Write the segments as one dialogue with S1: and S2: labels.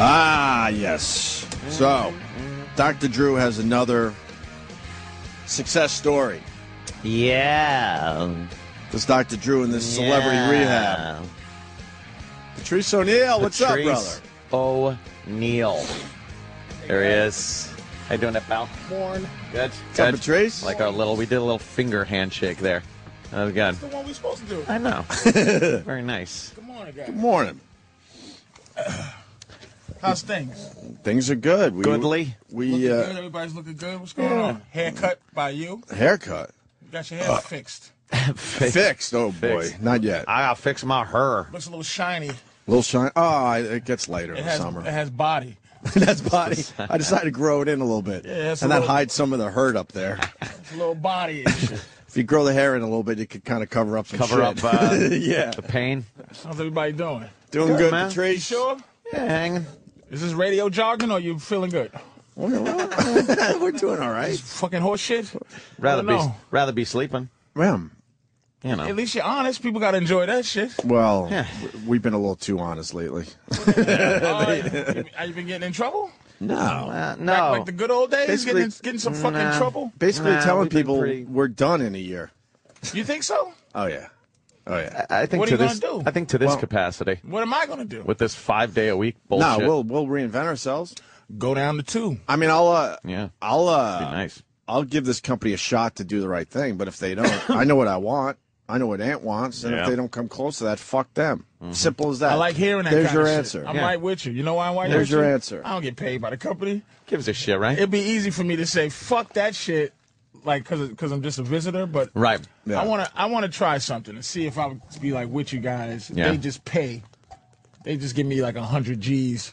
S1: Ah, yes. So, Dr. Drew has another success story.
S2: Yeah.
S1: This Dr. Drew in this celebrity
S2: Yeah.
S1: rehab. Patrice O'Neill, what's
S2: Patrice
S1: up, brother?
S2: O'Neill. There he is. How you doing that, pal?
S3: Born.
S2: Good.
S1: What's up,
S2: Good.
S1: Patrice?
S2: Like our little, we did a little finger handshake there. That was good.
S3: That's the one we're supposed to do.
S2: I know. Very nice.
S3: Good morning, guys.
S1: Good morning.
S3: How's things?
S1: Things are good. We,
S2: Goodly.
S1: We
S3: Looking
S1: uh,
S3: good. Everybody's looking good. What's going on? Haircut by you.
S1: haircut
S3: You got your hair fixed.
S1: fixed. Oh
S2: Fixed.
S1: boy, not yet.
S2: I gotta fix my hair.
S3: Looks a little shiny.
S1: Little shine. Oh, it gets later
S3: It
S1: in
S3: has
S1: the summer.
S3: it has body.
S1: That's body. I decided to grow it in a little bit,
S3: Yeah, it's a
S1: and that
S3: little-
S1: hides some of the hurt up there.
S3: It's a little body.
S1: If you grow the hair in a little bit, you could kind of cover up some
S2: Cover up,
S1: shit.
S2: uh,
S1: yeah,
S2: The pain.
S3: How's everybody doing?
S1: doing good,
S2: man.
S3: You
S1: Patrice.
S3: sure?
S2: Yeah, hanging.
S3: Is this radio jargon or you feeling good?
S2: Oh,
S1: We're doing all right.
S3: Fucking horse shit?
S2: Rather
S1: Oh,
S3: I
S2: be
S3: don't know.
S2: rather be sleeping.
S1: Well,
S2: You know.
S3: At least you're honest. People gotta enjoy that shit.
S1: well,
S2: Yeah.
S1: w- we've been a little too honest lately.
S3: All right. Have you been getting in trouble?
S1: No,
S2: Uh, no.
S3: Back like the good old days?
S1: Basically-
S3: Getting getting some fucking
S2: Nah.
S3: trouble?
S1: basically
S2: Nah,
S1: telling
S2: we've been
S1: people
S2: pretty-
S1: we're done in a year.
S3: You think so?
S1: Oh yeah, oh yeah.
S2: I think
S3: What are
S2: to
S3: you gonna
S2: this.
S3: do?
S2: I think to this
S1: Well-
S2: capacity
S3: What am I gonna do?
S2: with this five day a week
S1: No,
S2: bullshit.
S1: we'll we'll reinvent ourselves.
S3: Go down to two.
S1: I mean, I'll uh,
S2: Yeah.
S1: I'll uh,
S2: be nice.
S1: I'll give this company a shot to do the right thing. But if they don't, I know what I want. I know what Ant wants, and
S2: Yeah. Mm-hmm.
S1: if they don't come close to that, fuck them. Simple as that.
S3: I like hearing that.
S1: There's
S3: kind
S1: your
S3: of shit.
S1: answer.
S3: I'm
S2: Yeah.
S3: right with you. You know why I'm right
S1: There's
S3: with
S1: your
S3: you?
S1: answer.
S3: I don't get paid by the company.
S2: Gives a shit, right?
S3: It'd be easy for me to say fuck that shit, like because because I'm just a visitor. But
S2: right.
S1: Yeah.
S3: I wanna I wanna try something and see if I would be like with you guys.
S2: Yeah.
S3: They just pay. They just give me like a hundred G's.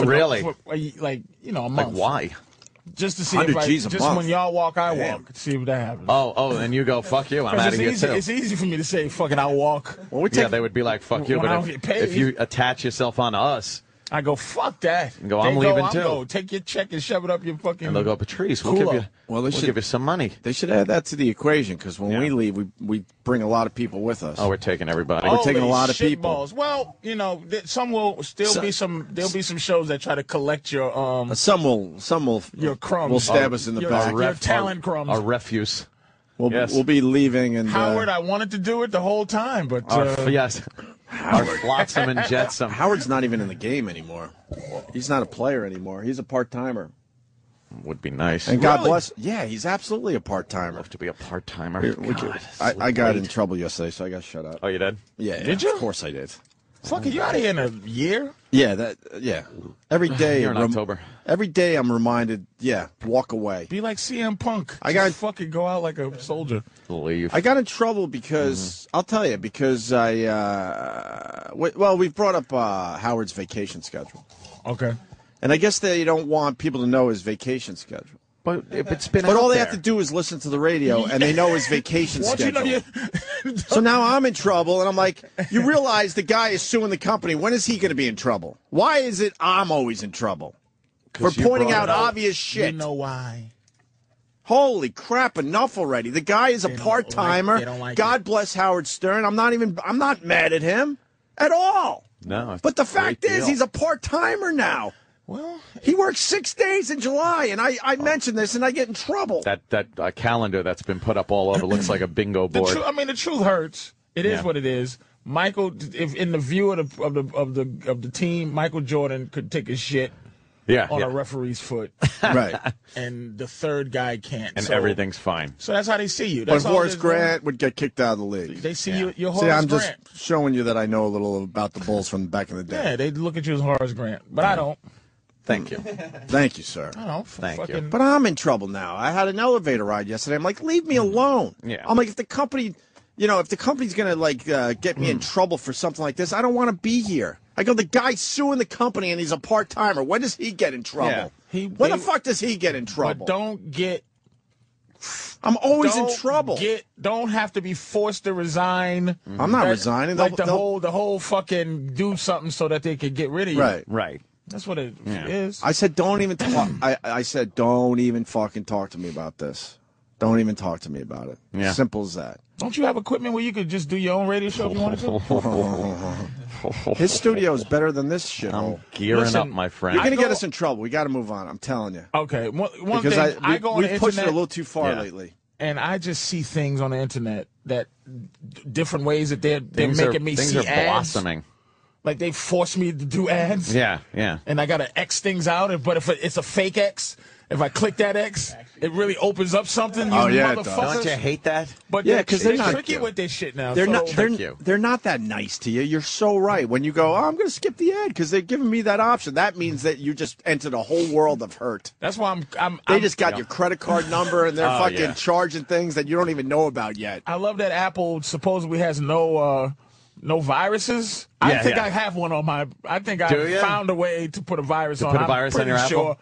S3: for no-
S2: really?
S3: for- like you know a
S2: Like
S3: month.
S2: why?
S3: Just to see
S1: 100
S3: if I,
S1: G's a
S3: just
S1: month.
S3: when y'all walk, I
S1: Damn.
S3: walk. See if that happens.
S2: Oh, oh, and you go fuck you. I'm
S3: 'Cause
S2: out of
S3: it's
S2: here
S3: easy.
S2: too.
S3: It's easy for me to say fucking I walk.
S1: well, we
S2: yeah,
S1: take,
S2: they would be like fuck you.
S3: When I
S2: But
S3: don't
S2: if,
S3: get paid.
S2: if you attach yourself on us,
S3: I go fuck that.
S2: go, I'm
S3: They
S2: leaving,
S3: I'm
S2: too.
S3: Go. Take your check and shove it up your fucking.
S2: and they'll go, Patrice, we'll
S3: Cool.
S2: give you.
S1: Well, they
S2: we'll
S1: should-
S2: give you some money.
S1: they should add that to the equation because when we
S2: Yeah.
S1: leave, we, we bring a lot of people with us.
S2: Oh, we're taking everybody.
S1: We're taking a
S3: Holy
S1: lot of
S3: shit
S1: people.
S3: balls. Well, you know, th- some will still
S1: So-
S3: be some. There'll be some shows that try to collect your um
S1: some will some will
S3: your crumbs.
S1: will stab us in the
S3: your,
S1: back.
S3: Your talent crumbs.
S2: Our refuse.
S1: We'll,
S2: Yes.
S1: we'll be leaving and
S3: Howard,
S1: uh,
S3: I wanted to do it the whole time, but
S2: Our,
S1: Oh,
S3: uh,
S2: yes. Our flotsam and jetsam.
S1: Howard's not even in the game anymore. He's not a player anymore. He's a part timer.
S2: Would be nice.
S1: And God
S3: Really?
S1: bless. Yeah, he's absolutely a part timer.
S2: Love to be a part timer.
S1: We could- I, I got in trouble yesterday, so I got shut up.
S2: Oh, you did?
S1: Yeah,
S3: Did
S1: yeah,
S3: you?
S1: Of course I did.
S3: fuck it, you out of here in a year.
S1: Yeah, that. Yeah, every day.
S2: You're in October.
S1: Every day, I'm reminded. Yeah, walk away.
S3: Be like CM Punk.
S1: I got-
S3: Just fucking go out like a soldier.
S2: Leave.
S1: I got in trouble because
S2: Mm-hmm.
S1: I'll tell you because I. Uh, w- well, we've brought up uh, Howard's vacation schedule,
S3: Okay.
S1: and I guess they don't want people to know his vacation schedule.
S2: but if it's been.
S1: But
S2: out
S1: all they
S2: there.
S1: have to do is listen to the radio, and they know his vacation
S3: Once
S1: schedule.
S3: you know you,
S1: So now I'm in trouble, and I'm like, you realize the guy is suing the company. When is he going to be in trouble? Why is it I'm always in trouble for
S2: 'Cause you
S1: pointing
S2: brought
S1: out
S2: it up.
S1: obvious shit?
S3: you know why.
S1: Holy crap! Enough already. The guy is a
S3: don't
S1: part timer.
S3: like- they don't like
S1: God
S3: it.
S1: bless Howard Stern. I'm not even. I'm not mad at him at all.
S2: No, it's
S1: But the
S2: a great
S1: fact is,
S2: deal.
S1: he's a part timer now.
S3: Well,
S1: He works six days in July, and I I mentioned this, and I get in trouble.
S2: Oh. That, that uh, calendar that's been put up all over looks like a bingo
S3: The
S2: board.
S3: truth. I mean, the truth hurts. It is
S2: Yeah.
S3: what it is. Michael, if in the view of the of the of the of the team, Michael Jordan could take a shit
S2: yeah.
S3: on
S2: yeah.
S3: a referee's foot,
S1: right.
S3: and the third guy can't.
S2: and
S3: so,
S2: everything's fine.
S3: So that's how they see you.
S1: But
S3: That's all
S1: Horace
S3: it is, man.
S1: Grant would get kicked out of the league.
S3: they see you. You're Horace
S1: See, I'm just
S3: Grant.
S1: showing you that I know a little about the Bulls from back in the day.
S3: yeah, they look at you as Horace Grant, but I don't.
S2: Thank you.
S1: Thank you, sir.
S3: I don't.
S2: Thank you.
S3: fucking,
S1: But I'm in trouble now. I had an elevator ride yesterday. I'm like, leave
S3: Mm.
S1: me alone.
S2: Yeah.
S1: I'm like, if the company, you know, if the company's gonna like uh, get me in
S3: Mm.
S1: trouble for something like this, I don't want to be here. I go, the guy's suing the company and he's a part timer. When does he get in trouble?
S2: Yeah.
S3: He-
S1: when the
S3: they-
S1: fuck does he get in
S3: But
S1: trouble?
S3: don't get.
S1: I'm always
S3: Don't
S1: in trouble. Mm-hmm.
S3: Get. Don't have to be forced to resign.
S1: I'm not resigning.
S3: Like
S1: They'll-
S3: the
S1: they'll-
S3: whole, the whole fucking do something so that they could get rid of you.
S1: right.
S2: Right.
S3: That's what it is.
S2: Yeah.
S1: I said, don't even talk. I, I said, don't even fucking talk to me about this. Don't even talk to me about it.
S2: Yeah.
S1: Simple as that.
S3: Don't you have equipment where you could just do your own radio show if you wanted to?
S1: His studio is better than this shit.
S2: I'm
S1: You're
S2: gearing up,
S3: Listen,
S2: my friend.
S1: going to
S3: I
S1: get
S3: go-
S1: us in trouble. We got to move on. I'm telling you.
S3: Okay. One, one
S1: Because
S3: thing,
S1: I,
S3: I,
S1: we,
S3: go on
S1: we've
S3: the
S1: pushed it
S3: internet
S1: a little too far
S2: Yeah.
S1: lately.
S3: and I just see things on the internet that d- different ways that they're, they're
S2: things
S3: making
S2: are,
S3: me
S2: things
S3: see
S2: are
S3: ads.
S2: blossoming.
S3: Like they force me to do ads.
S2: Yeah, yeah.
S3: And I got to X things out. and- But if it- it's a fake X, if I click that X, it really opens up something. You
S1: Oh, yeah, it does.
S2: Don't you
S3: motherfuckers.
S2: hate that?
S3: But
S1: Yeah,
S3: they're,
S1: 'cause they're
S3: they're
S1: not-
S3: tricky with this shit now.
S1: They're
S3: so-
S1: not. They're,
S2: Trick you.
S1: they're not that nice to you. You're so right. When you go, oh, I'm going to skip the ad because they're giving me that option. That means that you just entered a whole world of hurt.
S3: That's why I'm. I'm,
S1: They
S3: I'm-
S1: just got your credit card number and they're
S2: Oh,
S1: fucking
S2: yeah.
S1: charging things that you don't even know about yet.
S3: I love that Apple supposedly has no uh, no viruses. I
S2: Yeah,
S3: think
S2: yeah.
S3: I have one on my. I think
S2: Do
S3: I
S2: ya?
S3: found a way to put a virus on.
S2: put a
S3: I'm
S2: virus on
S3: pretty
S2: your Apple?
S3: sure,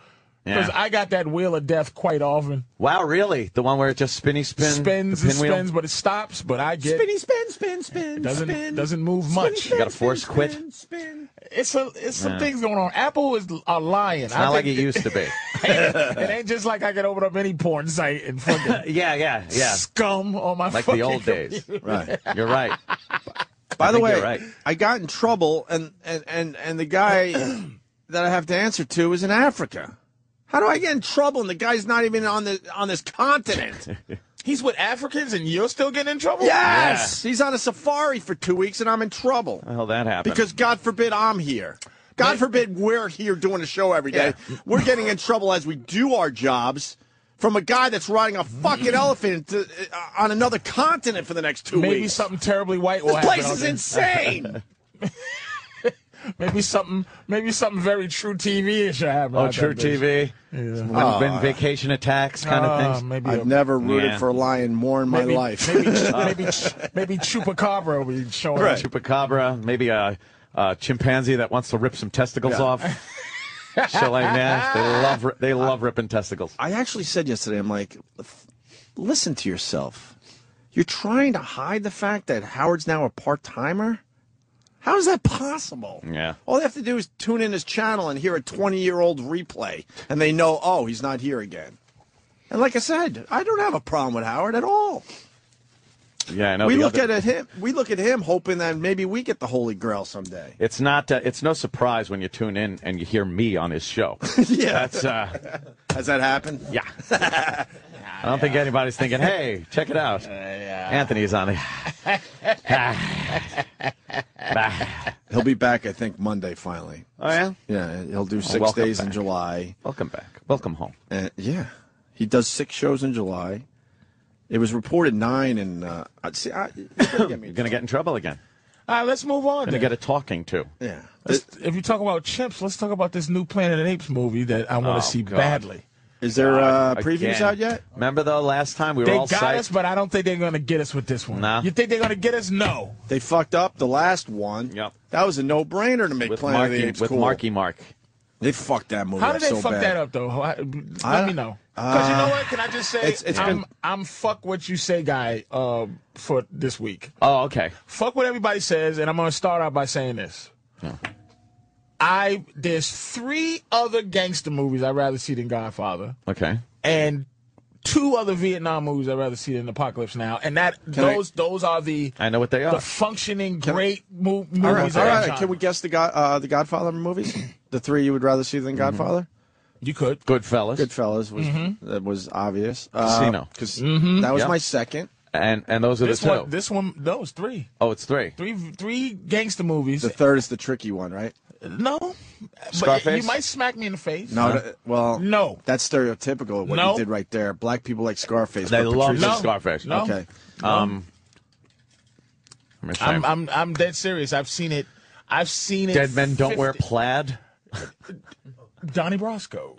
S2: Yeah.
S3: Because I got that wheel of death quite often.
S2: Wow, really? The one where it just spinny spin,
S3: spins
S2: the
S3: and
S2: pinwheel?
S3: spins, but it stops. But I get
S1: Spinny, spin, spin, spin.
S3: Doesn't-
S1: spin,
S3: doesn't move
S1: spin,
S3: much.
S1: spin,
S2: You gotta
S1: spin,
S2: force
S1: spin,
S2: quit.
S1: spin.
S3: it's a, it's some things going on. Apple is a lying.
S2: Not like it used to be.
S3: it ain't just like I can open up any porn site and fucking
S2: yeah, yeah, yeah.
S3: scum on my
S2: Like
S3: fucking
S2: the old days.
S1: Right.
S2: You're right.
S1: By the
S2: think
S1: way,
S2: you're right.
S1: I got in trouble, and and and and the guy that I have to answer to is in Africa. How do I get in trouble and the guy's not even on the on this continent?
S3: He's with Africans and you're still getting in trouble.
S1: Yes, he's on a safari for two weeks, and I'm in trouble
S2: How the hell that happened?
S1: because God forbid I'm here. God forbid we're here doing a show every day. We're getting in trouble as we do our jobs from a guy that's riding a fucking elephant to, uh, on another continent for the next two
S3: Maybe
S1: weeks.
S3: something terribly white will
S1: this place
S3: happen.
S1: is insane.
S3: Maybe something, maybe something very true TV ish happen.
S2: oh,
S3: out
S2: True
S3: there, bitch.
S2: TV.
S1: Oh.
S2: When, when vacation attacks kind
S3: Ah,
S2: of things.
S3: maybe a-
S1: I've never rooted
S2: Yeah.
S1: for a lion more in my
S3: maybe,
S1: life.
S3: Maybe, maybe, maybe Chupacabra will be showing up.
S1: Right.
S2: Chupacabra, maybe a, a chimpanzee that wants to rip some testicles
S1: Yeah.
S2: off. Shit like that. They love ri- they love ripping testicles.
S1: I actually said yesterday, I'm like, "F- listen to yourself. You're trying to hide the fact that Howard's now a part timer? How is that possible?
S2: Yeah.
S1: All they have to do is tune in his channel and hear a 20 year old replay, and they know, oh, he's not here again. And like I said, I don't have a problem with Howard at all.
S2: Yeah, I know.
S1: we
S2: the
S1: look
S2: other-
S1: at it, him. We look at him, hoping that maybe we get the Holy Grail someday.
S2: It's not. Uh, it's no surprise when you tune in and you hear me on his show.
S1: Yeah.
S2: that's. Uh,
S1: Has that happened?
S2: Yeah. I don't think anybody's thinking, hey, check it out. Anthony's on it.
S1: He'll be back, I think, Monday finally.
S2: Oh, yeah?
S1: Yeah, he'll do six
S2: welcome
S1: days in
S2: back.
S1: July.
S2: Welcome back. Welcome home.
S1: Uh, yeah, he does six shows in July. It was reported nine, and uh, I'd see. I,
S2: You're going to get in trouble again.
S3: All right, let's move on.
S2: Going to
S3: then.
S2: get a talking to.
S1: yeah,
S3: Let's- if you talk about chimps, let's talk about this new Planet of the Apes movie that I want
S2: Oh,
S3: to see
S2: God.
S3: badly.
S1: is there uh,
S2: Again.
S1: previews out yet?
S2: Remember, though, last time we were
S3: They
S2: all
S3: got
S2: psyched.
S3: us, but I don't think they're going to get us with this one.
S2: Nah.
S3: You think they're going to get us? No.
S1: They fucked up the last one.
S2: Yep.
S1: that was a no-brainer to make
S2: with
S1: Planet of
S2: Marky,
S1: the Apes
S2: with
S1: cool.
S2: Marky Mark.
S1: They fucked that movie.
S3: How
S1: up
S3: did they
S1: so
S3: fuck
S1: bad.
S3: that up, though? How- Let
S1: I-
S3: me know. Because you know what? Can I just say
S1: it's- it's
S3: I'm,
S1: been-
S3: I'm fuck what you say guy uh, for this week.
S2: Oh, okay.
S3: Fuck what everybody says, and I'm going to start out by saying this. I there's three other gangster movies I'd rather see than Godfather.
S2: Okay.
S3: and two other Vietnam movies I'd rather see than Apocalypse Now, and that
S1: I-
S3: those those are the
S2: I know what they
S3: the
S2: are.
S3: functioning great mo- movies.
S1: All right,
S3: of
S1: all
S3: that
S1: right.
S3: genre.
S1: Can we guess the God, uh, the Godfather movies? Mm-hmm. the three you would rather see than Godfather?
S3: You could.
S2: Goodfellas.
S1: Goodfellas was
S3: Mm-hmm.
S1: that was obvious. Uh,
S2: Casino.
S1: 'cause that was
S2: Yep.
S1: my second.
S2: And and those are
S3: This
S2: the two.
S3: one, this one, those three,
S2: oh, it's three.
S3: three, three gangster movies.
S1: The third is the tricky one, right?
S3: no, but
S2: Scarface?
S3: you might smack me in the face.
S1: No, th- well,
S3: No.
S1: That's stereotypical. What
S3: No.
S1: you did right there. Black people like Scarface.
S2: They
S1: but
S2: love
S1: Patrice-
S3: no,
S2: Scarface. Um,
S3: No,
S1: Okay.
S2: I'm gonna
S3: I'm,
S2: say-
S3: I'm I'm dead serious. I've seen it. I've seen it.
S2: Dead men don't wear
S3: 50
S2: plaid.
S3: Donnie Brasco.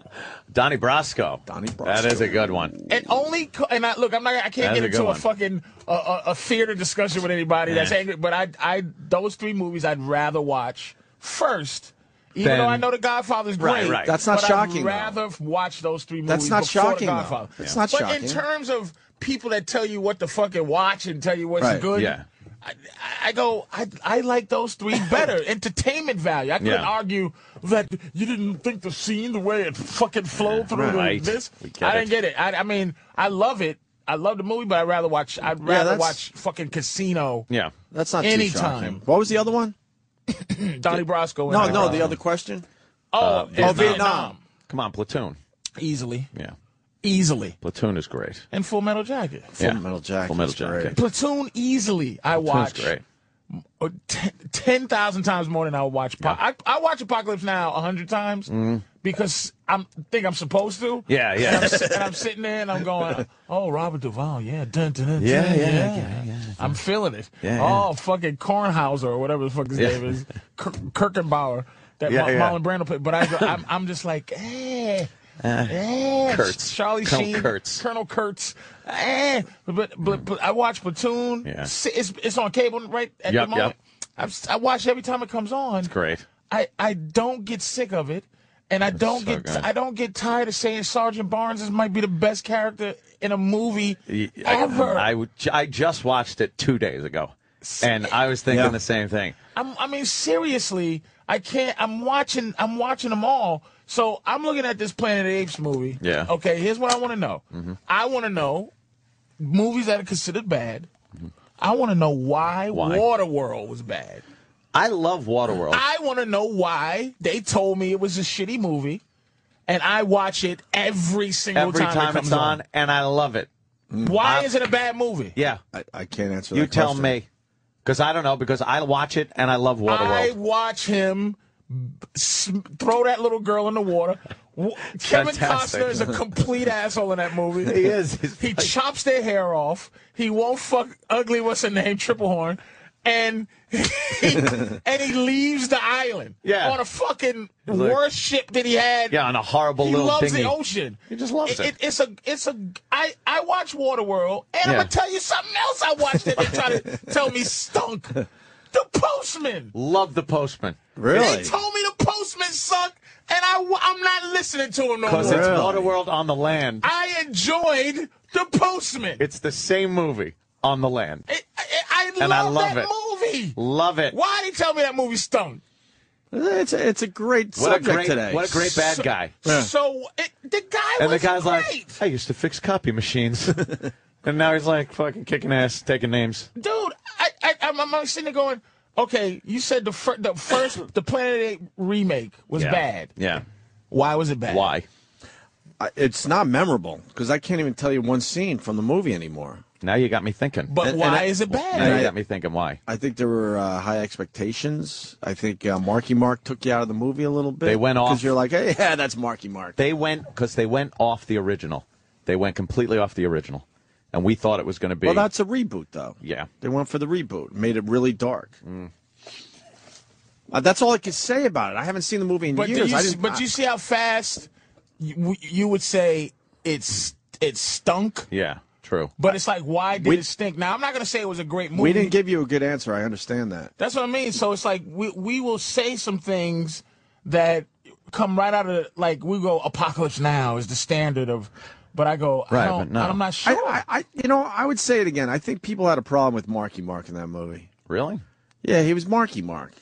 S2: Donnie Brasco.
S1: Donnie
S2: That is
S1: Brasco.
S2: a good one.
S3: And only, co- and I, look, I'm not, I can't
S2: That's
S3: get
S2: a
S3: into
S2: good
S3: a
S2: one.
S3: fucking uh, uh, a theater discussion with anybody that's
S2: Yeah.
S3: angry. But I, I, those three movies I'd rather watch first, even
S2: Then-
S3: though I know The Godfather's great.
S2: Right, right.
S1: That's not
S3: but
S1: shocking,
S3: I'd
S1: though.
S3: rather f- watch those three movies.
S1: That's not
S3: before
S1: shocking,
S3: The
S1: though.
S3: Godfather.
S1: That's not
S3: but
S1: shocking.
S3: in terms of people that tell you what to fucking watch and tell you what's
S1: Right.
S3: good,
S2: Yeah.
S3: I, I go, I, I like those three better. Entertainment value. I couldn't
S2: Yeah.
S3: argue that you didn't think the scene the way it fucking flowed through
S2: Right.
S3: this.
S2: We get
S3: I didn't
S2: it.
S3: get it. I, I mean, I love it. I love the movie, but I'd rather watch. I'd rather
S1: that's-
S3: watch fucking Casino.
S2: Yeah.
S1: That's not too
S3: Anytime.
S1: shocking. What was the other one? Oh
S3: Donnie Brasco. and
S1: No,
S3: Donnie
S1: no,
S3: Brasco.
S1: the other question.
S3: Oh,
S1: Oh,
S2: Uh,
S3: Vietnam.
S1: Vietnam.
S2: Come on, Platoon.
S3: Easily,
S2: Yeah.
S3: easily,
S2: Platoon is great.
S3: and Full Metal Jacket.
S1: Full
S2: Yeah.
S1: Metal Jacket.
S2: Full Metal
S1: is great.
S2: Jacket.
S3: Platoon easily. I
S2: Platoon's
S3: watch
S2: great.
S3: uh, ten- 10,000 times more than I would watch. Po- I, I watch Apocalypse Now 100 times because I think I'm supposed to.
S2: Yeah,
S3: And
S2: yeah.
S3: I'm, si- and I'm sitting there and I'm going, oh, Robert Duvall, yeah. Dun, dun, dun,
S2: Yeah,
S3: dun,
S2: yeah, yeah,
S3: I'm feeling it.
S2: Yeah,
S3: oh, fucking Kornhauser or whatever the fuck his
S2: Yeah.
S3: name is. Kir- Kirkenbauer. That
S2: Yeah,
S3: Ma-
S2: yeah.
S3: Marlon Brando played. But I, go- I'm, I'm just like, eh. eh,
S2: Uh, Kurtz.
S3: Charlie
S2: Colonel
S3: Sheen,
S2: Kurtz.
S3: Colonel Kurtz, eh, but, but but I watch Platoon.
S2: Yeah.
S3: S- It's, it's on cable right at
S2: Yep,
S3: the moment. I'm, s- I watch every time it comes on.
S2: Great.
S3: I, I don't get sick of it, and I don't
S2: so
S3: get
S2: good.
S3: I don't get tired of saying Sergeant Barnes is might be the best character in a movie
S2: I,
S3: ever.
S2: I
S3: I,
S2: would- I just watched it two days ago, and I was thinking
S1: Yeah.
S2: the same thing.
S3: am I mean seriously, I can't. I'm watching I'm watching them all. So I'm looking at this Planet of the Apes movie.
S2: Yeah. Mm-hmm.
S3: Okay. Here's what I want to know. I want to know movies that are considered bad. I want to know why,
S2: Mm-hmm. Why?
S3: Waterworld was bad.
S2: I love Waterworld.
S3: I want to know why they told me it was a shitty movie, and I watch it every single
S2: Every
S3: time,
S2: time,
S3: it comes
S2: it's on, and I love it.
S3: Why is it a bad movie?
S2: Yeah,
S1: I, I can't answer
S2: you
S1: that
S2: tell
S1: question.
S2: me, because I don't know. Because I watch it and I love
S3: I
S2: Waterworld.
S3: watch him s- throw that little girl in the water. W- Kevin
S2: Fantastic.
S3: Costner is a complete asshole in that movie.
S2: He is. He's
S3: he chops their hair off. He won't fuck ugly. What's her name? Triple Horn, and he, and he leaves the island.
S2: Yeah.
S3: on a fucking
S2: like-
S3: worst ship that he had.
S2: yeah, on a horrible
S3: he
S2: little
S3: loves
S2: dinghy.
S3: the ocean.
S2: He just loves it.
S3: It's a, it's a. I, I watch Waterworld, and I'm
S2: Yeah.
S3: gonna tell you something else. I watched that they try to tell me stunk. The Postman.
S2: Love the Postman
S1: Really?
S3: They told me the Postman sucked, and I, I'm not listening to him no more.
S2: because it's
S1: Really?
S2: Waterworld on the land.
S3: I enjoyed the Postman.
S2: It's the same movie on the land.
S3: I, I, I, love,
S2: And I love
S3: that movie.
S2: Love it.
S3: Why they tell me that movie stunk?
S1: It's a, it's a great
S2: What a
S1: subject
S2: great,
S1: today.
S2: what a great bad guy.
S3: So it, the guy
S2: And the
S3: was
S2: guy's
S3: great.
S2: like, I used to fix copy machines. and now he's like fucking kicking ass, taking names.
S3: dude, I, I, I'm, I'm sitting there going, okay, you said the fir- the first the Planet of the Apes remake was bad.
S2: Yeah.
S3: Why was it bad?
S2: Why?
S1: I- It's not memorable because I can't even tell you one scene from the movie anymore.
S2: Now you got me thinking.
S3: But
S1: And-
S3: why
S1: and I-
S3: is it
S2: now
S3: bad?
S2: you got me thinking why.
S1: I think there were uh, high expectations. I think uh, Marky Mark took you out of the movie a little bit.
S2: They went off.
S1: because you're like, hey, yeah, that's Marky Mark.
S2: They went because they went off the original. They went completely off the original, and we thought it was going to be.
S1: well, that's a reboot though.
S2: Yeah.
S1: they went for the reboot, made it really dark.
S2: Mm.
S1: Uh, that's all I can say about it. I haven't seen the movie in
S3: but do
S1: years.
S3: you,
S1: I
S3: s-
S1: didn't,
S3: but you see how fast you, you would say it's it stunk.
S2: yeah, true.
S3: But it's like, why did it stink? Now I'm not gonna say it was a great movie.
S1: we didn't give you a good answer. I understand that.
S3: That's what I mean. So it's like we we will say some things that come right out of the, like we go apocalypse now is the standard of, but I go I
S2: Right,
S3: don't-
S2: but no.
S3: I'm not sure.
S1: I, I, I, you know, I would say it again. I think people had a problem with Marky Mark in that movie.
S2: Really,
S1: Yeah, he was Marky Mark.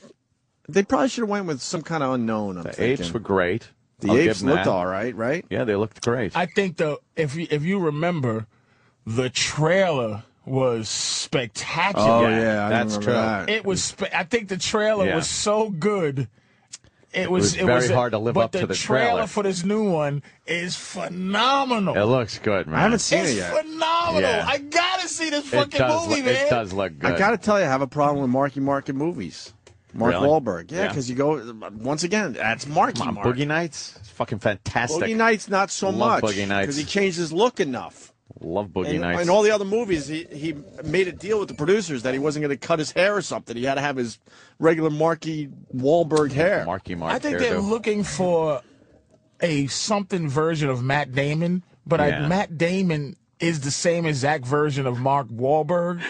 S1: They probably should have went with some kind of unknown. I'm
S2: the
S1: thinking.
S2: apes were great.
S1: the
S2: I'll give
S1: apes
S2: them
S1: looked
S2: that.
S1: all right, right?
S2: Yeah, they looked great.
S3: I think the if you, if you remember, the trailer was spectacular.
S1: Oh yeah, I
S2: that's
S1: remember
S2: true.
S1: That.
S3: It was. Spe- I think the trailer
S2: Yeah.
S3: was so good. It was.
S2: was very hard to live
S3: but
S2: up to the
S3: trailer.
S2: trailer.
S3: for this new one is phenomenal.
S2: it looks good, man.
S1: I haven't seen
S3: It's
S1: it yet.
S3: phenomenal.
S2: Yeah.
S3: I gotta see this
S2: it
S3: fucking
S2: does.
S3: movie,
S2: look-
S3: man.
S2: it does look good.
S1: I gotta tell you, I have a problem with Marky Mark in movies. Mark
S2: Really?
S1: Wahlberg, yeah,
S2: Yeah.
S1: because you go once again. That's Marky
S2: Come on,
S1: Mark.
S2: Boogie Nights. It's fucking fantastic.
S1: Boogie Nights, not so
S2: Love
S1: much.
S2: Boogie Nights.
S1: because he changed his look enough.
S2: Love Boogie
S1: In,
S2: Nights.
S1: in all the other movies, he, he made a deal with the producers that he wasn't going to cut his hair or something. He had to have his regular Marky Wahlberg hair.
S2: Marky Mark.
S3: I think
S2: there,
S3: they're
S2: though.
S3: looking for a something version of Matt Damon, but I,
S2: Yeah.
S3: Matt Damon is the same exact version of Mark Wahlberg,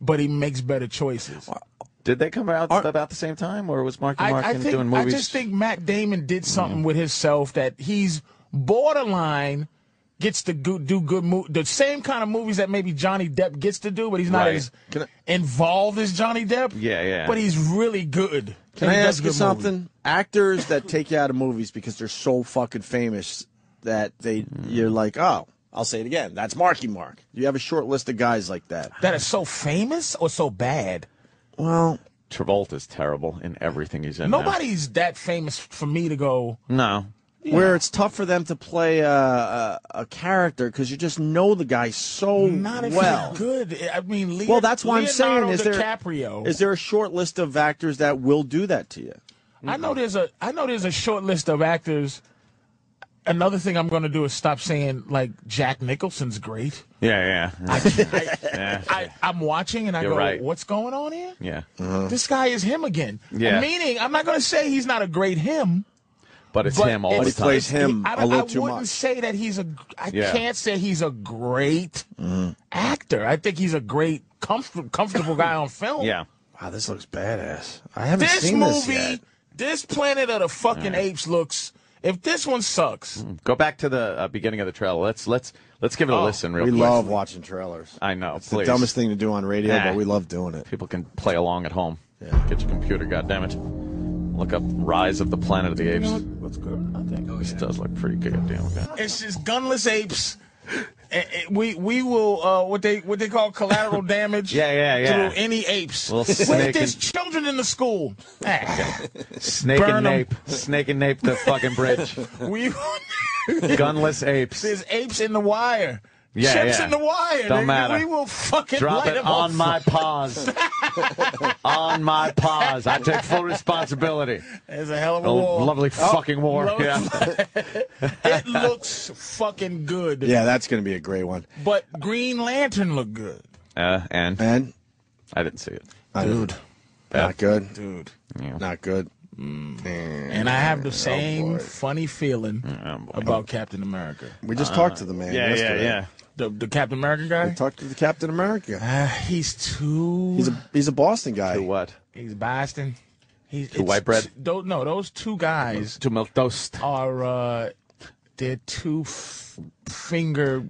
S3: but he makes better choices.
S2: Did they come out about the same time, or was Marky Mark
S3: I, I
S2: in-
S3: think
S2: doing movies?
S3: I just think Matt Damon did something with himself that he's borderline gets to go, do good mo- the same kind of movies that maybe Johnny Depp gets to do, but he's not
S2: Right.
S3: as
S1: Can I-
S3: involved as Johnny Depp.
S2: Yeah, yeah.
S3: But he's really good.
S1: Can
S3: And
S1: I
S3: he does
S1: ask you
S3: good movies.
S1: something? Actors that take you out of movies because they're so fucking famous that they you're like, oh, I'll say it again. That's Marky Mark. You have a short list of guys like that.
S3: That is so famous or so bad.
S1: Well,
S2: Travolta's terrible in everything he's in. now.
S3: Nobody's that famous for me to go.
S2: No.
S1: where it's tough for them to play a, a, a character because you just know the guy so
S3: Not if
S1: well.
S3: he's good. I mean, Le-
S1: Well, that's why I'm saying
S3: Leonardo
S1: is there
S3: DiCaprio.
S1: is there a short list of actors that will do that to you?
S3: I know there's a I know there's a short list of actors. Another thing I'm going to do is stop saying like Jack Nicholson's great.
S2: Yeah, yeah.
S3: I,
S2: yeah.
S3: I, I'm watching and I
S2: You're
S3: go,
S2: right.
S3: what's going on here?
S2: yeah.
S1: Uh-huh.
S3: This guy is him again.
S2: Yeah.
S3: Meaning, I'm not going to say he's not a great him.
S2: But it's
S3: But
S2: him all
S3: it's-
S2: the
S1: But he plays
S2: time.
S1: him
S3: I,
S1: a little
S3: I
S1: too
S3: wouldn't
S1: much.
S3: say that he's a. I
S2: Yeah.
S3: can't say he's a great
S1: Mm-hmm.
S3: actor. I think he's a great, comfort, comfortable guy on film.
S2: Yeah.
S1: Wow, this looks badass. I haven't
S3: This
S1: seen this
S3: movie,
S1: yet.
S3: this, Planet of the Fucking Apes looks. If this one sucks,
S2: Go back to the uh, beginning of the trailer. Let's let's let's give it a
S3: Oh,
S2: listen real
S1: We
S2: quick.
S1: love watching trailers.
S2: I know.
S1: It's
S2: please.
S1: the dumbest thing to do on radio,
S2: Ah.
S1: but we love doing it.
S2: People can play along at home. Get your computer, goddammit. Look up Rise of the Planet of the Apes.
S3: what's good? I think.
S2: This does look pretty good. Damn it.
S3: It's just gunless apes. Eh, eh, We we will uh, what they what they call collateral damage.
S2: Yeah, yeah, yeah.
S3: Through any apes.
S2: Little
S3: Wait,
S2: snake
S3: there's
S2: and-
S3: children in the school. Ah,
S2: Snake
S3: Burn
S2: and
S3: 'em.
S2: nape. Snake and nape the fucking bridge.
S3: we
S2: Gunless apes.
S3: there's apes in the wire.
S2: Yeah,
S3: Chips
S2: yeah.
S3: in the wire.
S2: Don't
S3: They-
S2: matter.
S3: We will fucking
S2: Drop
S3: light
S2: it
S3: them
S2: on
S3: up.
S2: my paws. on my paws. I take full responsibility.
S3: There's a hell of a
S2: A
S3: war.
S2: lovely fucking war.
S3: lovely-
S2: Yeah.
S3: It looks fucking good.
S1: Yeah, that's going to be a great one.
S3: But Green Lantern looked good.
S2: Uh, and
S1: And
S2: I didn't see it.
S1: dude, not good.
S3: Dude.
S1: Not good.
S3: And I have the same
S2: Oh,
S1: boy.
S3: funny feeling
S2: Mm.
S3: about Captain America.
S1: We just talked to the man. yesterday.
S3: The, the Captain America guy?
S1: Talked to the Captain America.
S3: Uh, he's too.
S1: He's a he's a Boston guy.
S2: To What?
S3: He's Boston. He's it's
S2: white bread?
S3: t- tho- no, those two guys
S2: To milk toast.
S3: are uh, they're two f- finger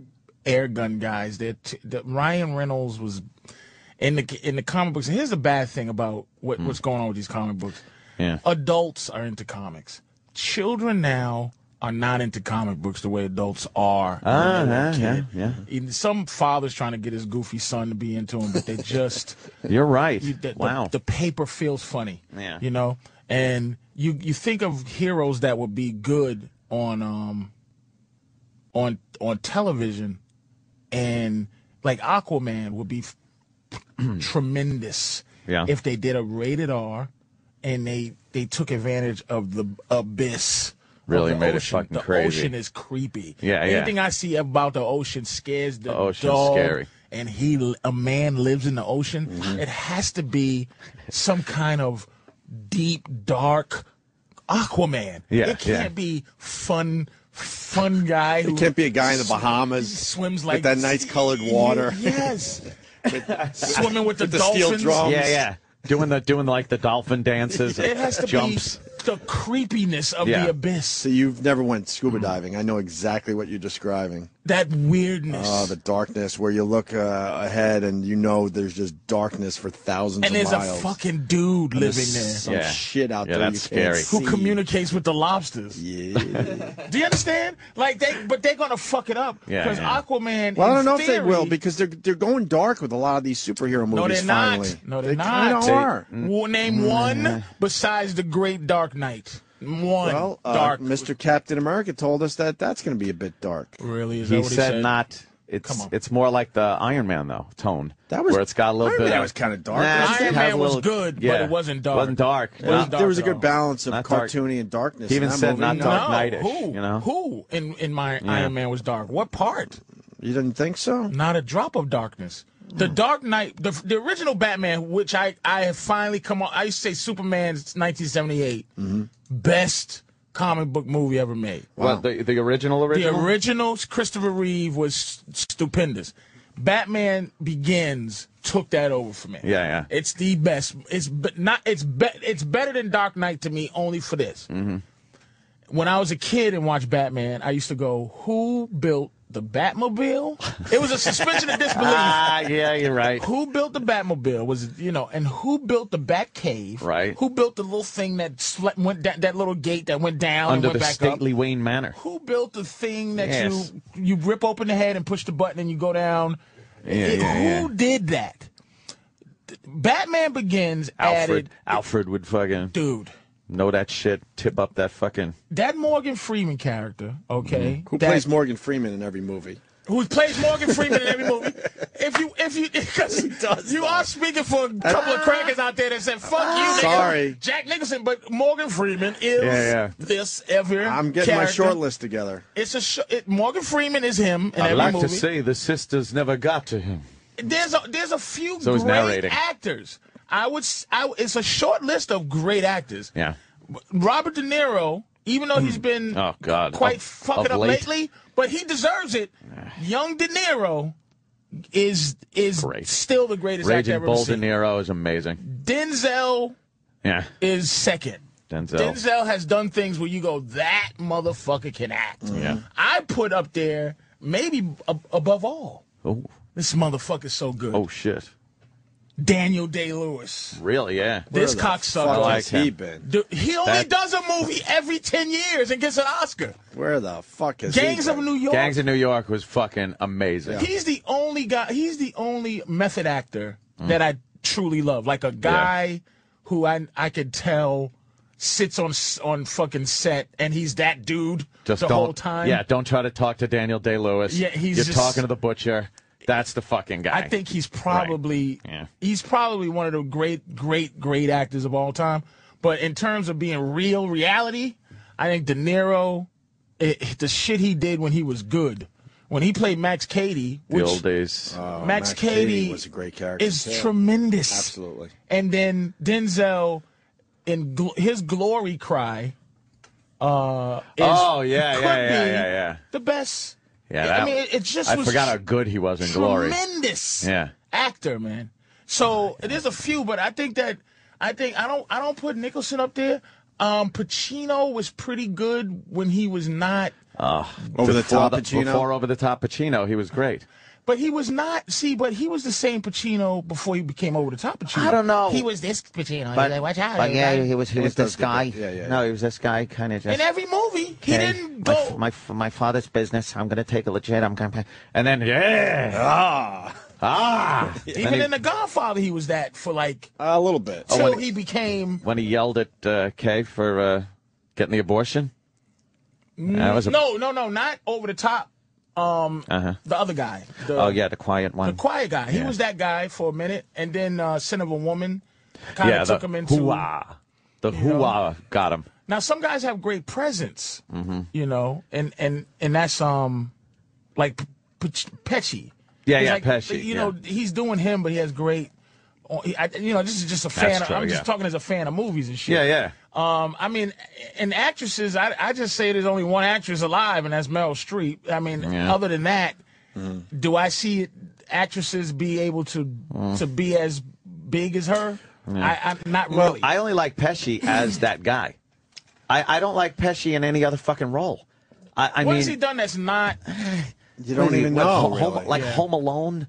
S3: air gun guys. They're t- the, Ryan Reynolds was in the in the comic books. And here's the bad thing about what,
S2: Hmm.
S3: what's going on with these comic books.
S2: Yeah.
S3: Adults are into comics. Children now are not into comic books the way adults are. when
S2: Ah,
S3: they were a
S2: yeah,
S3: kid.
S2: yeah,
S3: Even Some father's trying to get his goofy son to be into them, but they just
S2: You're right.
S3: you, the, the-
S2: wow.
S3: the, paper feels funny.
S2: Yeah.
S3: You know, and you you think of heroes that would be good on um on on television, and like Aquaman would be f- tremendous.
S2: Hmm. Yeah.
S3: If they did a rated R, and they they took advantage of the abyss. of
S2: Really
S3: the
S2: made it
S3: ocean.
S2: fucking
S3: the
S2: crazy.
S3: ocean is creepy.
S2: Yeah, yeah.
S3: Anything I see about the ocean scares the,
S2: ocean's
S3: dog
S2: scary.
S3: and he a man lives in the ocean
S1: Mm-hmm.
S3: it has to be some kind of deep dark aquaman
S2: Yeah,
S3: it can't
S2: yeah.
S3: be fun fun guy who
S1: It can't be a guy in the Bahamas
S3: swims like
S1: with that nice colored water.
S3: yes swimming with the,
S1: the steel
S3: dolphins
S1: drum.
S2: yeah, yeah. Doing the doing like the dolphin dances. And
S3: it has to
S2: jumps.
S3: be the creepiness of
S2: Yeah.
S3: the abyss
S1: So you've never went scuba diving. I know exactly what you're describing.
S3: that weirdness
S1: Oh, the darkness where you look uh, ahead and you know there's just darkness for thousands
S3: and
S1: of
S3: there's
S1: miles.
S3: a fucking dude living there
S1: Some
S2: Yeah.
S1: shit out
S2: Yeah,
S1: there.
S2: that's
S1: you can't
S2: scary.
S3: who
S1: see.
S3: communicates with the lobsters
S1: Yeah.
S3: Do you understand? Like they, but they're gonna fuck it up
S2: Yeah,
S3: because
S2: yeah.
S3: Aquaman.
S1: Well, I don't
S3: in
S1: know if they
S3: theory-
S1: will because they're they're going dark with a lot of these superhero movies.
S3: no, they're not.
S1: finally.
S3: No, they're
S1: They
S3: not.
S1: kinda are. Mm.
S3: Well, name one besides the Great Dark Knight. One
S1: Well, uh,
S3: dark.
S1: Mr. Captain America told us that that's going to be a bit dark.
S3: Really? Is that
S2: He
S3: what he
S2: said not. It's
S3: Come on.
S2: it's more like the Iron Man though tone.
S1: That was-
S2: where it's got a little
S1: Iron
S2: bit.
S1: Man
S2: of,
S1: was kinda dark.
S2: Nah, it
S3: Iron
S2: has
S3: Man
S2: a
S3: was
S2: little-
S3: good, but
S2: yeah.
S3: it wasn't dark.
S2: Wasn't dark.
S3: Wasn't
S2: Nah.
S3: dark
S1: there was a
S3: at all.
S1: good balance of
S2: Not dark.
S1: cartoony and darkness.
S2: He even
S1: in that
S2: said
S1: movie.
S2: not
S3: No,
S2: Dark Knight-ish,
S3: who?
S2: you know?
S3: Who in in my Iron Man was dark? What part?
S1: You didn't think so?
S3: Not a drop of darkness. The
S1: Hmm.
S3: Dark Knight, the, the original Batman, which I, I have finally come on. I used to say Superman's 1978,
S1: Mm-hmm.
S3: best comic book movie ever made.
S2: Well, the the original
S3: The
S2: original.
S3: original Christopher Reeve was stupendous. Batman Begins took that over for me.
S2: Yeah, yeah.
S3: It's the best. It's be, not. It's be, It's better than Dark Knight to me only for
S2: Mm-hmm.
S3: this. When I was a kid and watched Batman, I used to go, "Who built the Batmobile? It was a suspension of disbelief.
S2: Ah, yeah, you're right.
S3: Who built the Batmobile? Was it, you know, and who built the Batcave?
S2: Right.
S3: Who built the little thing that slept, went that, that little gate that went down
S2: Under
S3: and
S2: the
S3: went back up?
S2: stately Wayne Manor.
S3: Who built the thing that
S2: Yes.
S3: you you rip open the head and push the button and you go down? It-
S2: yeah,
S3: who did that? Batman Begins
S2: Alfred.
S3: added,
S2: Alfred would fucking
S3: dude.
S2: know that shit. Tip up that fucking.
S3: That Morgan Freeman character, okay,
S1: Mm-hmm. Who
S3: that-
S1: plays Morgan Freeman in every movie?
S3: who plays Morgan Freeman in every movie. If you if you because
S1: does,
S3: you
S1: though.
S3: are speaking for a couple of crackers out there that said fuck you, nigga,
S1: Sorry.
S3: Jack Nicholson, but Morgan Freeman is
S2: Yeah, yeah.
S3: this ever.
S1: I'm getting my
S3: character.
S1: short list together.
S3: It's a sh- it, Morgan Freeman is him in
S2: I'd
S3: every
S2: like
S3: movie.
S2: to say the sisters never got to him.
S3: there's a there's a few
S2: So he's
S3: great
S2: narrating.
S3: actors. I would s- I, it's a short list of great actors.
S2: Yeah.
S3: Robert De Niro, even though he's been
S2: Oh, God.
S3: quite
S2: Of-
S3: fucking
S2: of
S3: up
S2: late.
S3: lately, but he deserves it. Young De Niro is is
S2: Great.
S3: still the greatest actor
S2: Raging
S3: I've ever
S2: Bull De
S3: seen.
S2: Niro is amazing.
S3: Denzel
S2: Yeah.
S3: is second.
S2: Denzel.
S3: Denzel has done things where you go, that motherfucker can act.
S2: Yeah.
S3: I put up there, maybe ab- above all.
S2: Oh,
S3: This motherfucker's so good.
S2: oh shit.
S3: Daniel Day Lewis.
S2: Really? Yeah.
S3: This
S1: Where the
S3: cocksucker.
S1: fuck
S2: like
S1: has he
S2: him.
S1: been?
S3: Dude, he only
S2: That-
S3: does a movie every 10 years and gets an Oscar.
S1: Where the fuck has
S3: Gangs
S1: he
S3: of
S1: been?
S3: New York.
S2: Gangs of New York was fucking amazing.
S3: He's the only guy. He's the only method actor
S2: Mm.
S3: that I truly love. Like a guy who I I could tell sits on s- on fucking set and he's that dude
S2: Just
S3: the
S2: don't.
S3: whole time.
S2: Yeah. Don't try to talk to Daniel Day Lewis.
S3: Yeah, he's
S2: You're
S3: just-
S2: talking to the butcher. That's the fucking guy.
S3: I think he's probably
S2: Yeah.
S3: he's probably one of the great great great actors of all time. But in terms of being real reality, I think De Niro, it, the shit he did when he was good, when he played Max Cady,
S2: the
S3: which
S2: old days.
S1: Oh,
S3: Max
S1: Max Cady
S3: Cady
S1: was a great character.
S3: is
S1: too.
S3: tremendous.
S1: Absolutely.
S3: And then Denzel in gl- his glory cry. Uh, is,
S2: Oh, yeah,
S3: could
S2: yeah, yeah,
S3: be
S2: yeah, yeah.
S3: The best.
S2: yeah.
S3: I
S2: that-
S3: mean, it, it just
S2: I
S3: was
S2: forgot how good he was in Glory.
S3: tremendous.
S2: Yeah.
S3: actor, man.
S4: Oh
S3: So there's a few, but I think that I think I don't I don't put Nicholson up there. Um, Pacino was pretty good when he was not,
S1: Over the
S2: Before
S1: top
S2: the-
S1: Pacino.
S2: Before over the top Pacino, he was great.
S3: but he was not. See, but he was the same Pacino before he became over the top Pacino.
S4: I don't know.
S3: He was this
S4: But,
S3: Pacino. He was like, watch out!
S4: but yeah,
S3: everybody."
S4: he was he was this
S1: does get that.
S4: guy.
S1: Yeah, yeah,
S4: No,
S1: yeah.
S4: he was this guy kind of just.
S3: in every movie he
S4: okay,
S3: didn't
S4: my f-
S3: go.
S4: My, f- my father's business. I'm gonna take a legit. I'm gonna.
S2: And then yeah,
S1: Ah,
S2: ah.
S3: Even in The Godfather, he was that for like
S1: a little bit.
S4: Oh,
S3: till he became.
S2: when he yelled at uh, Kay for uh, getting the abortion. That was a-
S3: Mm, No, no, no, not over the top. Um,
S2: Uh-huh.
S3: the other guy. The,
S2: Oh yeah, the quiet one.
S3: The quiet guy. He
S2: Yeah.
S3: was that guy for a minute, and then uh, Sin of a Woman kind of
S2: yeah,
S3: took
S2: the
S3: him into.
S2: hoo-ah. The hoo-ah got him.
S3: Now some guys have great presence,
S2: Mm-hmm.
S3: you know, and and and that's um like P- P- Pesci.
S2: Yeah,
S3: He's
S2: yeah,
S3: like,
S2: Pesci,
S3: You
S2: yeah.
S3: know, he's doing him, but he has great. oh, he- I, you know, this is just a fan.
S2: That's
S3: Of,
S2: true,
S3: I'm
S2: yeah.
S3: just talking as a fan of movies and shit.
S2: Yeah, yeah.
S3: Um, I mean, and actresses, I, I just say there's only one actress alive, and that's Meryl Streep. I mean,
S2: Yeah.
S3: other than that,
S1: Mm-hmm.
S3: do I see actresses be able to
S1: Mm.
S3: to be as big as her? I, I'm not really.
S2: I
S3: I,
S2: only like Pesci as that guy. I, I don't like Pesci in any other fucking role. I, I
S3: what
S2: mean,
S3: has he done that's not?
S1: You don't even
S2: like,
S1: know.
S2: Ho-
S1: really.
S2: Home, like Home Alone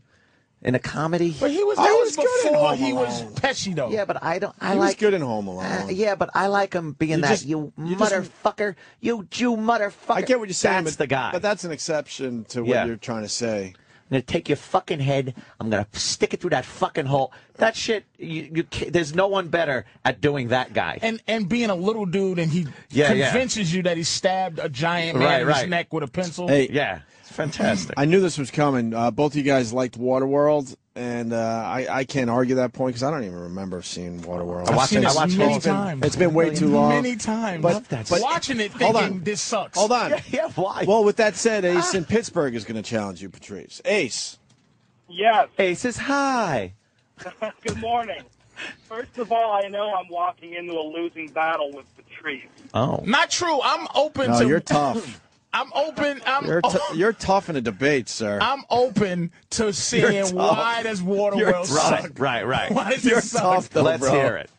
S2: in a comedy.
S3: But he was.
S1: Oh,
S3: That
S1: he
S3: was
S1: was good in
S3: before
S1: Home
S3: he was
S1: Alone.
S3: Pesci, though.
S4: Yeah, but I don't. I
S1: he was
S4: like.
S1: good in Home Alone.
S4: Uh, yeah, but I like him being that
S1: just-
S4: you,
S1: you just-
S4: motherfucker, you Jew motherfucker.
S1: I get what you're saying.
S2: That's
S1: but,
S2: the guy.
S1: But that's an exception to what
S2: Yeah.
S1: you're trying to say.
S4: I'm gonna take your fucking head.
S2: I'm gonna stick it through that fucking hole. That shit. You, you, ca- there's no one better at doing that guy.
S3: And and being a little dude, and he
S2: Yeah, yeah.
S3: convinces you that he stabbed a giant man
S2: Right,
S3: in
S2: right.
S3: his neck with a pencil.
S1: Hey,
S2: yeah, it's fantastic.
S1: I knew this was coming. Uh, both of you guys liked Waterworld, and uh, I, I can't argue that point because I don't even remember seeing Waterworld.
S3: I've seen
S2: I
S3: it
S2: watched it.
S3: many
S1: It's been-
S3: times.
S1: it's been way too long.
S3: Many times.
S1: But-
S3: Love that
S1: but-
S3: watching it, thinking
S1: Hold on.
S3: this sucks.
S1: Hold on.
S2: yeah, why?
S1: Well, with that said, Ace in Pittsburgh is going to challenge you, Patrice. Ace.
S5: Yes.
S2: Ace is high.
S5: Good morning. First of all, I know I'm walking into a losing battle with Patrice.
S2: Oh,
S3: Not true. I'm open
S1: No,
S3: to.
S1: you're tough.
S3: I'm open. I'm
S1: You're t- you're tough in a debate, sir.
S3: I'm open to seeing
S1: tough.
S3: why does Waterworld
S1: You're
S3: suck.
S2: right, right, right.
S3: Why does it suck?
S1: tough, though,
S2: Let's
S1: bro.
S2: hear it.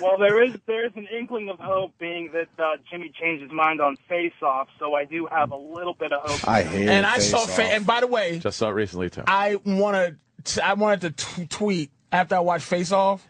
S5: Well, there is there is an inkling of hope, being that uh, Jimmy changed his mind on Face Off, so I do have a little bit of hope.
S1: I hate
S3: and I saw.
S1: Face
S3: Fa-
S1: Off.
S3: and by the way,
S2: Just saw it recently too.
S3: I wanna. T- I wanted to t- tweet after I watched Face Off.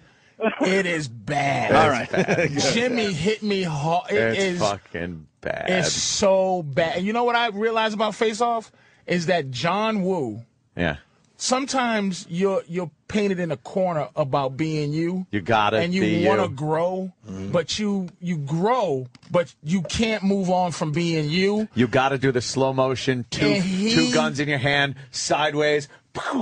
S3: It is bad.
S1: All right.
S3: Jimmy hit me hard. It
S2: it's
S3: is.
S2: fucking bad.
S3: It's so bad. And you know what I realized about Face Off is that John Woo.
S2: yeah.
S3: Sometimes you're you're painted in a corner about being you.
S2: You gotta
S3: and
S2: be
S3: you want to
S2: you. Mm-hmm.
S3: grow, but you you grow, but you can't move on from being you.
S2: You got to do the slow motion, two
S3: And he-
S2: two guns in your hand, sideways.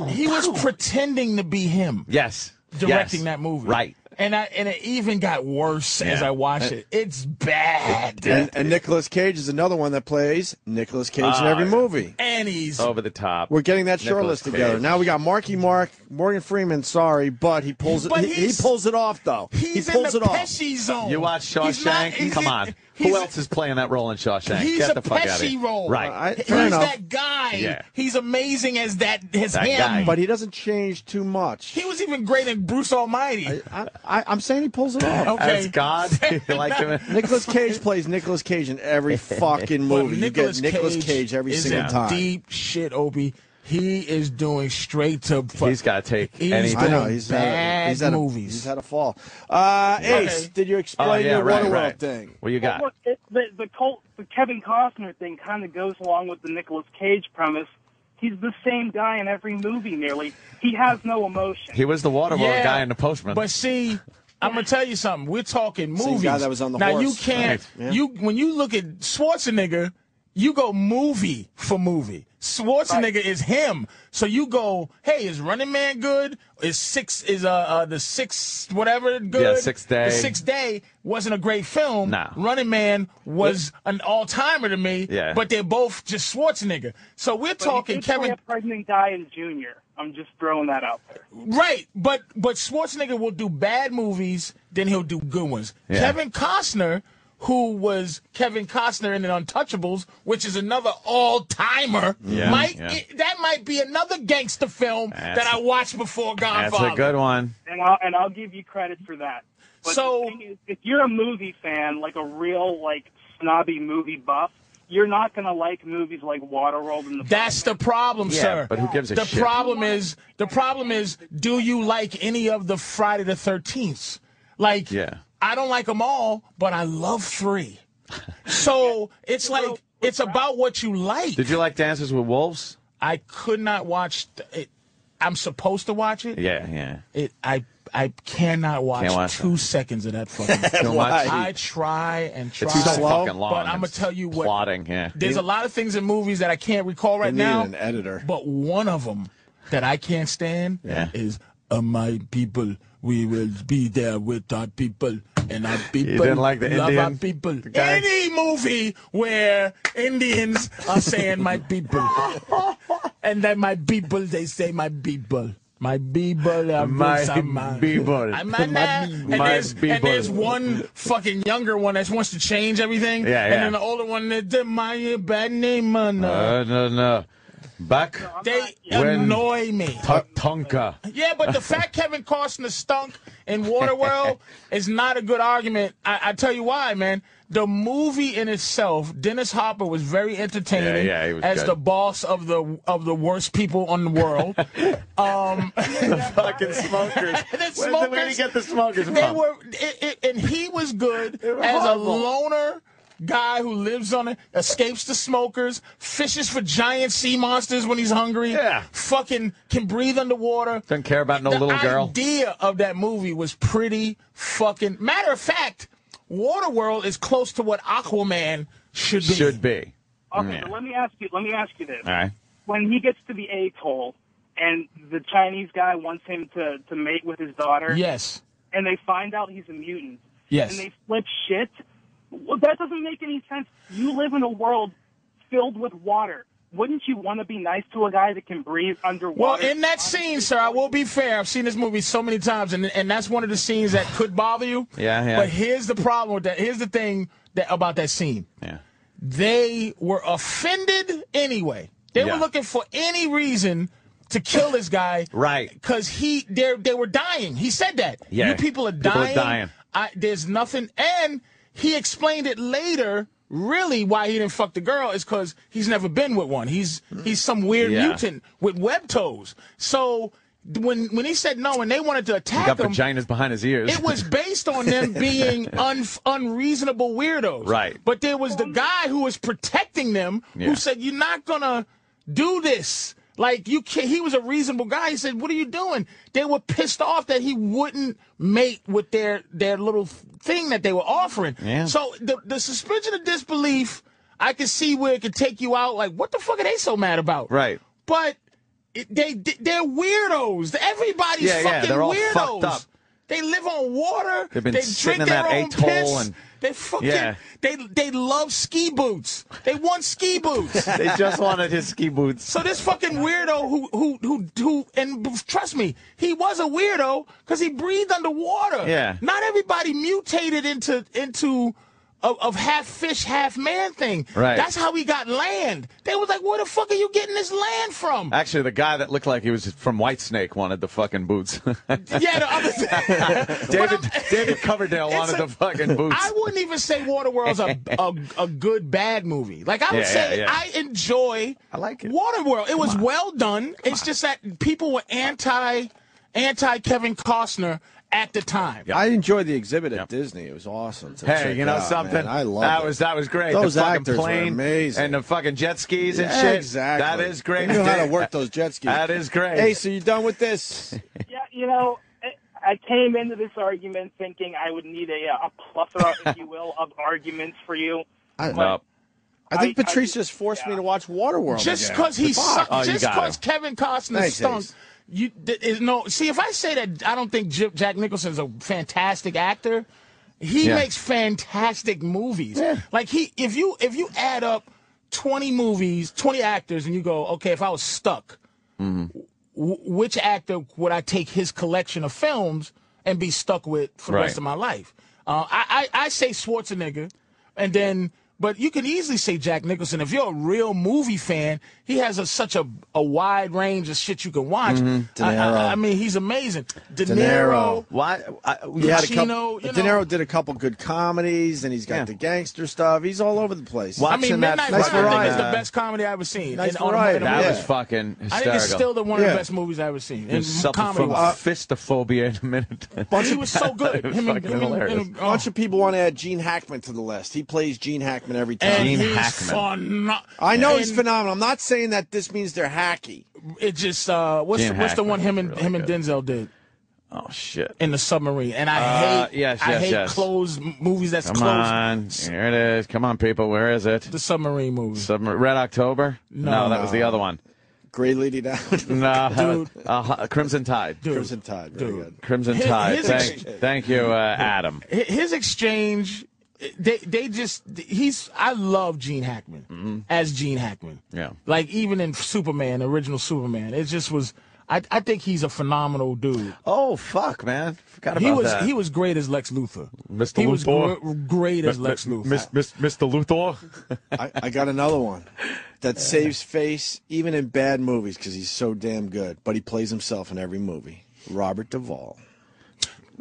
S3: He was pretending to be him.
S2: Yes.
S3: directing
S2: Yes.
S3: that movie.
S2: Right.
S3: And I and it even got worse as
S2: Yeah.
S3: I watched it. It's bad.
S1: And, and Nicolas Cage is another one that plays Nicolas Cage in
S3: Ah,
S1: every movie.
S3: and he's
S2: Over the top.
S1: We're getting that short
S2: Nicolas
S1: list together.
S2: Cage.
S1: Now we got Marky Mark, Morgan Freeman. Sorry, but he pulls it.
S3: But
S1: he, he
S3: he's-
S1: pulls it off though.
S3: he's
S1: he pulls
S3: in
S1: it
S3: the
S1: off.
S3: Pesci zone.
S2: You watch
S3: Oh. He's not-
S2: Shawshank?
S3: he's
S2: Come
S3: in-
S2: on.
S3: he's-
S2: Who else is playing that role in Shawshank?
S3: He's
S2: Get
S3: a
S2: the fuck out of
S3: Pesci
S2: here.
S3: role.
S2: Right.
S1: I-
S3: He's
S1: fair enough.
S3: that guy.
S2: Yeah.
S3: He's amazing as that his
S2: That
S3: him.
S2: guy.
S1: but he doesn't change too much.
S3: he was even great in Bruce Almighty.
S1: I, I, I'm saying he pulls it off.
S3: Okay.
S2: As God, you like him. in-
S1: Nicholas Cage plays Nicolas Cage in every fucking
S3: But
S1: movie. You
S3: Nicolas
S1: get Nicolas Cage, every
S3: is
S1: single
S3: in
S1: time.
S3: Deep shit, Opie. He is doing straight to. fu-
S2: He's gotta take
S3: He's
S2: any-
S1: I
S3: doing
S1: know he's had
S3: bad
S1: a, he's had a,
S3: movies.
S1: He's had a fall. Uh, Ace,
S3: Okay.
S1: did you explain
S2: Oh, yeah,
S1: your
S2: right,
S1: Waterworld
S2: right.
S1: thing?
S2: What you got?
S5: Well, look, it, the, the, Colt, the Kevin Costner thing kind of goes along with the Nicolas Cage premise. He's the same guy in every movie nearly. He has no emotion.
S2: He was the Waterworld
S3: Yeah,
S2: guy and the postman.
S3: But see, I'm gonna tell you something. We're talking
S1: guy
S3: movies.
S1: that was on the
S3: now
S1: horse.
S3: you can't.
S1: Right. Yeah.
S3: You when you look at Schwarzenegger, you go movie for movie. Schwarzenegger is him. So you go, hey, is Running Man good? Is six is uh, uh the six whatever good?
S2: Yeah, Sixth Day.
S3: The Sixth Day wasn't a great film.
S2: Nah.
S3: Running Man was an all timer to me.
S2: Yeah.
S3: But they're both just Schwarzenegger. So we're
S5: But
S3: talking
S5: he did
S3: Kevin.
S5: play a pregnant guy in Junior. I'm just throwing that out there.
S3: Right, but but Schwarzenegger will do bad movies, then he'll do good ones.
S2: Yeah.
S3: Kevin Costner, who was Kevin Costner in The Untouchables, which is another all timer,
S2: Yeah,
S3: might
S2: yeah.
S3: it- that might be another gangster film
S2: That's-
S3: that I watched before
S2: That's
S3: Godfather.
S2: a good one.
S5: and I'll and I'll give you credit for that. But
S3: So-
S5: the thing is, if you're a movie fan, like a real like snobby movie buff, you're not gonna like movies like Waterworld and the.
S3: That's the problem,
S2: Yeah,
S3: sir.
S2: but who gives a
S3: the
S2: shit?
S3: problem is the problem is do you like any of the Friday the Thirteenth? Like,
S2: Yeah.
S3: I don't like them all, but I love three. So it's like it's about what you like.
S2: Did you like Dances with Wolves?
S3: I could not watch th- it. I'm supposed to watch it.
S2: Yeah, yeah.
S3: It. I. I cannot watch,
S2: Can't watch
S3: two seconds of that fucking.
S2: Too
S3: film.
S2: much.
S3: I try and try.
S2: It's so
S1: slow,
S2: fucking long.
S3: but I'ma
S2: It's
S3: tell you what-
S2: Plotting, yeah.
S3: There's a lot of things in movies that I can't recall right
S1: They needed
S3: now.
S1: an editor.
S3: But one of them that I can't stand
S2: Yeah.
S3: is uh, my people. We will be there with our people and our people.
S2: didn't like the
S3: love our
S2: Indian
S3: people.
S2: guy?
S3: Any movie where Indians are saying my people, and then my people they say my people. My people are
S2: My
S3: roots are mine.
S2: people.
S3: I'm
S2: My
S3: not there.
S2: people.
S3: And
S2: My
S3: there's, and there's
S2: people.
S3: one fucking younger one that wants to change everything.
S2: Yeah, yeah.
S3: And then the older one, they did my bad name, man.
S2: Uh, no, no. Back
S3: They
S2: When-
S3: annoy me.
S2: Tatanka.
S3: Yeah, but the fact Kevin Costner stunk in Waterworld is not a good argument. I, I tell you why, man. The movie in itself, Dennis Hopper was very entertaining
S2: Yeah, yeah, he was
S3: as
S2: good.
S3: the boss of the of the worst people on the world. um,
S2: Fucking smokers.
S3: smokers-
S2: Where did he get the smokers
S3: they
S2: from?
S3: were, it, it, and he was good as a loner guy who lives on it, escapes the smokers, fishes for giant sea monsters when he's hungry.
S2: Yeah.
S3: fucking can breathe underwater.
S2: Doesn't care about no
S3: the
S2: little girl.
S3: idea of that movie was pretty fucking. Matter of fact, Waterworld is close to what Aquaman should be.
S2: Should be.
S5: Okay,
S2: Yeah.
S5: but let me ask you. Let me ask you this.
S2: All right.
S5: When he gets to the atoll, and the Chinese guy wants him to to mate with his daughter,
S3: Yes.
S5: and they find out he's a mutant,
S3: Yes.
S5: and they flip shit. Well, that doesn't make any sense. You live in a world filled with water. Wouldn't you want to be nice to a guy that can breathe
S3: Well,
S5: underwater?
S3: in that scene, sir, I will be fair. I've seen this movie so many times, and and that's one of the scenes that could bother you.
S2: Yeah, yeah.
S3: But here's the problem with that. Here's the thing that about that scene.
S2: Yeah.
S3: They were offended anyway. They
S2: Yeah.
S3: were looking for any reason to kill this guy.
S2: Right.
S3: Because he they they were dying. He said that.
S2: Yeah.
S3: You people are
S2: People
S3: dying.
S2: are dying.
S3: I there's nothing and he explained it later really why he didn't fuck the girl is cuz he's never been with one. He's he's some weird
S2: Yeah.
S3: mutant with web toes. So when when he said no and they wanted to
S2: He
S3: attack
S2: got
S3: him
S2: vaginas behind his ears.
S3: it was based on them being un- unreasonable weirdos.
S2: Right.
S3: But there was the guy who was protecting them
S2: Yeah.
S3: who said, You're not going to do this. Like, you can't. He was a reasonable guy. He said, What are you doing? They were pissed off that he wouldn't mate with their, their little thing that they were offering.
S2: Yeah.
S3: So the, the suspension of disbelief, I can see where it could take you out. Like, what the fuck are they so mad about?
S2: Right.
S3: But. It, they they're weirdos. Everybody's
S2: Yeah, yeah,
S3: fucking
S2: they're all
S3: weirdos.
S2: fucked up.
S3: They live on water.
S2: They've been
S3: they
S2: sitting
S3: drink
S2: in
S3: their
S2: that
S3: own
S2: atoll
S3: piss.
S2: and-
S3: they fucking
S2: Yeah.
S3: they they love ski boots. They want ski boots.
S2: they just wanted his ski boots.
S3: so this fucking weirdo who who who who and trust me, he was a weirdo because he breathed underwater.
S2: Yeah.
S3: Not everybody mutated into into of, of half fish, half man thing.
S2: Right.
S3: That's how he got land. They was like, where the fuck are you getting this land from?
S2: Actually, the guy that looked like he was from Whitesnake wanted the fucking boots.
S3: yeah, the other
S2: David
S3: I'm-
S2: David Coverdale
S3: It's
S2: wanted
S3: a-
S2: the fucking boots.
S3: I wouldn't even say Waterworld's a, a a good bad movie. Like I would
S2: Yeah,
S3: say,
S2: yeah, yeah.
S3: I enjoy.
S2: I like it.
S3: Waterworld. It was well done. it's just that people were anti anti Kevin Costner at the time.
S1: I enjoyed the exhibit at Disney. It was awesome. to
S2: Hey,
S1: check
S2: you know
S1: out,
S2: something?
S1: man. I love
S2: that
S1: it.
S2: was that was great.
S1: Those
S2: the fucking
S1: actors were
S2: plane
S1: amazing.
S2: and the fucking jet skis and
S1: Yeah,
S2: shit.
S1: Exactly.
S2: That is great.
S1: You know how to work those jet skis.
S2: That is great.
S1: Ace, are you done with this?
S5: Yeah, you know, I- I came into this argument thinking I would need a, a plethora, if you will, of arguments for you.
S1: I,
S2: No.
S1: I think
S5: I- I-
S1: Patrice just forced me
S5: yeah.
S1: to watch Waterworld.
S3: Just
S1: again.
S3: because he sucked.
S2: Oh, you
S3: just
S2: got
S3: because
S2: him.
S3: Kevin Costner
S1: Thanks,
S3: stunk.
S1: Ace.
S3: You th- is- no. See, if I say that, I don't think J- Jack Nicholson's a fantastic actor. He
S2: Yeah.
S3: makes fantastic movies. Like he, if you if you add up twenty movies, twenty actors, and you go, okay, if I was stuck, w- which actor would I take his collection of films and be stuck with for the
S2: Right.
S3: rest of my life? Uh, I, I I say Schwarzenegger, and then but you can easily say Jack Nicholson if you're a real movie fan. He has a, such a, a wide range of shit you can watch. I, I, I mean, he's amazing. De,
S1: Mm-hmm. De
S3: Niro.
S1: Niro.
S2: Why? I,
S1: He had a
S3: Pacino,
S1: couple,
S3: you
S1: De
S3: know.
S1: Niro did a couple good comedies, and he's got
S2: Yeah.
S1: the gangster stuff. He's all over the place.
S2: Why-
S3: I mean,
S2: Watching that
S3: Midnight
S1: nice
S3: Run I think is
S1: variety.
S3: the best comedy I've ever seen.
S1: Nice
S3: in- on a-
S1: variety,
S3: in a
S2: that
S3: movie.
S1: yeah.
S2: was fucking hysterical.
S3: I think it's still the one of
S1: Yeah.
S3: the best movies I've ever seen.
S2: There's
S3: in
S2: something
S3: comedy.
S2: from fistophobia in a minute.
S3: he was so good.
S2: was
S3: Him and-
S2: fucking
S3: him and-
S2: hilarious.
S3: him and-
S1: A
S3: oh.
S1: bunch of people want to add Gene Hackman to the list. He plays Gene Hackman every time.
S3: and
S2: Gene
S3: he's
S2: Hackman.
S3: phenom-
S1: I know
S3: and
S1: he's phenomenal. I'm not saying that this means they're hacky.
S3: It just uh, what's
S2: Gene
S3: the, what's the
S2: Hackman
S3: one him and
S2: was really
S3: him and
S2: good.
S3: Denzel did
S2: oh shit!
S3: in the submarine, and I
S2: Uh,
S3: hate
S2: yes,
S3: I
S2: yes,
S3: hate
S2: yes.
S3: closed m- movies that's
S2: Come
S3: closed.
S2: on, here it is. Come on, people. Where is it?
S3: The submarine movie.
S2: Submar- Red October?
S3: No.
S2: that was the other one.
S1: Great Lady Down.
S2: No,
S3: Dude.
S2: uh, Crimson Tide.
S3: Dude,
S1: Crimson Tide. Very
S3: Dude.
S1: good.
S2: Crimson
S3: His-
S2: Tide.
S3: his
S2: thank,
S3: ex-
S2: thank you, uh, Adam.
S3: hi- his exchange, they they just he's I love Gene Hackman as Gene Hackman.
S2: Mm-hmm. Yeah.
S3: like even in Superman, original Superman, it just was. I, I think he's a phenomenal dude.
S2: Oh fuck, man! Forgot about
S3: He was
S2: that.
S3: he was great as Lex Luthor.
S2: Mr.
S3: He was
S2: Luthor.
S3: gr- great as Lex Luthor.
S2: Mr. Luthor.
S1: I, I got another one that saves face even in bad movies because he's so damn good. But he plays himself in every movie. Robert Duvall.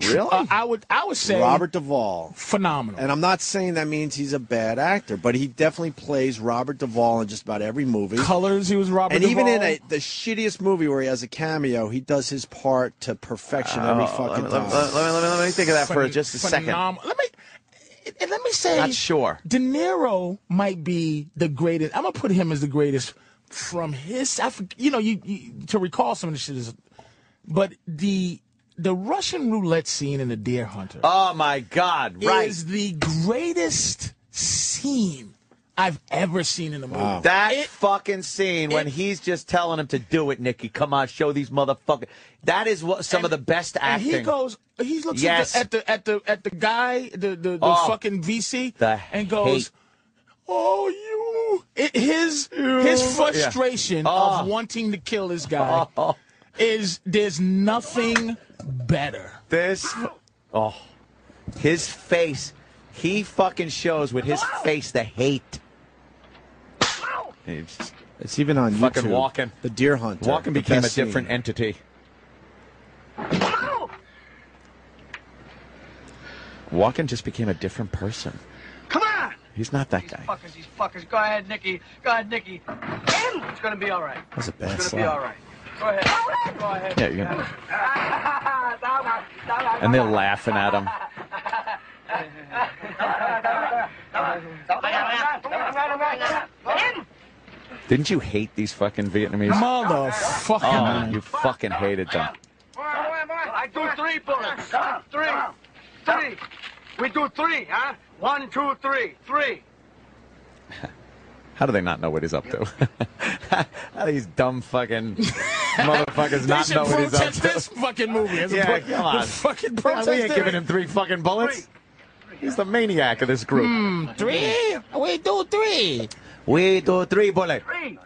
S2: Really?
S3: Uh, I would I would say
S1: Robert Duvall.
S3: phenomenal.
S1: And I'm not saying that means he's a bad actor, but he definitely plays Robert Duvall in just about every movie.
S3: Colors, he was Robert.
S1: and even in
S3: Duvall.
S1: a, the shittiest movie where he has a cameo, he does his part to perfection every
S2: Oh, let, me,
S1: fucking
S2: let,
S1: time.
S2: me- Uh, let me, let me- let me think of that for
S3: phen-
S2: just a second.
S3: phenom- Let me and let me say
S2: Not sure.
S3: De Niro might be the greatest. I'm gonna put him as the greatest from his. I, forg- you know, you, you to recall some of the shit is, but the the Russian roulette scene in The Deer Hunter
S2: Oh my God! Right.
S3: is the greatest scene I've ever seen in a movie.
S2: That
S3: It-
S2: fucking scene when
S3: it-
S2: he's just telling him to do it, Nikki. Come on, show these motherfuckers. That is what some of the
S3: And-
S2: best
S3: and
S2: acting.
S3: he goes, he looks
S2: Yes.
S3: at, the, at the at the at the guy, the the, the
S2: Oh,
S3: fucking VC,
S2: the
S3: and goes,
S2: hate.
S3: "Oh, you!" It, his his frustration
S2: Oh.
S3: of wanting to kill this guy is there's nothing better.
S2: this. Oh, his face. He fucking shows with his face the hate. It's-
S1: It's even on
S2: Fucking
S1: YouTube.
S2: Walken.
S1: The Deer Hunter.
S2: Walken
S1: the
S2: became a
S1: best scene.
S2: different entity. Walken just became a different person.
S6: Come on!
S2: He's not that
S6: These
S2: guy.
S6: fuckers, these fuckers. Go ahead, Nikki. Go ahead, Nikki. And it's gonna be all right.
S2: That was a bad
S6: It's gonna be all
S2: slap.
S6: right. Go ahead. Go ahead.
S2: Yeah, you're gonna-
S6: gonna.
S2: And they're laughing at him. Didn't you hate these fucking Vietnamese?
S3: Motherfucking.
S2: Oh, you fucking hated them.
S6: I do three bullets. Three. Three. We do three, huh? One, two, three. Three.
S2: How do they not know what he's up to? How do these dumb fucking motherfuckers not
S3: they
S2: know
S3: should
S2: what he's up
S3: protest this
S2: to?
S3: fucking movie. As
S2: Yeah,
S3: opposed-
S2: come on.
S3: Fucking
S2: Well,
S3: protest
S2: we ain't
S3: it.
S2: giving him three fucking bullets. He's the maniac of this group.
S3: Hmm. three. We do three.
S2: We do three bullet.
S6: Three.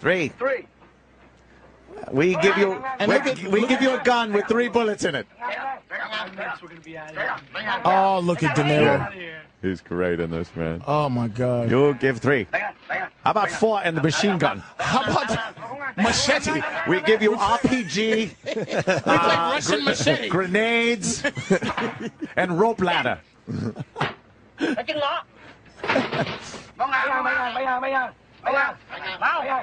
S2: Three.
S6: Three.
S2: We give you
S3: And
S2: we,
S3: look at-
S2: we give you a gun with three bullets in it.
S6: Next, we're gonna be out of here.
S3: Oh, look at De Niro.
S6: Out of here.
S2: He's great in this man.
S3: Oh my God.
S2: You give three. How about four and the machine gun?
S3: How about machete?
S2: We give you RPG,
S3: We play Russian machete.
S2: grenades, and rope ladder.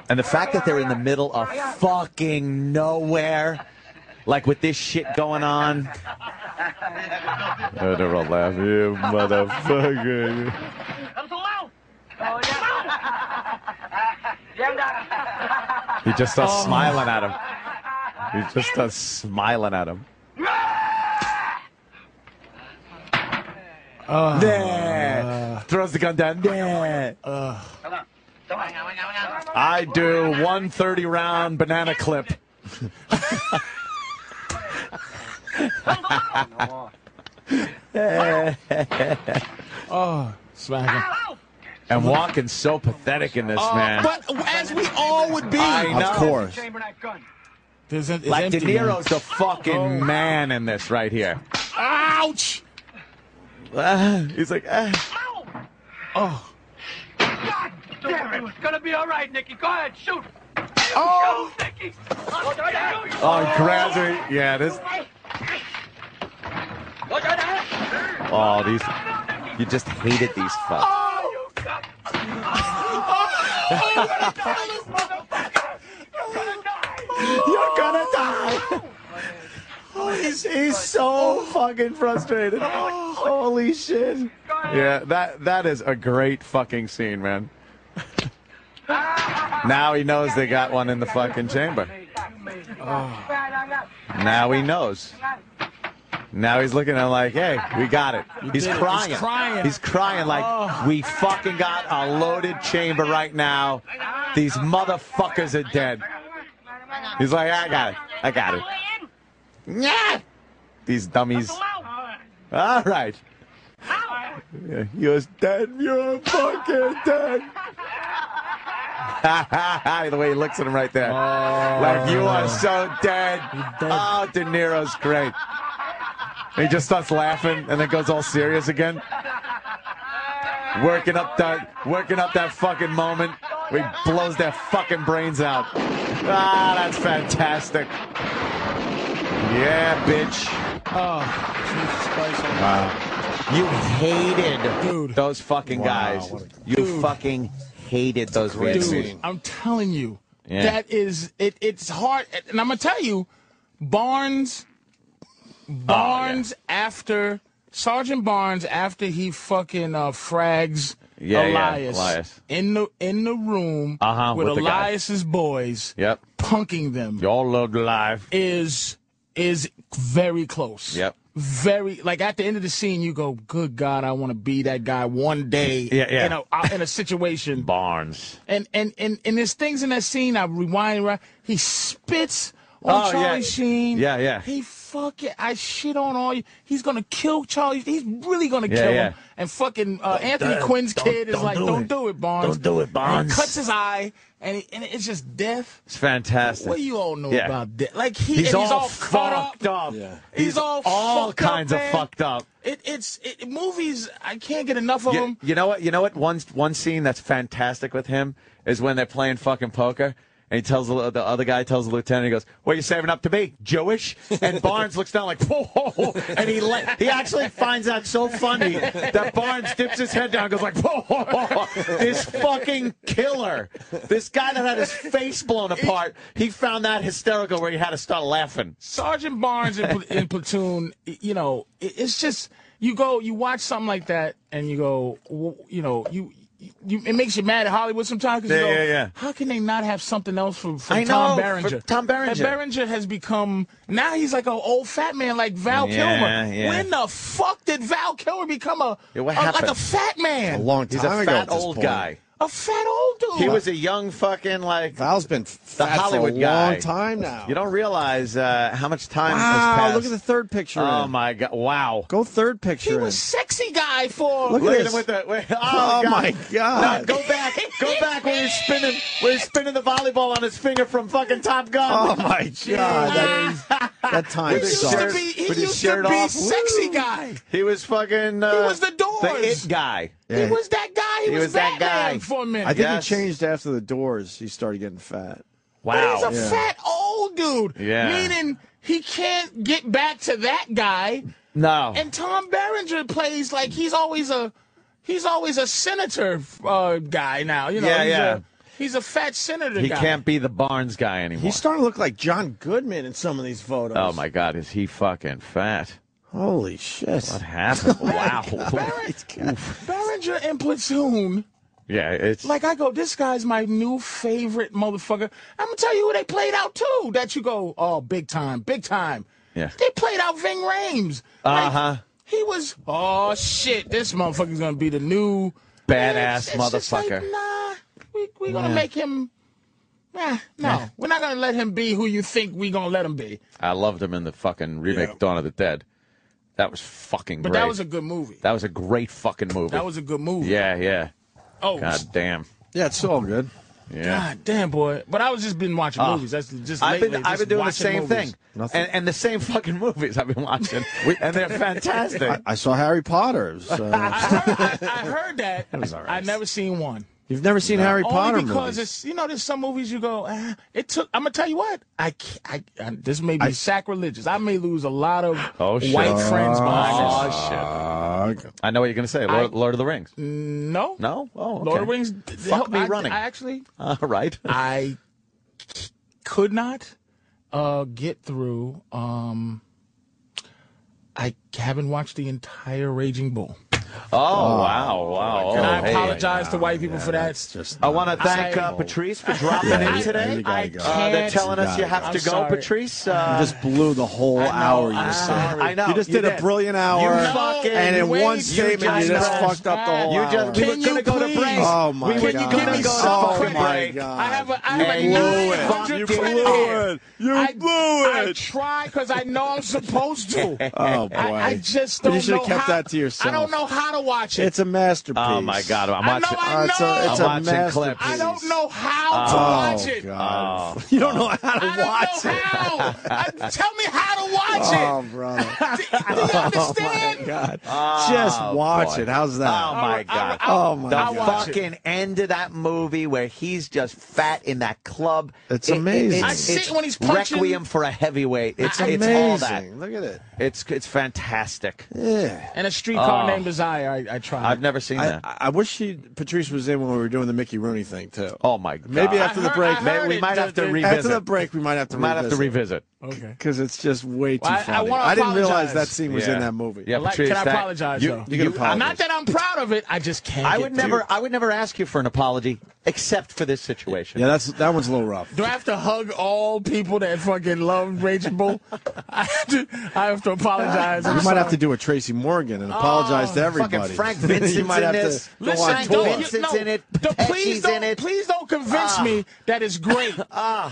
S2: And the fact that they're in the middle of fucking nowhere, like with this shit going on. they're all laughing, you motherfucker. He just starts smiling at him. Oh. He just starts smiling at him. Nah. Throws the gun down. Nah. I do one 30 round banana clip.
S3: Smack him.
S2: And walking so pathetic in this, man.
S1: But as we all would be,
S2: I know.
S1: of course.
S6: Chamber that gun.
S3: There's an, it's
S2: like De
S3: empty, man.
S2: Niro's the fucking man in this right here.
S3: Ouch.
S2: Ah, he's like, ah.
S3: Oh.
S6: God damn it! It's gonna be all right, Nikki. Go ahead, shoot.
S2: oh,
S6: Shoot, Nikki. Oh, God.
S2: oh, he grabs her. Yeah, this. Oh, these. You just hated these fucks.
S3: Oh.
S2: You're gonna die. He's, he's so fucking frustrated. Holy shit. Yeah, that that is a great fucking scene, man. now he knows they got one in the fucking chamber. Now he knows. Now he's looking at him like, hey, we got it. He's
S3: did it. He's
S2: crying.
S3: crying. Oh.
S2: He's crying like, we fucking got a loaded chamber right now. These motherfuckers are dead. He's like, I got it. I got it. Yeah. These dummies. All right. Yeah, You're dead. You're fucking dead. the way he looks at him right there. like, you are so dead. Oh, De Niro's great. He just starts laughing and then goes all serious again. Working up that, working up that fucking moment. He blows their fucking brains out. Ah, that's fantastic. Yeah, bitch.
S3: Oh. Jesus Christ.
S2: You hated
S3: Dude.
S2: those fucking guys. You
S3: Dude.
S2: fucking hated those Vietnamese.
S3: Dude, I'm telling you,
S2: Yeah.
S3: that is it. It's hard, and I'm gonna tell you, Barnes,
S2: Oh,
S3: Barnes after Sergeant Barnes after he fucking uh, frags
S2: Yeah, yeah,
S3: Elias,
S2: Elias.
S3: in the in the room
S2: Uh-huh,
S3: with,
S2: with the guys.
S3: Elias's boys,
S2: Yep.
S3: punking them
S2: Y'all loved life.
S3: is is very close.
S2: Yep.
S3: Very like at the end of the scene, you go, "Good God, I want to be that guy one day."
S2: Yeah, yeah.
S3: In a, uh, in a situation,
S2: Barnes.
S3: and and and and there's things in that scene. I rewind. right- He spits on
S2: Oh,
S3: Charlie
S2: yeah.
S3: Sheen.
S2: Yeah, yeah.
S3: He fucking. I shit on all you. He's gonna kill Charlie. He's really gonna
S2: Yeah,
S3: kill
S2: yeah.
S3: him. And fucking uh, Anthony
S2: do it.
S3: Quinn's
S2: Don't-
S3: kid is
S2: don't
S3: like,
S2: do
S3: "Don't
S2: it.
S3: do it, Barnes.
S2: Don't do it,
S3: And
S2: Barnes."
S3: he cuts his eye, and he, and it's just death.
S2: It's fantastic.
S3: What do you all know
S2: Yeah.
S3: about that? Like he,
S2: He's,
S3: and
S2: all
S3: he's all cut
S2: fucked up.
S3: He's, all
S2: all
S3: fucked up,
S2: kinds
S3: man.
S2: of fucked up.
S3: It, it's it, movies. I can't get enough of
S2: You,
S3: them.
S2: you know what? You know what? One one scene that's fantastic with him is when they're playing fucking poker, And he tells the, the other guy tells the lieutenant, he goes, "What are you saving up to be Jewish?" And Barnes looks down like, "Whoa!" And he la- he actually finds that so funny that Barnes dips his head down, and goes like, "Whoa!" This fucking killer, this guy that had his face blown apart, he found that hysterical where he had to start laughing.
S3: Sergeant Barnes in, pl- in platoon, y- you know, it, it's just you go, you watch something like that, and you go, w- you know, you. You, it makes you mad at Hollywood sometimes. 'cause you
S2: Yeah,
S3: go,
S2: yeah, yeah.
S3: How can they not have something else from, from
S2: I
S3: Tom
S2: know,
S3: Berenger?
S2: from Tom Berenger.
S3: And Berenger has become now he's like an old fat man like Val
S2: Yeah,
S3: Kilmer.
S2: yeah.
S3: When the fuck did Val Kilmer become a,
S2: Yeah, what
S3: a- like
S2: happened?
S3: a fat man? A,
S1: A long time
S2: He's a
S1: ago. at
S2: fat
S1: this
S2: old
S1: point.
S2: guy.
S3: fat old dude.
S2: He was a young fucking like.
S1: Val's been
S2: The
S1: fat
S2: Hollywood
S1: for a
S2: guy.
S1: long time now.
S2: You don't realize uh, how much time has
S1: wow,
S2: passed.
S1: look at the third picture.
S2: Oh
S1: in.
S2: my god! Wow.
S1: Go third picture.
S3: he
S1: in.
S3: was sexy guy for
S1: Look at
S2: Look at
S1: this.
S2: him with the. Wait, oh
S1: Oh,
S2: God.
S1: my
S2: No,
S1: God.
S2: go back. Go back where you're spinning. Where you're spinning the volleyball on his finger from fucking Top Gun.
S1: Oh my god, that, that time
S3: he used
S1: sucked.
S3: to be he
S2: With his
S3: used to
S2: shirt
S3: be
S2: off.
S3: sexy
S2: Woo.
S3: guy.
S2: He was fucking. Uh,
S3: He was the Doors.
S2: The it guy.
S1: Yeah.
S3: He was that guy. He,
S2: He
S3: was,
S2: was that
S3: Batman
S2: guy.
S3: for a minute.
S1: I think
S2: Yes.
S1: he changed after the Doors. He started getting fat.
S2: Wow.
S3: He's a
S1: Yeah.
S3: fat old dude.
S2: Yeah.
S3: Meaning he can't get back to that guy.
S2: no.
S3: And Tom Berenger plays like he's always a he's always a senator uh, guy now. You know,
S2: Yeah,
S3: he's,
S2: yeah.
S3: A, he's a fat senator
S2: he
S3: guy.
S2: can't be the Barnes guy anymore.
S1: He's starting to look like John Goodman in some of these photos.
S2: oh my god! Is he fucking fat?
S1: Holy shit!
S2: What happened? wow.
S3: Berenger in platoon.
S2: yeah. It's
S3: Like I go, this guy's my new favorite motherfucker. I'm gonna tell you who they played out too. That you go, oh, big time, big time.
S2: Yeah.
S3: They played out Ving Rhames. Like,
S2: Uh-huh.
S3: He was, oh shit, this motherfucker's gonna be the new It's-
S2: Badass
S3: it's just like,
S2: motherfucker.
S3: nah, we we gonna make him. Nah, no, we're not gonna let him be who you think we gonna let him be.
S2: I loved him in the fucking remake Dawn of the Dead. That was fucking
S3: But
S2: great.
S3: that was a good movie.
S2: That was a great fucking movie.
S3: That was a good movie.
S2: yeah, yeah.
S3: Oh
S2: God damn.
S1: Yeah, it's all good.
S2: Yeah.
S3: God damn, boy. But I was just been watching
S2: Oh.
S3: movies. That's just
S2: I've been
S3: lately,
S2: I've
S3: just
S2: been doing the
S3: watching
S2: same
S3: movies.
S2: thing.
S1: Nothing.
S2: And and the same fucking movies I've been watching. and they're fantastic.
S1: I, I saw Harry Potter. uh, so-
S3: I heard, I, I heard that.
S1: was all right.
S3: I never seen one.
S1: You've never seen Harry Potter
S3: Only because
S1: movies.
S3: it's you know there's some movies you go ah, it took I'm gonna tell you what I, can't- I, I this may be sacrilegious I may lose a lot of
S2: Oh, shit.
S3: white friends behind this
S2: oh shit.
S1: Uh,
S2: I know what you're gonna say. Lord, Lord of the Rings.
S3: no
S2: No? Oh okay.
S3: Lord of the Rings d- help-
S2: me
S3: I,
S2: running.
S3: I actually
S2: All right.
S3: I c- could not uh, get through um I haven't watched the entire Raging Bull
S2: Oh wow, wow.
S3: and
S2: Oh,
S3: I
S2: hey.
S3: apologize to white people for that
S1: just
S2: I want to thank
S3: I-
S2: uh, Patrice for dropping
S1: Yeah,
S2: in
S1: you-
S2: today.
S1: you gotta go.
S2: Uh, they're
S3: can't-
S2: telling us you have
S3: I'm
S2: to go,
S3: sorry.
S2: Patrice. Uh,
S1: you just blew the whole
S3: I know,
S1: hour. You
S3: I'm
S1: just
S3: sorry.
S1: said.
S2: I know.
S1: You just did, a brilliant hour,
S2: You fucking
S1: and in
S3: way
S1: one
S3: too
S1: statement, you
S2: just
S1: just
S2: crashed.
S1: fucked up the whole
S2: You
S1: hour.
S2: just we were
S3: Can
S2: gonna
S3: you
S2: go to
S3: please-
S2: break.
S1: Oh, my
S2: we were
S1: God.
S2: gonna
S3: Can you
S2: go
S3: give
S2: to
S3: me
S1: Oh,
S2: fucking
S1: my
S2: break.
S1: God.
S3: I have a, I have
S2: You
S3: a
S2: blew it.
S3: 900
S1: You
S3: credit
S1: blew
S3: card.
S1: it. You
S3: I,
S1: blew
S3: I
S1: it.
S3: try because I know I'm supposed to.
S1: Oh boy!
S3: I, I just
S1: But
S3: don't
S1: you should
S3: know
S1: have kept
S3: how,
S1: that to yourself.
S3: I don't know how to watch it.
S1: It's a masterpiece.
S2: Oh my God! I'm
S3: I know
S2: watching.
S3: I-
S1: Uh, it's a,
S2: I'm
S1: it's a
S2: watching
S1: masterpiece.
S2: clips.
S3: I don't know how to
S1: Oh
S3: watch it.
S1: God! you don't know how to
S3: I don't
S1: watch
S3: know
S1: it.
S3: how. I, tell me how to watch
S1: Oh,
S3: it.
S1: brother!
S3: Do, do you
S1: Oh
S3: understand?
S1: my God! Just watch
S2: Ah, boy.
S1: it. How's
S2: oh
S1: that?
S2: my God!
S1: Oh my
S2: the
S1: God!
S3: watch it.
S2: fucking end of that movie where he's just fat in that club.
S1: It's amazing.
S2: it's-
S1: I
S3: see
S2: it's
S3: it when he's punching-
S2: Requiem for a heavyweight. It's,
S1: It's
S2: it's all that.
S1: amazing. Look at it.
S2: It's it's fantastic.
S1: Yeah.
S3: And a streetcar
S2: Oh.
S3: named Desire. I, I tried.
S2: I've never seen
S1: I,
S2: that.
S1: I wish she, Patrice was in when we were doing the Mickey Rooney thing too.
S2: oh my God!
S1: Maybe after
S3: I
S1: the
S3: heard- I
S1: break.
S2: Maybe
S3: heard
S2: we
S3: it,
S2: might have to
S3: the- the-
S2: revisit.
S1: after the break, we might have to
S2: might have to
S1: revisit
S2: revisit.
S3: Okay.
S1: because it's just way too
S3: Well, I- I
S1: funny.
S3: wanna
S1: didn't realize
S3: apologize.
S1: that scene was
S2: Yeah.
S1: in that movie.
S2: Yeah,
S3: I'd like-
S2: Patrice,
S3: can I
S2: that-
S3: apologize,
S2: you-
S3: though?
S1: You can apologize.
S3: Not that I'm proud of it. I just can't.
S2: I
S3: get
S2: would
S3: through
S2: never.
S3: it.
S2: I would never ask you for an apology except for this situation.
S1: Yeah, that's that one's a little rough.
S3: Do I have to hug all people that fucking love Raging Bull? I have to, I have Oh, to apologize.
S1: You
S3: I'm
S1: might
S3: sorry.
S1: have to do a Tracy Morgan and apologize to
S2: fucking
S1: everybody.
S2: Frank Vincent's
S1: you might
S2: in
S1: have
S2: this.
S1: to go
S3: Listen,
S1: on
S2: Frank
S3: don't,
S1: tour.
S3: you-
S2: Vincent's
S3: no,
S2: in it,
S3: don't-
S2: Pesci's
S3: please don't,
S2: in it. Ah.
S3: please don't convince me that it's great.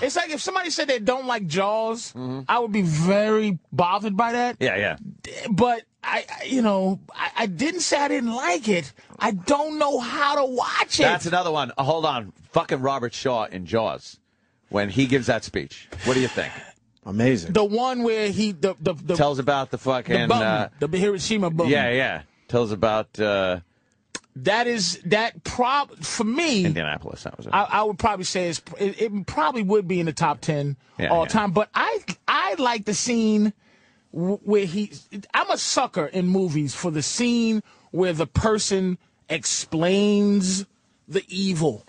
S3: it's like if somebody said they don't like Jaws, I would be very bothered by that.
S2: Mm-hmm. Yeah, yeah.
S3: But I, I- you know, I, I didn't say I didn't like it. I don't know how to watch it.
S2: That's another one. Uh, hold on. Fucking Robert Shaw in Jaws when he gives that speech. What do you think?
S1: Amazing.
S3: the one where he the the the,
S2: Tells about the
S3: the
S2: fucking.
S3: bum,
S2: uh,
S3: the Hiroshima bum.
S2: yeah, yeah. Tells about uh,
S3: that is that prob for me.
S2: Indianapolis, that was it.
S3: I, I would probably say it's it, it probably would be in the top ten
S2: Yeah,
S3: all
S2: yeah.
S3: time. But I I like the scene w- where he. I'm a sucker in movies for the scene where the person explains the evil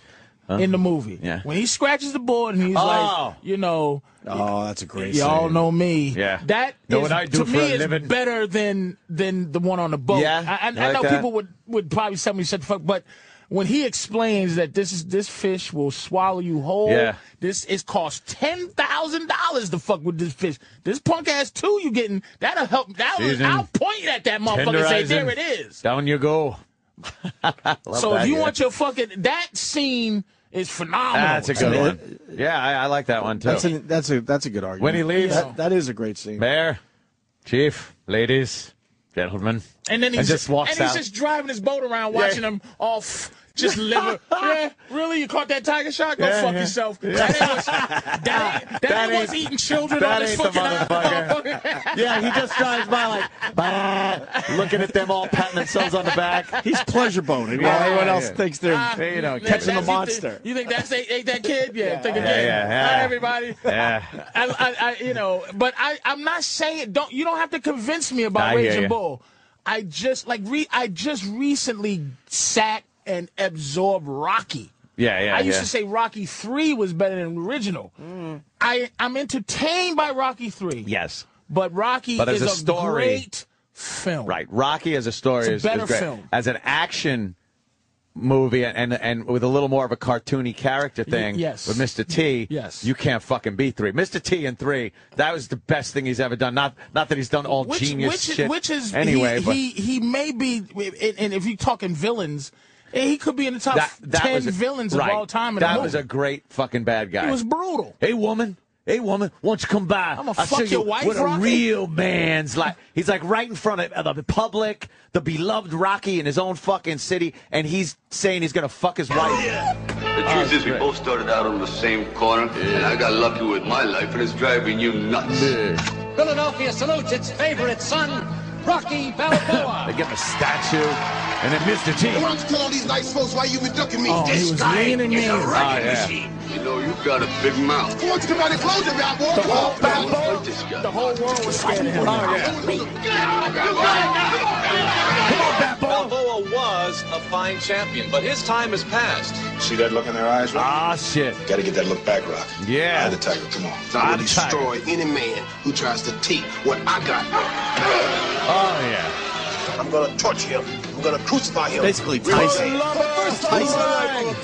S3: in the movie.
S2: Uh-huh. yeah.
S3: When he scratches the board and he's
S2: Oh.
S3: like, you know,
S1: Oh, that's a great.
S3: y'all
S1: scene.
S3: know me.
S2: Yeah.
S3: that
S2: Know
S3: is-
S2: what I do
S3: to
S2: for
S3: me
S2: a
S3: is
S2: living?
S3: better than than the one on the boat.
S2: Yeah,
S3: I, I, I
S2: like
S3: know
S2: that.
S3: people would would probably tell me shut the fuck, but when he explains that this is this fish will swallow you whole,
S2: Yeah.
S3: this is cost ten thousand dollars to fuck with this fish. This punk ass two you getting that'll help. That'll
S2: Season.
S3: I'll point at that motherfucker and say there it is.
S2: Down you go.
S3: So if
S2: that
S3: you
S2: idea.
S3: want your fucking that scene is phenomenal.
S2: That's a
S3: to
S2: good
S3: me.
S2: one. Yeah, I, I like that one too.
S1: That's a that's a that's a good argument.
S2: when he leaves,
S1: That- that is a great scene.
S2: Mayor, Chief, ladies, gentlemen,
S3: And then he's
S2: just walks
S3: and he's
S2: out.
S3: just driving his boat around, watching
S2: Yeah.
S3: them off. Just liver. yeah, really? You caught that tiger shark? Go
S2: Yeah,
S3: fuck
S2: yeah.
S3: yourself. That ain't what's, that ain't, that
S2: That
S3: ain't what's
S2: ain't-
S3: eating children
S2: that
S3: on this
S2: ain't the
S3: fucking island.
S2: yeah, he just drives by like, bah, looking at them all patting themselves on the back.
S1: He's pleasure boning. while
S2: Yeah,
S1: everyone
S2: yeah,
S1: else
S2: yeah.
S1: thinks they're
S2: you know,
S3: That-
S1: catching the
S3: that's- you think-
S1: monster.
S3: You think that's ain't, ain't that kid? Yeah, think again.
S2: yeah, yeah.
S3: Hi, everybody.
S2: Yeah,
S3: I, I, I, you know, but I, I'm not saying don't. You don't have to convince me
S2: I
S3: about
S2: hear
S3: Raging
S2: you.
S3: Bull. I just like re. I just recently sat and absorbed Rocky.
S2: yeah, yeah.
S3: I used
S2: yeah.
S3: to say Rocky Three was better than the original. I I'm entertained by Rocky Three.
S2: yes.
S3: but Rocky
S2: But as
S3: is
S2: a story-
S3: great film.
S2: Right. Rocky as a story
S3: It's a
S2: is,
S3: better
S2: is great.
S3: film.
S2: As an action movie and, and and with a little more of a cartoony character thing
S3: yes.
S2: with Mr. T,
S3: Yes.
S2: you can't fucking beat three. Mr. T and three, that was the best thing he's ever done. Not not that he's done all
S3: Which
S2: genius
S3: which
S2: shit.
S3: is which is
S2: anyway,
S3: he,
S2: but
S3: he he may be and, and if you're talking villains, eh, he could be in the top
S2: that, that
S3: ten
S2: was a-
S3: villains
S2: right.
S3: of all time. In
S2: that
S3: a movie.
S2: was a great fucking bad guy.
S3: It was brutal.
S2: Hey woman, hey woman, won't you come by?
S3: I'ma
S2: I'll
S3: fuck
S2: show
S3: your
S2: you
S3: wife,
S2: What a
S3: Rocky.
S2: real man's like. He's like right in front of- of the public, the beloved Rocky in his own fucking city, and he's saying he's gonna fuck his wife.
S7: The truth is, we both started out on the same corner, and I got lucky with my life, and it's driving you nuts.
S8: Philadelphia salutes its favorite son, Rocky
S2: They
S8: Balboa.
S2: give him a statue, and then Mr. T.
S9: Why don't you tell all these nice folks why you been ducking me?
S3: Oh, he was leaning in.
S1: Ah,
S2: Oh, yeah.
S7: You know, you got a big mouth.
S9: Why don't you come out and close it, bad boy? Come on,
S7: I don't like this guy.
S3: The whole world was scared of him.
S8: Balboa was a fine champion, but his time is past.
S9: See that look in their eyes, Rock?
S2: Ah, shit.
S9: Gotta get that look back, Rock.
S2: Yeah.
S9: Eye the tiger, come on.
S2: Eye
S9: I
S2: the
S9: will
S2: tiger.
S9: destroy any man who tries to take what I got, Rock.
S2: Oh, yeah.
S9: I'm gonna torture him. I'm gonna crucify him.
S1: Basically
S9: We're gonna-
S1: Tyson.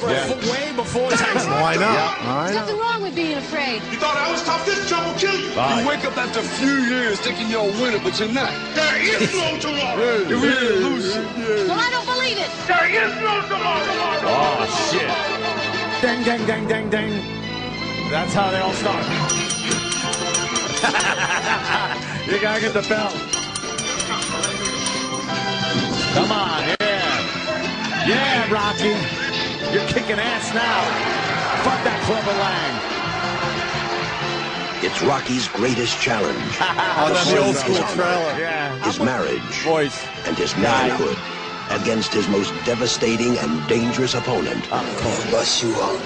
S2: Yeah.
S3: Way before Tyson.
S1: Why not? Why not?
S10: Nothing wrong with being afraid.
S9: You thought I was tough? This jump will kill you.
S2: Oh,
S7: Wake up after a few years thinking you're a winner, but you're not.
S9: There is no tomorrow.
S7: You're really a loser.
S10: Well, I don't believe it.
S9: There is no tomorrow.
S2: oh, shit. Dang, dang, dang, dang, dang. That's how they all start. you gotta get the bell. Come on, yeah. Yeah, Rocky. You're kicking ass now. Fuck that clever Lang.
S11: It's Rocky's greatest challenge.
S1: Oh, that's the old school trailer.
S2: Yeah.
S11: His marriage
S1: Voice.
S11: and his manhood against his most devastating and dangerous opponent,
S9: Bust you up.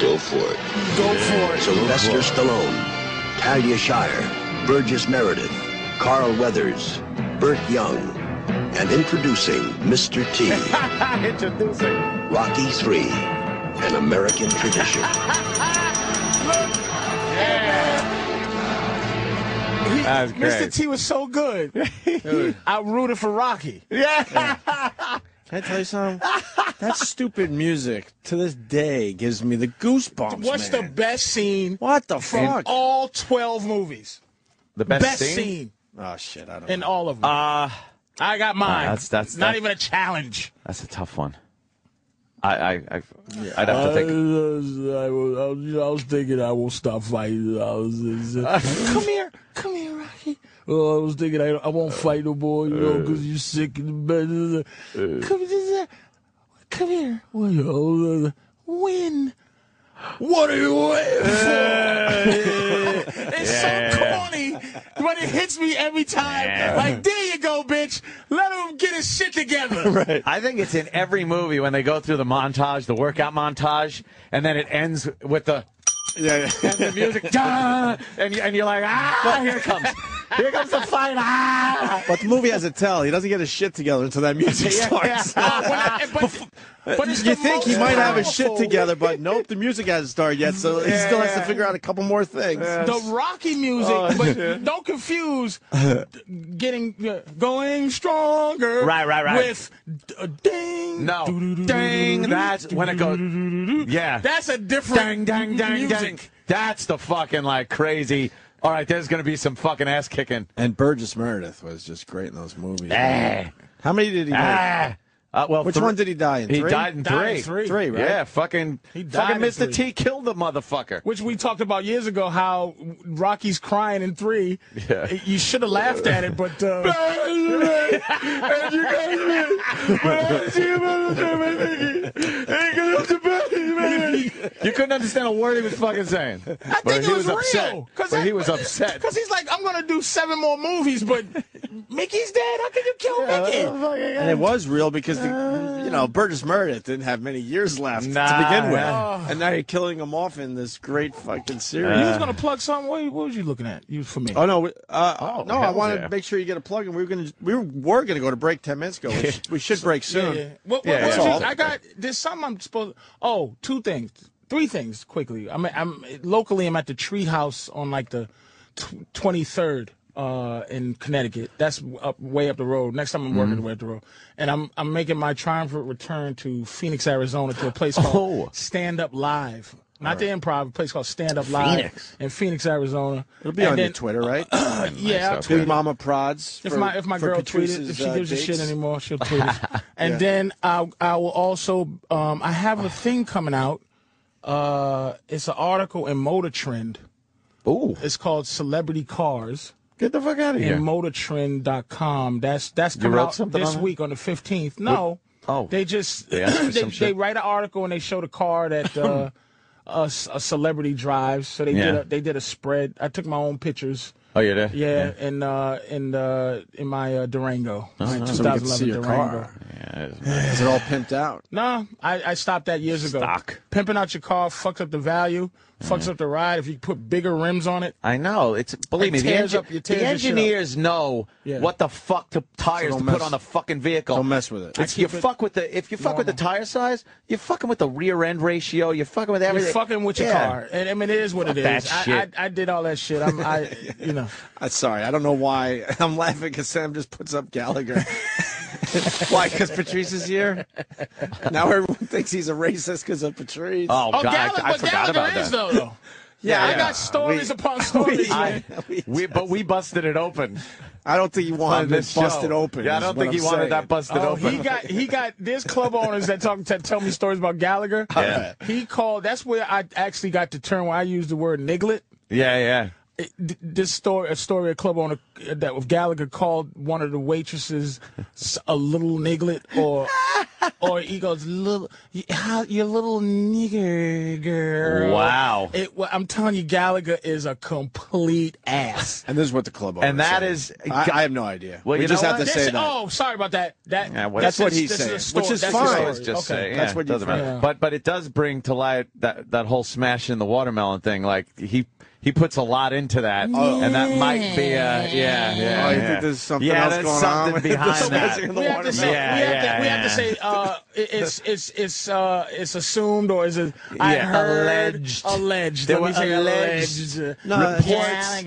S7: Go for it.
S3: Go for it.
S11: Sylvester Stallone, Talia Shire, Burgess Meredith, Carl Weathers, Burt Young, and introducing Mr. T,
S2: Introducing.
S11: Rocky 3, an American tradition.
S3: He-
S2: That was great.
S3: Mr. T was so good. I rooted for Rocky.
S2: Yeah.
S1: Can I tell you something? that stupid music to this day gives me the goosebumps.
S3: What's the
S1: man.
S3: best scene
S1: What the
S3: in
S1: fuck?
S3: all 12 movies?
S2: The best,
S3: Best scene,
S1: Oh shit! I don't.
S3: in
S1: know.
S3: all of them.
S2: Uh,
S3: I got mine.
S2: that's- that's-
S3: not
S2: that's-
S3: even a challenge.
S2: That's a tough one. I, I, I I'd have to think.
S3: was, I, was, I was thinking I won't stop fighting. I was, Uh, come here, come here, Rocky. Oh, I was thinking I, I won't fight no more, you know, because you're sick in the bed. come, here, come here. Well, uh, When? Uh, What are you waiting for? it's so corny. but it hits me every time.
S2: Yeah.
S3: Like, there you go, bitch. Let him get his shit together.
S2: I think it's in every movie when they go through the montage, the workout montage, and then it ends with the
S1: yeah,
S2: and the music, "Da!" and you- and you're like, ah, here it comes, here comes the fight, ah.
S1: But the movie has a tell. He doesn't get his shit together until that music starts.
S3: Uh, But it's
S1: you
S3: the
S1: think he
S3: most
S1: might have his shit
S3: powerful-
S1: together, but nope, the music hasn't started yet, so he still has to
S3: Yeah.
S1: figure out a couple more things.
S3: The Rocky music,
S1: Oh,
S3: but
S1: shit.
S3: don't confuse getting uh, going stronger.
S2: Right, right, right.
S3: With d- uh, ding,
S2: No, dang, that's when it goes. Yeah,
S3: that's a
S2: dang,
S3: different
S2: dang, dang, dang.
S3: music.
S2: That's the fucking like crazy. All right, there's gonna be some fucking ass kicking.
S1: And Burgess Meredith was just great in those movies.
S2: Ah.
S1: How many did he make?
S2: Ah. Uh, well,
S1: Which
S2: thr-
S1: one did he die in?
S2: He
S1: Three?
S2: died in
S3: Died
S2: three.
S3: in three.
S1: Three, right?
S2: Yeah, fucking.
S3: He died
S2: fucking
S3: in
S2: Mr.
S3: three.
S2: T killed the motherfucker.
S3: Which we talked about years ago, how Rocky's crying in three.
S2: Yeah.
S3: You should have laughed at it, but uh,
S2: You couldn't understand a word he was fucking saying. I
S3: I think
S2: he
S3: it was,
S2: upset.
S3: real.
S2: But
S3: that-
S2: he was upset.
S3: Cause he's like, I'm gonna do seven more movies, but Mickey's dead. How can you kill Mickey?
S1: And it was real because the, you know Burgess Meredith didn't have many years left
S2: Nah,
S1: to begin with,
S2: nah.
S1: and now you're killing him off in this great fucking series.
S3: you was gonna plug something. What, what was you looking at? You for me?
S1: Oh no! we- Uh, no, I
S2: hell
S1: wanted
S2: yeah.
S1: to make sure you get a plug, and we were gonna we were gonna go to break ten minutes ago. We, sh- we should break
S3: Yeah,
S1: soon.
S3: yeah. What, what,
S2: Yeah,
S3: what
S2: yeah.
S3: was you- I got there's something I'm supposed. Oh, two things, three things quickly. I'm I'm locally. I'm at the Treehouse on like the twenty third uh in Connecticut. That's up way up the road. Next time I'm
S1: Mm-hmm.
S3: working way up the road, and I'm I'm making my triumphant return to Phoenix, Arizona, to a place called
S2: Oh.
S3: Stand Up Live. Not the improv, a place called Stand Up Live
S2: Phoenix.
S3: in Phoenix, Arizona.
S1: It'll be
S3: And
S1: on your
S3: then- uh,
S1: Twitter, right?
S3: Yeah, I'll tweet
S1: Big Mama Prods.
S3: if
S1: for-
S3: my if my
S1: for
S3: girl tweets,
S1: Patrice's,
S3: if she
S1: uh,
S3: gives a shit
S1: dates.
S3: anymore, she'll tweet. it. And then I I will also um I have a thing coming out. Uh, it's an article in Motor Trend.
S2: Ooh,
S3: It's called Celebrity Cars
S2: get the fuck out of
S3: in
S2: here.
S3: MotorTrend.com. That's that's coming
S2: wrote
S3: out
S2: something
S3: this
S2: on it?
S3: week on the fifteenth. No,
S2: Oh.
S3: they just
S2: They
S3: they
S2: asked for
S3: they,
S2: some shit?
S3: write an article and they show the car that. Uh, a, s- a celebrity drives, so they did
S2: Yeah.
S3: a, they did a spread. I took my own pictures.
S2: Oh, you're there.
S3: Yeah, and uh, in uh, in my uh, Durango,
S2: Uh-huh.
S3: my
S1: So we can
S3: 2011
S1: see your
S3: Durango.
S1: car. Is it all pimped out?
S3: No, I, I stopped that years ago.
S2: Stock. Uh-huh.
S3: Pimping out your car fucks up the value, fucks up the ride. If you put bigger rims on it,
S2: I know. It's believe me.
S3: It
S2: The,
S3: tears
S2: engi-
S3: up- it tears
S2: the
S3: your shit up.
S2: engineers know
S3: Yeah.
S2: what the fuck to tires
S1: So
S2: to
S1: don't
S2: put
S1: mess-
S2: on the fucking vehicle.
S1: don't mess with it. I
S2: It's, you
S3: keep it
S2: fuck with the if you fuck with the tire size, you're fucking with the rear end ratio. You're fucking with
S3: you're
S2: everything.
S3: fucking with your
S2: Yeah.
S3: car. And I mean, it is what it is.
S2: that shit.
S3: I, I I did all that shit. I'm I you know.
S1: I'm sorry. I don't know why I'm laughing because Sam just puts up Gallagher. why? Because Patrice is here. Now everyone thinks he's a racist because of Patrice.
S2: Oh, God,
S3: Gallagher,
S2: I, I
S3: but
S2: forgot
S3: Gallagher
S2: about
S3: is
S2: that.
S3: though. though.
S1: yeah,
S3: I
S1: yeah.
S3: got stories upon stories. man.
S2: I, we but we busted it open
S1: I don't think he
S2: on
S1: wanted
S2: this
S1: this
S2: show.
S1: busted open.
S2: Yeah, I
S1: is
S2: don't
S1: what
S2: think he
S1: I'm
S2: wanted
S1: saying.
S2: that busted
S3: Oh,
S2: open.
S3: he got he got there's club owners that talk that tell me stories about Gallagher.
S2: Yeah.
S3: He called. That's where I actually got the term where I used the word niglet.
S2: yeah, yeah.
S3: it- th- this story, a story a club owner uh, that with Gallagher called one of the waitresses s- a little niglet or or he goes little y- how your little nigger girl.
S2: Wow.
S3: It, wa- I'm telling you, Gallagher is a complete ass.
S1: And this is what the club.
S2: And
S1: owner
S2: that
S1: said.
S2: is-
S1: I, I have no idea.
S2: Well,
S1: we
S2: you
S1: just
S2: know
S1: have
S2: what?
S1: to
S3: This-
S1: say that.
S3: oh, sorry about that. That
S2: Yeah, what-
S1: that's what
S3: his-
S1: he's
S3: this
S1: saying,
S3: a story-
S1: which is
S3: that's his
S1: fine.
S3: story.
S2: Let's just
S3: Okay.
S2: say, yeah,
S1: That's what you
S2: doesn't matter.
S3: think.
S2: But but it does bring to light that that whole smashing the watermelon thing. Like he he puts a lot into that, and that might be a yeah yeah.
S1: Oh, you
S2: yeah.
S1: think there's something
S2: yeah,
S1: else
S2: there's
S1: going on
S2: something
S1: with
S2: behind that.
S1: this smashing of the
S3: We have to say,
S2: Yeah,
S3: we, have
S2: yeah,
S3: to, we have to
S2: yeah.
S3: say, uh, it- it's it's it's uh, it's assumed or is it? I
S2: Yeah,
S3: heard
S2: alleged.
S3: alleged.
S2: There
S3: Let me
S2: were
S3: say
S2: alleged
S3: uh,
S2: reports.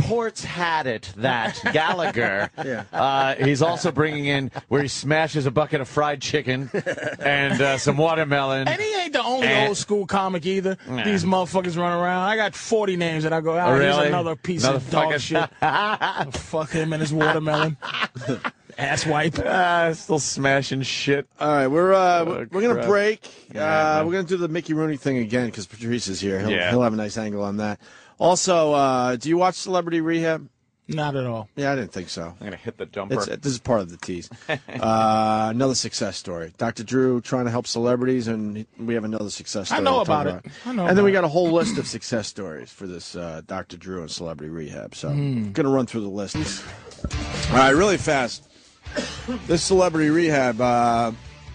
S2: Reports had it that Gallagher, uh, he's also bringing in where he smashes a bucket of fried chicken and uh, some watermelon.
S3: And he ain't the only
S2: Eh.
S3: old school comic either.
S2: Nah.
S3: These motherfuckers run around. I got 40 names that I go,
S2: Oh,
S3: oh, here's
S2: really?
S3: another piece
S2: Another
S3: of dog
S2: fucking-
S3: shit. Fuck him and his watermelon. Ass wipe.
S2: Ah, still smashing shit.
S1: All right, we're uh, we're we're gonna
S2: crap.
S1: break.
S2: Yeah,
S1: uh,
S2: man.
S1: we're gonna do the Mickey Rooney thing again because Patrice is here. He'll,
S2: Yeah.
S1: he'll have a nice angle on that. Also, uh, do you watch Celebrity Rehab?
S3: Not at all.
S1: Yeah, I didn't think so.
S2: I'm gonna hit the jumper.
S1: It's, this is part of the tease. Uh, another success story. Dr. Drew trying to help celebrities, and we have another success
S3: I
S1: story.
S3: know
S1: we'll talk
S3: about it. I know
S1: and then
S3: about
S1: we got a whole list of success stories for this uh, Dr. Drew and celebrity rehab. So
S3: Hmm.
S1: I'm going to run through the list. All right, really fast. This celebrity rehab. Uh,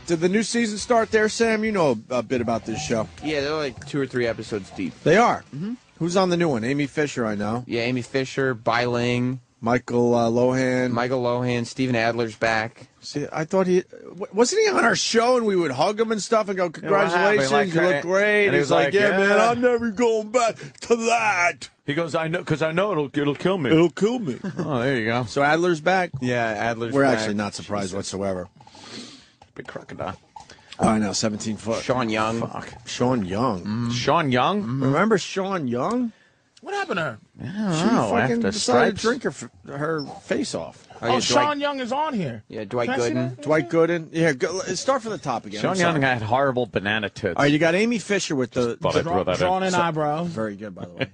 S1: did the new season start there, Sam? You know a bit about this show.
S12: Yeah, they're like two or three episodes deep.
S1: They are.
S3: Mm-hmm.
S1: Who's on the new one? Amy Fisher, I know.
S12: Yeah, Amy Fisher, Biling,
S1: Michael uh, Lohan,
S12: Michael Lohan, Steven Adler's back.
S1: See, I thought he w- wasn't he on our show, and we would hug him and stuff, and go, "Congratulations,
S2: like,
S1: you look great."
S2: and he
S1: he's
S2: was
S1: like,
S2: like,
S1: yeah, man,
S2: "Yeah."
S1: I'm never going back to that."
S2: He goes, I know, because I know it'll it'll kill me.
S1: It'll kill me.
S2: oh, there you go.
S1: So Adler's back.
S2: Yeah, Adler's.
S1: We're
S2: back.
S1: actually not surprised whatsoever.
S2: Big crocodile.
S1: I know, 17 foot.
S12: Sean Young.
S2: Fuck.
S1: Sean Young.
S2: Sean Young.
S1: Remember Sean Young?
S3: What happened to her?
S12: Oh,
S1: she
S2: know,
S1: fucking
S2: after
S1: decided
S2: stripes.
S1: to drink her f- her face off.
S12: Oh,
S3: Oh,
S12: yeah,
S3: Sean
S12: Dwight,
S3: Young is on here.
S12: yeah, Dwight
S3: Can I see
S12: Gooden.
S1: Dwight Gooden. Yeah, go, start from the top again.
S2: Sean
S1: I'm
S2: Young
S1: sorry.
S2: had horrible banana tits.
S1: All right, you got Amy Fisher with the.
S2: Thought I'd throw Oh, that in.
S3: Drawn in
S2: So-
S3: eyebrows.
S1: very good, by the way.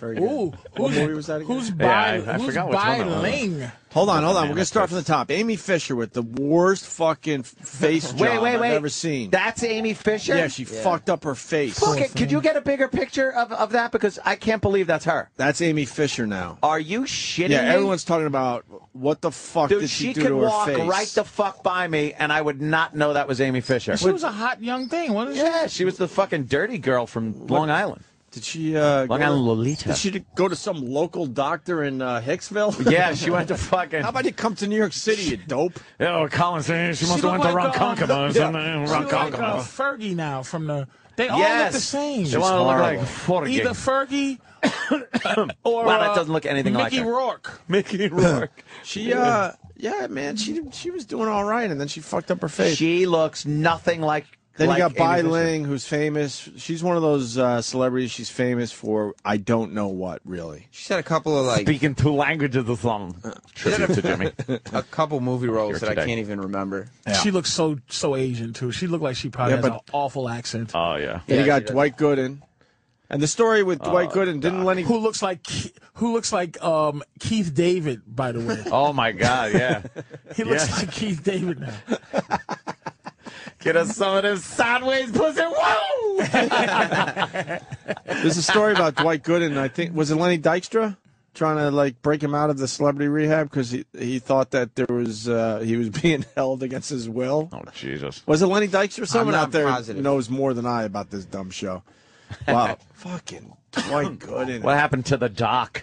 S1: Very good.
S3: Ooh,
S1: What
S3: who's,
S1: movie was that again?
S3: Who's
S2: Yeah, I-
S3: by,
S2: I
S3: who's
S2: forgot which one that was.
S3: Biling?
S1: Hold on, hold on. We're
S2: Banana
S1: gonna start from the top. Amy Fisher with the worst fucking face job
S4: wait, wait, wait.
S1: I've ever seen.
S4: That's Amy Fisher?
S1: yeah, she fucked up her face.
S4: Fuck it. Could you get a bigger picture of, of that? Because I can't believe that's her. Oh,
S1: That's Amy Fisher now.
S4: Are you shitting
S1: Yeah,
S4: me?
S1: everyone's talking about what the fuck
S4: Dude,
S1: did she,
S4: she
S1: do
S4: could
S1: to her
S4: walk
S1: face?
S4: right the fuck by me, and I would not know that was Amy Fisher.
S3: She was a hot young thing, wasn't she?
S2: Yeah, she was the fucking dirty girl from Long Island.
S1: did she? Uh,
S2: Long
S1: go
S2: Island
S1: to-
S2: Lolita.
S1: Did she go to some local doctor in uh, Hicksville?
S2: Yeah, she went to fucking.
S1: How about you come to New York City, you dope?
S2: Oh, Colin saying she must
S3: She
S2: have went
S3: looked
S2: to
S3: like, um,
S2: Ronkonkoma or something.
S3: She looked like uh,
S2: Ronkonkoma.
S3: Fergie now from the. They all look
S4: Yes.
S3: the same.
S2: She wanted to look like
S1: horrible.
S2: Fergie.
S3: Either Fergie or
S4: Wow, that
S3: uh,
S4: doesn't look anything like
S3: Mickey
S4: her.
S3: Rourke.
S2: Mickey Rourke.
S1: She, uh, yeah, man, she she was doing all right, and then she fucked up her face.
S4: She looks nothing like.
S1: Then
S4: like
S1: you got Bai
S4: Amy Fisher.
S1: Ling, who's famous. She's one of those uh, celebrities. She's famous for I don't know what really.
S12: She's had a couple of like
S2: Speaking two languages or something. Tribute to Jimmy.
S12: a couple movie roles
S2: Here
S12: that I
S2: today.
S12: can't even remember.
S3: She looks so so Asian too. She looked like she probably
S1: Yeah,
S3: has
S1: but- uh,
S3: an awful accent.
S2: Oh yeah.
S1: Then you
S12: Yeah,
S1: got
S12: she does. Oh,
S1: Dwight Gooden, and the story with Dwight Gooden didn't Lenny.
S3: who looks like Ke- who looks like um, Keith David? By the way,
S2: Oh my God. Yeah.
S3: he looks
S2: yeah.
S3: like Keith David now.
S2: Get us some of this sideways pussy. Whoa.
S1: There's a story about Dwight Gooden. I think was it Lenny Dykstra trying to like break him out of the celebrity rehab because he he thought that there was uh, he was being held against his will.
S2: Oh Jesus.
S1: Was it Lenny Dykstra? Someone
S12: not
S1: out there
S12: positive.
S1: knows more than I about this dumb show. Wow, fucking Dwight Gooden.
S2: What happened to the doc?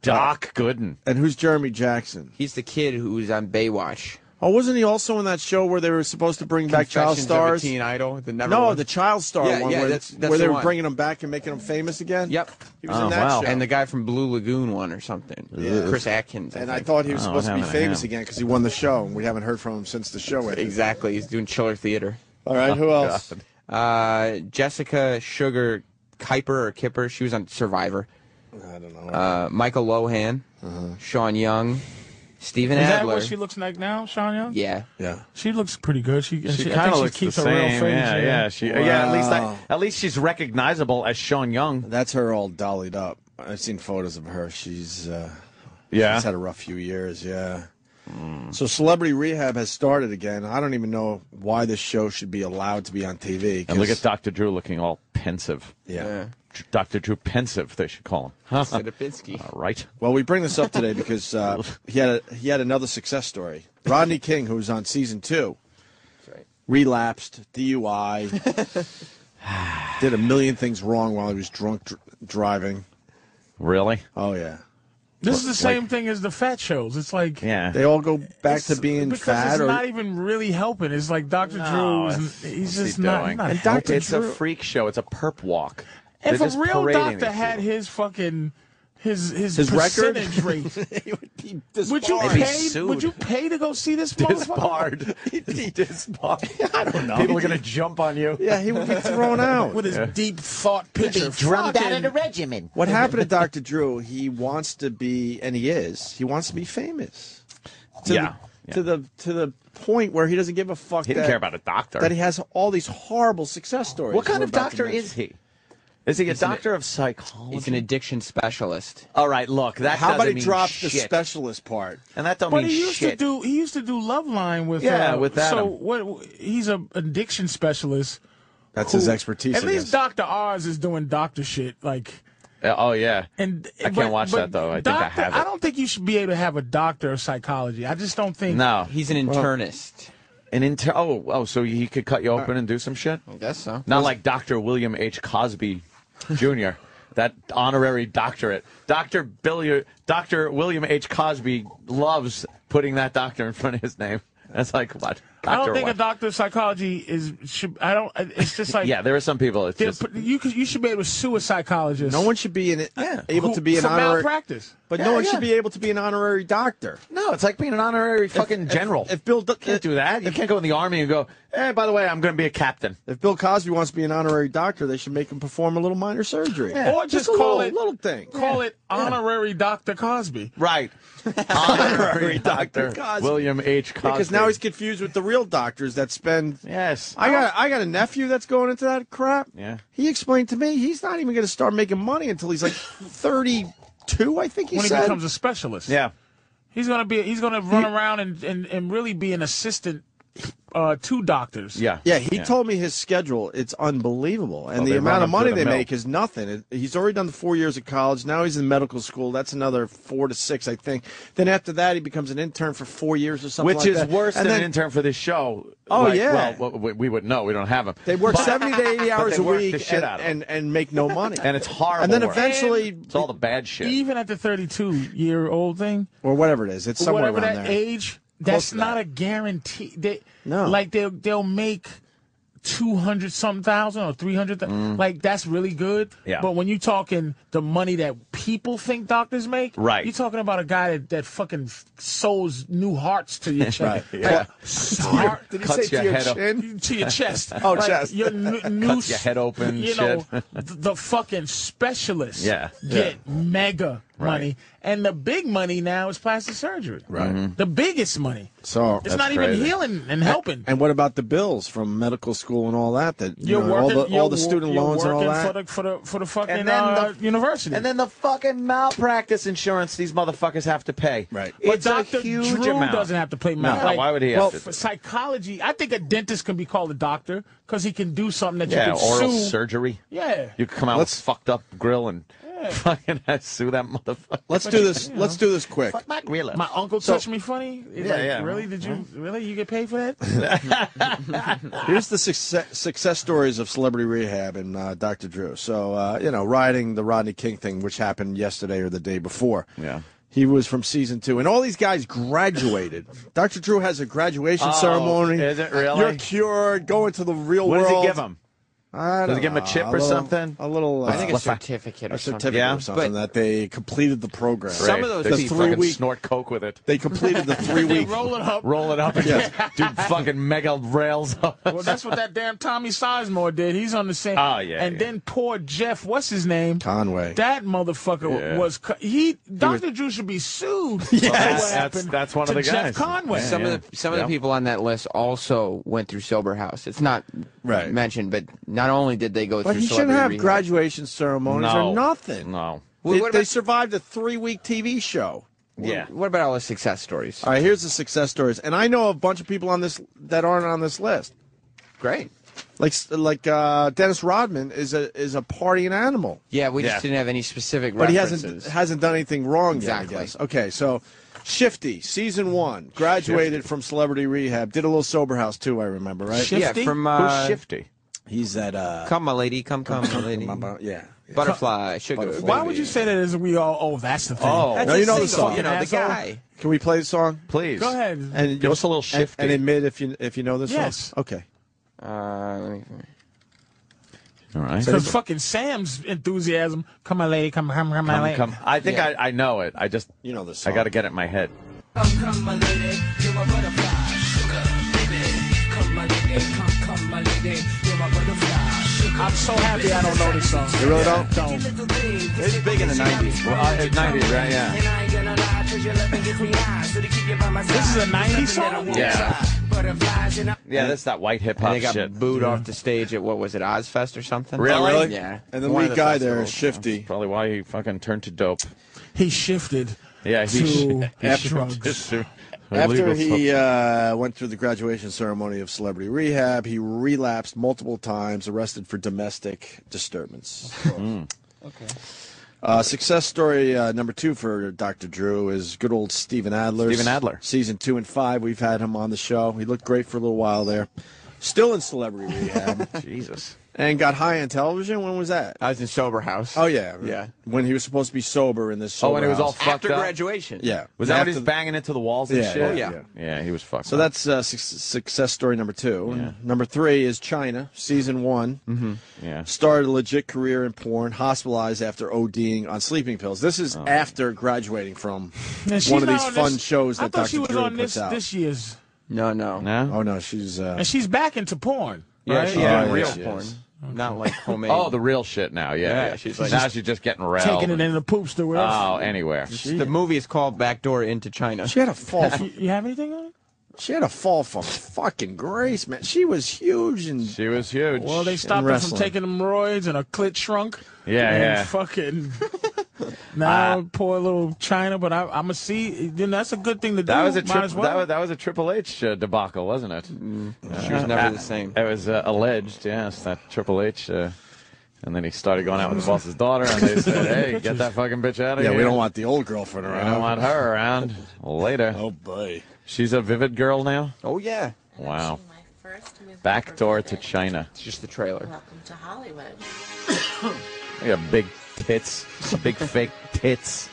S2: Doc Gooden.
S1: And who's Jeremy Jackson?
S12: He's the kid who was on Baywatch.
S1: Oh, wasn't he also in that show where they were supposed to bring back child
S12: Confessions of a
S1: stars?
S12: Teen Idol. The never
S1: No,
S12: one.
S1: the child star
S12: Yeah,
S1: one
S12: yeah,
S1: where,
S12: that's- that's
S1: where they
S12: the
S1: were
S12: one.
S1: bringing him back and making him famous again.
S12: Yep.
S1: he was
S2: Oh,
S1: in that
S2: wow.
S1: show.
S12: And the guy from Blue Lagoon won or something. Chris Atkins. I
S1: And I
S12: think.
S1: thought he was
S2: Oh,
S1: supposed to be
S2: happened to
S1: famous
S2: him?
S1: again because he won the show, and we haven't heard from him since the show ended.
S12: exactly. Oh, He's doing chiller theater.
S1: All right, who else?
S12: Uh, Jessica Sugar Kuiper or Kipper. She was on Survivor.
S1: I don't know.
S12: Uh, Michael Lohan,
S2: Uh-huh.
S12: Sean Young, Steven
S3: Is that
S12: Adler.
S3: what she looks like now, Sean Young?
S12: yeah.
S1: yeah.
S3: She looks pretty good. She, she,
S2: She
S3: I think
S2: kind of
S3: she
S2: looks
S3: keeps
S2: the
S3: her real
S2: same.
S3: face.
S2: yeah, yeah. She, yeah. At least,
S1: Wow.
S2: I, at least she's recognizable as Sean Young.
S1: That's her all dollied up. I've seen photos of her. She's uh,
S2: Yeah.
S1: she's had a rough few years. Yeah. So celebrity rehab has started again. I don't even know why this show should be allowed to be on TV.
S2: And look at
S1: 'cause-
S2: Dr. Drew looking all pensive.
S1: yeah.
S2: Dr- Dr. Drew Pensive, they should call him. Huh?
S12: Sidipinski.
S2: All right.
S1: Well, we bring this up today because uh, he had a, he had another success story. Rodney King, who was on season two,
S12: right.
S1: relapsed, DUI, did a million things wrong while he was drunk dr- driving.
S2: Really?
S1: Oh yeah,
S3: This is the same thing as the fat shows. It's like
S2: Yeah.
S1: they all go back
S3: it's-
S1: to being
S3: because
S1: fat
S3: it's
S1: or
S3: not even really helping. It's like Dr. Drew.
S2: No, it's-
S3: is- He's
S2: what's he
S3: just not.
S2: doing?
S3: not
S2: And
S3: helping.
S2: it's a freak show. It's a perp walk. They're
S3: If a
S2: just
S3: real
S2: parading
S3: doctor
S2: these
S3: had
S2: people.
S3: his fucking his his,
S1: His record?
S3: percentage rate,
S1: He would be
S3: would you
S1: disbarred.
S3: pay? Would
S2: sued.
S3: you pay to go see this motherfucker?
S2: disbarred, disbarred. I don't know. People are gonna jump on you.
S1: Yeah, he would be thrown out.
S3: With his deep thought picture,
S4: Drummed out of
S3: fucking-
S4: the regimen.
S1: What happened to Dr. Drew? He wants to be, and he is. He wants to be famous. To
S2: Yeah,
S1: The,
S2: yeah.
S1: To the to the point where he doesn't give a fuck.
S2: He
S1: that-
S2: didn't care about a doctor.
S1: that he has all these horrible success stories.
S4: What kind
S1: we're
S4: of
S1: about to
S4: doctor
S1: mention.
S4: is he? Is he a
S12: He's an-
S4: doctor of psychology?
S12: He's an addiction specialist.
S4: All right, look, that
S1: How about
S4: doesn't
S1: it
S4: mean
S1: drops the
S4: shit.
S1: specialist part?
S4: And that don't
S3: But
S4: mean
S3: he used
S4: shit.
S3: to do he used to do Love Line with
S4: Yeah,
S3: uh,
S4: with
S3: So
S4: Adam.
S3: what? He's an addiction specialist.
S1: That's
S3: who-
S1: his expertise.
S3: At
S1: I
S3: least
S1: guess.
S3: Doctor Oz is doing doctor shit. Like
S12: Uh, oh yeah.
S3: and
S12: I can't
S3: but-
S12: watch
S3: but
S12: that though. I
S3: doctor,
S12: think I have it.
S3: I don't think you should be able to have a doctor of psychology. I just don't think.
S12: no, he's an internist.
S2: An inter- oh, oh, so he could cut you open and do some shit?
S12: I guess so.
S2: Not like Dr. William H. Cosby Jr., that honorary doctorate. Dr. Billiard, Dr. William H. Cosby loves putting that doctor in front of his name. That's like, what? Doctor
S3: I don't think
S2: what?
S3: a doctor of psychology is should. I don't. It's just like
S2: yeah, there are some people. It's
S3: they're
S2: just,
S3: put- you could- you should be able to sue a psychologist.
S1: No one should be an, able
S3: Who-
S1: to be an
S3: for
S1: honorary.
S3: malpractice.
S1: But
S2: Yeah,
S1: no one
S2: yeah.
S1: should be able to be an honorary doctor.
S2: no, it's like being an honorary fucking general.
S1: If Bill do-
S2: you can't do that. You can't go in the army and go, hey, by the way, I'm going to be a captain.
S1: if Bill Cosby wants to be an honorary doctor, they should make him perform a little minor surgery,
S3: Or just
S1: a
S3: call
S1: little,
S3: it-
S1: little thing.
S3: Call it honorary Doctor Cosby.
S2: Right.
S1: Honorary Dr. Cosby.
S2: William H. Cosby.
S1: because now he's confused with the real doctors that spend.
S2: Yes.
S1: I got I got a nephew that's going into that crap.
S2: Yeah.
S1: He explained to me he's not even going to start making money until he's like 32, I think he
S3: when he
S1: said.
S3: becomes a specialist.
S2: Yeah.
S3: He's gonna be. He's gonna run around and, and, and really be an assistant uh, to doctors.
S2: Yeah.
S1: yeah, he told me his schedule. It's unbelievable, and
S2: Oh,
S1: the
S2: they run
S1: amount of
S2: him through
S1: money
S2: the
S1: they
S2: mill.
S1: make is nothing. It, he's already done the four years of college. Now he's in medical school. That's another four to six, I think. Then after that, he becomes an intern for four years or something.
S2: Which
S1: like
S2: is
S1: that.
S2: worse
S1: And
S2: than an
S1: then
S2: intern for this show.
S1: Oh,
S2: Like,
S1: yeah.
S2: Well, w- w- we would know. We don't have them.
S1: They work
S2: But-
S1: seventy to eighty
S2: but
S1: hours
S2: they
S1: a
S2: work
S1: week
S2: the shit
S1: and,
S2: out of 'em.
S1: and and make no money.
S2: and it's horrible.
S1: And then
S2: work.
S1: eventually,
S2: it's all the bad shit.
S3: Even at the 32 year old thing,
S1: or whatever it is, it's somewhere
S3: whatever
S1: around
S3: that
S1: there.
S3: age, that's
S1: to
S3: not
S1: that.
S3: a guarantee. They,
S1: No.
S3: Like they'll they'll make. Two hundred some thousand or three hundred,
S1: Mm.
S3: like that's really good.
S2: Yeah.
S3: But when you talking the money that people think doctors make,
S2: Right.
S3: You're talking about a guy that, that fucking sews new hearts to your chest.
S1: Right,
S3: Like,
S1: yeah.
S3: heart-
S1: Did he
S2: Cuts
S1: say
S2: your
S1: to your
S2: head off.
S1: chin?
S3: to your chest.
S1: Oh, chest.
S3: Your n- new
S2: your head open,
S3: You know, th- the fucking specialists
S2: Yeah.
S3: get mega
S2: Right.
S3: money, and the big money now is plastic surgery. Mm-hmm.
S1: Right.
S3: The biggest money.
S1: So
S3: It's not even
S2: crazy.
S3: healing and helping.
S1: And what about the bills from medical school and all that? That you
S3: you're
S1: know,
S3: working
S1: all the
S3: you're
S1: all the
S3: wor-
S1: student
S3: you're
S1: loans and all
S3: working
S1: that.
S3: for the for the for the fucking
S2: And then
S3: uh,
S2: the-
S3: university.
S2: And then the fucking malpractice insurance these motherfuckers have to pay.
S1: Right.
S3: but
S2: It's
S3: Dr.
S2: a huge
S3: Drew
S2: amount.
S3: doesn't have to play math.
S2: No, why would he have
S3: well,
S2: to?
S3: For psychology, I think a dentist can be called a doctor because he can do something that
S2: yeah,
S3: you can
S2: oral
S3: sue.
S2: surgery.
S3: Yeah.
S2: You could come out
S1: Let's-
S2: with fucked up grill and fucking sue that motherfucker.
S1: Let's do this. Let's do this quick.
S2: Fuck my griller.
S3: My uncle
S1: So-
S3: touched me funny. It's
S2: Yeah,
S3: like,
S2: yeah. Mm-hmm.
S3: Really? Did you really? You get paid for that?
S1: Here's the success, success stories of celebrity rehab and uh, Dr. Drew. So, uh, you know, riding the Rodney King thing, which happened yesterday or the day before.
S2: Yeah.
S1: He was from season two, and all these guys graduated. Dr. Drew has a graduation
S2: Oh,
S1: ceremony.
S2: is it really?
S1: You're cured. Go into the real
S2: what does
S1: world.
S2: he give him?
S1: I don't
S2: Does he give
S1: know,
S2: him a chip or
S1: little-
S2: something?
S1: A little.
S12: I think
S1: uh,
S12: a certificate or
S1: a certificate
S12: something.
S2: Yeah,
S1: or something
S12: but-
S1: that they completed the program.
S12: Some of those
S2: Does he
S12: people-
S2: fucking
S1: Three-week-
S2: snort coke with it.
S1: They completed the three
S3: they
S1: week.
S3: roll it up.
S2: Roll it up and
S1: Yes.
S2: just do fucking mega rails up.
S3: Well, that's what that damn Tommy Sizemore did. He's on the same.
S2: Oh, yeah,
S3: And
S2: yeah.
S3: then poor Jeff, what's his name?
S1: Conway.
S3: That motherfucker
S2: Yeah.
S3: was cu- he. Dr. Drew should be sued. for what
S2: That's- that's,
S3: happened
S2: that's one of
S3: to
S2: the
S3: Jeff
S2: guys.
S3: Conway.
S2: Yeah,
S12: Some
S2: yeah.
S12: of the some
S2: Yeah.
S12: of the people on that list also went through sober house. It's not
S1: Right.
S12: mentioned, but not only did they go
S1: But
S12: through
S1: he shouldn't
S12: celebrity
S1: have
S12: rehab-
S1: graduation ceremonies
S2: no,
S1: or nothing.
S2: No.
S12: Well,
S1: They-
S12: what
S1: they
S12: about-
S1: survived a three week TV show.
S2: Yeah.
S12: What about all the success stories?
S1: All right, here's the success stories, and I know a bunch of people on this that aren't on this list.
S12: Great.
S1: Like like uh, Dennis Rodman is a is a partying animal,
S12: Yeah, we
S2: Yeah.
S12: just didn't have any specific
S1: but he
S12: references.
S1: hasn't hasn't done anything wrong
S12: Exactly.
S1: yet. I guess. Okay, so Shifty season one graduated from Celebrity Rehab, did a little sober house too. I remember right.
S3: Shif- Shifty?
S12: Yeah, from
S2: Who's
S12: uh,
S2: shifty?
S1: He's at uh,
S12: Come, my lady, come, come, my lady.
S1: yeah.
S12: Butterfly, sugar.
S1: Butterfly.
S3: Why
S12: baby.
S3: would you say that as we all? Oh, that's the thing.
S2: Oh.
S12: That's
S1: No,
S12: a
S1: you know the
S12: single,
S1: song.
S12: You know the
S3: Asshole.
S12: guy.
S1: Can we play the song?
S2: Please.
S3: Go ahead.
S1: And
S2: Give us a little shifty.
S1: And, and admit if you if you know this
S3: Yes.
S1: song. Okay.
S12: Uh, let me.
S2: All right.
S3: Because fucking Sam's enthusiasm. Come my lady, come come come my
S2: Come,
S3: lady.
S2: come. I think
S12: Yeah.
S2: I, I know it. I just
S1: You know this
S2: I
S1: song.
S2: got to get it in my head.
S3: I'm so happy I don't know this song.
S1: You really don't?
S3: Don't.
S2: It's big in the nineties. Well, uh, it's nineties, right? Yeah.
S3: This is a '90s song.
S2: Yeah.
S13: butterflies in our
S2: Yeah, that's that white hip
S12: And
S2: hop
S12: they got
S2: shit. Mm-hmm.
S12: booed off the stage at what was it, Ozfest or something? Yeah.
S1: And the
S12: One
S1: lead
S12: of
S1: guy there
S12: festivals.
S1: is shifty.
S2: Probably why he fucking turned to dope.
S3: He shifted.
S2: Yeah, he,
S3: to
S2: sh- he
S3: drugs.
S2: shifted to
S1: After
S2: illegal
S1: he uh, went through the graduation ceremony of celebrity rehab, he relapsed multiple times, arrested for domestic disturbance.
S13: Okay.
S1: Uh, success story uh, number two for Dr. Drew is good old Steven Adler.
S2: Steven Adler.
S1: Season two and five, we've had him on the show. He looked great for a little while there. Still in celebrity rehab.
S2: football. Jesus.
S1: And got high on television. When was that?
S12: I was in Sober House.
S1: Oh yeah,
S12: Yeah.
S1: When he was supposed to be sober in this.
S2: Oh, and
S1: Sober
S2: it was all
S1: House.
S2: fucked
S12: After
S2: up?
S12: graduation.
S1: Yeah.
S2: Was that what
S1: After
S2: he's
S1: the-
S2: banging into the walls and
S1: Yeah,
S2: shit?
S1: yeah, yeah.
S2: Yeah, he was fucked
S1: So
S2: up.
S1: that's uh, su- success story number two. Number three is China, season one. Mm-hmm.
S2: Yeah.
S1: Started a legit career in porn, hospitalized after ODing on sleeping pills. This is after graduating from
S3: Now, she's
S1: one of
S3: not
S1: these
S3: on
S1: fun
S3: this-
S1: shows
S3: I
S1: that
S3: thought
S1: Dr.
S3: she was
S1: Drew
S3: on
S1: puts
S3: this
S1: out.
S3: this year's,
S12: No, no.
S2: No?
S1: Oh, no, she's. Uh,
S3: and she's back into porn.
S12: Yeah,
S3: right?
S12: she's
S1: Yeah, Oh,
S12: doing
S1: yeah,
S12: real
S1: she is.
S12: porn. Not like homemade.
S2: Oh, the real shit now. Yeah,
S12: Yeah,
S2: yeah.
S12: she's like-
S2: now she's just getting railed.
S3: taking it in the poopster with
S2: Oh,
S3: us.
S2: anywhere.
S12: the movie is called Backdoor into China.
S1: she had a fall.
S3: You,
S1: From,
S3: you have anything on it?
S1: she had a fall from fucking grace, man. She was huge and
S2: She was huge.
S3: Well, they stopped her from
S1: wrestling.
S3: taking them roids and her clit shrunk.
S2: Yeah,
S3: and
S2: yeah.
S3: Fucking. now, poor little China, but I, I'm going to see. Then that's a good thing to do.
S2: That was a
S3: Might
S2: trip,
S3: as well.
S2: that was that was a Triple H uh, debacle, wasn't it?
S12: Mm-hmm.
S2: Uh,
S12: She was never the same.
S2: It was uh, alleged, yes, that Triple H. Uh, and then he started going out with the boss's daughter, and they said, "Hey, get that fucking bitch out of
S1: yeah,
S2: here.
S1: we don't want the old girlfriend
S2: we
S1: around.
S2: don't want her around." Later,
S1: Oh boy.
S2: she's a vivid girl now.
S12: Oh yeah.
S2: Wow, backdoor to China.
S12: It's just the trailer.
S10: Welcome to Hollywood.
S2: I got big tits, big fake tits.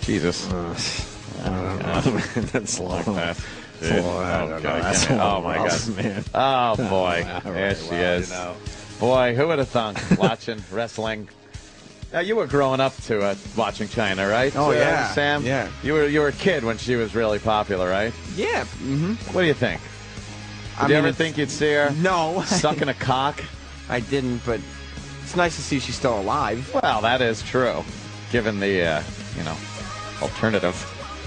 S2: Jesus.
S1: Uh, That's a lot.
S2: That-
S1: That's a lot. I don't
S2: Okay,
S1: know. That's
S2: give
S1: a
S2: me-
S1: lot
S2: oh my
S1: of
S2: god.
S1: man.
S2: Oh boy.
S1: All
S2: yes,
S1: right,
S2: she
S1: well,
S2: is.
S1: you know.
S2: Boy, who would have thunk watching wrestling? Now you were growing up to uh, watching China, right?
S12: Oh,
S2: uh,
S12: yeah.
S2: Sam.
S12: Yeah.
S2: You were you were a kid when she was really popular, right?
S12: Yeah. Mm-hmm.
S2: What do you think? Did
S12: I
S2: you
S12: mean,
S2: ever
S12: it's-
S2: think you'd see her
S12: No,
S2: sucking a cock?
S12: I didn't. But it's nice to see she's still alive.
S2: Well, that is true, given the uh, you know alternative.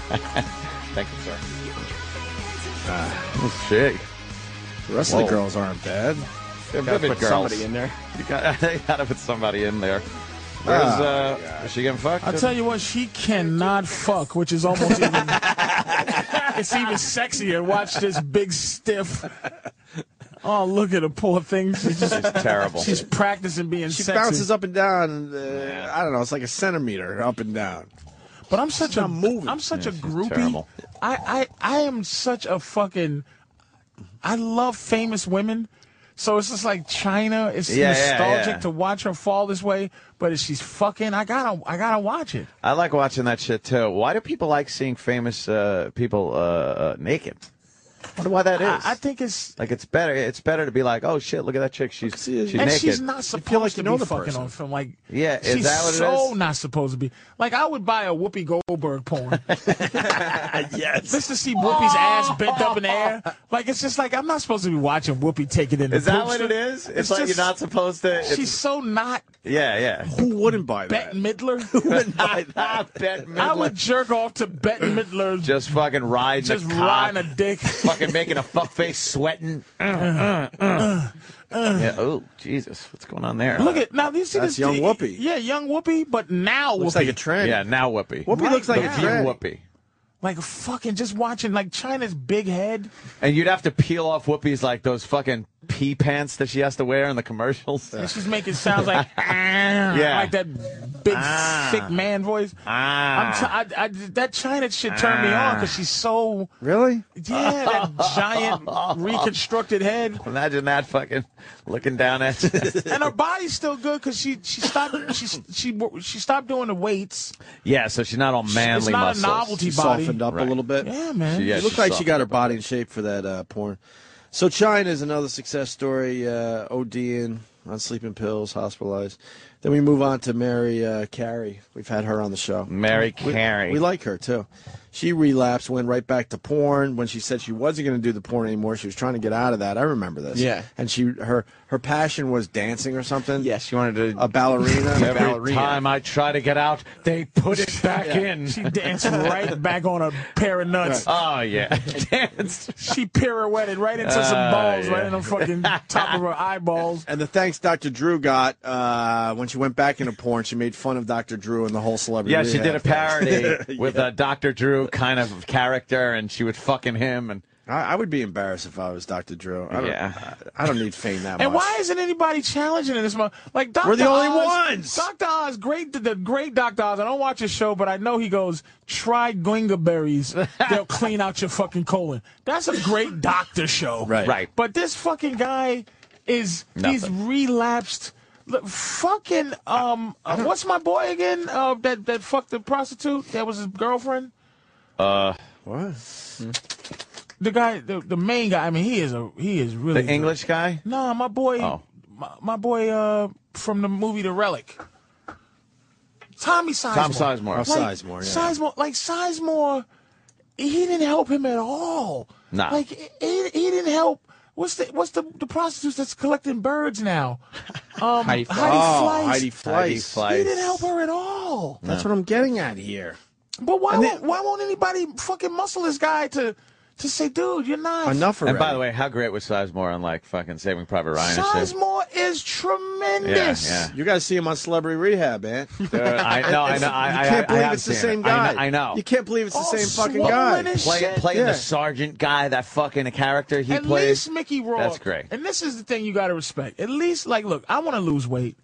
S2: Thank you, sir.
S3: Ah.
S2: Oh, shit.
S1: The rest of the
S2: Whoa.
S1: girls aren't bad.
S2: They're
S12: Gotta
S2: vivid
S12: put
S2: girls.
S12: somebody in there.
S2: You got, they gotta put somebody in there. Where's, uh, is she getting fucked?
S3: Oh, I'll tell you what, she cannot fuck, which is almost even. it's even sexier. Watch this big stiff. Oh, look at her poor thing. She's just.
S2: It's terrible.
S3: She's practicing being
S1: She
S3: sexy.
S1: bounces up and down. Uh, I don't know. It's like a centimeter up and down.
S3: But I'm such a movie. I'm such
S2: Yeah,
S3: a
S2: she's
S3: groupie.
S2: terrible.
S3: I, I I am such a fucking. I love famous women, so it's just like China. It's
S2: Yeah, yeah,
S3: nostalgic
S2: yeah.
S3: to watch her fall this way. But if she's fucking, I gotta I gotta watch it.
S2: I like watching that shit too. Why do people like seeing famous uh, people uh, uh, naked? I wonder why that is.
S3: I, I think it's
S2: like it's better. It's better to be like, oh shit, look at that chick. She's
S1: see it.
S2: she's
S3: and
S2: naked.
S3: she's not supposed
S1: like
S3: to
S1: you know
S3: be
S1: the
S3: fucking
S1: person.
S3: on film. Like
S2: Yeah, is
S3: she's
S2: that what it
S3: so
S2: is?
S3: not supposed to be. Like I would buy a Whoopi Goldberg porn.
S2: Uh,
S1: yes.
S3: Just to see Whoopi's ass bent up in the air. Like it's just like I'm not supposed to be watching Whoopi take it in. the
S2: Is that what
S3: poopster.
S2: it is? It's,
S3: It's
S2: like
S3: just-
S2: you're not supposed to. it's-
S3: She's so not
S2: yeah, yeah.
S1: Who wouldn't buy that?
S3: Bette Midler.
S2: Not that Bette
S3: I
S2: Midler.
S3: would jerk off to Bette Midler just,
S2: just fucking riding
S3: just
S2: a cock,
S3: riding a dick.
S2: fucking making a fuck face, sweating. Uh, uh, uh. Yeah. Oh Jesus, what's going on there?
S3: Look at now. You see
S1: That's
S3: this
S1: young
S3: thing?
S1: Whoopi.
S3: Yeah, young Whoopi, but now
S1: Looks
S3: Whoopi.
S1: like
S3: Like
S1: a
S3: a,
S1: trend.
S2: Yeah, now Whoopi.
S1: Whoopi looks like
S2: the
S1: a
S2: view
S1: drag.
S2: Whoopi.
S3: fucking just watching like China's big head.
S2: And you'd have to peel off Whoopi's like those fucking pee pants that she has to wear in the commercials.
S3: And she's making sounds like yeah, like that big
S2: Ah.
S3: sick man voice. I'm
S2: ah.
S3: t- I, I, that China shit turned me on because she's so
S1: Really?
S3: yeah that giant reconstructed head.
S2: Imagine that fucking looking down at you.
S3: and her body's still good because she she stopped she she she stopped doing the weights.
S2: yeah, so she's not all manly
S3: it's not
S2: muscles.
S3: a novelty
S1: She
S3: body.
S1: softened up
S2: Right.
S1: a little bit.
S3: Yeah, man.
S2: She- yeah,
S1: She looked
S2: she's
S1: like she
S2: soft.
S1: got her body in shape for that uh, porn. So China is another success story. Uh, ODing on sleeping pills, hospitalized. Then we move on to Mary uh, Carey. We've had her on the show.
S2: Mary
S1: We-
S2: Carey.
S1: We, like her too. She relapsed, went right back to porn. When she said she wasn't going to do the porn anymore, she was trying to get out of that. I remember this.
S12: Yeah.
S1: And she her her passion was dancing or something. Yes,
S12: she wanted to
S1: a ballerina.
S2: Every time I try to get out, they put it back
S3: Yeah.
S2: in.
S3: She danced right back on a pair of nuts.
S2: Oh yeah, danced.
S3: She pirouetted right into some
S2: Ah,
S1: Uh,
S3: balls, right
S1: yeah.
S3: in the fucking top of her eyeballs.
S1: And the thanks Dr. Drew got uh, when she went back into porn, she made fun of Dr. Drew and the whole celebrity.
S2: Yeah, she did a
S1: rehab thing.
S2: parody with a Dr. Drew kind of character, and she would fucking him. And
S1: I, I would be embarrassed if I was Dr. Drew. I don't,
S2: Yeah.
S1: I, I don't need fame that
S3: And
S1: much.
S3: why isn't anybody challenging in this month? Like Dr.
S1: We're the only
S3: Oz-
S1: ones.
S3: Dr. Oz, great the great Dr. Oz. I don't watch his show, but I know he goes, try glinga berries. They'll clean out your fucking colon. That's a great doctor show.
S2: Right. Right.
S3: But this fucking guy is he's
S2: Nothing.
S3: relapsed. Look, fucking um uh, what's my boy again? Uh that that fucked the prostitute that was his girlfriend?
S2: uh,
S1: what?
S3: The guy the, the main guy, I mean he is a he is really
S2: The English guy?
S3: No, my boy
S2: Oh.
S3: my, my boy uh from the movie The Relic. Tommy Sizemore.
S2: Tom Sizemore.
S3: Like,
S2: Tom Sizemore, yeah.
S3: Sizemore, like Sizemore, he didn't help him at all.
S2: Nah.
S3: Like he, he didn't help. What's the what's the the prostitutes that's collecting birds now? Um, Heidi,
S2: Heidi Fleiss.
S1: Oh,
S3: Fleiss.
S1: Heidi Fleiss. Heidi Fleiss.
S3: He didn't help her at all.
S1: That's what I'm getting at here.
S3: But why
S1: And
S3: won't, why won't anybody fucking muscle this guy to to say, dude, you're not
S2: And by the way, how great was Sizemore on like fucking Saving Private Ryan? and shit?
S3: Sizemore is tremendous.
S2: Yeah,
S1: You got to see him on Celebrity Rehab, man.
S2: Dude, Uh, I know, I know, I-
S1: you
S2: I-
S1: can't
S2: I- I
S1: believe
S2: have
S1: it's the
S2: seen it.
S1: same
S2: I
S1: guy.
S2: know- I know.
S1: You can't believe it's the
S3: Oh,
S1: same fucking
S3: swollen
S1: guy.
S3: as
S2: Play,
S3: shit.
S2: playing
S1: Yeah.
S2: the sergeant guy, that fucking character he
S3: At
S2: plays.
S3: least Mickey Rourke.
S2: That's great.
S3: And this is the thing you got to respect. At least, like, look, I want to lose weight,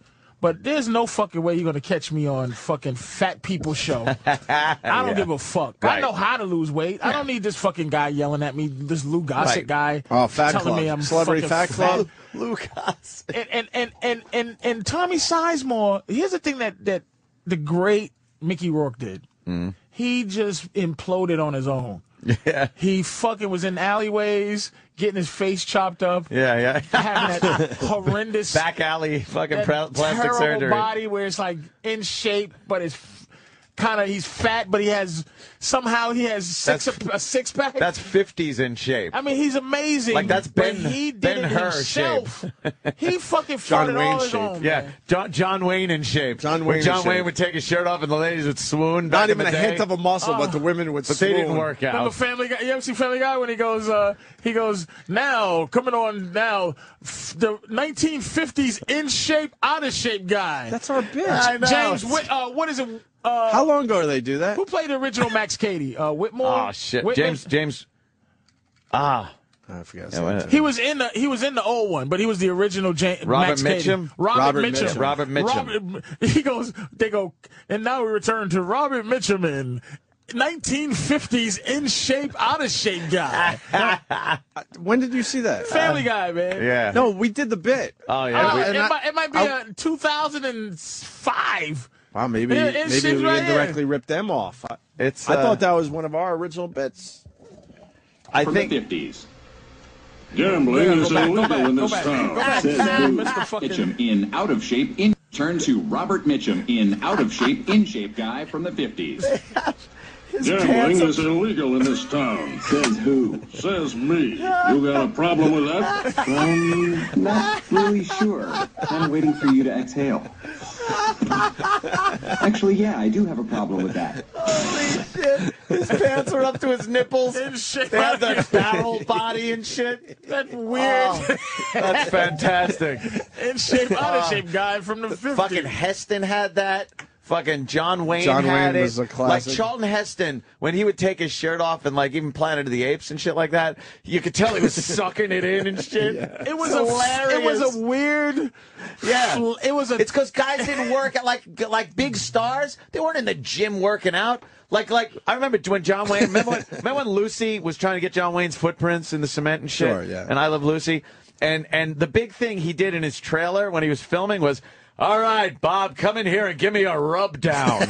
S3: but there's no fucking way you're going to catch me on fucking fat people show. I don't
S2: Yeah.
S3: give a fuck. I
S2: Right.
S3: know how to lose weight. I don't need this fucking guy yelling at me, this Lou Gossett
S2: Right.
S3: guy.
S1: Oh, Fat
S3: telling
S1: Club.
S3: me I'm
S1: Celebrity
S3: fucking
S1: Fat Club.
S2: Lou Gossett.
S3: and and and and and, and Tommy Sizemore. Here's the thing that that the great Mickey Rourke did. He just imploded on his own.
S2: Mm-hmm. Yeah.
S3: He fucking was in alleyways, getting his face chopped up,
S2: Yeah, yeah.
S3: having that horrendous
S2: Back alley fucking
S3: that
S2: pla- plastic
S3: terrible
S2: surgery.
S3: body where it's like in shape, but it's kind of he's fat, but he has somehow he has six
S2: That's-
S3: a, six pack.
S2: That's 50s in shape.
S3: I mean, he's amazing.
S2: Like, that's
S3: but
S2: Ben-
S3: he did it
S2: Ben Hur
S3: himself. he fucking fought
S1: John
S3: it
S1: Wayne
S3: all his
S1: shape.
S3: own.
S2: yeah, John, John Wayne in shape.
S1: John
S2: When
S1: Wayne in
S2: John
S1: shape.
S2: Wayne would take his shirt off and the ladies would swoon. back
S1: Not
S2: in
S1: even a
S2: the
S1: hint
S2: day.
S1: of a muscle, but the women would
S2: Oh. But they didn't
S1: swoon.
S2: work
S3: Remember
S2: out.
S3: Family Guy? You ever see Family Guy when he goes, uh, he goes, now, coming on now, f- the 1950s in shape, out of shape guy.
S1: That's our bitch.
S2: I know.
S3: James, Whit- uh, what is it? Uh,
S1: How long ago do they do that?
S3: who played the original Max Cady? Uh, Whitmore?
S2: Oh shit,
S3: Whitman?
S2: James, James. Ah,
S1: I forgot. his
S2: Yeah, why
S1: name.
S2: not?
S3: He was in the he was in the old one, but he was the original Ja- Max
S2: Robert
S3: Cady.
S2: Mitchum?
S3: Robert,
S1: Robert
S3: Mitchum.
S1: Mitchum.
S2: Robert Mitchum.
S3: Robert, he goes. They go. And now we return to Robert Mitchum in 1950s in shape, out of shape guy.
S1: When did you see that? Uh,
S3: Family Guy, man.
S2: yeah.
S1: No, we did the bit.
S2: Oh
S3: Uh,
S2: yeah. we-
S3: it,
S1: and I-
S3: might, it might be
S1: I-
S3: a 2005.
S1: Wow, maybe
S3: It- it's
S1: maybe
S3: shit
S1: we
S3: right
S1: indirectly ripped them off. I,
S2: It's,
S1: I
S2: uh,
S1: thought that was one of our original bits.
S2: I think.
S14: fifties. Gambling
S3: Yeah, go
S14: is
S3: back, go
S14: illegal
S3: back,
S14: in
S3: go
S14: this
S3: back,
S14: town.
S3: go back.
S14: said Lou.
S3: Mr. fucking-
S14: Mitchum in out of shape in turn to Robert Mitchum in out of shape in shape guy from the fifties.
S2: pants
S14: Gambling is illegal in this town. Says who? Says me. You got a problem with that?
S9: I'm not really sure. I'm waiting for you to exhale. Actually, yeah, I do have a problem with that.
S2: His pants are up to his nipples.
S3: In shape,
S2: They have
S3: out
S2: that
S3: of
S2: barrel body and shit.
S3: that weird
S2: Oh, that's fantastic.
S3: in shape, out of shape guy from the 50s.
S2: Fucking Heston had that. Fucking John Wayne
S1: John
S2: had
S1: Wayne
S2: it.
S1: was a classic.
S2: Like Charlton Heston, when he would take his shirt off and like even Planet of the Apes and shit like that, you could tell he was sucking it in and shit.
S3: it was
S2: It's
S3: a
S2: hilarious.
S3: it was a weird
S2: Yeah.
S3: fl- it was a
S2: It's because guys didn't work at like like big stars. They weren't in the gym working out. Like like I remember when John Wayne. Remember when, remember when Lucy was trying to get John Wayne's footprints in the cement and shit.
S1: Sure, yeah.
S2: And I love Lucy. And and the big thing he did in his trailer when he was filming was. All right, Bob, come in here and give me a rub down.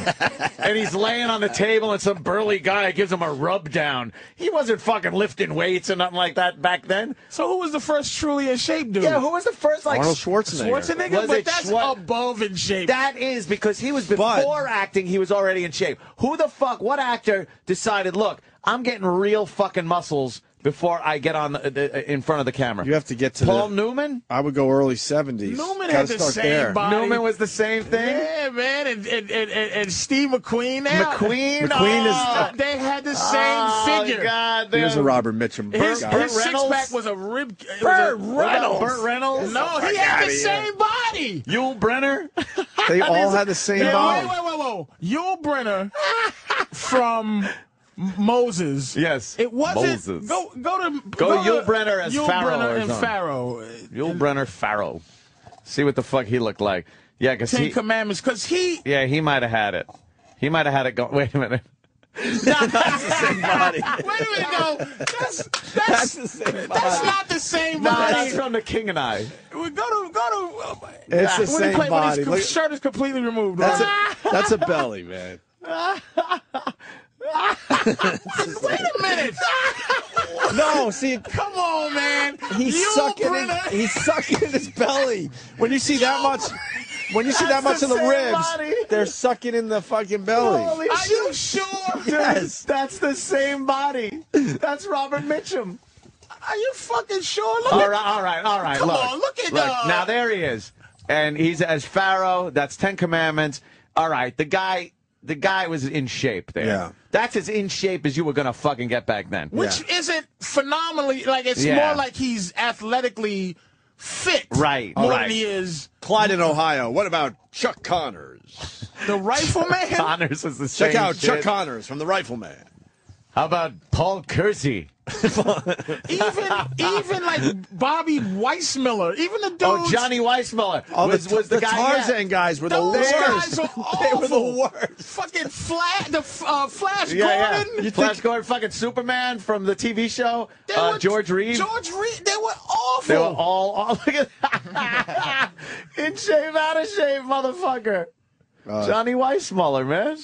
S2: and he's laying on the table, and some burly guy gives him a rub down. He wasn't fucking lifting weights or nothing like that back then.
S3: So who was the first truly in shape dude?
S4: Yeah, who was the first like
S1: Arnold Schwarzenegger.
S4: Schwarzenegger,
S3: Was
S4: but
S3: it
S4: that's
S3: Schwar- above in shape.
S4: That is because he was
S3: But-
S4: before acting. He was already in shape.
S2: Who the fuck? What actor decided? Look, I'm getting real fucking muscles before I get on the, the, in front of the camera.
S1: You have to get to
S2: Paul
S1: the,
S2: Newman.
S1: I would go early seventies.
S3: Newman
S1: Gotta
S3: had the
S1: start
S3: same
S1: there.
S3: body.
S2: Newman was the same thing.
S3: Yeah, man, and and, and, and, and Steve McQueen. Now,
S2: McQueen?
S1: McQueen is-
S3: Oh, they had the same
S2: Oh,
S3: figure.
S2: God,
S1: He was a
S2: they're-
S1: Robert Mitchum.
S3: His,
S1: guy.
S3: his six
S2: Reynolds?
S3: pack was a rib. it was
S2: Burt
S3: a-
S2: Reynolds. Burt Reynolds?
S3: No,
S2: Get
S3: he
S2: the
S3: had
S2: fuck
S3: the
S2: outta
S3: same body.
S2: Yul Brenner.
S1: They all had the same
S3: Yeah,
S1: body.
S3: wait, wait, wait, whoa. Yul Brenner from M- Moses.
S2: Yes.
S3: It wasn't.
S2: Moses.
S3: Go go to
S2: Go
S3: to-
S2: Yul Brynner as
S3: Yul
S2: Pharaoh
S3: Brynner
S2: or
S3: and
S2: something.
S3: Pharaoh.
S2: Yul Brenner Farrow. See what the fuck he looked like. Yeah, because
S3: Ten
S2: he,
S3: Commandments, because he
S2: yeah, he might have had it. He might have had it going. Wait a minute.
S3: Wait a minute, no. That's that's that's, not the same
S2: No,
S3: body.
S2: that's from The King and I.
S3: We go to oh go to.
S1: It's the
S3: when he
S1: same
S3: played- when his
S1: body.
S3: co-
S1: Look-
S3: shirt is completely removed. Ah,
S1: That's
S3: right?
S1: a that's a belly, man.
S3: Wait a minute.
S1: No, see,
S3: Come on, man.
S1: he's
S3: Yul
S1: sucking.
S3: Brynner-
S1: His, he's sucking his belly. When you see that much, when you see that much
S2: That's
S1: of the
S2: the same
S1: ribs,
S2: body.
S1: they're sucking in the fucking belly.
S3: Are you sure?
S1: Yes.
S2: That's the same body. That's Robert Mitchum.
S3: Are you fucking sure? Look
S2: All
S3: at-
S2: right, all right, all right.
S3: Come
S2: look,
S3: on, look at, uh,
S2: now there he is, and he's as Pharaoh. That's Ten Commandments. All right, the guy, the guy was in shape there.
S1: Yeah.
S2: That's as in shape as you were gonna fucking get back then.
S3: Which isn't phenomenally like it's
S2: Yeah.
S3: more like he's athletically fit.
S2: Right,
S3: More
S2: right.
S3: than he is
S1: Clyde in Ohio. What about Chuck Connors?
S3: the rifleman.
S2: Connors was the same.
S1: Check out Chuck
S2: shit.
S1: Connors from The Rifleman.
S2: How about Paul Kersey?
S3: even even like Bobby Weissmiller, even the dude
S2: Oh, Johnny Weissmuller
S1: Oh,
S2: was, was the, guy. yeah.
S1: Tarzan guys were the
S3: Those guys
S1: worst.
S3: were
S1: they were
S3: awful.
S1: the worst.
S3: fucking Flash, the f- uh, Flash
S2: Yeah, yeah.
S3: Gordon.
S2: You Flash Gordon, fucking Superman from the TV show.
S3: They
S2: Uh,
S3: were-
S2: George Reeves.
S3: George Reed. They were awful.
S2: They were all, all look at that. in shape, out of shape, motherfucker. Johnny Weissmuller, man.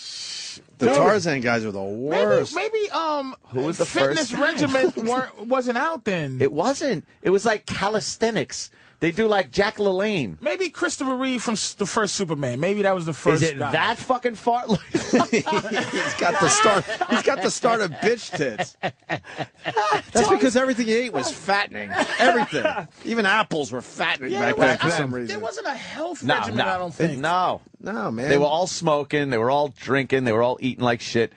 S1: The Tarzan guys were the
S3: maybe,
S1: worst.
S3: maybe um Who
S2: was the
S3: fitness
S2: first guy?
S3: regiment weren't wasn't out then.
S2: It wasn't. It was like calisthenics. They do like Jack LaLanne.
S3: maybe Christopher Reeve from s- the first Superman. Maybe that was the first.
S2: Is it
S3: guy.
S2: that fucking far?
S1: he's got the start. He's got the start of bitch tits. That's because everything he ate was fattening. Everything, even apples were fattening
S3: Yeah,
S1: back
S3: there
S1: then for
S3: was-
S1: some
S3: There
S1: reason.
S3: wasn't a health
S2: no,
S3: regiment. I
S2: no,
S3: don't think.
S2: no.
S1: No man,
S2: They were all smoking. They were all drinking. They were all eating like shit.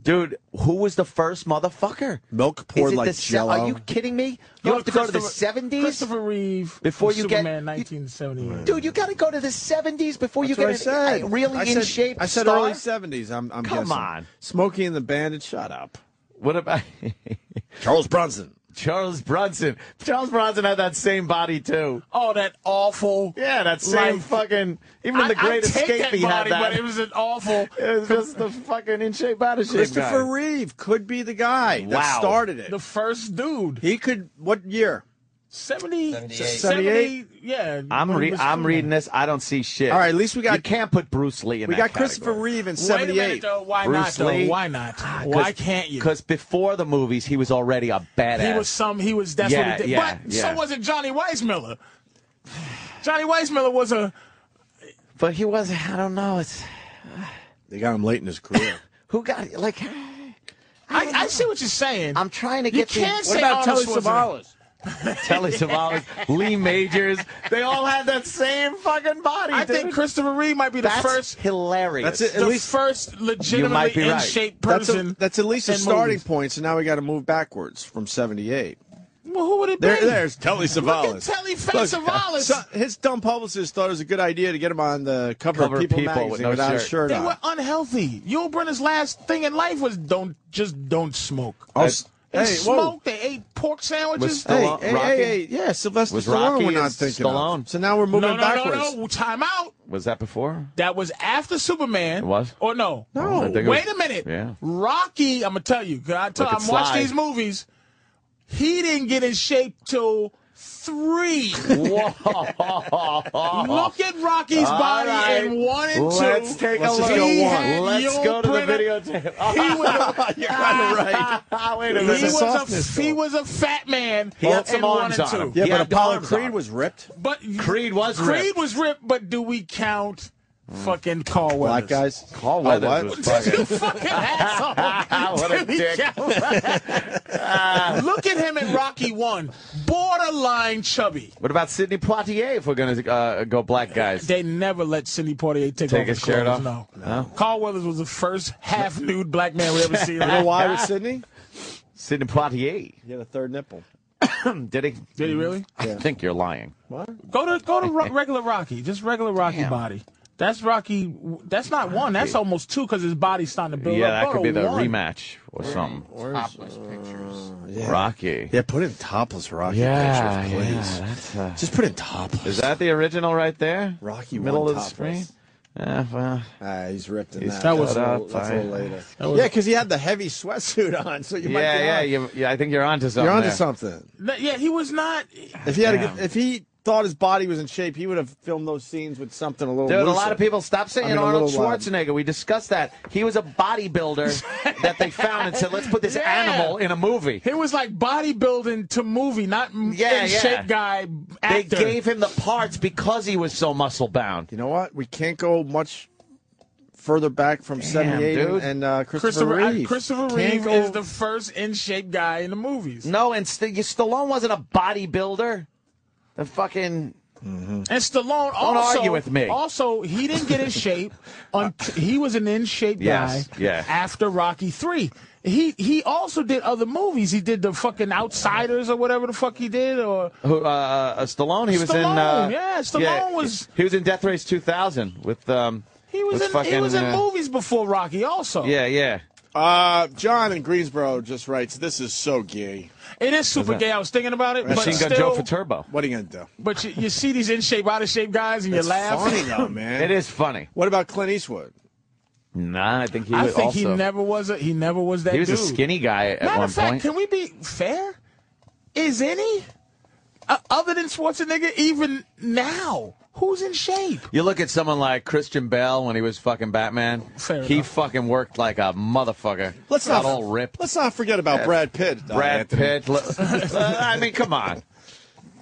S2: Dude, who was the first motherfucker?
S1: milk
S2: Is
S1: poured
S2: it
S1: like
S2: the se-
S1: jello.
S2: Are you kidding me? You
S3: Look,
S2: have to go to the
S3: Christopher-
S2: seventies,
S3: Christopher Reeve
S2: Before
S3: from
S2: you get-
S3: Superman, 1978.
S2: dude. You got to go to the seventies before
S1: That's
S2: you
S1: what I
S2: get an-
S1: said.
S2: a really
S1: I
S2: in
S1: said-
S2: shape.
S1: I said
S2: star?
S1: early seventies. I'm, I'm
S2: Come
S1: guessing.
S2: on.
S1: Smokey and the Bandit. Shut up.
S2: What about
S1: Charles Bronson.
S2: Charles Bronson? Charles Bronson had that same body too.
S3: Oh, that awful.
S2: Yeah, that same
S3: Like-
S2: fucking. Even the
S3: I-
S2: Great
S3: I take
S2: Escape,
S3: that
S2: he
S3: body,
S2: had that.
S3: But it was an awful.
S2: It was just the fucking in shape out of shape.
S1: Christopher
S2: guy.
S1: Reeve could be the guy that
S2: Wow.
S1: started it.
S3: The first dude,
S1: he could. What year?
S3: 70,
S1: 78.
S3: 70, yeah.
S2: I'm
S3: when he
S2: re-
S3: was
S2: I'm
S3: Superman.
S2: reading this. I don't see shit.
S1: All right, at least we got-
S2: You can't put Bruce Lee in.
S1: We got Christopher
S2: Reeve.
S1: Reeve in
S3: Wait a minute,
S1: '78.
S3: though. Why not?
S2: Bruce
S3: Though?
S2: Lee? Ah,
S3: Why not? Why can't you?
S2: Because before the movies, he was already a badass.
S3: He was some. He was. That's
S2: Yeah,
S3: what he did.
S2: yeah,
S3: but
S2: yeah.
S3: so wasn't Johnny Weissmiller. Johnny Weissmiller was a.
S2: but he wasn't. I don't know. It's
S1: They got him late in his career.
S2: who got like.
S3: I, I see what you're saying.
S2: I'm trying to
S3: you
S2: get
S3: can't
S2: the,
S3: say Arnold Schwarzenegger.
S2: Telly Savalas, Lee Majors. They all had that same fucking body.
S3: I
S2: dude.
S3: think Christopher Reeve might be the
S2: that's
S3: first.
S2: hilarious.
S1: That's it.
S3: the
S1: at least-
S3: first
S2: might
S3: legitimately
S2: be right.
S3: in shape
S1: That's, a-
S3: person.
S1: that's at least a
S3: in
S1: starting
S3: movies.
S1: point. So now we got to move backwards from '78.
S3: Well, who would it
S1: There,
S3: be?
S1: there's Telly Savalas.
S3: Look at Telly Fat
S1: Look,
S3: Savalas.
S1: so- his dumb publicist thought it was a good idea to get him on the cover,
S2: Cover
S1: of
S2: of
S1: People,
S2: People with
S1: magazine
S2: no
S1: without a
S2: shirt.
S1: shirt
S3: They
S1: on.
S3: were unhealthy. Yul Brynner's last thing in life was don't just don't smoke.
S1: Oh, s-
S3: They
S1: hey, whoa.
S3: smoked. They ate pork sandwiches.
S2: Was
S1: Hey,
S2: Stallone-
S1: hey,
S2: Rocky?
S1: hey, hey, yeah, Sylvester
S2: Was
S1: Stallone
S2: Rocky
S1: we're not
S2: is
S1: thinking of.
S2: Stallone?
S1: So now we're
S3: no,
S1: moving
S3: no,
S1: backwards.
S3: no, no. Time out.
S2: was that before?
S3: That was after Superman.
S2: It was?
S3: Or no?
S2: No. I think it
S3: Wait
S2: was-
S3: a minute.
S2: Yeah.
S3: Rocky. I'm gonna tell you. 'cause I tell,
S2: Look at
S3: I'm watching
S2: Sly.
S3: these movies. He didn't get in shape till three.
S2: Whoa!
S3: Look at
S1: Rocky's
S2: All
S1: body
S2: right.
S1: in one and two.
S2: Let's take a look.
S1: He
S2: Let's
S1: had your
S2: go to the
S1: printer.
S2: videotape.
S1: He was
S2: You're kinda right. Wait a minute.
S3: He was,
S2: Softness
S3: a, he was a fat man.
S2: He had
S3: in
S2: some
S3: one
S2: arms
S3: and
S2: on him.
S3: two.
S2: He had arms on him.
S1: was ripped. Oh,
S3: But
S2: Creed was
S3: Creed
S2: ripped. Hmm.
S3: was ripped, but do we count fucking Carl
S1: Black
S3: Weathers?
S1: guys.
S2: Call
S1: what?
S2: Weathers was
S3: You
S2: fucking.
S3: fucking asshole.
S2: Oh, Ah, What a
S3: Do we
S2: dick.
S3: count- Look at him in Rocky One, borderline chubby.
S2: What about Sidney Poitier if we're going to uh, go black guys?
S3: They never let Sidney Poitier take,
S2: Take
S3: off
S2: his
S3: his
S2: shirt
S3: clothes.
S2: off?
S3: No.
S2: No.
S3: Carl Weathers was the first half nude black man we ever seen.
S1: You know why with Sydney?
S2: Sidney Poitier.
S1: He had a third nipple.
S2: Did he?
S3: Did he really?
S2: I think you're lying.
S1: What?
S3: Go to go to ro- regular Rocky, just regular Rocky body. That's Rocky. That's not one. That's almost two because his body's starting to build up.
S2: yeah, that
S3: Go
S2: could
S3: to
S2: be the
S3: one.
S2: rematch or something.
S8: Topless pictures.
S2: Rocky.
S1: Yeah, put in topless Rocky
S2: Yeah,
S1: pictures, please.
S2: yeah, that's, uh,
S1: Just put in topless.
S2: Is that the original right there?
S1: Rocky
S2: middle
S1: one
S2: of the
S1: topless.
S2: screen. Yeah, well,
S1: Ah, he's ripped in
S2: He's
S1: that.
S2: cut
S1: That's a
S2: up,
S1: little- that's a
S2: I-
S1: little later.
S3: That was-
S1: yeah, because he had the heavy sweatsuit on, so you might be
S2: yeah, yeah,
S1: on.
S2: you, yeah. I think you're onto something.
S1: You're onto
S2: there.
S1: something.
S3: That- Yeah, he was not.
S1: If he had, a
S2: Damn.
S1: good, if he thought his body was in shape, he would have filmed those scenes with something a little.
S2: Dude, a
S1: looser.
S2: lot of people stop saying
S1: I mean, a
S2: Arnold
S1: little loud.
S2: Schwarzenegger. We discussed that. He was a bodybuilder that they found and said, "Let's put this
S3: Yeah.
S2: animal in a movie."
S3: He was like bodybuilding to movie, not
S2: Yeah,
S3: yeah, in
S2: yeah.
S3: shape guy
S2: They
S3: actor.
S2: gave him the parts because he was so muscle bound.
S1: You know what? We can't go much further back from '78
S2: dude.
S1: and, and, uh, Christopher,
S3: Christopher I-
S1: Reeve.
S3: Christopher
S1: Can't
S3: Reeve
S1: go-
S3: is the first in shape guy in the movies,
S2: No, and St- Stallone wasn't a bodybuilder. The fucking
S3: and Stallone also
S2: argue with me.
S3: Also, he didn't get in shape. un- he was an in shape
S2: Yes,
S3: guy.
S2: yeah.
S3: After Rocky Three, he he also did other movies. He did the fucking Outsiders or whatever the fuck he did, or
S2: who, uh, uh, Stallone. He was in. Uh,
S3: Stallone, yeah, Stallone was-
S2: He was in Death Race 2000 with. Um,
S3: he was
S2: with
S3: in he
S2: fucking,
S3: was in
S2: uh,
S3: movies before Rocky also.
S2: Yeah, yeah.
S1: Uh, John in Greensboro just writes, "This is so gay."
S3: It is super gay. I was thinking about it, but
S2: Machine Gun Joe
S3: still,
S2: for Turbo.
S1: What are you gonna do?
S3: but you, you see these in shape, out of shape guys, and you
S1: It's
S3: laugh.
S1: funny though, man.
S2: It is funny.
S1: What about Clint Eastwood?
S2: Nah, I think he
S3: I
S2: was
S3: think
S2: also.
S3: he never was a he never was that.
S2: he was
S3: dude.
S2: a skinny guy at
S3: Matter
S2: one
S3: of fact,
S2: point.
S3: can we be fair? Is any uh, other than Schwarzenegger even now who's in shape?
S2: You look at someone like Christian Bell when he was fucking Batman.
S3: Fair
S2: he
S3: enough.
S2: fucking worked like a motherfucker.
S1: Let's
S2: Got
S1: not
S2: all ripped.
S1: Let's not forget about Brad Pitt. uh,
S2: Brad
S1: Anthony.
S2: Pitt. Look- uh, I mean, come on.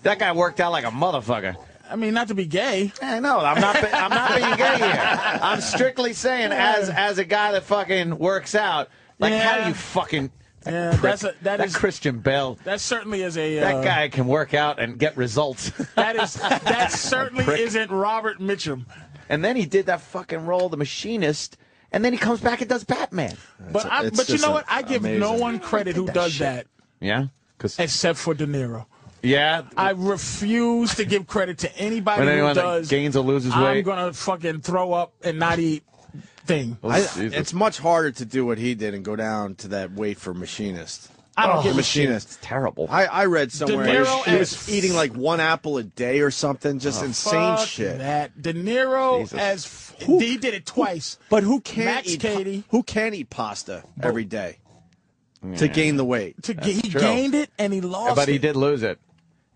S2: That guy worked out like a motherfucker.
S3: I mean, not to be gay.
S2: I know. I'm not. be- I'm not being gay here. I'm strictly saying, as as a guy that fucking works out, like how do
S3: Yeah.
S2: you fucking that
S3: Yeah,
S2: prick-
S3: that's a- that
S2: that
S3: is-
S2: Christian Bell.
S3: That certainly is a uh,
S2: That guy can work out and get results.
S3: That is that certainly
S2: Prick.
S3: isn't Robert Mitchum.
S2: and then he did that fucking role, the machinist, and then he comes back and does Batman.
S3: But I,
S1: it's
S3: but you
S1: just
S3: know
S1: a-
S3: what? I give no
S1: amazing.
S3: one credit who does that
S2: Yeah, because
S3: except for De Niro.
S2: yeah,
S3: I refuse to give credit to anybody
S2: when
S3: who
S2: anyone
S3: does.
S2: gains or loses
S3: I'm
S2: weight,
S3: gonna fucking throw up and not eat thing.
S2: Oh,
S1: I,
S2: Jesus.
S1: it's much harder to do what he did and go down to that weight for machinist.
S3: I don't
S1: Oh,
S3: give a
S1: machinist.
S2: it's terrible.
S1: I, I read somewhere
S3: De Niro
S1: he was
S3: as-
S1: eating like one apple a day or something, just insane
S3: Fuck
S1: shit.
S3: That De Niro
S2: Jesus.
S3: as f- he did it twice.
S1: But who can't
S3: Max Oh.
S1: eat
S3: Cady.
S1: who can eat pasta every day to gain the weight?
S3: to ga- he
S2: true.
S3: gained it and he lost.
S2: but he
S3: it.
S2: did lose it,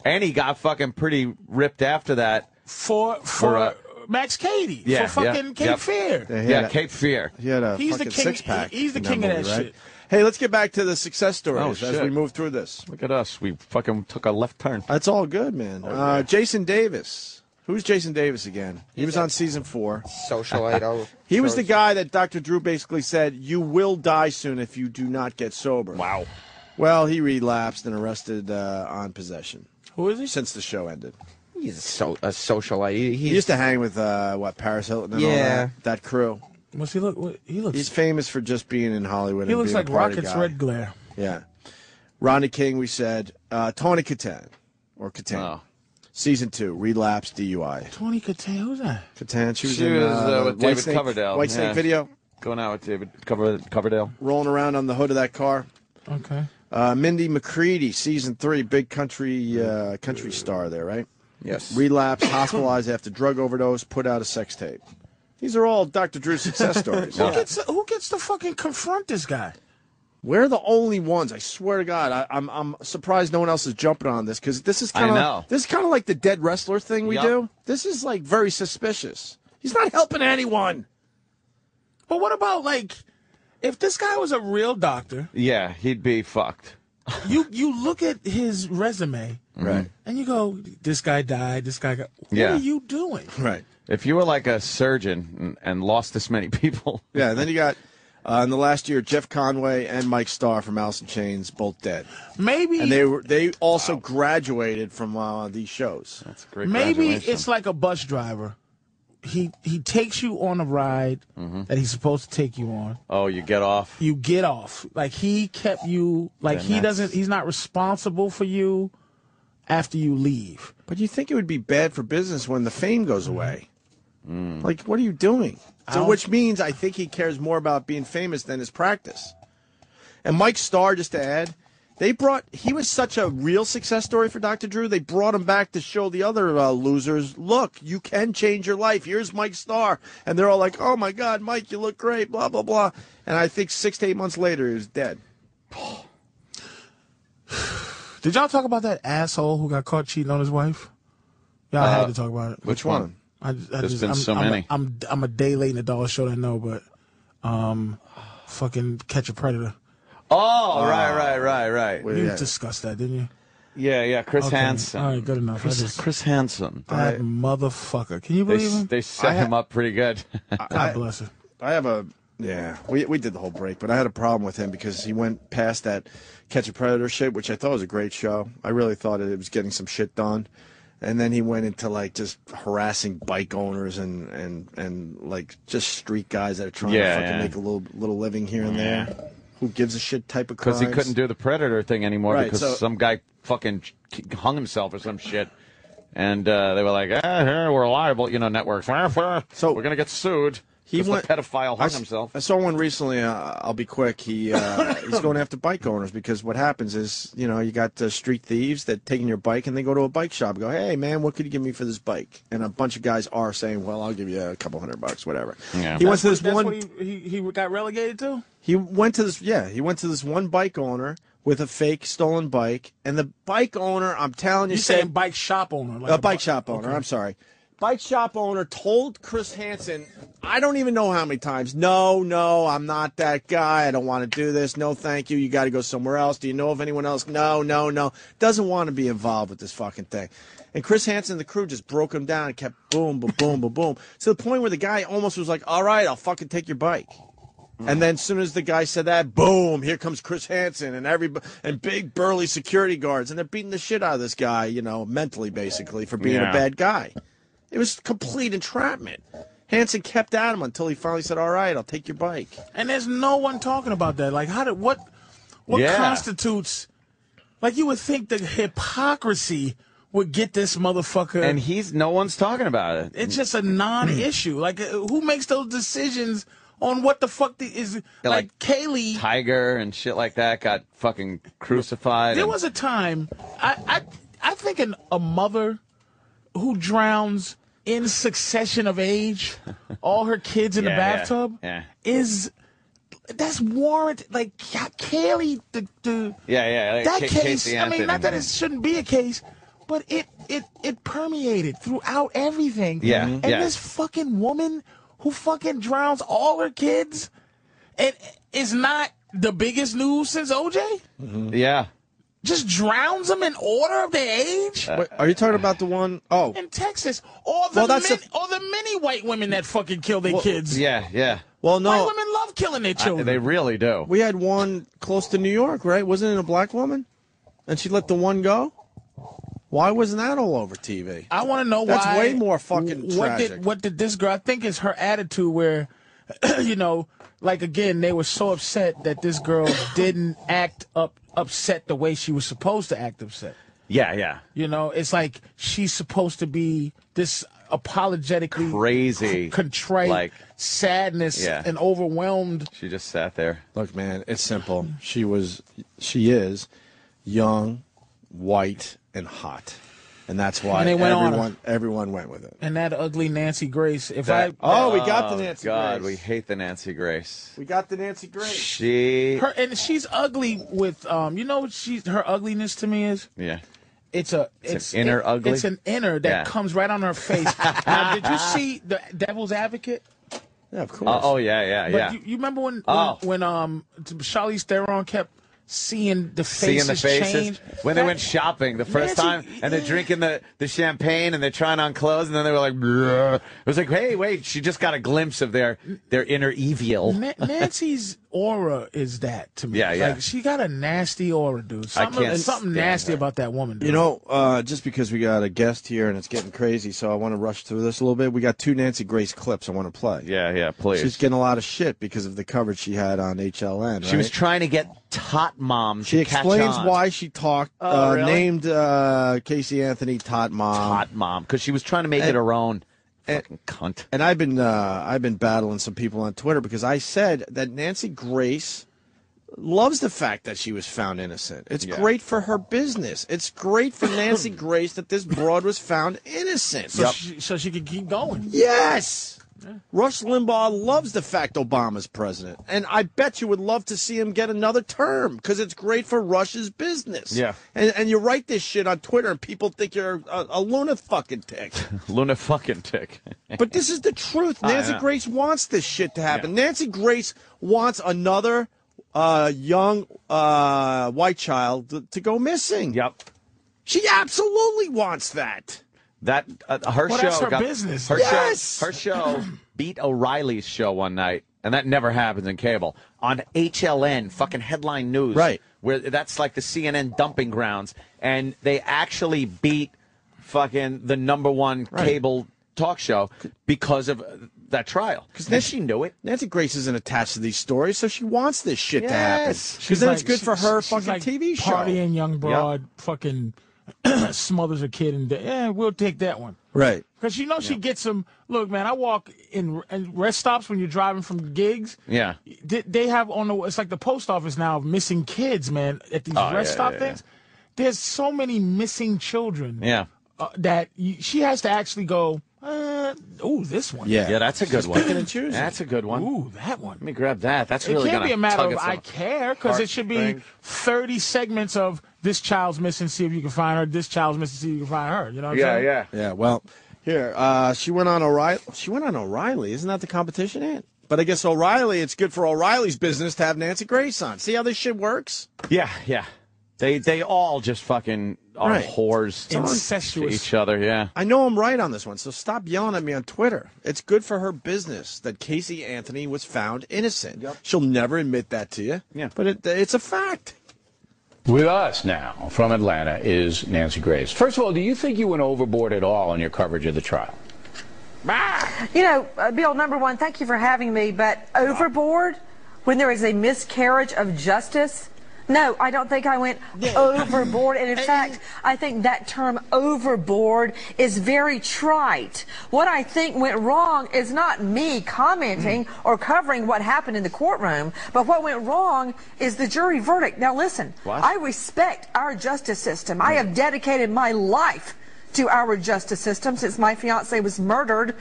S2: and he got fucking pretty ripped after that.
S3: for for,
S2: uh,
S3: Max Cady
S2: Yeah,
S3: for fucking
S2: yeah,
S3: Cape
S2: yep.
S3: Fear.
S1: Yeah, he
S2: yeah,
S1: had a-
S2: Cape Fear.
S1: He had a
S3: He's the
S1: fucking
S3: king-
S1: six pack.
S3: he's the king of that shit.
S1: Hey, let's get back to the success stories
S2: Oh,
S1: as
S2: shit.
S1: we move through this.
S2: Look at us. We fucking took a left turn.
S1: That's all good, man. uh, Jason Davis. Who's Jason Davis again? He was on season four.
S8: Socialite. oh,
S1: He was the
S8: social-
S1: guy that Dr. Drew basically said, You will die soon if you do not get sober.
S2: Wow.
S1: Well, he relapsed and arrested uh, on possession
S3: Who is he?
S1: since the show ended.
S8: He's a, so, a socialite. He,
S1: He used to hang with, uh, what, Paris Hilton and all
S8: Yeah.
S1: that, that crew.
S3: What's he look? What, he looks.
S1: He's famous for just being in Hollywood
S3: he
S1: and
S3: looks
S1: being
S3: like
S1: a party
S3: Rocket's
S1: guy.
S3: red glare.
S1: Yeah. Rodney King, we said. Uh, Tony Katan, or Katan.
S2: Oh.
S1: Season two, relapse DUI.
S3: Tony Katay, who's that?
S1: Katan, she was,
S2: She
S1: in,
S2: was, uh,
S1: the
S2: with David
S1: Whitesnake-
S2: Coverdale,
S1: Whitesnake
S2: yeah.
S1: video,
S2: Going out with David Cover, Coverdale.
S1: rolling around on the hood of that car.
S3: Okay.
S1: Uh, Mindy McCready, season three, big country uh, country star there, right?
S8: Yes.
S1: Relapsed, hospitalized after drug overdose, put out a sex tape. These are all Dr. Drew's success stories.
S3: Who gets to, who gets to fucking confront this guy?
S1: We're the only ones. I swear to God, I, I'm I'm surprised no one else is jumping on this because this is
S2: I
S1: kind
S2: know.
S1: of this is kind of like the dead wrestler thing we
S2: Yup.
S1: do. This is like very suspicious. He's not helping anyone.
S3: But what about like if this guy was a real doctor?
S2: Yeah, he'd be fucked.
S3: you you look at his resume,
S2: Right.
S3: And you go, this guy died. This guy got. What
S2: Yeah.
S3: are you doing?
S1: Right.
S2: If you were like a surgeon and, and lost this many people,
S1: Yeah. Then you got uh, in the last year Jeff Conway and Mike Starr from Alice in Chains both dead.
S3: Maybe
S1: And they were they also graduated from uh, these shows. That's
S2: great.
S3: Maybe it's like a bus driver. He he takes you on a ride
S2: Mm-hmm.
S3: that he's supposed to take you on.
S2: oh, you get off.
S3: You get off. Like he kept you. Like
S2: Then
S3: he
S2: that's-
S3: doesn't. He's not responsible for you after you leave.
S1: But you think it would be bad for business when the fame goes away? Like, what are you doing?
S3: I
S1: So,
S3: don't-
S1: which means I think he cares more about being famous than his practice. And Mike Starr, just to add, they brought he was such a real success story for Dr. Drew. They brought him back to show the other uh, losers, look, you can change your life. Here's Mike Starr, and they're all like, "Oh my God, Mike, you look great." Blah blah blah. And I think six to eight months later, he was dead.
S3: Did y'all talk about that asshole who got caught cheating on his wife? Y'all had
S2: Uh,
S3: to talk about it.
S2: which one?
S3: I, just- I
S2: There's
S3: just,
S2: been
S3: I'm,
S2: so
S3: I'm
S2: many.
S3: A, I'm I'm a day late in the dollar show. I know, but um, fucking catch a predator.
S2: Oh, right, right, right, right.
S3: you discussed that, didn't you?
S2: yeah, yeah. Chris
S3: Okay,
S2: Hansen.
S3: All right, good enough. I
S2: Chris,
S3: just-
S2: Chris Hansen.
S3: That motherfucker. Can you
S2: They,
S3: believe him?
S2: they set
S1: I ha-
S2: him up pretty good.
S3: God bless him.
S1: I have a yeah. We we did the whole break, but I had a problem with him because he went past that Catch a Predator shit, which I thought was a great show. I really thought it was getting some shit done, and then he went into like just harassing bike owners and and and like just street guys that are trying
S2: Yeah,
S1: to fucking
S2: yeah.
S1: make a little little living here and there. Who gives a shit type of
S2: Because he
S1: crimes.
S2: couldn't do the Predator thing anymore
S1: Right,
S2: because
S1: so-
S2: some guy fucking hung himself or some shit. And uh, they were like, eh, eh, we're liable, you know, networks. So we're going to get sued. He
S1: went-
S2: the pedophile
S1: I
S2: hung
S1: s-
S2: himself.
S1: I saw one recently. Uh, I'll be quick. He uh, he's going after bike owners because what happens is you know you got uh, street thieves that taking your bike and they go to a bike shop. and Go, hey man, what could you give me for this bike? And a bunch of guys are saying, well, I'll give you a couple hundred bucks, whatever.
S2: Yeah.
S1: He went to this
S3: That's
S1: one.
S3: what he, he, he got relegated to?
S1: He went to this, yeah, he went to this one bike owner with a fake stolen bike, and the bike owner, I'm telling you,
S3: You're
S1: said,
S3: saying bike shop owner. Like
S1: a bike shop owner, I'm sorry. Bike shop owner told Chris Hansen, I don't even know how many times, no, no, I'm not that guy. I don't want to do this. No, thank you. You got to go somewhere else. Do you know of anyone else? No, no, no. Doesn't want to be involved with this fucking thing. And Chris Hansen and the crew just broke him down and kept boom, boom, boom, boom, boom. To the point where the guy almost was like, all right, I'll fucking take your bike. And then, as soon as the guy said that, boom! Here comes Chris Hansen and every and big burly security guards, and they're beating the shit out of this guy, you know, mentally basically for being
S2: Yeah.
S1: a bad guy. It was complete entrapment. Hansen kept at him until he finally said, "All right, I'll take your bike."
S3: And there's no one talking about that. Like, how did what what
S1: Yeah.
S3: constitutes? Like, you would think the hypocrisy would get this motherfucker.
S2: And he's no one's talking about it.
S3: it's just a non-issue. like, uh, who makes those decisions on what the fuck the, is?
S2: Yeah,
S3: Like, Kaylee,
S2: Tiger and shit like that got fucking crucified.
S3: there
S2: and-
S3: was a time I I I think an, a mother who drowns in succession of age, all her kids in the
S2: Yeah, yeah,
S3: bathtub
S2: yeah.
S3: is. That's warrant like Ka- Kaylee the, the
S2: Yeah, yeah. like
S3: that
S2: Ca-
S3: case,
S2: Casey
S3: I mean,
S2: Anthony.
S3: not that it shouldn't be a case, but it it it permeated throughout everything.
S2: Yeah,
S3: and
S2: yeah.
S3: this fucking woman who fucking drowns all her kids, it is not the biggest news since OJ.
S2: Yeah.
S3: Just drowns them in order of their age.
S1: Wait, are you talking about the one oh
S3: in Texas, all the
S1: Uh, Well, that's
S3: men,
S1: a-
S3: all the many white women that fucking kill their kids.
S2: Yeah, yeah.
S1: Well, no,
S3: White women love killing their
S2: I-
S3: children.
S2: they really do.
S1: we had one close to New York, right? Wasn't it a black woman? And she let the one go. Why wasn't that all over TV?
S3: I want to know
S1: That's
S3: why.
S1: way more fucking
S3: What
S1: tragic.
S3: did what did this girl? I think it's her attitude where, you know, like again, they were so upset that this girl didn't act up upset the way she was supposed to act upset.
S2: Yeah, yeah.
S3: You know, it's like she's supposed to be this apologetically
S2: Crazy.
S3: contrite,
S2: Like-
S3: sadness,
S2: Yeah.
S3: and overwhelmed.
S2: She just sat there.
S1: Look, man, it's simple. She was, she is young, white, and hot. and that's why
S3: And they went on
S1: everyone everyone went with it.
S3: And that ugly Nancy Grace. If I
S1: oh, we got the Nancy
S2: God,
S1: Grace.
S2: we hate the Nancy Grace.
S1: We got the Nancy Grace.
S2: She.
S3: her and she's ugly with um you know what she's her ugliness to me is
S2: yeah.
S3: it's a
S2: It's
S3: it's,
S2: an inner
S3: it-
S2: ugly?
S3: It's an inner that
S2: Yeah.
S3: comes right on her face. now, did you see the Devil's Advocate?
S1: Yeah, of
S2: Uh, oh yeah, yeah,
S3: But
S2: yeah.
S3: You, you remember when when,
S2: Oh.
S3: when um Charlize Theron kept seeing the faces
S2: Seeing the faces
S3: change
S2: when they
S3: That-
S2: went shopping the first
S3: Nancy-
S2: time, and they're drinking the, the champagne and they're trying on clothes, and then they were like, "Bleh." it was like, hey, wait, she just got a glimpse of their their inner evil.
S3: Na- Nancy's aura is that to me.
S2: Yeah, yeah.
S3: Like she got a nasty aura, dude.
S1: I
S3: Something,
S1: can't
S3: something
S1: stand
S3: nasty
S1: her.
S3: about that woman. Dude.
S1: You know, uh, just because we got a guest here and it's getting crazy, so I want to rush through this a little bit. We got two Nancy Grace clips I want to play.
S2: yeah, yeah, please.
S1: She's getting a lot of shit because of the coverage she had on HLN.
S2: She was
S1: right?
S2: trying to get tot mom.
S1: She
S2: to catch
S1: explains
S2: on.
S1: why she talked,
S2: Oh,
S1: uh,
S2: really?
S1: named uh, Casey Anthony Tot Mom.
S2: tot mom because she was trying to make it
S1: And-
S2: her own. Fucking cunt.
S1: And I've been uh, I've been battling some people on Twitter because I said that Nancy Grace loves the fact that she was found innocent. It's great for her business. It's great for Nancy Grace that this broad was found innocent.
S3: so, she, so she could keep going.
S1: Yes. Rush Limbaugh loves the fact Obama's president, and I bet you would love to see him get another term because it's great for Rush's business.
S2: Yeah.
S1: and, and you write this shit on Twitter, and people think you're a, a lunatic.
S2: Luna fucking tick.
S1: But this is the truth.
S2: I
S1: Nancy
S2: know.
S1: Grace wants this shit to happen. Nancy Grace wants another uh, young uh, white child to, to go missing.
S2: Yep.
S1: She absolutely wants that.
S2: That uh, her
S1: Well,
S2: show
S1: that's her
S2: got-
S1: business.
S2: Her
S1: Yes!
S2: show, her show beat O'Reilly's show one night, and that never happens in cable on HLN, fucking headline news, right? Where that's like the CNN dumping grounds, and they actually beat fucking the number one cable talk show because of uh, that trial. Because she knew it.
S1: Nancy Grace isn't attached to these stories, so she wants this shit to happen.
S2: Yes.
S1: Because then it's good for her fucking TV show.
S3: Partying young broad, fucking smothers a kid, and yeah, we'll take that one.
S1: Right.
S3: Because you know she gets them. Look, man, I walk in and rest stops when you're driving from gigs.
S2: Yeah.
S3: They, they have on the. It's like the post office now of missing kids, man. At these
S2: Oh,
S3: rest
S2: yeah,
S3: stop
S2: yeah, yeah.
S3: things, there's so many missing children.
S2: Yeah.
S3: Uh, that you, she has to actually go. Uh, ooh, this one.
S2: Yeah, that's a good
S3: She's
S2: one.
S3: picking and choosing.
S2: That's a good one.
S3: Ooh, that one. Let
S2: me grab that. That's
S3: it
S2: really
S3: can't
S2: gonna
S3: be a matter
S2: tug
S3: of
S2: at some
S3: I care because it should be
S2: heartstrings.
S3: 30 segments of this child's missing, see if you can find her. This child's missing, see if you can find her. You know what I'm saying?
S1: Yeah, well, here, uh, she went on O'Reilly. She went on O'Reilly. Isn't that the competition aunt? But I guess O'Reilly, it's good for O'Reilly's business to have Nancy Grace on. See how this shit works?
S2: Yeah, yeah. They they all just fucking are
S1: Right.
S2: whores to
S1: Incestuous.
S2: each other. Yeah.
S1: I know I'm right on this one, so stop yelling at me on Twitter. It's good for her business that Casey Anthony was found innocent. She'll never admit that to you. Yeah. But it, it's a fact.
S15: With us now from Atlanta is Nancy Grace. First of all, do you think you went overboard at all in your coverage of the trial?
S16: You know, uh, Bill, number one, thank you for having me, but overboard when there is a miscarriage of justice? No, I don't think I went overboard. And in fact, I think that term overboard is very trite. What I think went wrong is not me commenting or covering what happened in the courtroom, but what went wrong is the jury verdict. Now, listen,
S5: What?
S16: I respect our justice system. I have dedicated my life to our justice system since my fiance was murdered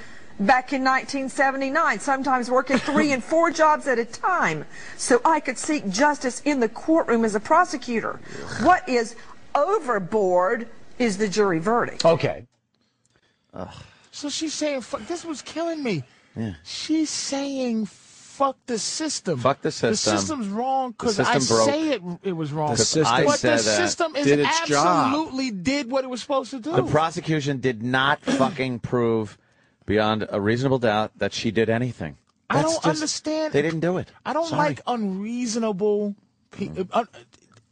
S16: back in 1979, sometimes working three and four jobs at a time so I could seek justice in the courtroom as a prosecutor. What is overboard is the jury verdict.
S15: Okay.
S3: So she's saying, fuck, this was killing me. She's saying, fuck the system.
S2: Fuck the system.
S3: The system's wrong
S2: The
S3: because I
S2: system broke.
S3: say it, it was wrong.
S2: The system- I
S3: but the
S2: said that.
S3: system is
S2: Did its job.
S3: absolutely did what it was supposed to do.
S2: The prosecution did not fucking prove beyond a reasonable doubt that she did anything.
S3: I
S2: That's
S3: don't understand-
S2: They didn't do it.
S3: I don't
S2: Sorry. Mm-hmm.
S3: like unreasonable. Pe- un-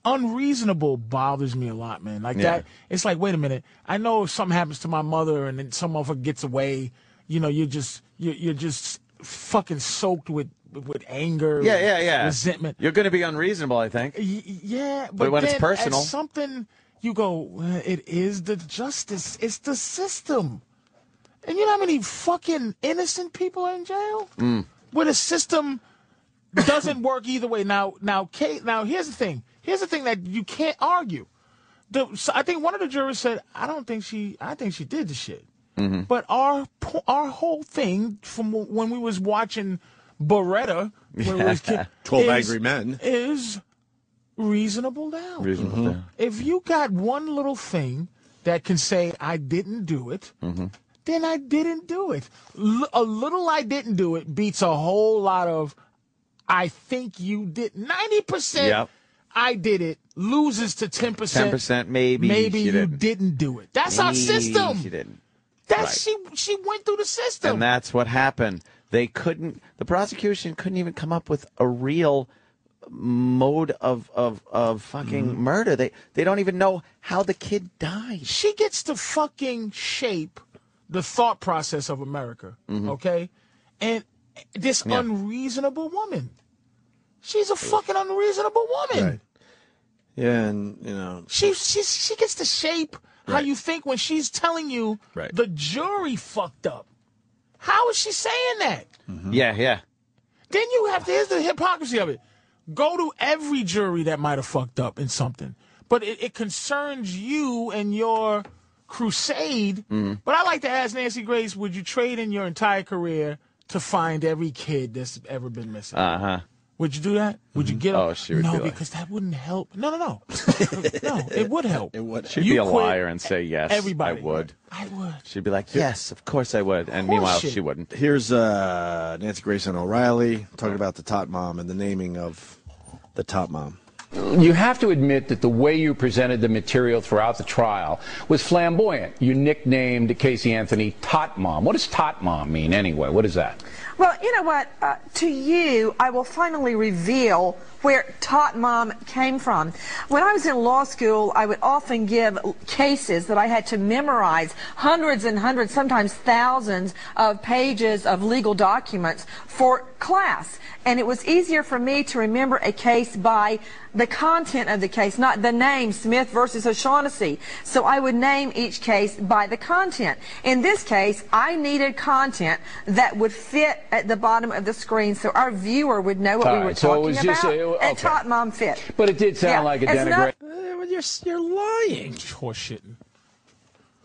S3: unreasonable bothers me a lot, man. Like
S2: Yeah.
S3: that. It's like, wait a minute. I know if something happens to my mother and then some motherfucker gets away, you know, you're just you're, you're just fucking soaked with with anger.
S2: Yeah, yeah, yeah.
S3: Resentment.
S2: You're going to be unreasonable, I think.
S3: Y- yeah, but,
S2: But when it's
S3: then at
S2: personal-
S3: something you go. "Well, It is the justice. It's the system. And you know how many fucking innocent people are in jail?
S2: Mm.
S3: where the system doesn't work either way. Now, now, Kate. Now, here's the thing. Here's the thing that you can't argue. the, so I think one of the jurors said, "I don't think she. I think she did the shit."
S1: Mm-hmm.
S3: But our po- our whole thing from w- when we was watching Beretta, when we was kid,
S1: 12
S3: is-
S1: Angry Men.
S3: is reasonable doubt.
S1: Reasonable Mhm. doubt.
S3: If you got one little thing that can say I didn't do it,
S12: Mm-hmm.
S3: then I didn't do it. L- a little I didn't do it beats a whole lot of I think you did. Ninety percent
S12: Yep.
S3: I did it loses to ten percent.
S12: 10% maybe
S3: Maybe
S12: she
S3: you
S12: didn't.
S3: do it. That's our
S12: Maybe
S3: system.
S12: She didn't.
S3: That's she. She went through the system.
S12: And that's what happened. They couldn't. The prosecution couldn't even come up with a real mode of of of fucking
S3: Mm-hmm.
S12: murder. They they don't even know how the kid died.
S3: She gets to fucking shape the thought process of America.
S12: Mhm.
S3: Okay? And this
S12: Yeah.
S3: unreasonable woman. She's a fucking unreasonable woman.
S1: Yeah, and you know,
S3: She she's, she gets to shape how you think when she's telling you
S1: Right.
S3: the jury fucked up. How is she saying that?
S12: Yeah, yeah.
S3: Then you have to here's the hypocrisy of it. Go to every jury that might have fucked up in something, but it, it concerns you and your crusade.
S12: Mm-hmm.
S13: Mhm.
S3: But I like to ask Nancy Grace, would you trade in your entire career to find every kid that's ever been missing?
S12: Uh huh.
S3: Would you do that? Would you get
S12: Oh, she would
S3: no,
S12: be like-
S3: because that wouldn't help. No, no, no, no. It would help. It would.
S12: She'd be a liar and say yes.
S3: everybody.
S12: I would.
S3: I would.
S12: She'd be like, yes, of course I would. And meanwhile, she wouldn't.
S1: Here's uh, Nancy Grayson O'Reilly talking about the top mom and the naming of the top mom.
S15: You have to admit that the way you presented the material throughout the trial was flamboyant. You nicknamed Casey Anthony Tot Mom. What does Tot Mom mean anyway? What is that?
S16: Well, you know what? Uh, to you, I will finally reveal where Tot Mom came from. When I was in law school, I would often give cases that I had to memorize hundreds and hundreds, sometimes thousands of pages of legal documents for class. And it was easier for me to remember a case by the content of the case, not the name Smith versus O'Shaughnessy. So I would name each case by the content. In this case, I needed content that would fit at the bottom of the screen so our viewer would know what
S15: All
S16: we were
S15: right, so it
S16: talking
S15: was
S16: about.
S15: just a-
S16: And
S15: okay.
S16: taught mom fit.
S15: But it did sound
S16: Yeah,
S15: like a
S16: it's not-
S15: denigrate.
S1: You're you're lying.
S3: Horse shitting.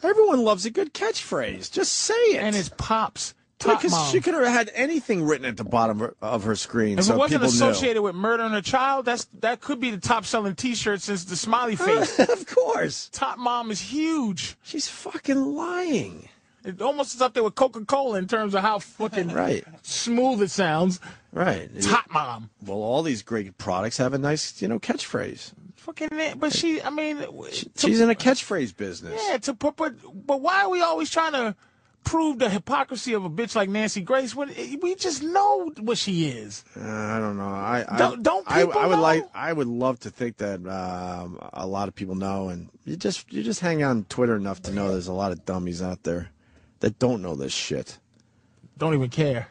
S1: Everyone loves a good catchphrase. Just say it.
S3: And it's pops. Top
S1: Because
S3: mom.
S1: she could have had anything written at the bottom of her, of her screen,
S3: If
S1: so
S3: it wasn't
S1: people
S3: associated with murdering a child, that's that could be the top selling T-shirt since the smiley face.
S1: of course,
S3: top mom is huge.
S1: She's fucking lying.
S3: It almost is up there with Coca Cola in terms of how fucking
S1: Right.
S3: smooth it sounds.
S1: knew. Right.
S3: Top mom.
S1: Well, all these great products have a nice, you know, catchphrase.
S3: Fucking, it, but she. I mean, to-
S1: She's in a catchphrase business.
S3: uh, yeah. To put, but but why are we always trying to prove the hypocrisy of a bitch like Nancy Grace when it- we just know what she is?
S1: Uh, I don't know. I I-
S3: Don't- don't
S1: I,
S3: people
S1: I would
S3: know?
S1: like. I would love to think that um, a lot of people know, and you just you just hang on Twitter enough to know there's a lot of dummies out there that don't know this shit.
S3: Don't even care.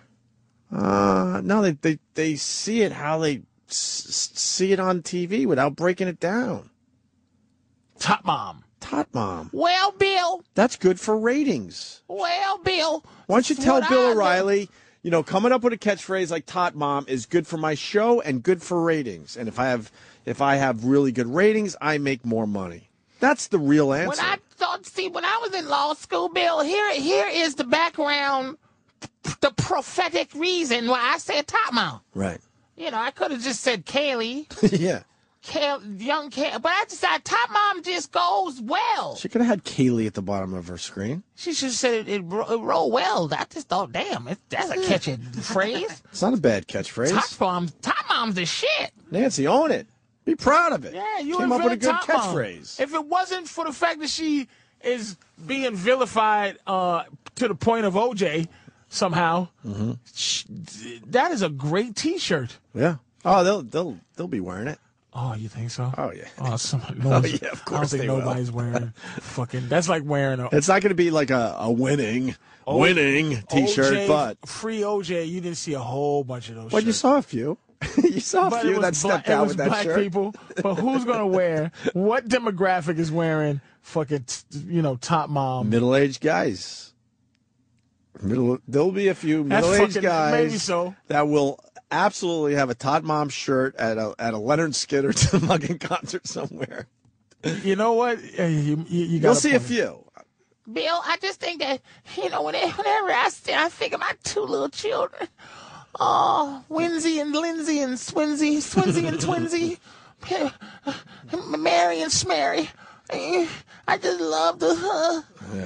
S1: Uh, no, they they they see it how they s- s- see it on TV without breaking it down.
S3: Top mom.
S1: Tot mom.
S3: Well, Bill.
S1: That's good for ratings.
S3: Well, Bill.
S1: Why don't you tell
S3: what
S1: Bill
S3: I do.
S1: O'Reilly? You know, coming up with a catchphrase like "Tot Mom" is good for my show and good for ratings. And if I have if I have really good ratings, I make more money. That's the real
S13: When
S1: answer.
S13: I
S3: thought, see, when I was in law school, Bill, here, here is the background, the prophetic reason why I said top mount.
S1: right.
S3: You know, I could have just said Kaylee,
S1: yeah.
S3: Kay, young Kay, but I decided top mom just goes well.
S1: She could have had Kaylee at the bottom of her screen.
S3: She should have said it, it, ro- it rolled well. I just thought, damn, it, that's a catchy phrase.
S1: It's not a bad catchphrase.
S3: Top mom, top mom's the shit.
S1: Nancy, own it. Be proud of it.
S3: Yeah, you
S1: came up with a
S3: invented
S1: good
S3: Top Mom.
S1: catchphrase.
S3: If it wasn't for the fact that she is being vilified uh, to the point of OJ somehow, sh- that is a great T-shirt.
S1: Yeah. Oh, they'll they'll they'll be wearing it.
S3: Oh, you think so?
S1: Oh yeah.
S3: Oh, somebody
S1: Oh,
S3: knows.
S1: yeah, of
S3: I don't
S1: course
S3: think
S1: they will.
S3: nobody's wearing fucking. That's like wearing a
S1: It's not going to be like a, a winning
S3: O-
S1: winning T-shirt,
S3: OJ
S1: but
S3: free OJ. You didn't see a whole bunch of those.
S1: well, you saw a few. you saw a
S3: But it
S1: few
S3: was
S1: that stepped
S3: bla- it
S1: out
S3: was
S1: with that
S3: black
S1: shirt.
S3: people. But who's gonna wear? What demographic is wearing fucking? t- You know, top mom.
S1: Middle-aged guys. Middle. There'll be a few
S3: That's
S1: middle-aged
S3: fucking- maybe
S1: guys
S3: so.
S1: that will absolutely have a Todd Mom shirt at a at a Leonard Skinner fucking concert somewhere.
S3: You know what? Eh, You, you, you
S1: You'll
S3: got
S1: see a few.
S12: Bill, I just think that, you know, when- whenever I stand, I think of my two little children. Oh, Winsy and Lindsay and Swinsy, Swinsy and Twinsy, Mary and Smerry. Eh, I just love the, uh,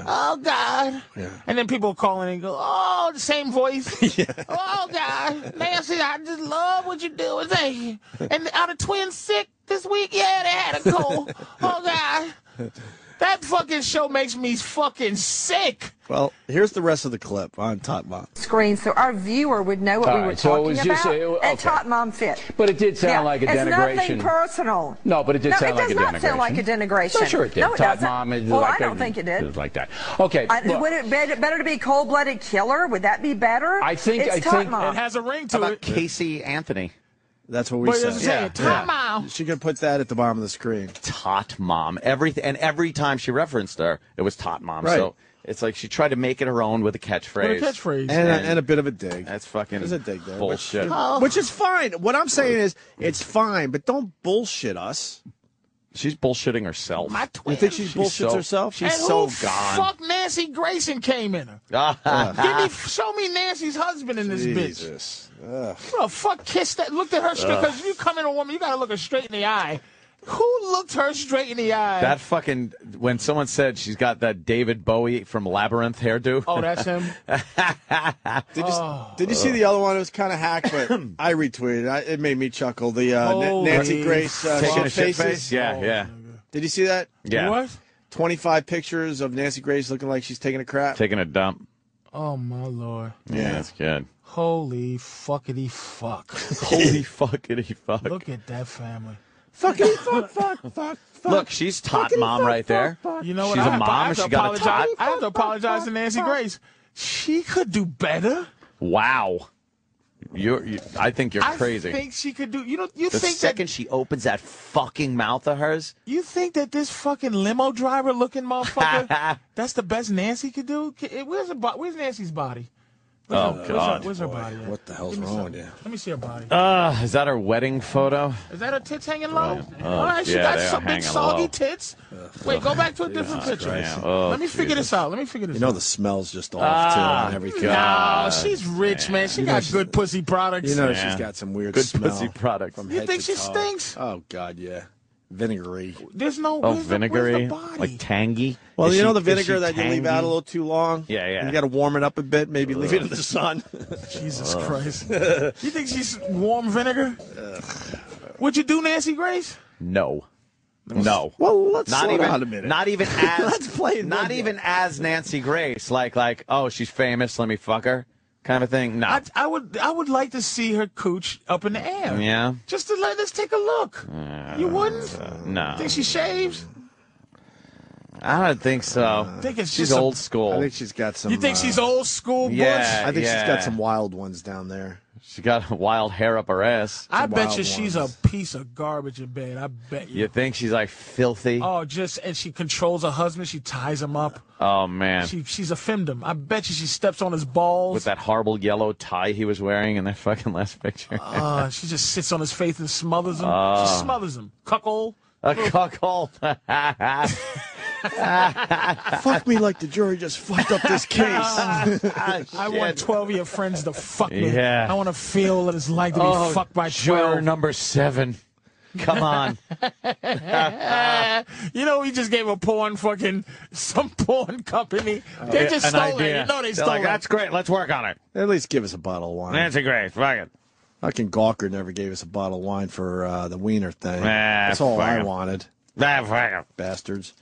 S12: oh God.
S3: And then people call in and go,
S12: Oh, the same voice. Oh God, Nancy, I just love what you do. And Thank you. And are the twins sick this week? Yeah, they had a cold. Oh God, that fucking show makes me fucking sick.
S1: Well, here's the rest of the clip on Top Mom.
S16: screen so our viewer would know what
S15: All
S16: we were
S15: right, so it
S16: talking
S15: was
S16: about.
S15: just- it-
S16: And
S15: okay.
S16: Tot Mom fit.
S15: But it did sound
S16: Yeah,
S15: like a
S16: it's
S15: denigration.
S16: nothing personal.
S15: No, but it did
S16: No,
S15: sound
S16: it
S15: like
S16: does
S15: a denigration.
S16: not sound like a denigration.
S15: No, sure it did.
S16: No, it
S15: Todd
S16: doesn't.
S15: Mom is
S16: Well,
S15: like
S16: I don't
S15: a-
S16: think it did.
S15: is like that. Okay.
S16: I,
S15: look,
S16: would it be better to be cold-blooded killer? Would that be better?
S15: I think-
S16: it's
S15: I
S16: Tot
S15: think-
S16: Mom.
S15: It has
S3: a ring
S2: How about Casey Anthony?
S1: That's what we
S2: But
S1: said.
S2: it's saying, Tot Mom.
S1: She could put that at the bottom of the screen.
S2: Tot Mom. Everything and every time she referenced her, it was Tot Mom.
S1: Right.
S2: So it's like she tried to make it her own with a catchphrase.
S1: and, a, and a bit of a dig.
S2: That's fucking
S1: There's a dig there.
S2: bullshit.
S1: Which,
S3: Oh.
S1: which is fine. What I'm saying is, it's fine, but don't bullshit us.
S2: She's bullshitting
S3: Oh,
S2: herself.
S1: My You think she
S2: She's
S1: bullshits
S2: so-
S1: herself?
S2: she's
S1: And who
S2: so
S1: f-
S2: gone. Ah.
S3: fuck Nancy Grayson came in her. Give me, show me Nancy's husband in this bitch.
S1: Jesus. Ugh.
S3: Bro, fuck, kiss that. Looked at her straight.
S2: Ugh.
S3: Because you come in a woman, you gotta look her straight in the eye. Who looked her straight in the eye?
S2: That fucking when someone said she's got that David Bowie from Labyrinth hairdo.
S3: oh, that's him.
S1: Did you,
S3: Oh.
S1: did you see the other one? It was kind of hack, but I retweeted. it. I, it made me chuckle. The uh, Na-
S3: Holy
S1: Nancy Grace uh,
S2: Taking a
S1: shit
S2: shit
S1: faces.
S2: face? Yeah, yeah.
S1: Did you see that?
S2: Yeah. What?
S1: 25 pictures of Nancy Grace looking like she's taking a crap.
S2: Taking a dump.
S3: Oh my lord.
S2: Yeah, that's good.
S3: Holy fuckity fuck.
S2: Holy fuckity fuck.
S3: Look at that family.
S1: Fuckity fuck fuck fuck.
S2: Look, she's tot mom right there.
S3: You know what?
S2: She's
S3: I
S2: a
S3: have to- I
S2: mom.
S3: have
S2: She
S3: to
S2: got a tot.
S3: apologize. I have to apologize to Nancy Grace. She could do better.
S2: Wow. You're, you, I think you're crazy.
S3: I think she could do. You know, you
S2: the
S3: think
S2: second she opens that fucking mouth of hers,
S3: that you think that this fucking limo driver looking motherfucker, that's the best Nancy could do. Ki- eh, Where's the bo- Where's Nancy's body? Where's her,
S2: Oh,
S3: where's her-
S2: God.
S3: Where's her, body? at?
S1: What the hell's
S3: Give me
S1: wrong
S3: some-
S1: with you?
S3: Let me see her body.
S2: uh, is that her wedding photo?
S3: Is that her tits hanging low?
S2: Oh,
S3: All right, she
S2: yeah,
S3: got
S2: they are
S3: some big
S2: hanging
S3: soggy
S2: low.
S3: tits. Wait, go back to a different
S2: Jesus
S3: picture.
S2: Christ. Oh,
S3: Let me figure
S2: Jesus.
S3: this out. Let me figure this
S1: You know
S3: out.
S1: the smell's just off
S3: Ah,
S1: too and everything.
S3: No, she's rich, man. She
S1: You know
S3: got
S1: she's-
S3: good pussy products.
S1: You know she's got some weird
S2: Good
S1: smell.
S2: pussy products.
S1: From
S3: You
S1: head
S3: think
S1: to
S3: she
S1: toe.
S3: stinks?
S1: Oh God, yeah, vinegary.
S3: There's no
S2: Oh,
S3: where's the- where's the
S2: vinegary,
S3: body?
S2: like tangy.
S1: Well,
S2: Is
S1: you
S2: she-
S1: know the
S2: is she
S1: vinegar that you leave
S2: tangy?
S1: out a little too long.
S2: Yeah, yeah.
S1: You got to warm it up a bit. Maybe leave it in
S2: Ugh.
S1: the sun.
S3: Jesus Christ. you think she's warm vinegar? Would you do Nancy Grace?
S2: No. No.
S1: Well, let's
S2: not
S1: slow
S2: even,
S1: down a minute.
S2: Not even as
S1: Let's play it
S2: not
S1: video.
S2: even as Nancy Grace. Like like oh she's famous, let me fuck her kind of thing. No.
S1: Ah.
S3: I, I would I would like to see her cooch up in the air.
S2: yeah.
S3: Just to let us take a look. you wouldn't?
S2: No.
S3: Uh, Think she shaves?
S2: I don't think so.
S3: Uh, think it's
S2: she's
S3: just a-
S2: old school.
S1: I think she's got some.
S3: you think
S1: uh,
S3: she's old school Bush?
S2: yeah.
S1: I think she's
S2: yeah.
S1: got some wild ones down there.
S2: She got wild hair up her ass.
S3: I
S1: Some
S3: bet
S1: wild
S3: you she's a
S1: ones.
S3: piece of garbage in bed. I bet you.
S2: You think she's like filthy? Oh,
S3: Oh, just and she controls her husband. She ties him up.
S2: Oh, man.
S3: She she's a femdom. I bet you she steps on his balls.
S2: With that horrible yellow tie he was wearing in that fucking last picture.
S3: Uh, she just sits on his face and smothers him.
S2: Oh.
S3: she smothers him. Cuckold.
S2: a cuckold.
S1: Fuck me like the jury just fucked up this case.
S3: I want 12 of your friends to fuck me.
S2: Ah, Yeah.
S3: I want to feel what it's like to be
S2: Oh,
S3: fucked by
S2: juror
S3: 12.
S2: number seven. Come on.
S3: Ah, you know, we just gave a porn fucking, some porn company. They just
S2: An
S3: stole
S2: idea.
S3: it. You know they
S2: They're
S3: stole
S2: like,
S3: it.
S2: That's great. Let's work on it.
S1: At least give us a bottle of wine.
S2: Nancy Grace. Fuck it.
S1: Fucking Gawker never gave us a bottle of wine for uh, the wiener thing.
S2: Ah,
S1: That's all
S2: fuck
S1: I
S2: him.
S1: wanted.
S2: Ah, fuck it.
S1: Bastards.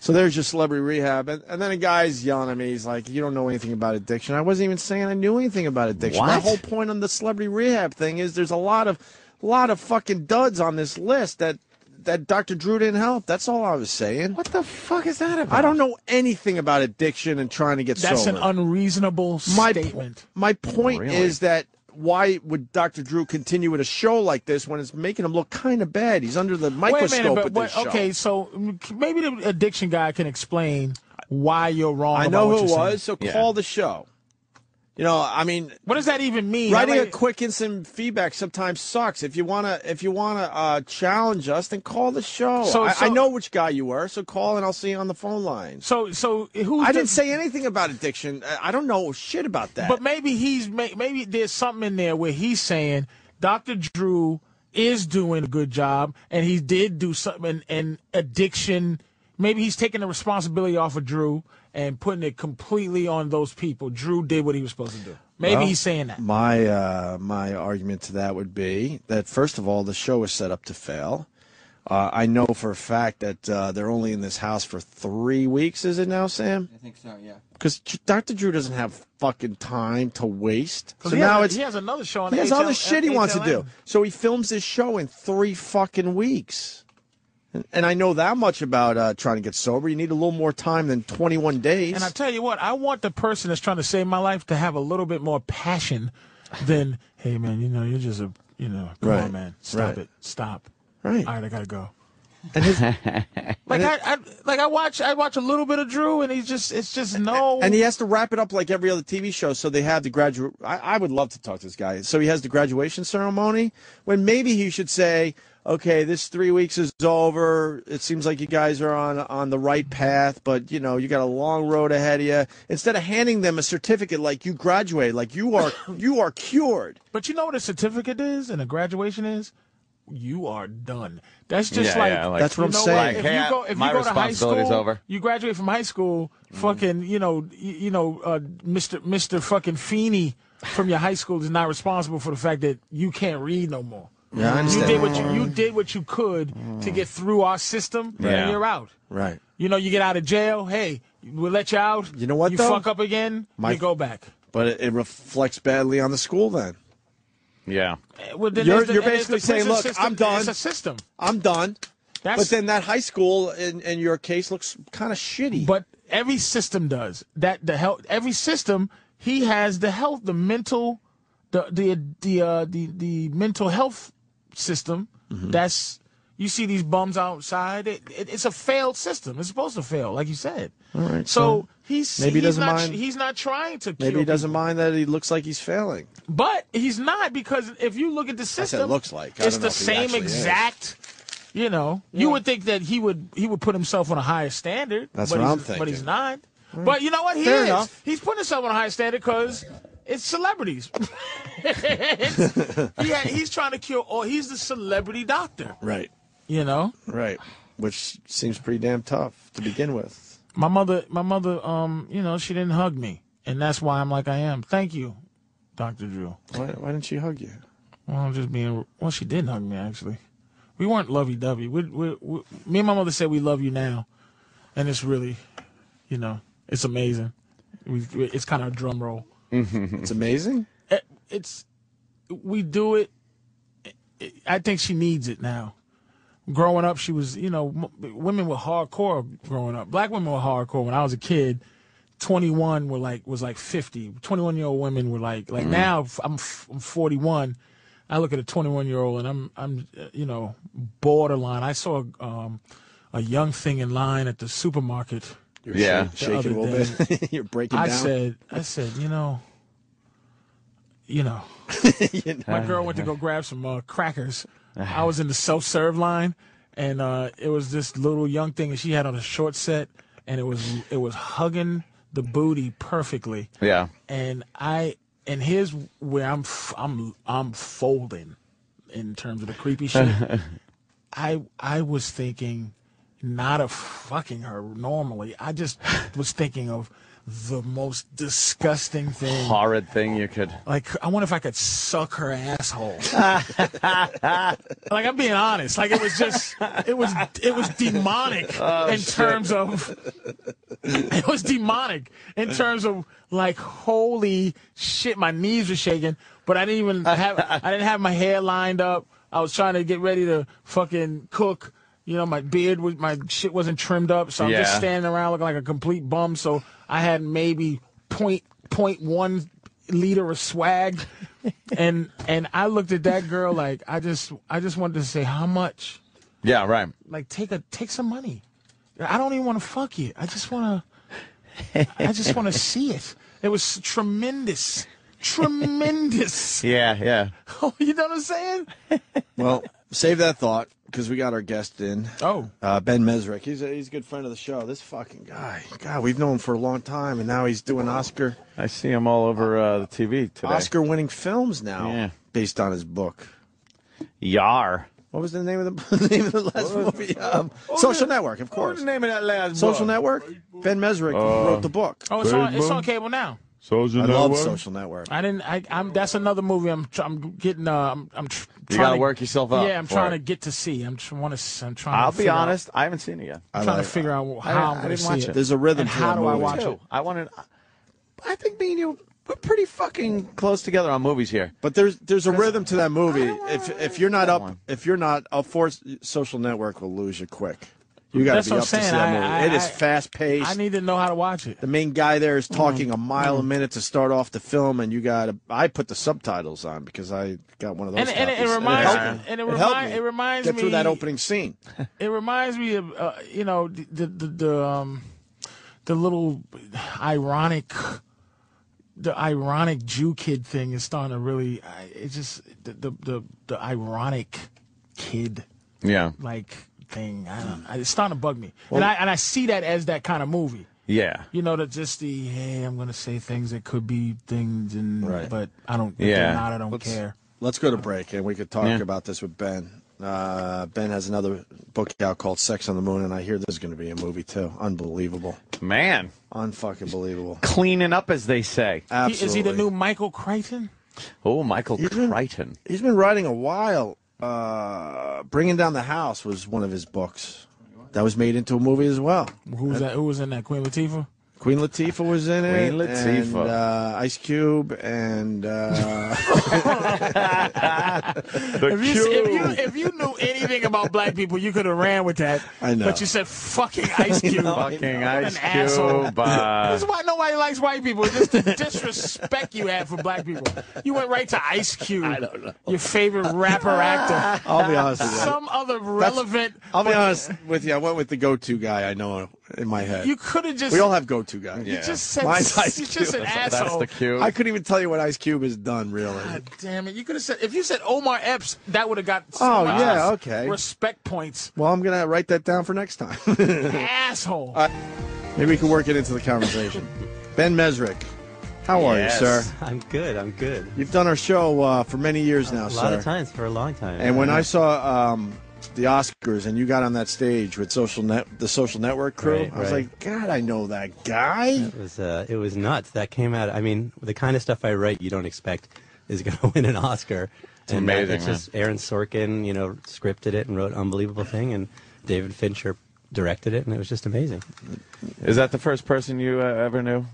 S1: So there's your celebrity rehab. And, and then a guy's yelling at me. He's like, You don't know anything about addiction. I wasn't even saying I knew anything about addiction. My
S2: What?
S1: whole point on the celebrity rehab thing is there's a lot of lot of fucking duds on this list that that Dr. Drew didn't help. That's all I was saying.
S2: What the fuck is that about?
S1: I don't know anything about addiction and trying to get
S3: That's
S1: sober.
S3: an unreasonable
S1: My po-
S3: statement.
S1: My point
S2: Really?
S1: is that why would Dr. Drew continue with a show like this when it's making him look kind of bad? He's under the microscope
S3: Wait a minute, but
S1: with
S3: what-
S1: this show.
S3: okay, so mm, maybe the addiction guy can explain why you're wrong.
S1: I
S3: about
S1: know
S3: what
S1: who it
S3: you're saying.
S1: was, so call the show. You know, I mean,
S3: what does that even mean?
S1: Writing
S3: I
S1: a
S3: like-
S1: quick instant feedback sometimes sucks. If you wanna, if you wanna uh, challenge us, then call the show.
S3: So-
S1: I,
S3: so-
S1: I know which guy you were, so call and I'll see you on the phone line.
S3: So, so who?
S1: I didn't say anything about addiction. I- I don't know shit about that.
S3: But maybe he's may- maybe there's something in there where he's saying Dr. Drew is doing a good job and he did do something and, and addiction. Maybe he's taking the responsibility off of Drew and putting it completely on those people. Drew did what he was supposed to do. Maybe
S1: Well,
S3: he's saying that.
S1: My uh, my argument to that would be that first of all, the show is set up to fail. Uh, I know for a fact that uh, they're only in this house for three weeks. Is it now, Sam?
S13: I think so, yeah.
S1: Because Dr. Drew doesn't have fucking time to waste.
S3: 'Cause
S1: So
S3: he
S1: now
S3: has,
S1: it's
S3: he has another show. On
S1: he has
S3: HL
S1: other shit he wants to do.
S3: HLN.
S1: So he films this show in three fucking weeks. And, and I know that much about uh, trying to get sober. You need a little more time than 21 days.
S3: And I tell you what, I want the person that's trying to save my life to have a little bit more passion than, hey man, you know, you're just a, you know, come
S1: Right.
S3: on man, stop
S1: Right.
S3: it, stop.
S1: Right.
S3: All right, I gotta go.
S17: Like I, I, like I watch, I watch a little bit of Drew, and he's just, it's just no.
S1: and he has to wrap it up like every other TV show. So they have the graduate. I, I would love to talk to this guy. So he has the graduation ceremony when maybe he should say, "Okay, this three weeks is over. It seems like you guys are on on the right path, but you know you got a long road ahead of you." Instead of handing them a certificate like you graduated, like you are you are cured.
S3: But you know what a certificate is and a graduation is? You are done. That's just
S12: Yeah,
S3: like,
S12: yeah, like- That's what
S3: you
S12: I'm
S3: know
S12: saying.
S3: If
S12: Like,
S3: you
S12: hey,
S3: go, if
S12: my
S3: you go to high
S12: responsibility's
S3: school,
S12: over. Mm-hmm.
S3: you graduate from high school, fucking, you know, y- you, know, uh, Mr. Mr. fucking Feeney from your high school is not responsible for the fact that you can't read no more.
S1: Yeah, I understand.
S3: You did
S1: Mm-hmm.
S3: what you, you did what you could to get through our system,
S1: Yeah.
S3: and you're out.
S1: Right.
S3: You know, you get out of jail. Hey, we'll let you out. You
S1: know what,
S3: You
S1: though?
S3: fuck up again,
S1: My-
S3: you go back.
S1: But it, it reflects badly on the school then.
S12: Yeah.
S3: Well, then
S1: you're
S3: there's the-
S1: you're
S3: and there's the
S1: basically saying,
S3: prison
S1: "Look,
S3: system.
S1: I'm done.
S3: It's a system.
S1: I'm done."
S3: That's-
S1: but then that high school in, in your case looks kind of shitty.
S3: But every system does that. The health, every system, he has the health, the mental, the the the uh, the, the mental health system.
S1: Mm-hmm.
S3: That's you see these bums outside. It, it, it's a failed system. It's supposed to fail, like you said.
S1: All right,
S3: So,
S1: so
S3: he's
S1: maybe he
S3: he's
S1: doesn't
S3: not,
S1: mind-
S3: He's not trying to.
S1: Maybe
S3: cure
S1: he doesn't mind that he looks like he's failing.
S3: But he's not because if you look at the
S1: said
S3: system,
S1: looks like. I
S3: it's
S1: don't
S3: the
S1: know if he
S3: same
S1: actually is.
S3: exact. You know, you would think that he would he would put himself on a higher standard.
S1: That's
S3: but
S1: what
S3: he's-
S1: I'm thinking.
S3: But he's not. But you know what? He
S1: Mm. Fair
S3: is.
S1: enough.
S3: He's putting himself on a higher standard because it's celebrities. yeah, he's trying to cure. Or he's the celebrity doctor.
S1: Right.
S3: You know.
S1: Right. Which seems pretty damn tough to begin with.
S3: My mother, my mother, um, you know, she didn't hug me, and that's why I'm like I am. Thank you, Doctor Drew.
S1: Why, why didn't she hug you?
S3: Well, I'm just being. Well, she did hug me actually. We weren't lovey dovey. We, we, we, me and my mother said we love you now, and it's really, you know, it's amazing. We, we- it's kind of a drum roll.
S1: it's amazing.
S3: Eh, It's we do it. eh, I think she needs it now. Growing up, she was, you know, m- women were hardcore growing up. Black women were hardcore when I was a kid. 21 were like was like 50 21 year old women were like like now f- I'm, f- I'm 41 i look at a 21 year old and i'm i'm uh, you know borderline i saw um a young thing in line at the supermarket
S1: You're
S12: Yeah.
S1: shak-
S3: the
S1: shaking a
S3: other
S1: little
S3: day.
S1: bit. You're breaking
S3: i
S1: down.
S3: said i said you know you know my girl went to go grab some uh, crackers i was in the self-serve line and uh it was this little young thing and she had on a short set and it was it was hugging the booty perfectly
S12: Yeah.
S3: and I and here's where I'm f- I'm I'm folding in terms of the creepy shit. I I was thinking not of fucking her normally. I just was thinking of the most disgusting thing.
S12: Horrid thing you could.
S3: Like I wonder if I could suck her asshole. like I'm being honest. Like it was just it was it was demonic
S12: Oh,
S3: in
S12: shit.
S3: terms of it was demonic in terms of like holy shit my knees were shaking but i didn't even have i didn't have my hair lined up i was trying to get ready to fucking cook you know my beard was my shit wasn't trimmed up so i'm just
S12: Yeah.
S3: standing around looking like a complete bum so i had maybe point point one liter of swag and and i looked at that girl like i just i just wanted to say how much
S12: Yeah, right.
S3: like take a take some money. I don't even want to fuck you. I just want to. I just want to see it. It was tremendous. Tremendous.
S12: Yeah, yeah.
S3: Oh, you know what I'm saying?
S1: Well, save that thought because we got our guest in.
S3: Oh,
S1: uh, Ben Mesrick. He's a, he's a good friend of the show. This fucking guy. God, we've known him for a long time, and now he's doing Oscar
S12: I see him all over uh, the TV today.
S1: Oscar winning films now.
S12: Yeah.
S1: Based on his book.
S12: Yar.
S1: What was the name of the, the name of the last movie? Um, Social Network, of course.
S12: What's the name of that last
S1: Social
S12: book?
S1: Network. Ben Mesrick
S12: Uh,
S1: wrote the book.
S3: Oh, it's on, it's on cable now.
S1: I
S12: Social
S1: love Social Network.
S3: I didn't. I, I'm. That's another movie. I'm. tr- I'm getting. Uh, I'm. I'm tr-
S12: You
S3: trying
S12: gotta
S3: to-
S12: work yourself up
S3: Yeah, I'm
S12: for
S3: trying
S12: it.
S3: to get to see. I'm tr- want to. I'm trying.
S12: I'll
S3: to
S12: be
S3: figure out-
S12: honest. I haven't seen it yet.
S3: I'm trying to figure out how
S12: I,
S3: I'm
S12: I
S3: gonna
S12: didn't
S3: see
S12: watch
S3: it.
S12: it.
S1: There's a rhythm
S3: And
S1: to
S3: how
S1: that
S3: do I
S1: movie,
S3: watch
S1: too.
S3: it?
S12: I wanted. I think me and you we're pretty fucking close together on movies here.
S1: But there's there's a rhythm to that movie. If if you're not up if you're not up for it, Social Network will lose you quick. You got
S3: That's
S1: to be
S3: what
S1: up
S3: I'm
S1: to see
S3: saying.
S1: that
S3: I-
S1: movie.
S3: I-
S1: it is
S3: I-
S1: fast paced.
S3: I need Mm-hmm. to know how to watch it.
S1: the main guy there is talking a mile a minute to start off the film, and you got to. I put the subtitles on because I got one of
S3: And,
S1: those.
S3: and, it-
S1: copies,
S3: it reminds
S1: helped me.
S3: and it,
S1: helped
S3: remind,
S1: me
S3: it reminds
S1: get
S3: me
S1: through that opening scene.
S3: It reminds me of uh, you know the the, the, the um the little ironic the ironic Jew kid thing is starting to really I- it's just the the the, the ironic kid
S12: Yeah.
S3: like thing I don't I- it's starting to bug me and I and I see that as that kind of movie
S12: Yeah.
S3: you know that just the hey I'm gonna say things that could be things and but I don't if
S1: Yeah.
S3: they're not I don't
S1: Let's-
S3: care
S1: Let's go to break, and we could talk
S12: Yeah.
S1: about this with Ben. Uh, ben has another book out called Sex on the Moon, and I hear there's going to be a movie too. Unbelievable,
S12: man,
S1: unfucking believable.
S12: Cleaning up, as they say.
S3: He- is he the new Michael Crichton
S12: Oh, Michael Crichton.
S1: He's been writing a while. Uh, Bringing Down the House was one of his books that was made into a movie as well.
S3: who was that who was in that Queen Latifah
S1: Queen Latifah was in it.
S12: Queen
S1: and,
S12: Latifah.
S1: uh, Ice Cube, and uh,
S3: if, you, if you if you knew anything about black people, you could have ran with that.
S1: I know.
S3: But you said fucking Ice Cube.
S12: Fucking
S3: What
S12: Ice
S3: an asshole.
S12: Cube, uh,
S3: This is why nobody likes white people. Just the disrespect you had for black people. You went right to Ice Cube. I don't know. Your favorite rapper actor.
S1: I'll be honest with you.
S3: Some other relevant.
S1: I'll be honest with you. I went with the go-to guy I know in my head.
S3: You could have just.
S1: we all have go-to guys.
S3: You just said.
S1: Mine's Ice
S3: you're
S1: Cube.
S3: just an asshole.
S12: cue.
S1: I couldn't even tell you what Ice Cube has done, really.
S3: God damn it! You could have said if you said Omar Epps, that would have got.
S1: Oh,
S3: some, uh,
S1: yeah, okay.
S3: Respect points.
S1: Well, I'm gonna write that down for next time.
S3: Asshole.
S1: Maybe we can work it into the conversation. ben Mesrick, how are
S18: Yes.
S1: you, sir?
S18: I'm good. I'm good.
S1: You've done our show uh, for many years now,
S18: a
S1: sir.
S18: lot of times for a long time.
S1: And when
S18: Yeah.
S1: I saw um, the Oscars and you got on that stage with social net, the social network crew,
S18: Right,
S1: I was
S18: right.
S1: like, God, I know that guy.
S18: it was uh, it was nuts. That came out. I mean, the kind of stuff I write, you don't expect is going to win an Oscar.
S12: It's
S18: and uh,
S12: amazing,
S18: It's just Aaron Sorkin, you know, scripted it and wrote an unbelievable thing, and David Fincher directed it, and it was just amazing.
S12: Is that the first person you uh, ever knew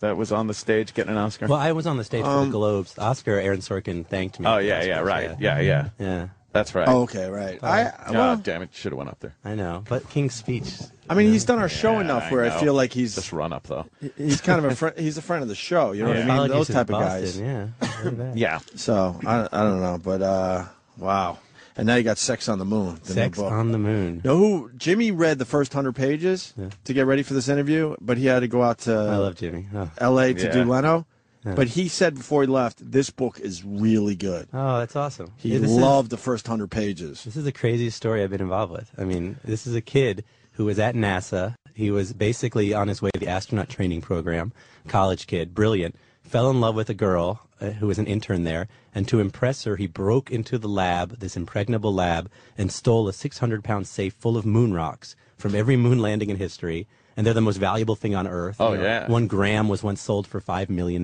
S12: that was on the stage getting an Oscar?
S18: Well, I was on the stage for
S12: Um,
S18: the Globes. The Oscar Aaron Sorkin thanked me.
S12: oh
S18: for the
S12: yeah, yeah,
S18: Oscars,
S12: right, yeah, yeah,
S18: yeah.
S12: That's right.
S1: Oh, okay, right. I
S18: Uh,
S12: God
S1: well,
S12: damn it, should have went up there.
S18: I know, but King's Speech.
S1: I mean, he's done our show
S12: Yeah,
S1: enough where I,
S12: know.
S1: feel like he's
S12: just run up though.
S1: he's kind of a friend. He's a friend of the show. You know what I mean?
S18: Apologies
S1: Those
S18: to
S1: type of
S18: Boston,
S1: guys.
S18: Yeah. Look at that.
S12: Yeah.
S1: So I, I don't know, but uh, wow. And now you got Sex on the Moon. The
S18: Sex
S1: new book.
S18: on the Moon.
S1: You know who? Jimmy read the first hundred pages to get ready for this interview, but he had to go out to
S18: I love Jimmy. Oh.
S1: L.A. to
S18: Yeah.
S1: do Leno.
S18: Yeah.
S1: But he said before he left, this book is really good.
S18: Oh, that's awesome.
S1: He
S18: Yeah, this is-
S1: loved the first hundred pages.
S18: This is the craziest story I've been involved with. I mean, this is a kid who was at NASA. He was basically on his way to the astronaut training program, college kid, brilliant. Fell in love with a girl uh, who was an intern there, and to impress her, he broke into the lab, this impregnable lab, and stole a 600 pound safe full of moon rocks from every moon landing in history. And they're the most valuable thing on Earth.
S12: Oh, yeah.
S18: One gram was once sold for $5 million.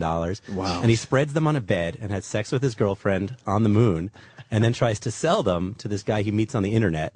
S18: Wow. And he spreads them on a bed and has sex with his girlfriend on the moon and then tries to sell them to this guy he meets on the internet.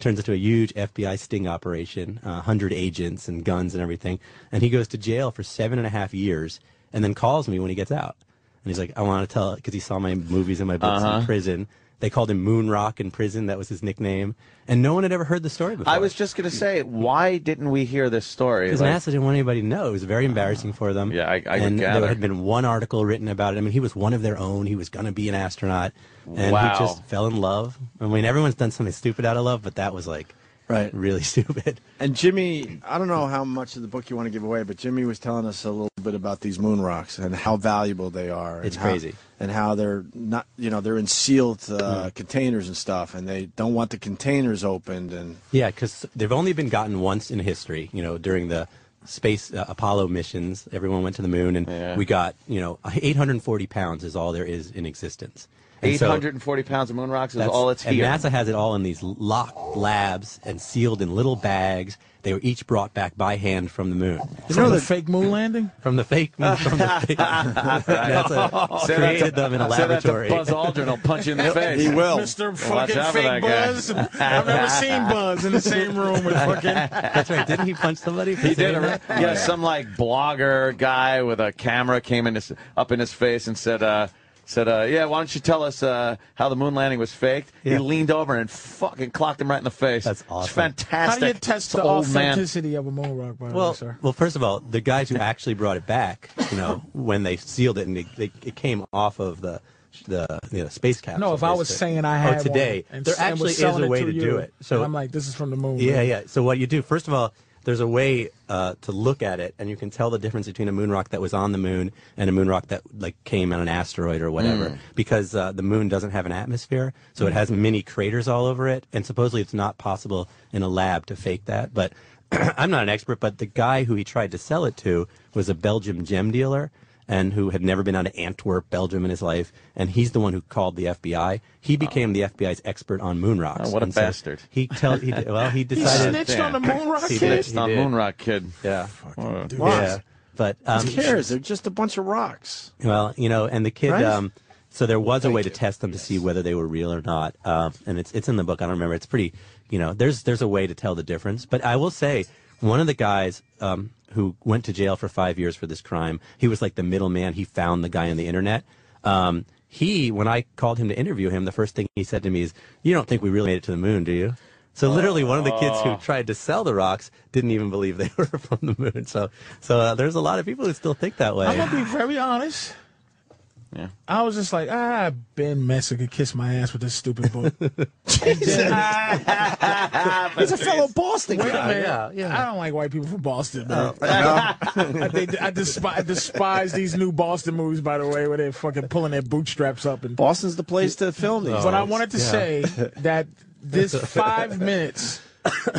S18: Turns into a huge FBI sting operation, uh, 100 agents and guns and everything. And he goes to jail for seven and a half years and then calls me when he gets out. And he's like, I want to tell, because he saw my movies and my books
S12: Uh-huh.
S18: in prison. They called him Moon Rock in prison. That was his nickname. And no one had ever heard the story before.
S12: I was just gonna say, why didn't we hear this story?
S18: Because
S12: Like,
S18: NASA didn't want anybody to know. It was very embarrassing for them. Yeah,
S12: I would
S18: and
S12: gather.
S18: there had been one article written about it. I mean, he was one of their own. He was going to be an astronaut, and
S12: Wow.
S18: he just fell in love. I mean, everyone's done something stupid out of love, but that was like
S1: Right.
S18: Really stupid.
S1: And Jimmy, I don't know how much of the book you want to give away, but Jimmy was telling us a little bit about these moon rocks and how valuable they are. and
S18: It's
S1: how-
S18: crazy. Mm.
S1: And how they're not, you know, they're in sealed uh, containers and stuff, and they don't want the containers opened. And
S18: Yeah, because they've only been gotten once in history. You know, during the space uh, Apollo missions, everyone went to the moon, and we got you know 840 pounds is all there is in existence. And so
S12: 840 pounds of moon rocks is
S18: that's-
S12: all it's
S18: and
S12: here.
S18: NASA has it all in these locked labs and sealed in little bags. They were each brought back by hand from the moon.
S3: From the fake moon landing?
S18: From the fake moon. From the fake, NASA
S12: Say that
S18: created
S12: to-
S18: them in a
S12: say that to
S18: laboratory.
S12: Buzz Aldrin will punch you in the face.
S3: Mr.
S12: Watch
S3: Fucking
S12: out for
S3: Fake
S12: that guy.
S3: Buzz. I've never seen Buzz in the same room with fucking.
S18: That's right. Didn't he punch somebody? for
S12: He did.
S18: saying
S12: a-
S18: that?
S12: Yeah, some like blogger guy with a camera came in his, up in his face and said, uh, "said uh, Yeah, why don't you tell us uh, how the moon landing was faked?" He
S3: Yeah.
S12: leaned over and fucking clocked him right in the face. That's awesome. It's
S3: How
S12: fantastic.
S3: do you test
S12: It's
S3: the
S12: old man.
S3: authenticity of a moon rock, by the way, sir?
S18: Well, first of all, the guys who actually brought it back, you know, when they sealed it and it, they, it came off of the the you know, space capsule.
S3: No, if I was
S18: basically.
S3: saying I
S18: Or
S3: had one
S18: Oh, today,
S3: and
S18: there
S3: s- and
S18: actually
S3: was
S18: is
S3: selling
S18: a
S3: it
S18: way to,
S3: you,
S18: do it. So
S3: and I'm like, this is from the moon.
S18: yeah,
S3: man.
S18: yeah. So what you do, first of all, there's a way uh, to look at it, and you can tell the difference between a moon rock that was on the moon and a moon rock that like came on an asteroid or whatever,
S12: Mm.
S18: because uh, the moon doesn't have an atmosphere, so it has many craters all over it, and supposedly it's not possible in a lab to fake that. But I'm not an expert, but the guy who he tried to sell it to was a Belgium gem dealer. And who had never been out of Antwerp, Belgium, in his life, and he's the one who called the FBI. He became the FBI's expert on moon rocks.
S12: Oh, what a
S18: And so
S12: bastard.
S18: He tell he well he
S12: He
S18: decided
S12: snitched on the Moon Rock
S18: He
S12: kid?
S18: did,
S12: Snitched on
S18: he did.
S12: Moon Rock kid.
S18: Yeah.
S1: Why?
S18: Yeah. But um,
S1: Who cares? They're just a bunch of rocks.
S18: well, you know, and the kid.
S1: Right?
S18: Um, so there was a way to test them to see whether they were real or not, um, and it's it's in the book. I don't remember. It's pretty. You know, there's there's a way to tell the difference. But I will say, one of the guys um, who went to jail for five years for this crime, he was like the middleman. He found the guy on the internet. Um, he, when I called him to interview him, the first thing he said to me is, "You don't think we really made it to the moon, do you?" So literally, one of the kids who
S12: Oh.
S18: tried to sell the rocks didn't even believe they were from the moon. So, so uh, there's a lot of people who still think that way.
S3: I'm gonna be very honest.
S12: Yeah.
S3: I was just like, ah, Ben Messer could kiss my ass with this stupid book. Ah, And then-
S1: He's a fellow Boston
S3: Wait a
S1: guy.
S3: minute.
S1: Yeah,
S3: I don't like white people from Boston, man.
S1: Oh,
S3: I, think- I despise, I despise these new Boston movies, by the way, where they're fucking pulling their bootstraps up. And
S1: Boston's the place to film
S18: Oh,
S1: these.
S3: But I wanted to
S1: Yeah.
S3: say that this five minutes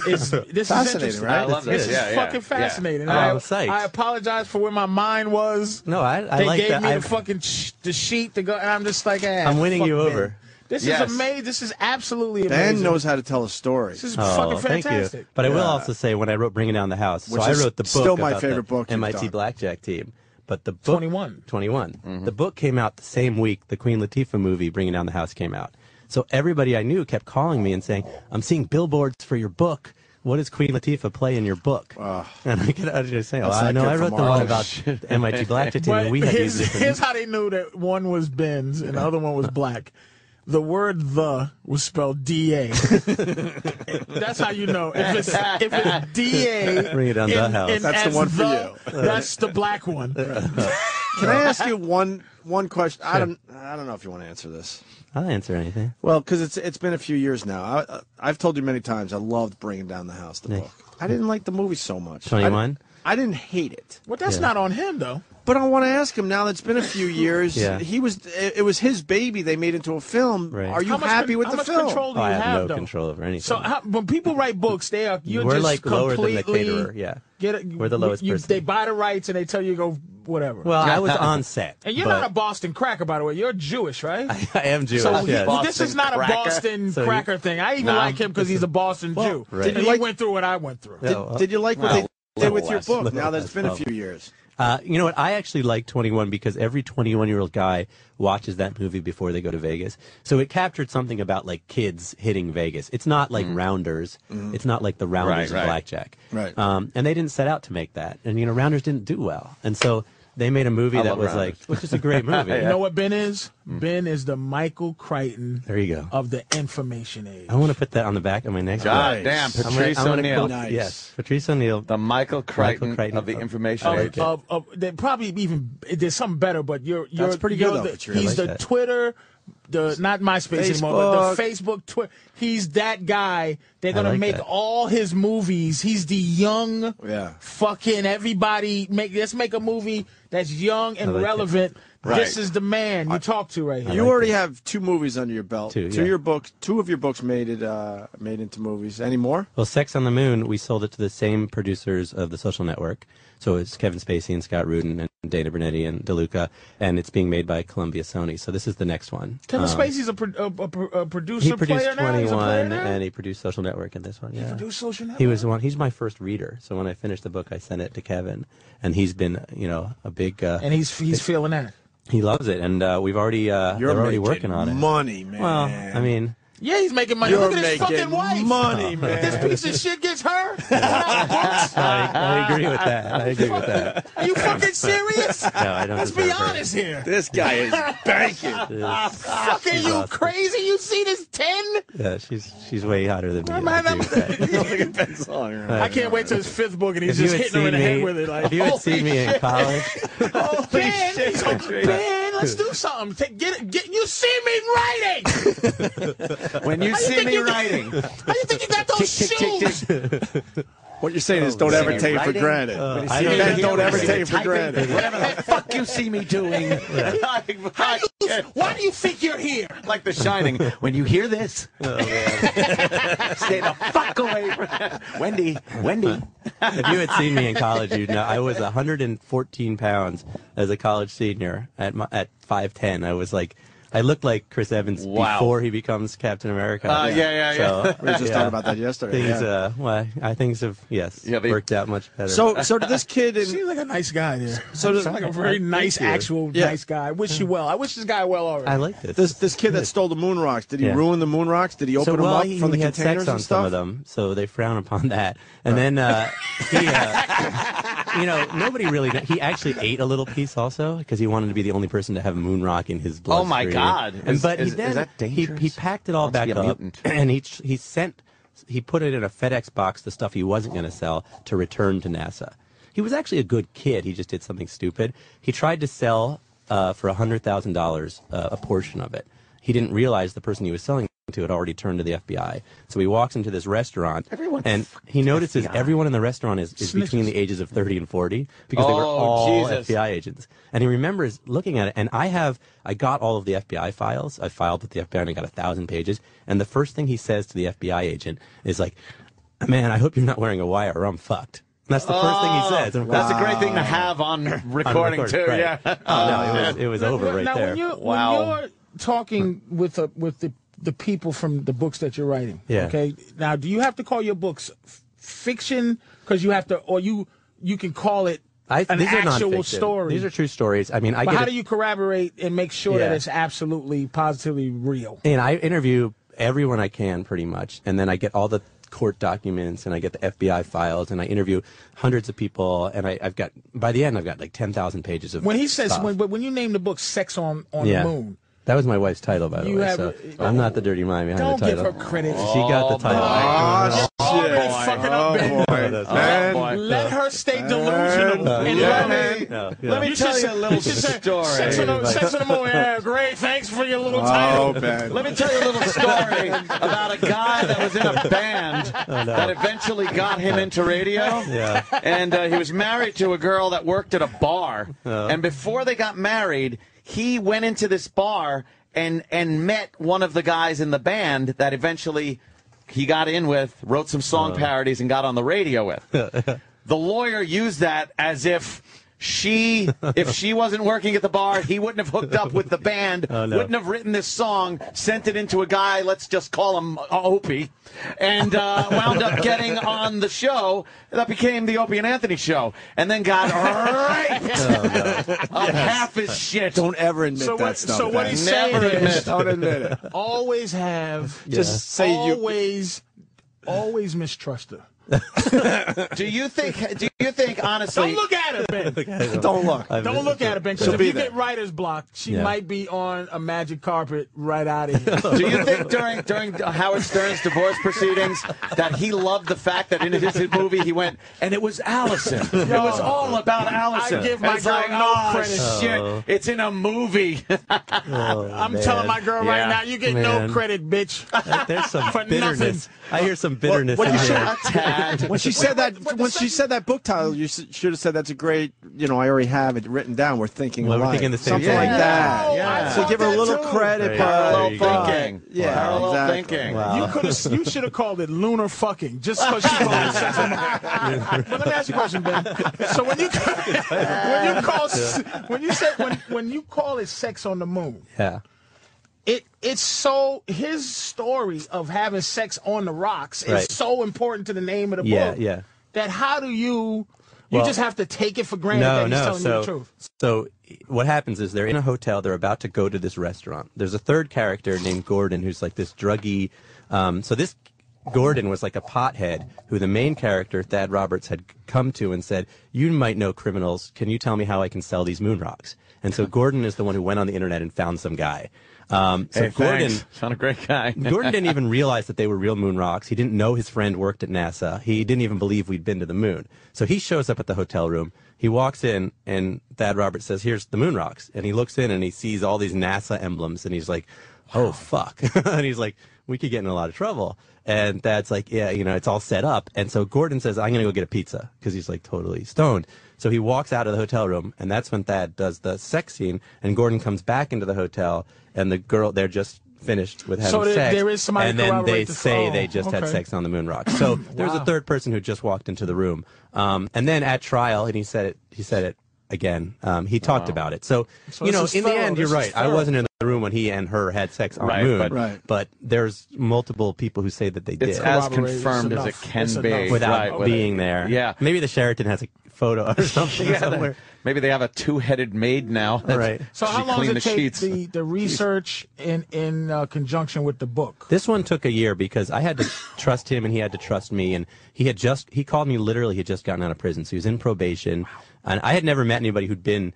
S3: is this is
S1: Fascinating,
S3: interesting.
S1: right? I love
S3: this.
S1: this.
S3: is
S1: Yeah, yeah,
S3: fucking
S1: yeah.
S3: fascinating.
S1: Oh,
S3: I,
S1: I'm psyched.
S3: I apologize for where my mind was.
S18: No, I, I
S3: they
S18: like
S3: gave
S18: that.
S3: me
S18: I've-
S3: the fucking sh- the sheet to go, and I'm just like, ah,
S18: I'm winning
S3: fuck
S18: you
S3: Ben.
S18: over.
S3: This
S18: Yes.
S3: is amazing. This is absolutely amazing.
S1: Ben knows how to tell a story.
S3: This is fucking
S18: Oh, Thank you.
S3: fantastic.
S18: But I
S12: Uh,
S18: will
S1: Yeah.
S18: also say when I wrote Bringing Down the House,
S1: Which
S18: so I
S1: is
S18: wrote the book
S1: still my
S18: about the
S1: favorite book you've
S18: MIT
S1: done. Mm-hmm.
S18: Blackjack team. But the book
S3: 21.
S18: 21. The book came out the same week the Queen Latifah movie Bringing Down the House came out. So everybody I knew kept calling me and saying, "I'm seeing billboards for your book. What does Queen Latifah play in your book?" and I could I was just say, well,
S3: That's
S18: "I
S3: that
S18: know
S3: kid
S18: I wrote
S3: from
S18: the one
S3: Harlem.
S18: about the MIT Blackjack team,
S3: But
S18: and we had
S3: here's,
S18: these different
S3: here's how they knew that one was Ben's and the other one was black. The word the was spelled D A. that's how you know if it's if it's D A.
S18: Bring it down the house. That's the one for you.
S3: That's the black one.
S1: Can I ask you one one question? I don't I don't know if you want to answer this.
S18: I'll answer anything.
S1: Well, because it's it's been a few years now. I, I- I've told you many times. I loved bringing down the house. The
S18: Nice.
S1: book. I didn't like the movie so much.
S18: 21?
S1: I, didn't hate it.
S3: Well, that's not on him though.
S1: But I want to ask him now that it's been a few years.
S18: Yeah.
S1: He was it, it was his baby. They made into a film.
S18: Right.
S1: Are you
S3: How much
S1: happy
S3: con-
S1: with
S3: how
S1: the
S3: much
S1: film?
S3: control do
S18: Oh,
S3: you
S18: I have, no
S3: though?
S18: control over anything.
S3: So how, when people write books, they are you're
S18: We're
S3: just
S18: like lower than the
S3: completely-
S18: caterer, yeah.
S3: get it-
S18: We're the lowest
S3: you-
S18: person.
S3: They buy the rights and they tell you to go whatever.
S18: Well, I was on set,
S3: And you're
S18: but-
S3: not a Boston cracker, by the way. You're Jewish, right?
S18: I am Jewish.
S3: So he-
S18: yes.
S3: this is not a Boston
S18: So you-
S3: cracker thing. I even
S18: No.
S3: like him because he's a Boston Jew.
S18: right. Did
S3: And
S1: you
S3: he
S1: like-
S3: went through what I went through.
S18: No, uh,
S1: Did you like what
S18: well,
S1: they did
S18: little
S1: with your
S18: less,
S1: book?
S18: little
S1: Now that it's
S18: less,
S1: been a
S18: probably.
S1: few years.
S18: Uh, you know what? I actually like 21 because every 21 year old guy watches that movie before they go to Vegas. So it captured something about like kids hitting Vegas. It's not like Rounders.
S12: Mhm.
S18: It's not like the Rounders
S12: Right,
S18: of
S12: right.
S18: blackjack.
S12: Right.
S18: Um, and they didn't set out to make that. And you know, Rounders didn't do well. And so they made a movie
S12: I
S18: that
S12: love
S18: was
S12: Rounders.
S18: like, which is a great movie.
S3: You know what Ben is? Ben is the Michael Crichton
S18: Mm. There you go.
S3: of the information age.
S18: I want to put that on the back of my next.
S12: God
S18: book.
S12: damn,
S18: I'm gonna-
S12: Patrice
S18: I'm gonna
S12: O'Neill.
S18: quote- Yes, Patrice O'Neill.
S12: The Michael Crichton, of the information
S3: Of, Oh,
S12: age.
S3: of, of, they probably even there's something better, but you're you're
S12: That's pretty
S3: you're
S12: good, though,
S3: the-
S12: Patrice. I
S3: he's
S12: like
S3: the
S12: that.
S3: Twitter the not MySpace anymore, but the
S12: Facebook.
S3: Facebook, Twitter. He's that guy. They're gonna
S12: like
S3: make
S12: that.
S3: all his movies. He's the young,
S1: Yeah.
S3: fucking everybody. Make let's make a movie that's young and
S1: I like it.
S3: relevant. This
S1: Right.
S3: is the man you talk to right here.
S1: you already have two movies under your belt.
S18: Two,
S1: Two,
S18: yeah.
S1: of your books, two of your books made it uh, made into movies. Any more?
S18: Well, Sex on the Moon, we sold it to the same producers of The Social Network. So it's Kevin Spacey and Scott Rudin and Dana Bernetti and DeLuca, and it's being made by Columbia Sony. So this is the next one.
S3: Kevin
S18: Um,
S3: Spacey's a, pro- a, a pro- a producer
S18: He produced
S3: player now. He's a player
S18: 21,
S3: now?
S18: and he produced Social Network in this one.
S3: He
S18: yeah.
S3: produced Social
S18: He was the one. He's my first reader. So when I finished the book, I sent it to Kevin, and he's been, you know, a big. Uh,
S3: and he's he's feeling that.
S18: he loves it, and uh, we've already uh,
S3: You're
S18: they're already
S3: making
S18: working on it.
S1: money, man.
S18: Well, I mean, Oh.
S3: Yeah, he's making money.
S18: You're
S3: Look at his
S18: making
S3: fucking wife.
S18: money, man.
S3: This piece of shit gets her.
S18: I, I agree with that. I agree with that.
S3: Are you fucking serious?
S18: No, I don't
S3: Let's be
S18: deserve her.
S3: honest here.
S1: This guy is banking.
S12: Fucking
S18: she's
S12: you
S18: awesome.
S12: crazy? You see this ten?
S18: Yeah, she's she's way hotter than me.
S12: I'm- I'm-
S18: I agree with that.
S3: I can't wait till his fifth book and he's
S18: If you
S3: just
S18: had
S3: hitting her in the
S18: seen
S3: head
S18: me-
S3: with it. Like,
S18: if you had seen
S3: holy
S18: me in
S3: shit.
S18: college-
S3: oh, ben, he's like, ben, let's do something. Take, get, it- get, you see me writing.
S2: When you
S3: How
S2: see
S3: think
S2: me
S3: you-
S2: writing.
S3: how you think you got those shoes?
S1: What you're saying
S18: Oh,
S1: is don't
S2: When you
S1: ever
S2: see
S1: take
S2: me
S1: it for
S2: writing,
S1: granted.
S2: uh,
S1: When you
S2: I
S1: see
S2: don't
S1: that,
S2: hear
S1: don't
S2: what
S1: ever
S2: you're
S1: take it for
S2: typing,
S1: granted.
S2: Whatever the fuck you see me doing.
S3: How you, why do you think you're here?
S2: Like The Shining. When you hear this, stay the fuck away from Wendy. Wendy.
S18: if you had seen me in college, you'd know I was 114 pounds as a college senior at my, at 5'10. I was like, I looked like Chris Evans
S2: Wow.
S18: before he becomes Captain America.
S2: Uh, yeah, yeah, yeah. We were just talking about that yesterday,
S18: Things,
S2: yeah.
S18: uh, well, I things have yes
S2: Yeah, they-
S18: worked out much better.
S1: So, so did this kid in
S3: Seems like a nice guy there.
S1: So
S3: So
S1: does-
S3: like a very nice,
S1: Thank you.
S3: actual
S1: Yeah.
S3: nice guy. I wish you well. I wish this guy well already.
S18: this.
S1: This kid that stole the moon rocks. Did he
S18: Yeah.
S1: ruin the moon rocks? Did he open
S18: so,
S1: them
S18: well,
S1: up
S18: he,
S1: from the
S18: he had
S1: containers
S18: sex on
S1: and
S18: some
S1: stuff?
S18: of them, so they frown upon that. And then uh, he, uh, you know, nobody really. He actually ate a little piece also because he wanted to be the only person to have moonrock in his blood.
S2: Oh, my God.
S18: And
S2: Is-
S18: but
S2: is-
S18: he
S2: is
S18: then
S2: that
S18: he, he packed it all
S2: Wants to
S18: back
S2: be a
S18: up
S2: mutant.
S18: and he tr- he sent he put it in a FedEx box the stuff he wasn't going to sell to return to NASA. He was actually a good kid. He just did something stupid. He tried to sell uh, for hundred thousand uh, dollars a portion of it. He didn't realize the person he was selling to had already turned to the FBI. So he walks into this restaurant,
S2: Everyone
S18: and he notices everyone in the restaurant is, is between the ages of thirty and forty because they were
S2: Oh,
S18: all
S2: Jesus.
S18: FBI agents. And he remembers looking at it. And I have, I got all of the FBI files. I filed with the FBI and I got a thousand pages. And the first thing he says to the FBI agent is like, "Man, I hope you're not wearing a wire, or I'm fucked." And that's the first thing he says. And
S2: That's
S18: wow.
S2: a great thing to have on recording,
S18: record,
S2: too.
S18: right.
S2: Yeah.
S18: Oh, no, it was, it was
S2: Uh,
S18: over right
S3: now,
S18: there.
S3: When you're, when you're talking with a, with the the people from the books that you're writing,
S18: Yeah.
S3: okay. Now, do you have to call your books f- fiction because you have to, or you you can call it
S18: I,
S3: an
S18: these are
S3: actual
S18: nonfiction.
S3: story?
S18: These are true stories. I mean, I
S3: but
S18: get
S3: how
S18: it-
S3: do you corroborate and make sure that
S18: Yeah.
S3: it's absolutely positively real?
S18: And I interview everyone I can pretty much. And then I get all the court documents and I get the FBI files and I interview hundreds of people. And I, I've got, by the end, I've got like 10,000 pages of
S3: When he says,
S18: stuff.
S3: when, but when you name the book "Sex on on
S18: yeah.
S3: the Moon,"
S18: That was my wife's title, by the
S3: You
S18: way.
S3: have-
S18: so I'm not the dirty mind behind
S3: don't
S18: the
S3: give
S18: title.
S3: her credit.
S18: She got the title.
S1: Oh,
S3: Already
S1: shit.
S3: fucking up, Ben.
S1: Oh, boy.
S18: That's-
S1: Man.
S3: Let her stay delusional.
S1: Uh,
S3: and
S1: yeah.
S3: love it.
S1: No,
S18: yeah.
S1: Let me
S3: should
S1: tell you
S3: say-
S1: a little
S3: should say,
S1: story.
S3: Sex on the, sex on the moon. Yeah, great. Thanks for your
S1: Oh,
S3: little title.
S1: Ben.
S2: Let me tell you a little story about a guy that was in a band that eventually got him into radio.
S18: Oh, Yeah.
S2: And uh, he was married to a girl that worked at a bar.
S18: Uh-huh.
S2: And before they got married, he went into this bar and and met one of the guys in the band that eventually he got in with, wrote some song
S18: Uh-huh.
S2: parodies, and got on the radio with. the lawyer used that as if. She, if she wasn't working at the bar, he wouldn't have hooked up with the band,
S18: Oh, no.
S2: wouldn't have written this song, sent it into a guy, let's just call him Opie, and uh, wound up getting on the show. That became the Opie and Anthony show, and then got raped of half his shit.
S1: Don't ever admit
S3: So
S1: that
S3: what?
S1: stuff.
S3: So what
S1: Ben.
S3: he's
S2: Never
S3: saying
S2: admit
S3: is,
S2: it.
S1: Don't admit it.
S3: always have,
S1: Just say you-
S3: always, always mistrust her.
S2: Do you think? Do
S12: you think, honestly.
S3: Don't look at her, Ben.
S12: Don't look.
S3: Don't look at her, Ben. 'cause
S12: She'll
S3: if
S12: be
S3: you
S12: there.
S3: get writer's block, she
S12: Yeah.
S3: might be on a magic carpet right out of
S2: Oh,
S3: here.
S12: Do you think during during Howard Stern's divorce proceedings that he loved the fact that in his movie he went and it was Allison? It was all about Allison.
S3: I give my
S12: It's
S3: girl
S12: like,
S3: no
S12: "Oh,
S3: credit."
S12: Shit, it's in a movie.
S3: I'm telling my girl right now, you get
S18: man.
S3: no credit, bitch.
S18: There's some
S3: For
S18: bitterness. I hear some bitterness.
S1: When,
S18: in
S1: you
S18: there.
S1: said, when she said that, when she said that book title, you s- should have said that's a great. You know, I already have it written down. We're thinking,
S18: Well, we're
S1: alike."
S18: thinking the same
S1: something
S18: thing.
S1: like
S18: Yeah.
S1: that.
S18: Yeah.
S1: So
S18: I
S1: give her a
S18: thought
S1: little
S18: that too. There
S1: credit,
S18: you
S1: but
S18: go. Parallel
S1: but-
S18: thinking.
S1: Yeah,
S18: Parallel
S1: exactly.
S18: thinking.
S3: You could have. You should have called it lunar fucking, just because she called it sex. on the back. but let me ask you a question, Ben. So when you when you call when you said when when you call it sex on the moon,
S18: Yeah.
S3: it it's so his story of having sex on the rocks is
S18: Right.
S3: so important to the name of the
S18: Yeah,
S3: book.
S18: yeah.
S3: That how do you you
S18: Well,
S3: just have to take it for granted that he's telling you the truth.
S18: So what happens is they're in a hotel. They're about to go to this restaurant. There's a third character named Gordon who's like this druggy. Um, so this Gordon was like a pothead who the main character Thad Roberts had come to and said, "You might know criminals. Can you tell me how I can sell these moon rocks?" And so Gordon is the one who went on the internet and found some guy. Um, so
S12: Hey,
S18: Gordon.
S12: thanks. Sound a great guy.
S18: Gordon didn't even realize that they were real moon rocks. He didn't know his friend worked at NASA. He didn't even believe we'd been to the moon. So he shows up at the hotel room. He walks in, and Thad Roberts says, Here's the moon rocks. And he looks in and he sees all these NASA emblems, and he's like, Oh, fuck. and he's like, We could get in a lot of trouble. And Thad's like, Yeah, you know, it's all set up. And so Gordon says, I'm going to go get a pizza because he's like totally stoned. So he walks out of the hotel room, and that's when Thad does the sex scene. And Gordon comes back into the hotel, and the girl, they're just finished with having
S3: So there-
S18: sex,
S3: there is somebody
S18: and
S3: to
S18: then
S3: corroborate
S18: they
S3: this-
S18: say
S3: oh,
S18: they just had
S3: okay.
S18: sex on the moon rock. So there's a third person who just walked into the room, um, and then at trial, and he said it. He said it again. Um, he talked about it. So,
S12: So
S18: you
S12: this
S18: know,
S12: is
S18: in the
S12: thorough.
S18: end,
S12: This
S18: you're
S12: is
S18: right. I
S12: thorough.
S18: wasn't in the room when he and her had sex on
S12: Right,
S18: the moon,
S12: but- Right.
S18: but there's multiple people who say that they did.
S12: It's as Corroborated. confirmed It's as enough. it can It's be. enough.
S18: without
S12: Right, with
S18: being
S12: it.
S18: there.
S12: Yeah.
S18: maybe the Sheraton has a photo or something
S12: Yeah,
S18: somewhere.
S12: that- maybe they have a two-headed maid now.
S18: Right.
S3: So
S12: she
S3: how long
S12: cleaned
S3: does
S12: the
S3: it take
S12: sheets.
S3: the, the research in in uh, conjunction with the book?
S18: This one took a year because I had to trust him and he had to trust me. And he had just, he called me literally, he had just gotten out of prison. So he was in probation. And I had never met anybody who'd been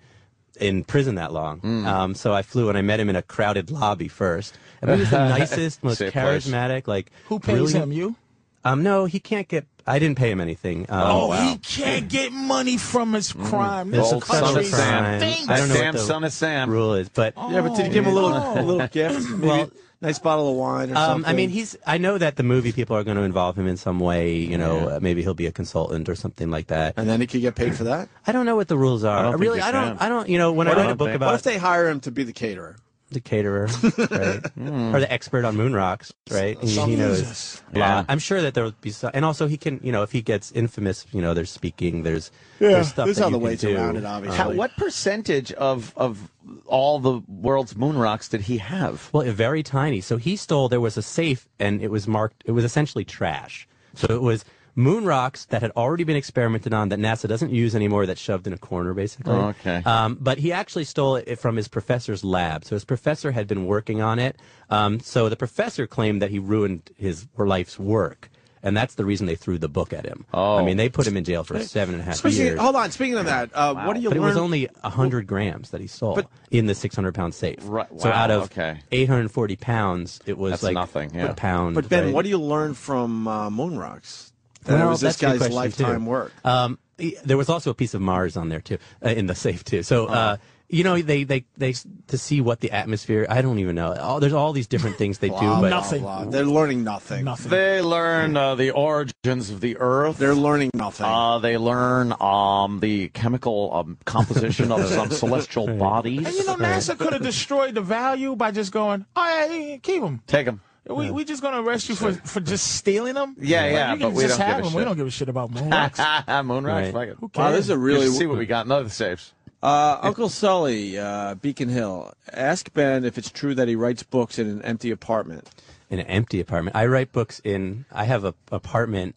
S18: in prison that long.
S12: Hmm.
S18: Um, so I flew and I met him in a crowded lobby first. And he was the nicest, most
S12: Safe place.
S18: charismatic, like.
S3: Who pays
S18: brilliant-
S3: him? You?
S18: Um, no, he can't get, I didn't pay him anything. Um,
S3: oh, he can't get money from his crime.
S18: It's
S3: This
S18: a son of
S3: country
S18: Sam.
S3: stinks.
S18: I don't know
S12: Sam,
S18: what the
S12: son of Sam.
S18: rule is, but
S1: Oh. Yeah, but did you give him a little a little gift? Maybe
S18: Oh. Well,
S1: nice bottle of wine or
S18: Um,
S1: something.
S18: I mean, he's. I know that the movie people are going to involve him in some way. You know, uh, maybe he'll be a consultant or something like that.
S1: and then he could get paid for that.
S18: I don't know what the rules are.
S1: don't think
S18: really,
S1: you
S18: I don't.
S1: can.
S18: I don't. You know, when I read a book
S1: what
S18: about
S1: if they hire him to be the caterer?
S18: the caterer, right, or the expert on moon rocks, right? He, he
S1: Something.
S18: knows.
S1: Hmm. Jesus.
S18: Yeah, I'm sure that there will be some, and also he can. You know, if he gets infamous, you know, there's speaking, there's
S1: Yeah,
S18: there's stuff
S1: there's
S18: that
S1: other
S18: you can
S1: ways
S18: do.
S1: around it, obviously.
S12: How, what percentage of of all the world's moon rocks did he have?
S18: Well, very tiny. So he stole. There was a safe, and it was marked. It was essentially trash. So it was moon rocks that had already been experimented on that NASA doesn't use anymore. That's shoved in a corner, basically.
S12: Oh, okay.
S18: Um, but he actually stole it from his professor's lab. So his professor had been working on it. Um, so the professor claimed that he ruined his life's work. And that's the reason they threw the book at him. Oh. I mean, they put him in jail for seven and a half
S1: Speaking-
S18: years.
S1: hold on. Speaking of that, uh, what do you
S18: But
S1: learn?
S18: it was only 100 grams that he stole in the 600 pound safe.
S12: Right,
S18: So
S12: wow,
S18: out of
S12: okay.
S18: 840 pounds, it was
S12: That's
S18: like
S12: nothing, yeah.
S18: a pound.
S1: but Ben,
S18: right?
S1: what do you learn from uh, Moon Rocks? That
S18: Well,
S1: it was this
S18: that's a good
S1: guy's
S18: question,
S1: lifetime
S18: too.
S1: work.
S18: Um, e- there was also a piece of Mars on there too, uh, in the safe too. So uh, you know they, they they s- to see what the atmosphere. I don't even know. All, there's all these different things they do,
S1: Blah,
S18: but
S1: blah, blah. They're learning nothing.
S12: They learn uh, the origins of the Earth.
S1: They're learning nothing.
S12: Uh, they learn um, the chemical um, composition of some celestial bodies.
S3: And you know, NASA could have destroyed the value by just going, "Oh yeah, yeah, yeah, keep them.
S12: Take them.
S3: We we just gonna arrest you for for just stealing them.
S12: Yeah,
S3: Like,
S12: yeah,
S3: you
S12: but
S3: can
S12: we
S3: just
S12: don't
S3: have
S12: give a
S3: them. We
S12: shit.
S3: don't give a shit about moon rocks.
S12: Ah, Moon rocks.
S3: Right.
S12: Like it.
S3: Who Wow, this is
S1: a cares? really-
S12: Good to see what we got in other safes.
S1: Uh, Uncle Sully, uh, Beacon Hill, ask Ben if it's true that he writes books in an empty apartment.
S18: in an empty apartment. I write books in. I have a apartment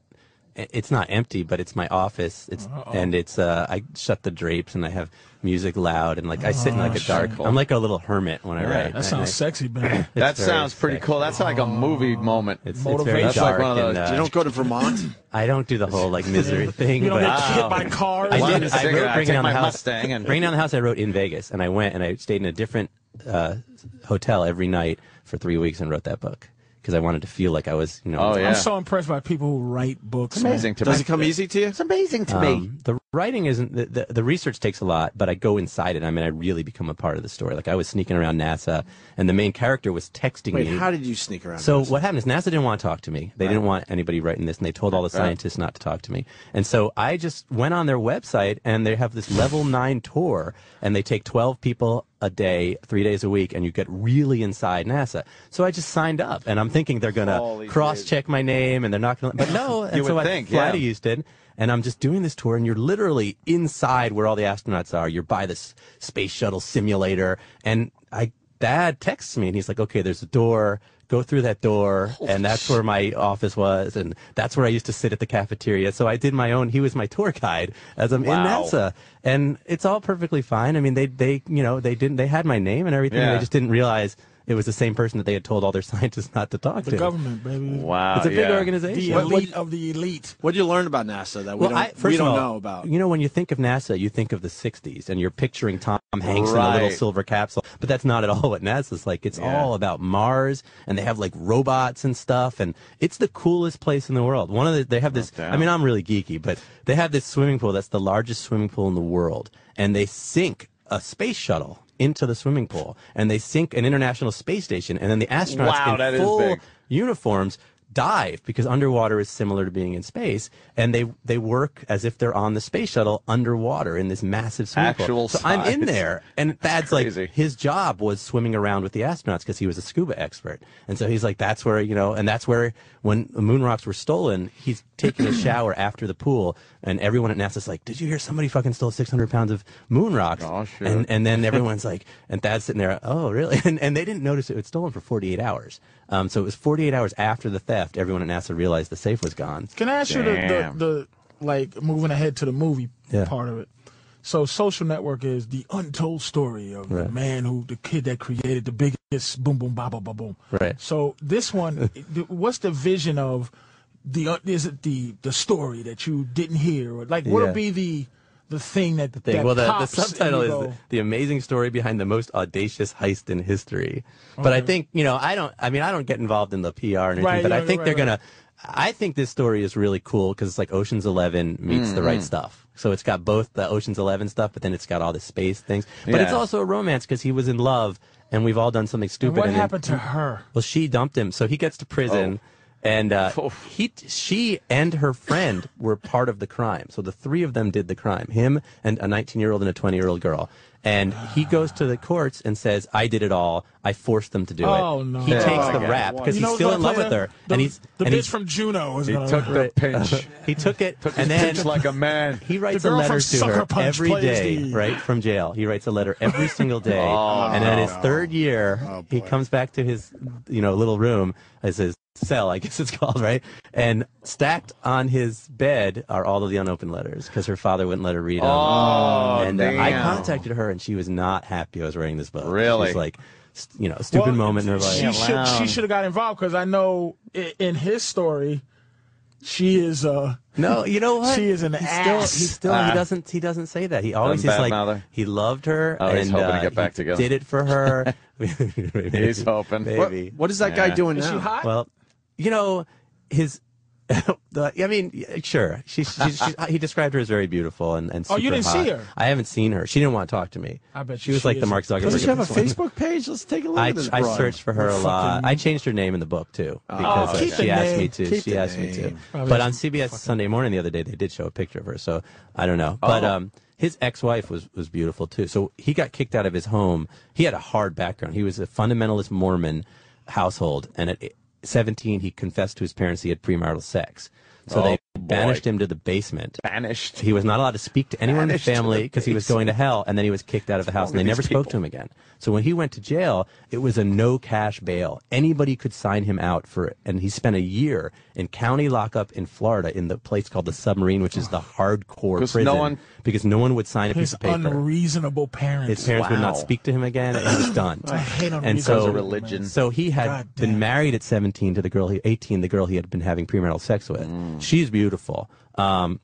S18: it's not empty, but it's my office. It's
S12: Uh-huh.
S18: and it's uh, I shut the drapes and I have music loud and like I sit in like a
S3: Oh,
S18: dark.
S3: shit.
S18: I'm like a little hermit when I
S3: Yeah,
S18: write.
S3: that sounds sexy, Ben.
S18: That
S12: That sounds pretty cool. That's like a movie moment.
S18: Oh. It's, it's very
S12: That's like
S18: dark
S12: one of those.
S18: and, uh,
S12: you don't
S1: go to Vermont.
S18: I don't do the whole like misery thing.
S12: You don't
S18: but,
S12: get hit by cars?
S18: I
S12: Wanted
S18: did.
S12: to
S18: I
S12: sing it.
S18: wrote
S12: I
S18: Bringing
S12: take
S18: Down the
S12: my
S18: House.
S12: Mustang and-
S18: Bringing Down the House. I wrote in Vegas, and I went and I stayed in a different uh, hotel every night for three weeks and wrote that book because I wanted to feel like I was, you know.
S12: Oh,
S3: I'm so impressed by people who write books.
S18: It's amazing
S3: man.
S18: to Does me. it come
S1: easy to you? It's
S12: amazing
S18: Um, the writing isn't the, the the research takes a lot, but I go inside it. I mean, I really become a part of the story. Like I was sneaking around NASA, and the main character was texting
S1: Wait,
S18: me.
S1: how did you sneak around?
S18: So
S1: this?
S18: what happened is NASA didn't want to talk to me. They didn't want anybody writing this, and they told all the
S1: Right.
S18: scientists not to talk to me. And so I just went on their website, and they have this level nine tour, and they take twelve people a day, three days a week, and you get really inside NASA. So I just signed up, and I'm thinking they're
S12: Holy
S18: gonna cross check my name, and they're not gonna. But no, and
S12: You
S18: so
S12: would
S18: I
S12: think,
S18: fly
S12: yeah.
S18: to Houston, and I'm just doing this tour, and you're literally inside where all the astronauts are. You're by this space shuttle simulator, and I dad texts me, and he's like, "Okay, there's a door. Go through that door." and that's where my office was, and that's where I used to sit at the cafeteria. So I did my own. He was my tour guide as I'm
S12: Wow.
S18: in NASA, and it's all perfectly fine. I mean, they they you know they didn't they had my name and everything.
S12: Yeah.
S18: They just didn't realize. It was the same person that they had told all their scientists not to talk
S3: The
S18: to.
S3: government, baby.
S18: Wow,
S2: Uh,
S18: It's a big yeah. organization.
S3: The
S18: What- what-
S3: elite of the elite.
S1: What did you learn about NASA that we don't,
S18: I-
S1: we don't
S18: of all,
S1: know about?
S18: You know, when you think of NASA, you think of the '60s, and you're picturing Tom Hanks in a little
S1: Right.
S18: silver capsule. But that's not at all what NASA's like. It's
S12: Yeah.
S18: all about Mars, and they have like robots and stuff, and it's the coolest place in the world. One of the they have this. I mean, I'm really geeky, but they have this swimming pool that's the largest swimming pool in the world, and they sink a space shuttle into the swimming pool, and they sink an international space station, and then the astronauts
S12: Wow,
S18: in
S12: that is
S18: full
S12: big.
S18: uniforms dive because underwater is similar to being in space and they they work as if they're on the space shuttle underwater in this massive swimming pool.
S12: Actual
S18: so i'm in
S12: size.
S18: there and thad's like his job was swimming around with the astronauts because he was a scuba expert and so he's like that's where you know and that's where when the moon rocks were stolen he's taking a shower after the pool and everyone at nasa's like did you hear somebody fucking stole 600 pounds of moon rocks oh,
S12: shit.
S18: and and then everyone's like, and Thad's sitting there, oh, really? And, and they didn't notice it was stolen for 48 hours. Um, so it was 48 hours after the theft, everyone at NASA realized the safe was gone.
S3: Can I ask you the, the, the like moving ahead to the movie
S18: Yeah.
S3: part of it? So, Social Network is the untold story of the
S18: Right.
S3: man who, the kid that created the biggest boom, boom, ba, ba, ba, boom.
S18: Right.
S3: So, this one, th- what's the vision of the? uh, Is it the the story that you didn't hear, or like what'll
S18: Yeah.
S3: be the the thing that,
S18: thing.
S3: that
S18: well, the, the
S3: pops and
S18: subtitle
S3: you
S18: is
S3: go,
S18: the, the amazing story behind the most audacious heist in history. But I
S3: Okay.
S18: think you know, I don't. I mean, I don't get involved in the PR or anything.
S12: Right,
S18: but I
S12: yeah,
S18: think
S12: right,
S18: they're
S12: right.
S18: gonna. I think this story is really cool because it's like Ocean's Eleven meets the right
S12: Mm, mm.
S18: stuff. So it's got both the Ocean's Eleven stuff, but then it's got all the space things. But it's
S12: Yeah.
S18: also a romance because he was in love, and we've all done something
S3: and
S18: stupid.
S3: what
S18: and then-
S3: happened to her?
S18: well, she dumped him, so he gets to prison,
S3: Oh.
S18: and uh, he, she, and her friend were part of the crime. So the three of them did the crime: him and a 19-year-old and a 20-year-old girl. And he goes to the courts and says, "I did it all. I forced them to do it."
S3: Oh, no.
S18: He
S3: Yeah.
S18: takes the
S3: Okay.
S18: rap because
S3: You know
S18: he's
S3: who's
S18: still
S3: gonna
S18: in love
S3: play
S18: with
S3: that?
S18: her,
S3: The-
S18: and he's
S3: the
S18: and
S3: bitch
S18: he's-
S3: from Juno is
S18: He
S3: gonna
S18: took the
S3: Right.
S18: pinch. he took it,
S12: Took
S18: and
S12: his
S18: then
S12: pinch like a man.
S18: He writes
S12: The
S18: a
S12: girl
S18: letter
S12: from
S18: to
S12: Sucker
S18: her
S12: Punch
S18: every
S12: plays
S18: day,
S12: the-
S18: right from jail. He writes a letter every single day,
S12: Oh,
S18: and then in his
S12: no. Oh,
S18: third year, he comes back to his, you know, little room, as his cell, I guess it's called, right? And stacked on his bed are all of the unopened letters because her father wouldn't let her read them.
S12: Oh,
S18: and uh, I
S12: damn.
S18: contacted her, and she was not happy. I was writing this book.
S12: Really?
S18: she's like, st- you know, stupid
S3: Well,
S18: moment in her life.
S3: She should she should have got involved because I know i- in his story, she is uh
S18: No, you know what?
S3: she is an
S18: He still,
S3: ass.
S18: he still he doesn't he doesn't say that. He always is
S12: Ah. Doesn't
S18: like
S12: badmouth her?
S18: he loved her
S12: Oh,
S18: and
S12: he's hoping to
S18: uh,
S12: get back
S18: he
S12: together.
S18: Did it for her.
S12: He's hoping.
S18: Maybe.
S12: What- what is that guy Yeah. doing Is she now? hot?
S18: Well, you know his. the, I mean, yeah, sure. She, she, she, he described her as very beautiful and and
S3: Oh, you
S18: super
S3: didn't
S18: hot.
S3: see her?
S18: I haven't seen her. She didn't want to talk to me.
S3: I bet
S18: she
S3: you
S18: was
S3: she
S18: like the
S3: is.
S18: Mark Zuckerberg.
S1: Doesn't she have a
S18: of this one.
S1: Facebook page? Let's take a look
S18: I,
S1: at this.
S18: I
S1: broad.
S18: searched for her a lot. I changed her name in the book too because uh,
S1: Oh, keep the
S18: she asked me
S1: name.
S18: to.
S1: Keep
S18: she
S1: the
S18: asked me to.
S1: name. Probably
S18: But on
S1: doesn't
S18: CBS Sunday Morning the other day, they did show a picture of her. So I don't know. But
S12: Oh.
S18: um, his ex-wife was was beautiful too. So he got kicked out of his home. He had a hard background. He was a fundamentalist Mormon household, and at 17, he confessed to his parents he had premarital sex. So
S2: Oh,
S18: they
S2: boy.
S18: banished him to the basement.
S2: Banished.
S18: He was not allowed to speak to anyone
S2: Banished to
S18: in
S2: the
S18: the family because he was
S2: basement.
S18: going to hell, and then he was kicked out of the house, and they
S2: with
S18: never
S2: these
S18: spoke to him again. So when he went to jail, it was a no cash bail. Anybody could sign him out for it, and he spent a year in county lockup in Florida in the place called the Submarine, which is the hardcore
S3: 'Cause
S18: prison.
S3: no one-
S18: because no one would sign a piece
S3: His
S18: of paper.
S3: unreasonable parents.
S18: His parents would not speak to him again, and he was done.
S3: I hate unreasonable
S18: and so,
S3: parents. religion.
S18: So he had
S3: God
S18: been married at 17 to the girl, he, 18, the girl he had been having premarital sex with. She's beautiful. Um,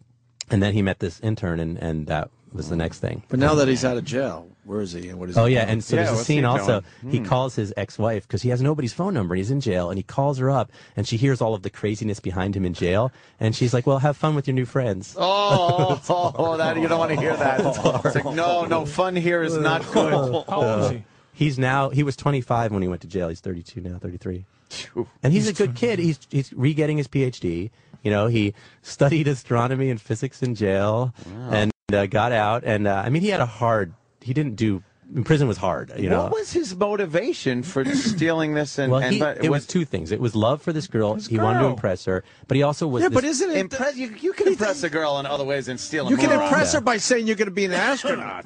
S18: and then he met this intern, and, and that was the next thing.
S1: Mm.
S19: But now that he's out of jail, where is he? And what is?
S18: Oh
S19: he
S18: yeah,
S19: doing?
S18: and so there's a scene also. He calls his ex-wife because he has nobody's phone number. He's in jail, and he calls her up, and she hears all of the craziness behind him in jail, and she's like, "Well, have fun with your new friends."
S2: Oh, oh, oh, that you don't want to hear that. It's like, no, no, fun here is not good.
S18: Uh, He's now he was 25 when he went to jail. He's 32 now, 33. And he's a good kid. He's he's re-getting his PhD. You know, he studied astronomy and physics in jail,
S2: Wow.
S18: and uh, got out. And uh, I mean, he had a hard. He didn't do. Prison was hard. You know.
S2: What was his motivation for stealing this? And,
S18: well,
S2: and
S18: he-
S2: but
S18: it was two things. It was love for this girl. He wanted to
S2: girl.
S18: impress her, but he also was.
S2: yeah,
S18: this-
S2: but isn't it impress? You, you can impress a girl in other ways than stealing.
S1: You can
S2: more
S1: impress her
S2: around.
S1: by saying you're going to be an astronaut.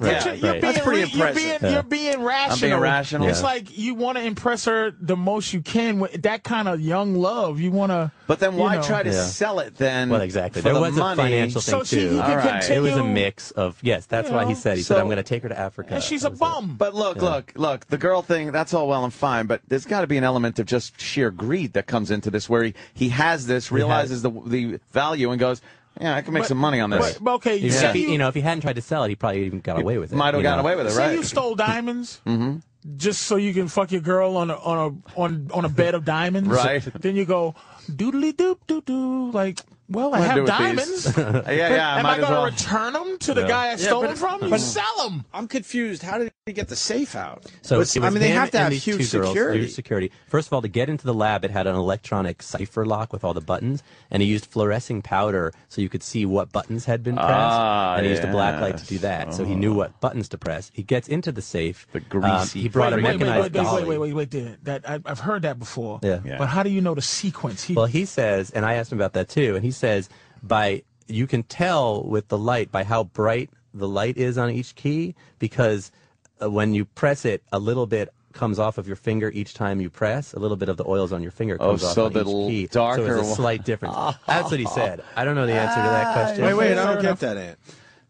S2: Right, But you're- you're right.
S1: That's
S2: being
S1: pretty
S2: re- you're
S1: impressive.
S2: being-
S3: You're being rational.
S2: being rational.
S3: It's
S2: Yeah.
S3: like you want to impress her the most you can with that kind of young love. You want to.
S2: But then why
S3: you know.
S2: try to sell it then?
S18: Well, exactly.
S2: for
S18: There
S2: the
S18: was
S2: money?
S18: a financial thing
S2: so
S18: too.
S2: She, All right.
S18: It was a mix of yes. That's
S2: You
S18: why
S2: know,
S18: he said he
S2: so-
S18: said I'm going to take her to Africa.
S3: And she's a bum.
S2: But look,
S18: Yeah.
S2: look, look, the girl thing, that's all well and fine, but there's got to be an element of just sheer greed that comes into this where he, he has this, realizes the, the value, and goes, yeah, I can make
S3: But-
S2: some money on this.
S3: but- but okay,
S18: Even
S3: say
S18: if he-
S3: you-
S18: you know, if he hadn't tried to sell it, he probably even got away with it.
S2: might have
S18: you
S2: gotten
S18: know?
S2: away with it,
S3: Say you stole diamonds
S18: Mhm.
S3: just so you can fuck your girl on a on a on on a bed of diamonds.
S2: Right.
S3: Then you go doodly doop doo doo like. Well, I
S2: What do
S3: have
S2: I do with
S3: diamonds.
S2: these? Yeah, yeah, I
S3: Am I
S2: might as
S3: going to
S2: well.
S3: return them to the
S2: Yeah.
S3: guy I
S2: Yeah,
S3: stole
S2: but-
S3: them from? You
S2: but-
S3: sell them.
S1: I'm confused. How did he get the safe out?
S18: So
S1: What's-
S18: it
S1: I
S18: was
S1: mean, they
S18: him
S1: have to
S18: and
S1: have
S18: these
S1: huge
S18: two girls,
S1: security.
S18: huge security. First of all, to get into the lab, it had an electronic cipher lock with all the buttons, and he used fluorescing powder so you could see what buttons had been pressed.
S2: Ah,
S18: and he used a black light to
S2: yes.
S18: do that, so he knew what buttons to press. He gets into the safe. The greasy. he brought
S3: wait,
S18: a
S3: wait,
S18: mechanized
S3: wait, wait,
S18: dolly.
S3: wait, wait, wait, wait, there. That I, I've heard that before.
S18: Yeah. Yeah.
S3: But how do you know the sequence? He
S18: Well, he says, and I asked him about that too, and he says by you can tell with the light by how bright the light is on each key because uh, when you press it, a little bit comes off of your finger each time you press. A little bit of the oils on your finger
S2: Oh,
S18: comes off
S2: so
S18: on
S2: the l-
S18: each key.
S2: darker
S18: so it's
S2: one-
S18: a slight difference. That's what he said. I don't know the answer to that question.
S1: Wait, wait, I don't get that. Ant.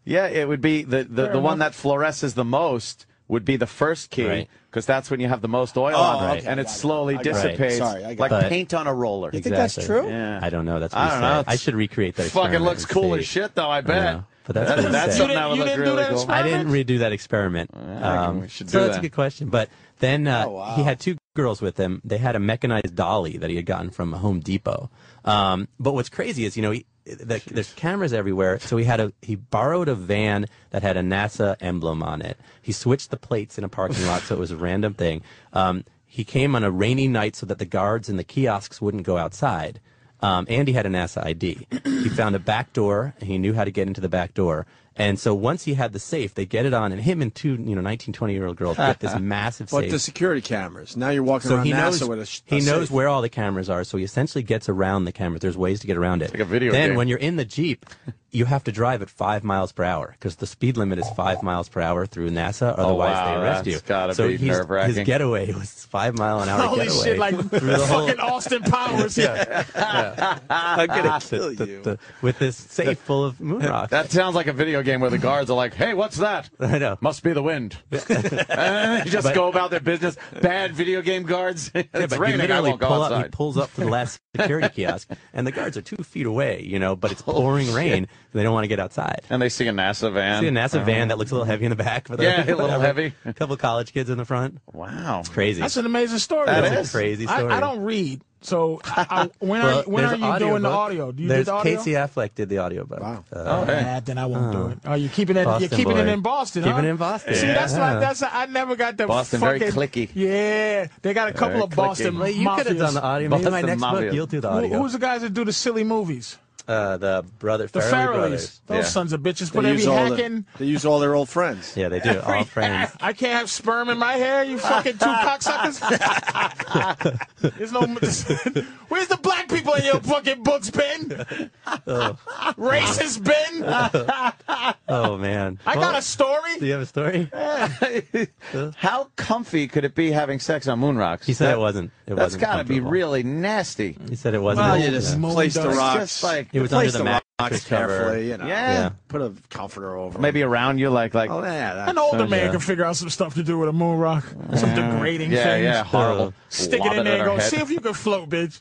S2: Yeah, it would be the, the, the one that fluoresces the most would be the first key
S18: Right.
S2: because that's when you have the most oil
S18: Oh,
S2: on it,
S18: okay,
S2: and it
S18: got it.
S2: slowly
S18: I got it.
S2: dissipates
S18: Sorry, I got
S2: like
S18: it. But-
S2: paint on a roller.
S18: You think that's Exactly. true?
S2: Yeah.
S18: I don't know. That's what
S2: I
S18: he
S2: don't
S18: said.
S2: know.
S18: I should recreate that.
S2: Fucking
S18: experiment
S2: looks
S18: and
S2: cool as
S18: see.
S2: shit, though. I
S18: don't
S2: bet.
S18: know. But that's,
S2: That-
S18: what he
S2: that's
S18: said.
S2: something that would look really cool.
S18: I didn't redo that experiment. Um,
S2: we should
S18: so
S2: do
S18: that's
S2: that. Oh,
S18: a good question. But then uh, he had two girls with him. They had a mechanized dolly that he had gotten from Home Depot. Um, but what's crazy is, you know, he, the, there's cameras everywhere. So he had a he borrowed a van that had a NASA emblem on it. He switched the plates in a parking lot, so it was a random thing. Um, he came on a rainy night so that the guards in the kiosks wouldn't go outside. Um, and he had a NASA ID. He found a back door. And he knew how to get into the back door. And so once he had the safe, they get it on, and him and two, you know, 19, 20 year old girls get this massive
S1: But
S18: safe.
S1: the security cameras. Now you're walking
S18: so
S1: around
S18: he
S1: NASA
S18: knows,
S1: with a, sh- a
S18: he knows
S1: safe.
S18: where all the cameras are. So he essentially gets around the cameras. There's ways to get around it.
S2: like a video
S18: then
S2: game.
S18: when you're in the Jeep, you have to drive at five miles per hour because the speed limit is five miles per hour through NASA. Otherwise,
S2: wow,
S18: they arrest
S2: that's
S18: you.
S2: gotta
S18: so
S2: be
S18: he's-
S2: nerve-wracking.
S18: his getaway was five mile an hour
S3: Holy
S18: getaway
S3: shit, like
S18: through the whole
S3: fucking Austin Powers.
S18: Yeah. I'm gonna kill you with this safe full of moon rocks.
S2: That sounds like a video game where the guards are like, "Hey, what's that?"
S18: I know.
S2: Must be the wind. And they just
S18: But-
S2: go about their business. Bad video game guards. it's
S18: Yeah, but you
S2: raining. I
S18: literally
S2: won't go
S18: pull
S2: outside.
S18: up. He pulls up to the last security kiosk, and the guards are two feet away. You know, but it's pouring rain. So they don't want to get outside.
S2: and they see a NASA van.
S18: See a NASA
S2: Uh,
S18: van that looks a little heavy in the back. But
S2: Yeah, a little
S18: whatever.
S2: heavy.
S18: A couple college kids in the front.
S2: Wow, it's
S18: crazy.
S3: That's an amazing story.
S18: That
S3: though.
S18: is a crazy
S3: I- I,
S18: story.
S3: don't read, so I, I- when
S18: Well,
S3: are when
S18: there's
S3: are you
S18: an
S3: doing the
S18: audiobook.
S3: audio? Do you
S18: there's
S3: do the audio?
S18: Casey Affleck did the Uh, audiobook. Wow.
S3: Oh, nah, then I won't do it. Oh, you're keeping it.
S18: Boston
S3: you're keeping it
S18: boy.
S3: in Boston.
S18: Keeping
S3: huh?
S18: it in Boston.
S3: See, that's why.
S18: Yeah.
S3: That's I never got the
S18: Boston, very
S3: fucking,
S18: clicky.
S3: Yeah, they got a couple
S18: Very
S3: of Boston.
S18: clicky. Well, you coulda
S3: mafias.
S18: done the audio. Maybe my Boston next book, mafia. you'll do the
S3: Who-
S18: audio.
S3: who's the guys that do the silly movies?
S18: Uh, the brother,
S3: The
S18: Farrelly
S3: Farrellys.
S18: brothers.
S3: Those sons of bitches. Put
S1: They
S3: every
S1: use all the-
S3: hacking.
S1: they use all their old friends.
S18: Yeah, they do. All friends.
S3: I can't have sperm in my hair. You fucking two cocksuckers. There's no. Where's the black people? people in your fucking books, Ben.
S18: oh.
S3: Racist Ben.
S18: oh, man.
S3: I got
S18: Well,
S3: a story.
S18: Do you have a story?
S12: How comfy could it be having sex on moon rocks?
S18: He said it wasn't. It
S12: that's
S18: wasn't
S12: got to be
S18: comfortable.
S12: really nasty.
S18: He said it wasn't.
S12: Well,
S18: as-
S12: you just
S18: yeah.
S12: placed the
S18: It's
S12: rocks.
S18: just like-
S12: You
S18: it was
S12: placed
S18: under
S12: the
S18: the
S12: rocks
S18: mattress cover.
S1: carefully, you know.
S12: Yeah.
S1: Put a comforter over.
S12: Maybe around you, like like.
S1: Oh, yeah, that-
S3: An older
S12: Oh,
S3: man
S12: yeah.
S3: can figure out some stuff to do with a moon rock. Some
S12: Yeah.
S3: degrading
S12: Yeah,
S3: things.
S12: yeah, horrible.
S3: Stick it
S12: Lob
S3: in
S12: it
S3: there
S12: at
S3: and
S12: our
S3: go,
S12: head.
S3: see if you can float, bitch.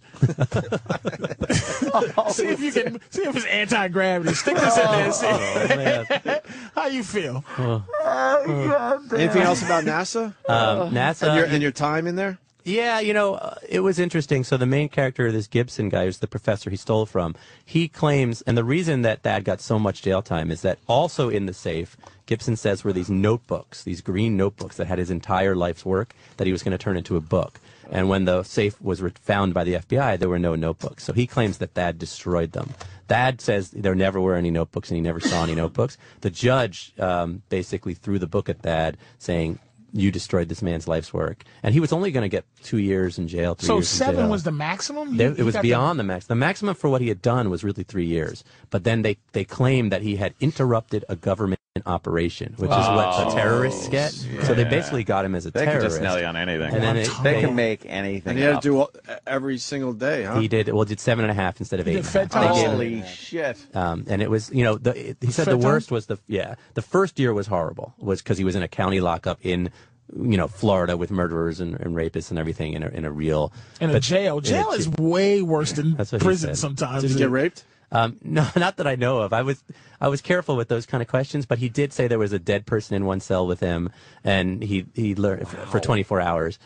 S12: Oh,
S3: see if you can, see if it's anti gravity. Stick this in there and see
S12: Oh,
S3: how you feel.
S18: Oh.
S1: Anything else about NASA?
S18: Um, NASA-
S1: and your, and your time in there?
S18: Yeah, you know, uh, it was interesting. So the main character of this Gibson guy, who's the professor he stole from, he claims, and the reason that Thad got so much jail time is that also in the safe, Gibson says were these notebooks, these green notebooks that had his entire life's work that he was going to turn into a book. And when the safe was re- found by the FBI, there were no notebooks. So he claims that Thad destroyed them. Thad says there never were any notebooks and he never saw any notebooks. The judge um, basically threw the book at Thad, saying, you destroyed this man's life's work. And he was only going to get two years in jail. Three
S3: So
S18: years in
S3: seven
S18: jail.
S3: was the maximum?
S18: There-
S3: He- he
S18: it was
S3: got
S18: beyond the max. The maximum for what he had done was really three years. But then they, they claimed that he had interrupted a government operation, which is what
S12: Oh,
S18: the terrorists get. So they basically got him as a
S12: They could
S18: terrorist.
S12: just nail you on anything.
S18: And then Oh. it-
S12: they can make anything.
S1: And you had
S12: up.
S1: to do all, e, every single day, huh?
S18: He did well. Did seven and a half instead of
S1: He
S18: eight.
S1: did
S18: and a half.
S1: fed time.
S18: They gave him-
S1: Holy
S12: shit.
S18: Um, and it was you know the, it- he said
S12: Fed
S18: the
S12: time?
S18: worst was the yeah the first year was horrible was because he was in a county lockup in you know Florida with murderers and, and rapists and everything in a, in a real
S3: In a
S18: but-
S3: jail.
S18: in a
S3: Jail is way worse than
S18: That's what he
S3: prison
S18: said.
S3: sometimes.
S18: Um, no, not that I know of. I was I was careful with those kind of questions, but he did say there was a dead person in one cell with him, and he he learned f- for 24 hours,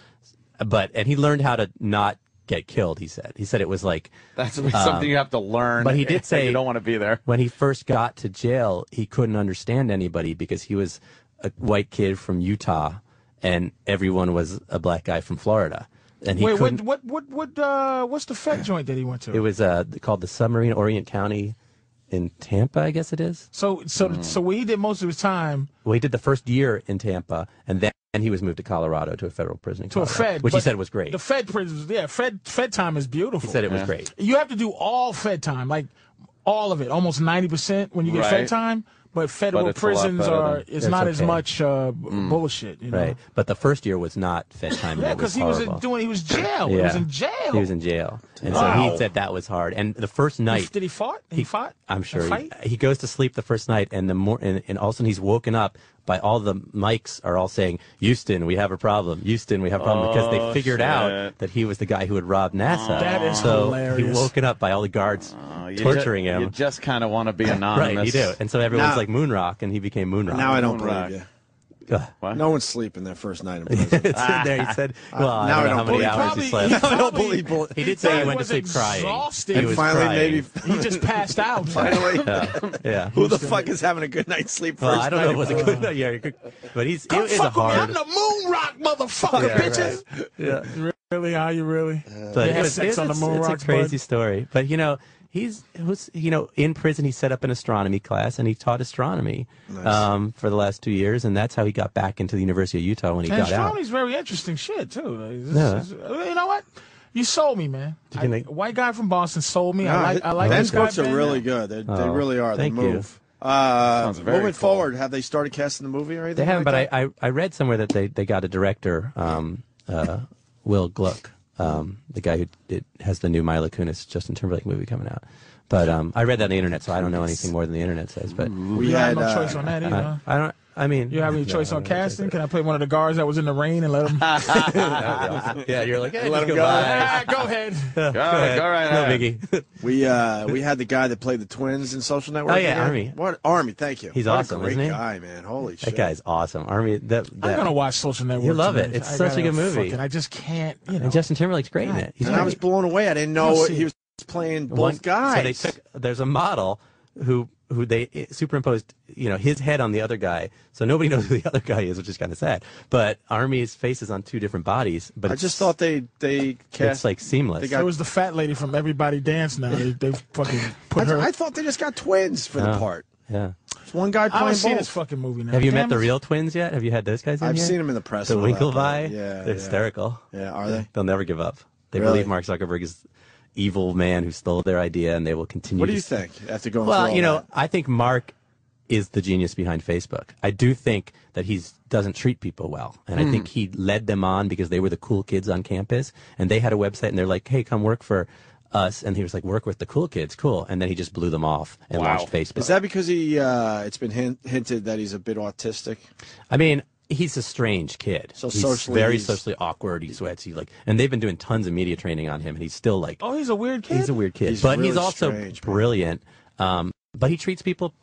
S18: but and he learned how to not get killed. He said he said it was like
S12: That's
S18: um,
S12: something you have to learn.
S18: But he did say
S12: you don't want to be there.
S18: when he first got to jail, he couldn't understand anybody because he was a white kid from Utah, and everyone was a black guy from Florida, and he
S3: Wait,
S18: couldn't.
S3: what, what, what, what, uh, what's the Fed joint that he went to?
S18: It was uh, called the Submarine Orient County in Tampa, I guess it is.
S3: So, so,
S18: Mm.
S3: so where he did most of his time
S18: Well, he did the first year in Tampa, and then and he was moved to Colorado to a federal prison in
S3: to a
S18: Colorado,
S3: Fed,
S18: Uh, which he
S3: but
S18: said was great.
S3: The Fed prisons, yeah, Fed Fed time is beautiful.
S18: He said it was Yeah. great.
S3: You have to do all Fed time, like all of it, almost ninety percent when you get
S18: Right.
S3: Fed time. But federal
S18: But it's a lot
S3: prisons
S18: better
S3: are
S18: than-
S3: it's,
S18: It's
S3: not as
S18: okay.
S3: much uh, b- bullshit, you know.
S18: Right, but the first year was not Fed time. and
S3: Yeah,
S18: it was
S3: because he was
S18: horrible.
S3: doing he was jail. He was
S18: Yeah.
S3: in jail.
S18: He was in jail, and so
S3: Wow.
S18: he said that was hard. And the first
S3: He-
S18: night,
S3: Did he fought? He, fought.
S18: I'm
S3: A
S18: sure he,
S3: fight?
S18: he goes to sleep the first night, and the mor- and, and all of a sudden he's woken up by all the mics are all saying, "Houston, we have a problem. Houston, we have a problem," because
S12: Oh,
S18: they figured
S12: shit.
S18: out that he was the guy who had robbed NASA.
S12: That is
S18: so He
S12: hilarious.
S18: woken up by all the guards
S12: Oh, Uh, You ju-
S18: torturing him.
S12: You just kind of want to be anonymous.
S18: Right, you do. And so everyone's
S12: Now-
S18: like Moonrock, and he became Moonrock.
S1: Now I don't believe you.
S18: Ugh.
S1: No one's sleeping their first night in prison.
S18: it's in there. He said,
S1: Ah.
S18: "Well, I
S1: Now
S18: don't
S1: I
S18: know
S1: don't
S18: how many
S1: believe-
S18: hours
S1: probably-
S18: he slept."
S1: now I don't believe bull-
S18: He did say
S1: He
S18: he went to
S1: was
S18: sleep
S1: exhausted.
S18: crying.
S1: And
S18: He was
S1: finally
S18: crying.
S1: maybe-
S3: He just passed out.
S1: Finally.
S18: Yeah. Yeah.
S1: Who the fuck is having a good night's sleep first
S18: Well, I don't know. if It
S1: night in
S18: was a
S1: prison?
S18: good. Yeah, you could- but he's.
S3: Come
S18: It is a
S3: fuck with me.
S18: hard.
S3: I'm the moon rock motherfucker,
S18: Yeah,
S3: bitches.
S18: right. Yeah.
S3: Really? Are you really?
S18: But
S3: They
S18: it
S3: had
S18: was-
S3: sex
S18: it's,
S3: on the
S18: it's-
S3: moon
S18: it's
S3: rocks,
S18: a
S3: bud?
S18: crazy story. But you know, he's was you know in prison. He set up an astronomy class and he taught astronomy
S3: Nice.
S18: um, for the last two years, and that's how he got back into the University of Utah when he
S3: and
S18: got out.
S3: astronomy's very interesting shit too. Like, this-
S18: Yeah.
S3: this- you know what? You sold me, man.
S18: You
S3: I,
S18: can make-
S3: white guy from Boston sold me.
S1: No,
S3: I like. I like
S1: Ben's
S3: this guy,
S1: books are
S3: Ben.
S1: really good. They, they
S18: Oh,
S1: really are. They
S18: thank you.
S1: move. Uh,
S18: Sounds very
S1: moving
S18: cool.
S1: forward, have they started casting the movie or anything?
S18: They haven't, but
S1: like that?
S18: I, I I read somewhere that they they got a director, um, uh, Will Gluck, um, the guy who did, has the new Mila Kunis Justin Timberlake movie coming out. But um, I read that on the internet, so I don't know anything more than the internet says. But
S3: We You had have no uh, choice on that either,
S18: I-
S3: huh?
S18: I don't. I mean,
S3: You have any
S18: no,
S3: choice
S18: I
S3: on
S18: don't-
S3: casting? Can I play one of the guards that was in the rain and let him?
S18: yeah, you're like, eh,
S1: Let
S18: just
S1: him
S18: go
S1: go.
S18: by.
S3: Ah, go ahead.
S18: Go ahead. No biggie.
S1: we uh, we had the guy that played the twins in Social Network.
S18: Oh, yeah,
S1: here.
S18: Army.
S1: What Army? Thank you.
S18: He's
S1: What a
S18: awesome,
S1: great
S18: isn't he?
S1: guy, man. Holy shit.
S18: That guy's awesome. Army. That, that
S3: I'm gonna watch Social Network.
S18: You love
S3: tonight.
S18: it. It's
S3: I
S18: such a
S3: gotta
S18: good movie.
S3: fucking- I just can't. You know.
S18: And Justin Timberlake's great in it. He's
S1: and I
S18: great.
S1: was blown away. I didn't
S18: Go
S1: know
S18: see
S1: he
S18: it.
S1: was playing both
S18: One-
S1: guys.
S18: So they took there's a model who who they i- superimposed you know his head on the other guy, so nobody knows who the other guy is, which is kind of sad. But Army's face is on two different bodies, but
S1: I
S18: it's-
S1: just thought they they cast.
S18: it's like seamless.
S1: they got-
S3: it was the fat lady from Everybody Dance. Now they, they fucking
S1: I,
S3: put her.
S1: I thought they just got twins for the
S18: Oh,
S1: part.
S18: Yeah.
S1: It's one guy
S3: I
S1: playing
S3: haven't
S1: both.
S3: seen this fucking movie now.
S18: Have you met
S3: Damn
S18: the
S3: it.
S18: real twins yet? Have you had those guys? In
S1: I've
S18: here?
S1: seen 'em in the press
S18: The
S1: and all
S18: Winklevi.
S1: that, but yeah,
S18: they're
S1: yeah.
S18: hysterical.
S1: Yeah, are they?
S18: They'll never give up. They
S1: Really?
S18: believe Mark Zuckerberg is evil man who stole their idea, and they will continue.
S1: What
S18: to
S1: do you
S18: st-
S1: think after going?
S18: well,
S1: through all
S18: you know,
S1: that?
S18: I think Mark is the genius behind Facebook. I do think that he's doesn't treat people well, and I
S20: Hmm.
S18: think he led them on because they were the cool kids on campus, and they had a website, and they're like, "Hey, come work for." Us and he was like, work with the cool kids, cool. And then he just blew them off and launched Facebook.
S1: Is that because he? Uh, it's been hint- hinted that he's a bit autistic.
S18: I mean, he's a strange kid.
S1: So
S18: he's
S1: socially
S18: very
S1: he's-
S18: socially awkward. He sweats. He like, and they've been doing tons of media training on him, and he's still like,
S3: Oh, he's a weird kid.
S18: he's a weird kid.
S3: He's
S18: but he's
S3: really
S18: also
S3: strange,
S18: brilliant. Um, but he treats people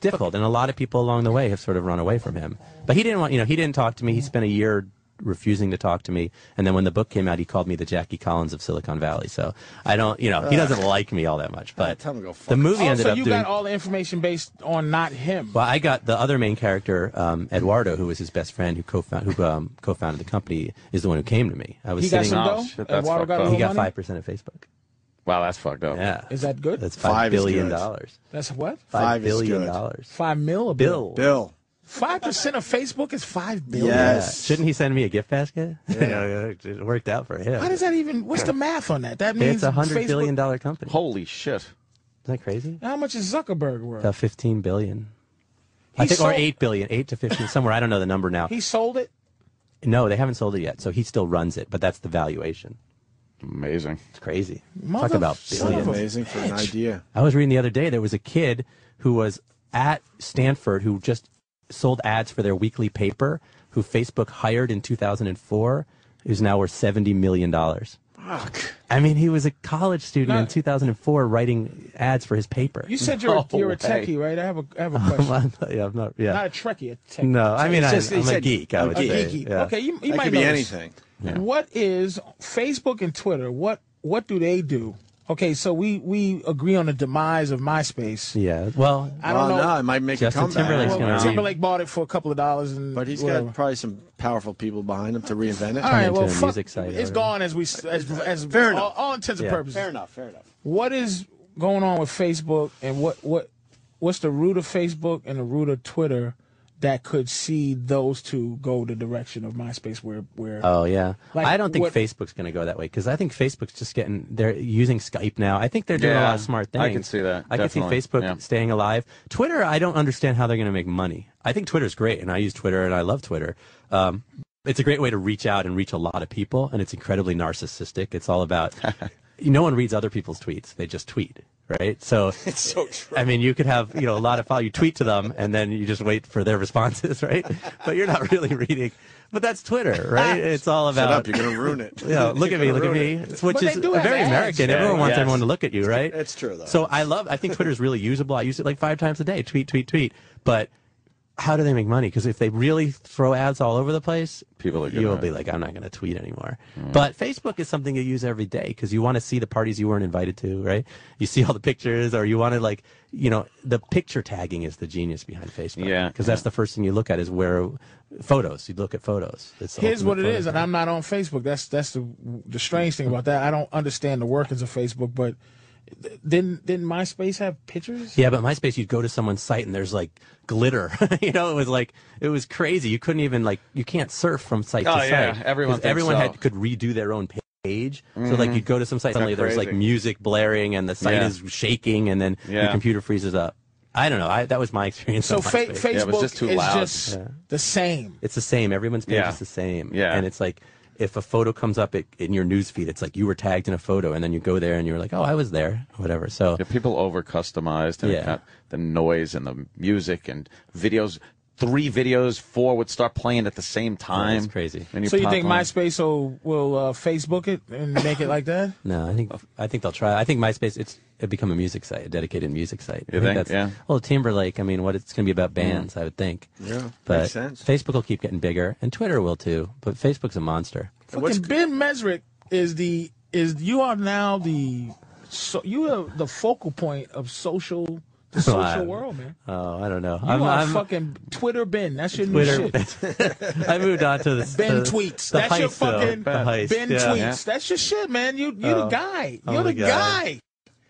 S18: difficult, and a lot of people along the way have sort of run away from him. But he didn't want, you know, he didn't talk to me. He spent a year refusing to talk to me, and then when the book came out, he called me the Jackie Collins of Silicon Valley. So I don't, you know, he doesn't
S3: Ugh.
S18: like me all that much. But
S3: Tell him to go
S18: the movie
S3: oh,
S18: ended
S3: so
S18: up
S3: you
S18: doing.
S3: got all the information based on not him.
S18: Well, I got the other main character, um, Eduardo, who was his best friend, who co-found, who um, co-founded the company, is the one who came to me. I was
S3: He got
S18: sitting.
S3: some Oh, dough? shit, that's Eduardo fucked got a up.
S18: he
S3: little
S18: got
S3: money?
S18: five percent of Facebook. Wow, that's fucked up. Yeah,
S3: Is that good?
S18: that's five billion dollars.
S3: That's what?
S18: Five Five is billion good. dollars.
S3: Five mil. A
S18: Bill.
S1: Bill.
S3: Five percent of Facebook is five billion.
S18: Yeah. Shouldn't he send me a gift basket? You know, it- it worked out for him.
S3: How does that even? What's the math on that? That means
S18: It's a hundred
S3: Facebook-
S18: billion dollar company. Holy shit! Isn't that crazy?
S3: How much is Zuckerberg worth?
S18: About fifteen billion. I
S3: He
S18: think, or
S3: sold-
S18: eight billion, eight to fifteen, somewhere. I don't know the number now.
S3: He sold it.
S18: No, they haven't sold it yet. So he still runs it, but that's the valuation. Amazing. It's crazy. Talk
S1: Mother-
S18: about
S3: Oh,
S1: son of
S18: billions.
S1: a Amazing for an bitch. idea.
S18: I was reading the other day there was a kid who was at Stanford who just sold ads for their weekly paper who Facebook hired in 2004 who's now worth 70 million dollars. I mean, he was a college student in 2004 writing ads for his paper.
S3: You said you're a, you're a techie, right? I have a I have a question.
S18: I'm not, yeah, I'm not, yeah.
S3: Not a Trekkie, a techie.
S18: Oh, No, I mean,
S3: It's
S18: I'm,
S3: just- he
S18: I'm a
S3: said-
S18: geek. I
S3: a
S18: would
S3: geek.
S18: say.
S3: Geeky.
S18: yeah.
S3: Okay, you, you might know this. What is Facebook and Twitter? What what do they do? Okay, so we we agree on the demise of MySpace.
S18: Yeah. Well,
S3: I don't know.
S1: No, it might make
S18: Justin
S1: a comeback.
S18: Timberlake's Well, gonna-
S3: Timberlake bought it for a couple of dollars, and
S1: but he's
S3: whatever.
S1: got probably some powerful people behind him to reinvent it.
S3: All right, well, fuck, it's gone as we s- as, as
S1: Fair
S3: all,
S1: enough.
S3: all intents and
S1: Yeah.
S3: purposes.
S1: Fair enough, fair enough.
S3: What is going on with Facebook, and what what what's the root of Facebook and the root of Twitter that could see those two go the direction of MySpace, where where
S18: Oh yeah,
S3: Like,
S18: I don't think
S3: what-
S18: Facebook's going to go that way because I think Facebook's just getting they're using Skype now. I think they're doing a
S12: Yeah,
S18: lot of smart things.
S12: I can see that,
S18: I
S12: definitely,
S18: can see Facebook
S12: yeah.
S18: staying alive. Twitter, I don't understand how they're going to make money. I think Twitter's great, and I use Twitter, and I love Twitter. Um, it's a great way to reach out and reach a lot of people, and it's incredibly narcissistic. It's all about no one reads other people's tweets; they just tweet, right? So it's
S1: so true.
S18: I mean, you could have you know a lot of follow. You tweet to them, and then you just wait for their responses, right? But you're not really reading. But that's Twitter, right? It's all
S1: Shut
S18: about.
S1: up, you're gonna ruin it.
S18: You know, look at me,
S1: You're
S18: look
S1: gonna
S18: at me.
S1: ruin it.
S18: It's- Which
S1: But they
S18: is
S1: do have
S18: very
S1: ads.
S18: American.
S1: Yeah,
S18: everyone wants
S1: yes.
S18: everyone to look at you, right?
S1: It's true, though.
S18: So I love. I think Twitter's really usable. I use it like five times a day. Tweet, tweet, tweet. But how do they make money? Because if they really throw ads all over the place, people are
S12: gonna-
S18: you'll be like, I'm not going to tweet anymore. But Facebook is something you use every day because you want to see the parties you weren't invited to, right? You see all the pictures, or you want to like, you know, the picture tagging is the genius behind Facebook.
S12: Yeah,
S18: because that's the first thing you look at is where photos. You look at photos. It's the
S3: Here's
S18: ultimate
S3: what it
S18: photo
S3: is, and
S18: thing.
S3: I'm not on Facebook. That's that's the the strange thing about that. I don't understand the workings of Facebook, but th- didn't didn't MySpace have pictures?
S18: Yeah, but MySpace, you'd go to someone's site and there's like glitter. you know, it was like it was crazy. You couldn't even like you can't surf from site
S12: Oh,
S18: to site.
S12: yeah. Everyone
S18: 'Cause
S12: thinks
S18: everyone
S12: so.
S18: had could redo their own page. So like
S12: Mhm.
S18: you'd go to some site
S12: Isn't that
S18: suddenly there's like
S12: crazy?
S18: music blaring and the site
S12: Yeah.
S18: is shaking and then
S12: Yeah.
S18: your computer freezes up. I don't know. I, that was my experience.
S3: So
S18: on
S3: fa-
S18: MySpace.
S3: Facebook is just
S18: Yeah.
S3: the same.
S18: It's the same. Everyone's page
S12: Yeah.
S18: is the same.
S12: Yeah.
S18: And it's like if a photo comes up it, in your news feed, it's like you were tagged in a photo, and then you go there and you're like, oh, I was there, or whatever. So
S12: people over customized and it
S18: Yeah.
S12: got the noise and the music and videos. Three videos, four would start playing at the same time.
S18: it's crazy.
S12: And
S3: so you
S12: pop
S3: think
S12: on.
S3: MySpace will will uh, Facebook it and make it like that?
S18: No, I think I think they'll try. I think MySpace it's it become a music site, a dedicated music site.
S12: You
S18: I
S12: think?
S18: That's,
S12: Yeah.
S18: Well, Timberlake. I mean, what it's going to be about bands, I would think.
S1: Yeah,
S18: But
S1: makes sense.
S18: Facebook will keep getting bigger, and Twitter will too. But Facebook's a monster.
S3: Fucking Ben Mesrick is the is you are now the so you are the focal point of social the social
S18: I-
S3: world, man.
S18: Oh, I don't know.
S3: You are fucking Twitter Ben. That's your
S18: Twitter.
S3: new shit.
S18: I moved on to the
S3: Ben
S18: the-
S3: tweets.
S18: the
S3: That's your
S18: heist, though.
S3: fucking
S18: The heist,
S3: Ben
S18: yeah.
S3: tweets. That's your shit, man. You you're the
S18: Oh.
S3: guy.
S18: I'm
S3: You're the
S18: the guy.
S3: guy.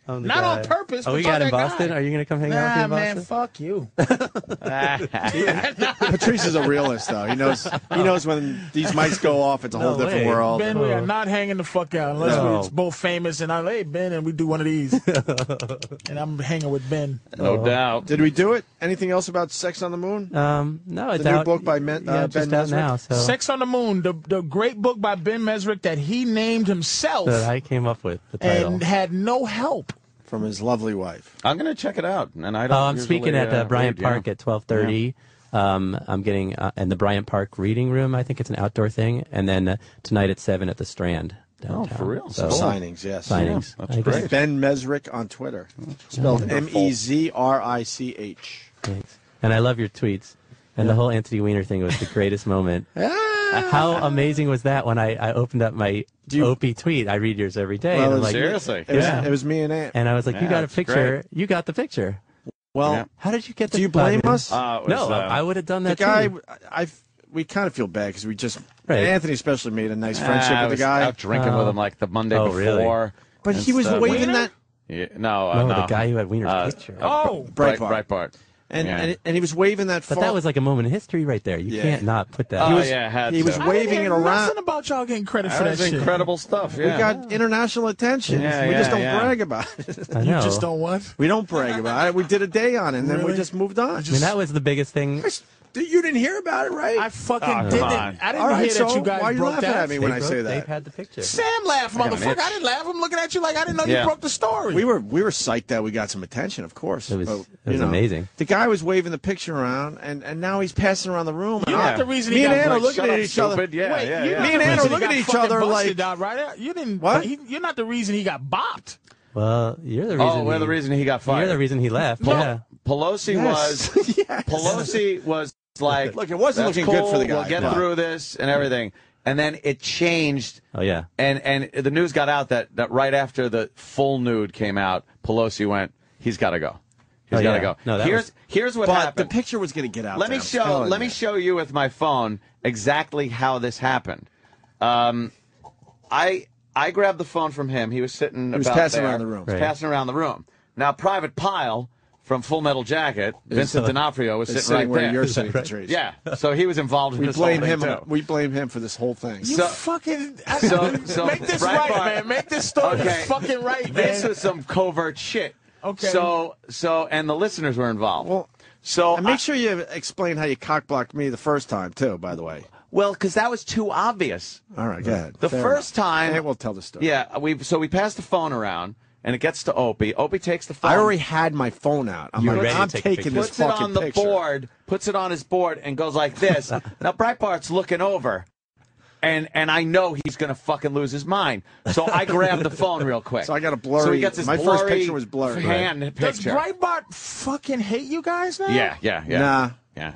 S18: Oh, the
S21: Not
S18: guy.
S21: on purpose,
S18: Oh,
S21: but
S18: we
S21: fuck
S18: got in
S21: that guy.
S18: Boston. Are you going to come hang out with me in
S3: Nah, man,
S18: Boston?
S3: fuck you.
S1: Patrice is a realist, though. He knows he knows when these mics go off, it's a whole different world.
S3: Oh. Ben, we are not hanging the fuck out unless
S1: No.
S3: we're it's both famous and I lay Ben and we do one of these. and I'm hanging with Ben.
S1: No
S18: Oh.
S1: doubt. Did we do it? Anything else about Sex on the Moon?
S18: Um, no,
S1: it's The new out- book by Men- yeah, uh, Ben just out Mesrick? now, so-
S3: Sex on the Moon, the, the great book by Ben Mesrick that he named himself
S18: That I came up with the title.
S3: and had no help.
S1: from his lovely wife.
S2: I'm going to check it out. And I don't
S18: I'm
S2: usually,
S18: speaking at
S2: uh,
S18: uh, Bryant
S2: read, yeah.
S18: Park at 12:30. Um, I'm getting uh, in the Bryant Park Reading Room. I think it's an outdoor thing, and then uh, tonight at seven at the Strand. Downtown.
S1: Oh, for real?
S3: Oh.
S18: So,
S1: Some signings, yes.
S18: Signings.
S1: Yeah,
S18: I guess-
S1: Ben Mesrick on Twitter, spelled M
S18: wonderful.
S1: E Z R I C H.
S18: Thanks. And I love your tweets. And the whole Anthony Weiner thing was the greatest moment.
S1: Ah!
S18: How amazing was that when I, I opened up my Opie tweet? I read yours every day. and
S1: Well, it
S18: I'm
S1: was-
S18: like,
S1: Seriously? it was-
S18: Yeah.
S1: it was me and Ant.
S18: And I was like, you
S1: Yeah,
S18: got a
S1: it's
S18: picture.
S1: great.
S18: You got the picture.
S1: Well,
S18: how did you get the
S1: Do you blame
S18: uh,
S1: us?
S18: no, I would have done that
S1: The guy,
S18: too.
S1: I, I- we kind of feel bad because we just
S18: Right.
S1: Anthony especially made a nice
S2: Ah,
S1: friendship
S2: I
S1: with the
S2: was
S1: guy.
S2: out drinking with
S18: Uh-huh.
S2: him, like, the Monday Oh, really? before
S1: But
S2: and
S1: he was
S2: stuff.
S1: waving
S2: Wiener?
S1: that.
S2: Yeah, no, uh,
S18: No, the guy who had Wiener's picture.
S2: oh, Bright, Breitbart.
S1: And,
S2: Yeah.
S1: and and he was waving that.
S18: But
S1: far-
S18: that was like a moment in history right there. You
S1: Yeah.
S18: can't not put that.
S2: oh,
S1: He was- he was waving it around.
S3: Nothing about y'all getting credit
S1: That
S3: for that
S1: was
S3: shit.
S1: incredible
S2: stuff.
S1: We got international attention.
S3: Yeah,
S1: we just
S3: yeah,
S1: don't
S3: yeah.
S1: brag about it.
S18: I You know. just
S3: don't what?
S1: We don't brag about it. We did a day on it, and then we
S3: Really?
S1: just moved on.
S18: I mean, that was the biggest thing.
S1: you didn't hear about it, right?
S3: I fucking
S18: Oh, come
S3: didn't.
S18: on.
S3: I didn't
S1: All right,
S3: hear that
S1: so
S3: you guys
S1: why are you
S3: broke
S1: laughing
S3: that.
S1: at me when I say that?
S18: Dave had the picture.
S3: Sam laughed,
S1: I got an
S3: motherfucker. I
S1: itch.
S3: didn't laugh. I'm looking at you like I didn't know
S1: Yeah.
S3: you broke the story.
S1: We were we were psyched that we got some attention, of course. It
S18: was-
S1: but,
S18: it
S1: you
S18: was
S1: know,
S18: amazing.
S1: The guy was waving the picture around, and, and now he's passing around the room.
S3: You
S1: and
S3: got
S1: I-
S3: the reason
S1: me
S3: he
S1: and
S3: got
S1: Ann are
S3: like,
S1: looking
S3: shut
S1: at
S3: up,
S1: each other.
S3: stupid. Yeah,
S1: Wait,
S3: yeah,
S1: you-
S3: yeah.
S1: Me and Ann are looking at each other like,
S3: out right? You didn't.
S1: What?
S3: he- you're not the reason he got bopped.
S18: Well, you're the
S2: Oh,
S18: reason.
S2: we're the reason he got fired.
S18: You're the reason he left.
S2: Pol-
S18: Yeah.
S2: Pelosi
S18: Yes.
S2: was Pelosi was like,
S1: Look, it wasn't
S2: "That's
S1: looking good for the
S2: cool,
S1: guy,
S2: We'll get
S1: but-
S2: through this and everything. And then it changed.
S18: Oh yeah.
S2: And and the news got out that that right after the full nude came out, Pelosi went, "He's got to go. He's
S18: Oh,
S2: got
S18: yeah.
S2: to go."
S18: No, that
S2: here's
S18: was-
S2: here's what
S1: but
S2: happened.
S1: the picture was going to get out.
S2: let
S1: there,
S2: me
S1: I'm
S2: show
S1: telling
S2: let
S1: you.
S2: me show you with my phone exactly how this happened. Um, I I grabbed the phone from him. He was sitting.
S1: He was
S2: about
S1: passing
S2: there.
S1: around the room.
S2: He was
S1: Right.
S2: passing around the room. Now, Private Pile from Full Metal Jacket,
S1: Is,
S2: Vincent
S1: uh,
S2: D'Onofrio was
S1: is
S2: sitting,
S1: sitting
S2: right
S1: where
S2: there.
S1: you're sitting, Patrice.
S2: Yeah, so he was involved in
S1: We
S2: this
S1: blame
S2: whole
S1: him.
S2: thing too.
S1: We blame him for this whole thing.
S3: You
S2: So-
S3: fucking
S2: so- so
S3: make this
S2: Breitbart-
S3: right, man. Make this story
S2: Okay.
S3: fucking right, man.
S2: This was some covert shit.
S3: Okay.
S2: So so and the listeners were involved. Well, so
S1: And make sure you explain how you cock blocked me the first time too. By the way.
S2: well because that was too obvious.
S1: All right, go ahead.
S2: The
S1: Fair
S2: first
S1: enough.
S2: time-
S1: Ant will tell the story.
S2: Yeah, we so we passed the phone around and it gets to Opie. Opie takes the phone.
S1: I already had my phone out. I'm
S2: You were
S1: like,
S2: ready to
S1: I'm
S2: take
S1: taking this
S2: puts
S1: fucking
S2: it on the
S1: picture.
S2: board, puts it on his board, and goes like this. now Breitbart's looking over, and and I know he's gonna fucking lose his mind. So I grab the phone real quick.
S1: So I got a blurry.
S2: So he gets his
S1: my first
S2: blurry
S1: picture was blurry.
S2: Hand
S3: Does
S2: picture.
S3: Breitbart fucking hate you guys now?
S2: yeah, yeah, yeah.
S1: Nah.
S2: yeah.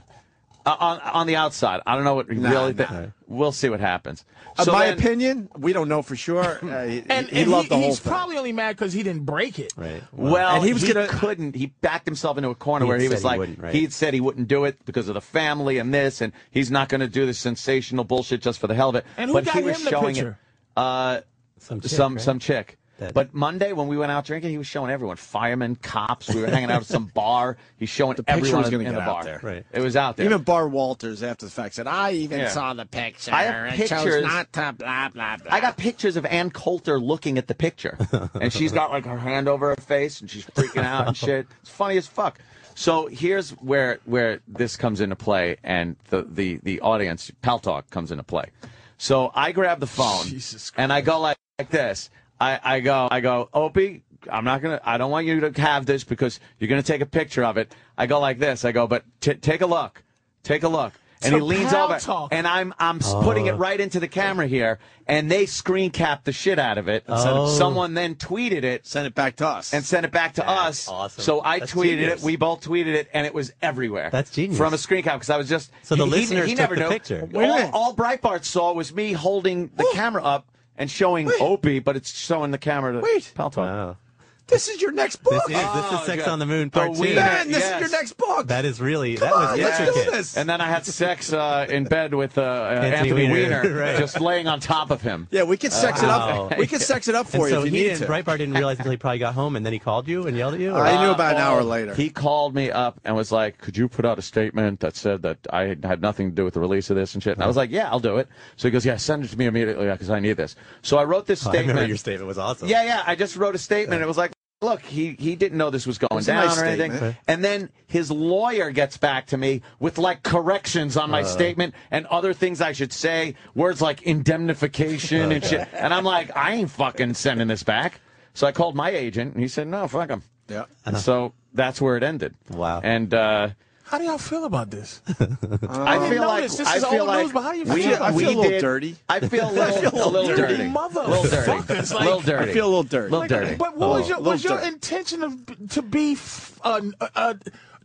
S2: Uh, on on the outside, I don't know what he
S1: Nah,
S2: really.
S1: nah.
S2: thi- We'll see what happens.
S1: Uh,
S2: So
S1: my
S2: then-
S1: opinion, we don't know for sure. Uh, he,
S3: And,
S1: he
S3: and
S1: loved the whole
S3: he's
S1: thing.
S3: probably only mad because he didn't break it.
S18: Right.
S2: Well,
S1: And
S2: he
S1: he was
S2: gonna, couldn't. He backed himself into a corner
S18: He
S2: where he
S18: said
S2: was
S18: he
S2: like,
S18: wouldn't, right.
S2: he'd said he wouldn't do it because of the family and this, and he's not going to do this sensational bullshit just for the hell of it.
S3: And who
S2: but
S3: got
S2: he was
S3: him the
S2: showing
S3: picture?
S2: it. Uh, some
S18: chick,
S2: some,
S18: right?
S2: chick.
S18: That-
S2: But Monday when we went out drinking, he was showing everyone firemen, cops. We were hanging out at some bar. He's showing
S1: The picture
S2: everyone
S1: was going
S2: in
S1: to get
S2: the
S1: out
S2: bar.
S1: there.
S2: It was out there.
S1: Even Bar Walters, after the fact, said, "I even
S2: Yeah.
S1: saw the picture.
S2: I have
S1: chose
S2: pictures-
S1: not to blah blah blah."
S2: I got pictures of Ann Coulter looking at the picture, and she's got like her hand over her face, and she's freaking out and shit. It's funny as fuck. So here's where where this comes into play, and the the the audience pal talk comes into play. So I grab the phone and I go like, like this. I, I go I go Opie. I'm not gonna. I don't want you to have this because you're gonna take a picture of it. I go like this. I go, but t- take a look, take a look. And he
S3: So
S2: leans
S3: pal
S2: over,
S3: talk.
S2: and I'm I'm s- putting
S18: Oh.
S2: it right into the camera here, and they screen capped the shit out of it.
S1: And
S18: Oh.
S1: sent it-
S2: Someone then tweeted it,
S1: sent it back to us,
S2: and sent it back to us.
S18: awesome.
S2: So I
S18: That's
S2: tweeted
S18: genius.
S2: it. We both tweeted it, and it was everywhere.
S18: That's genius.
S2: From a screen cap because I was just
S18: So the
S2: he- he-
S18: listeners
S2: he,
S18: took
S2: never
S18: the
S2: knew.
S18: picture.
S1: Wait a minute.
S2: All, all Breitbart saw was me holding the camera up and showing Opie, but it's showing the camera to
S1: Wait.
S2: Paltrow.
S18: Wow.
S1: This is your next book. Oh,
S18: This is, this is
S2: Oh,
S18: Sex on the Moon Part Two.
S1: Man, this is your next book.
S18: That is really that
S1: Come
S18: was
S1: on,
S18: your
S1: let's do
S18: kid.
S1: this.
S2: And then I had sex uh, in bed with uh, uh,
S18: Anthony
S2: Anthony
S18: Weiner.
S2: Weiner,
S18: Right.
S2: just laying on top of him.
S1: Yeah, we could sex it up. We could sex it up
S18: and
S1: for you
S18: so
S1: if you
S18: he
S1: need
S18: didn't,
S1: to.
S18: Breitbart didn't realize until he probably got home, and then he called you and yelled at you. or-
S2: Um, He called me up and was like, "Could you put out a statement that said that I had nothing to do with the release of this and shit?" And I was like, "Yeah, I'll do it." So he goes, "Yeah, send it to me immediately because I need this." So I wrote this
S18: Oh, I
S2: statement.
S18: remember your statement was awesome.
S2: Yeah, yeah. I just wrote a statement. It was like, "Look, he he didn't know this was going
S18: was a
S2: down
S18: nice
S2: or anything."
S18: statement.
S2: And then his lawyer gets back to me with like corrections on my
S18: Uh.
S2: statement and other things I should say, words like indemnification and
S18: Okay.
S2: shit. And I'm like, I ain't fucking sending this back. So I called my agent and he said, no, fuck him.
S1: Yeah.
S2: And so that's where it ended. Wow. And uh,
S3: How do y'all feel about this?
S2: I
S3: didn't
S2: feel
S3: know
S2: like
S3: this. This
S2: I
S3: is
S2: feel
S3: old
S2: like
S3: news, but how do you
S2: we,
S3: feel about
S2: we
S3: it? I feel a little
S2: did-
S3: dirty.
S2: I feel a
S3: I
S2: little,
S3: feel a little
S2: dirty.
S3: dirty.
S2: little dirty.
S3: Motherfuckers, like-
S2: little dirty.
S3: I feel a little
S1: dirty.
S2: Little dirty.
S3: But what was
S2: Oh.
S3: your
S2: Little
S3: was your
S2: dirty.
S3: intention of to be f- a, a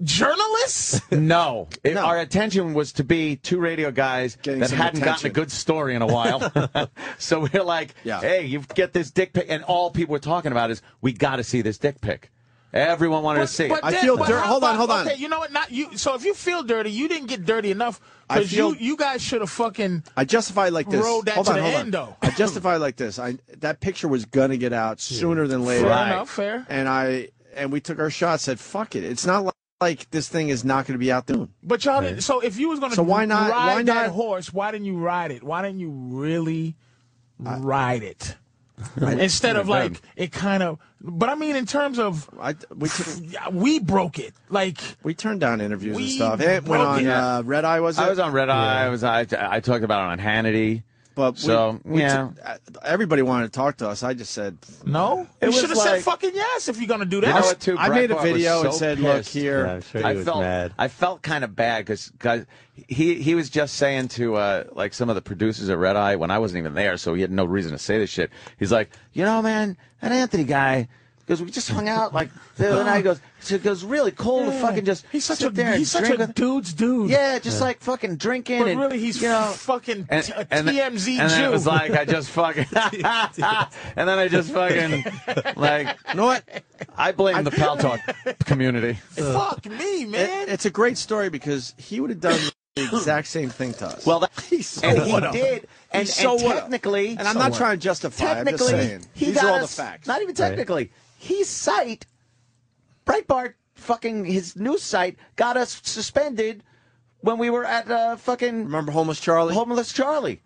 S3: journalist?
S2: No. It- Our attention was to be two radio guys that
S3: some
S2: hadn't gotten
S3: attention.
S2: a good story in a while. so we're like, hey, you get this dick pic. And all people were talking about is, we got to see this dick pic. Everyone wanted to see it.
S3: then- but how about- Okay, you know what? Not you. So if you feel dirty, you didn't get dirty enough
S1: I
S3: because
S1: feel-
S3: you you guys should have fucking.
S1: I justify like this.
S3: Rolled that
S1: hold
S3: to
S1: on,
S3: the
S1: hold
S3: end,
S1: on.
S3: though.
S1: I justify like this. I that picture was gonna get out sooner than later.
S3: Fair enough, fair.
S1: And I and we took our shot. Said fuck it. It's not like, like this thing is not gonna be out soon.
S3: But y'all didn't. So if you was gonna
S1: So why not-
S3: ride
S1: why
S3: that
S1: not-
S3: horse, why didn't you ride it? Why didn't you really ride it? Instead of like it kind of, but I mean in terms of
S1: we
S3: we broke it like
S1: we turned down interviews
S3: We
S1: and stuff. It went
S3: broke
S1: on
S2: it.
S1: uh, Red Eye. Was it?
S2: I was on Red Eye. I was I, I talked about it on Hannity.
S1: But we-
S2: so
S1: we
S2: yeah,
S1: t- uh, everybody wanted to talk to us. I just said
S3: no.
S1: It
S3: you
S1: was
S3: should have
S1: like-
S3: said fucking yes if you're gonna do
S2: You
S3: that.
S2: know what, too?
S1: I made
S2: Breitbart
S1: a
S2: was
S1: video and
S2: so
S1: said, "Look
S2: pissed.
S1: here." Yeah, I'm sure he
S2: I
S1: was
S2: felt
S1: mad.
S2: I felt kind of bad because he he was just saying to uh, like some of the producers at Red Eye when I wasn't even there, so he had no reason to say this shit. He's like, you know, man, that Anthony guy. Because we just hung out like the other night. He goes, so it goes really cool to
S3: Yeah.
S2: fucking just
S3: He's such
S2: sit
S3: a-
S2: there and
S3: he's such
S2: drink
S3: a
S2: with-
S3: dude's dude.
S2: Yeah, just
S3: Yeah.
S2: like fucking drinking.
S3: But
S2: and,
S3: really, he's
S2: you know,
S3: fucking
S2: and,
S3: t- a
S2: and-
S3: TMZ
S2: and
S3: Jew.
S2: then it was like I just fucking, and then I just fucking like, you know what? I blame the pal talk community.
S3: Fuck me, man.
S1: it's a great story because he would have done the exact same thing to us.
S2: Well, that, and he
S1: would've.
S2: did,
S1: He
S2: and,
S1: so
S2: and
S1: would've.
S2: technically,
S1: and I'm not trying to justify. I'm just
S2: technically,
S1: saying.
S2: he
S1: These
S2: got
S1: are all
S2: us-
S1: the facts.
S2: Not even technically, his site, Breitbart, fucking his news site, got us suspended when we were at uh, fucking.
S1: Remember homeless Charlie?
S2: Homeless Charlie.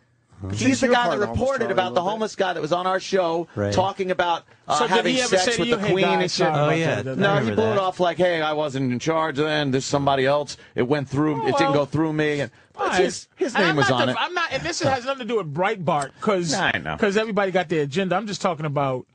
S1: He's
S2: He's the
S1: your
S2: guy
S1: part
S2: that
S1: of Homeless
S2: reported
S1: Charlie a
S2: about the
S1: little bit.
S2: homeless guy that was on our show
S1: Right.
S2: talking about uh,
S1: So did
S2: having
S1: he ever say
S2: sex
S1: to
S2: with
S1: you,
S2: the
S1: "Hey,
S2: queen
S1: guys,
S2: and shit.
S1: sorry about Oh, yeah. that"? I
S2: No, he
S1: remember
S2: blew it
S1: that.
S2: off like, "Hey, I wasn't in charge then. There's somebody else. It went through. it didn't go through me." And but
S3: Fine.
S2: his his
S3: And
S2: name
S3: I'm
S2: was
S3: not
S2: on
S3: the-
S2: it.
S3: I'm not, and this has nothing to do with Breitbart because
S2: Nah, I know.
S3: everybody got their agenda. I'm just talking about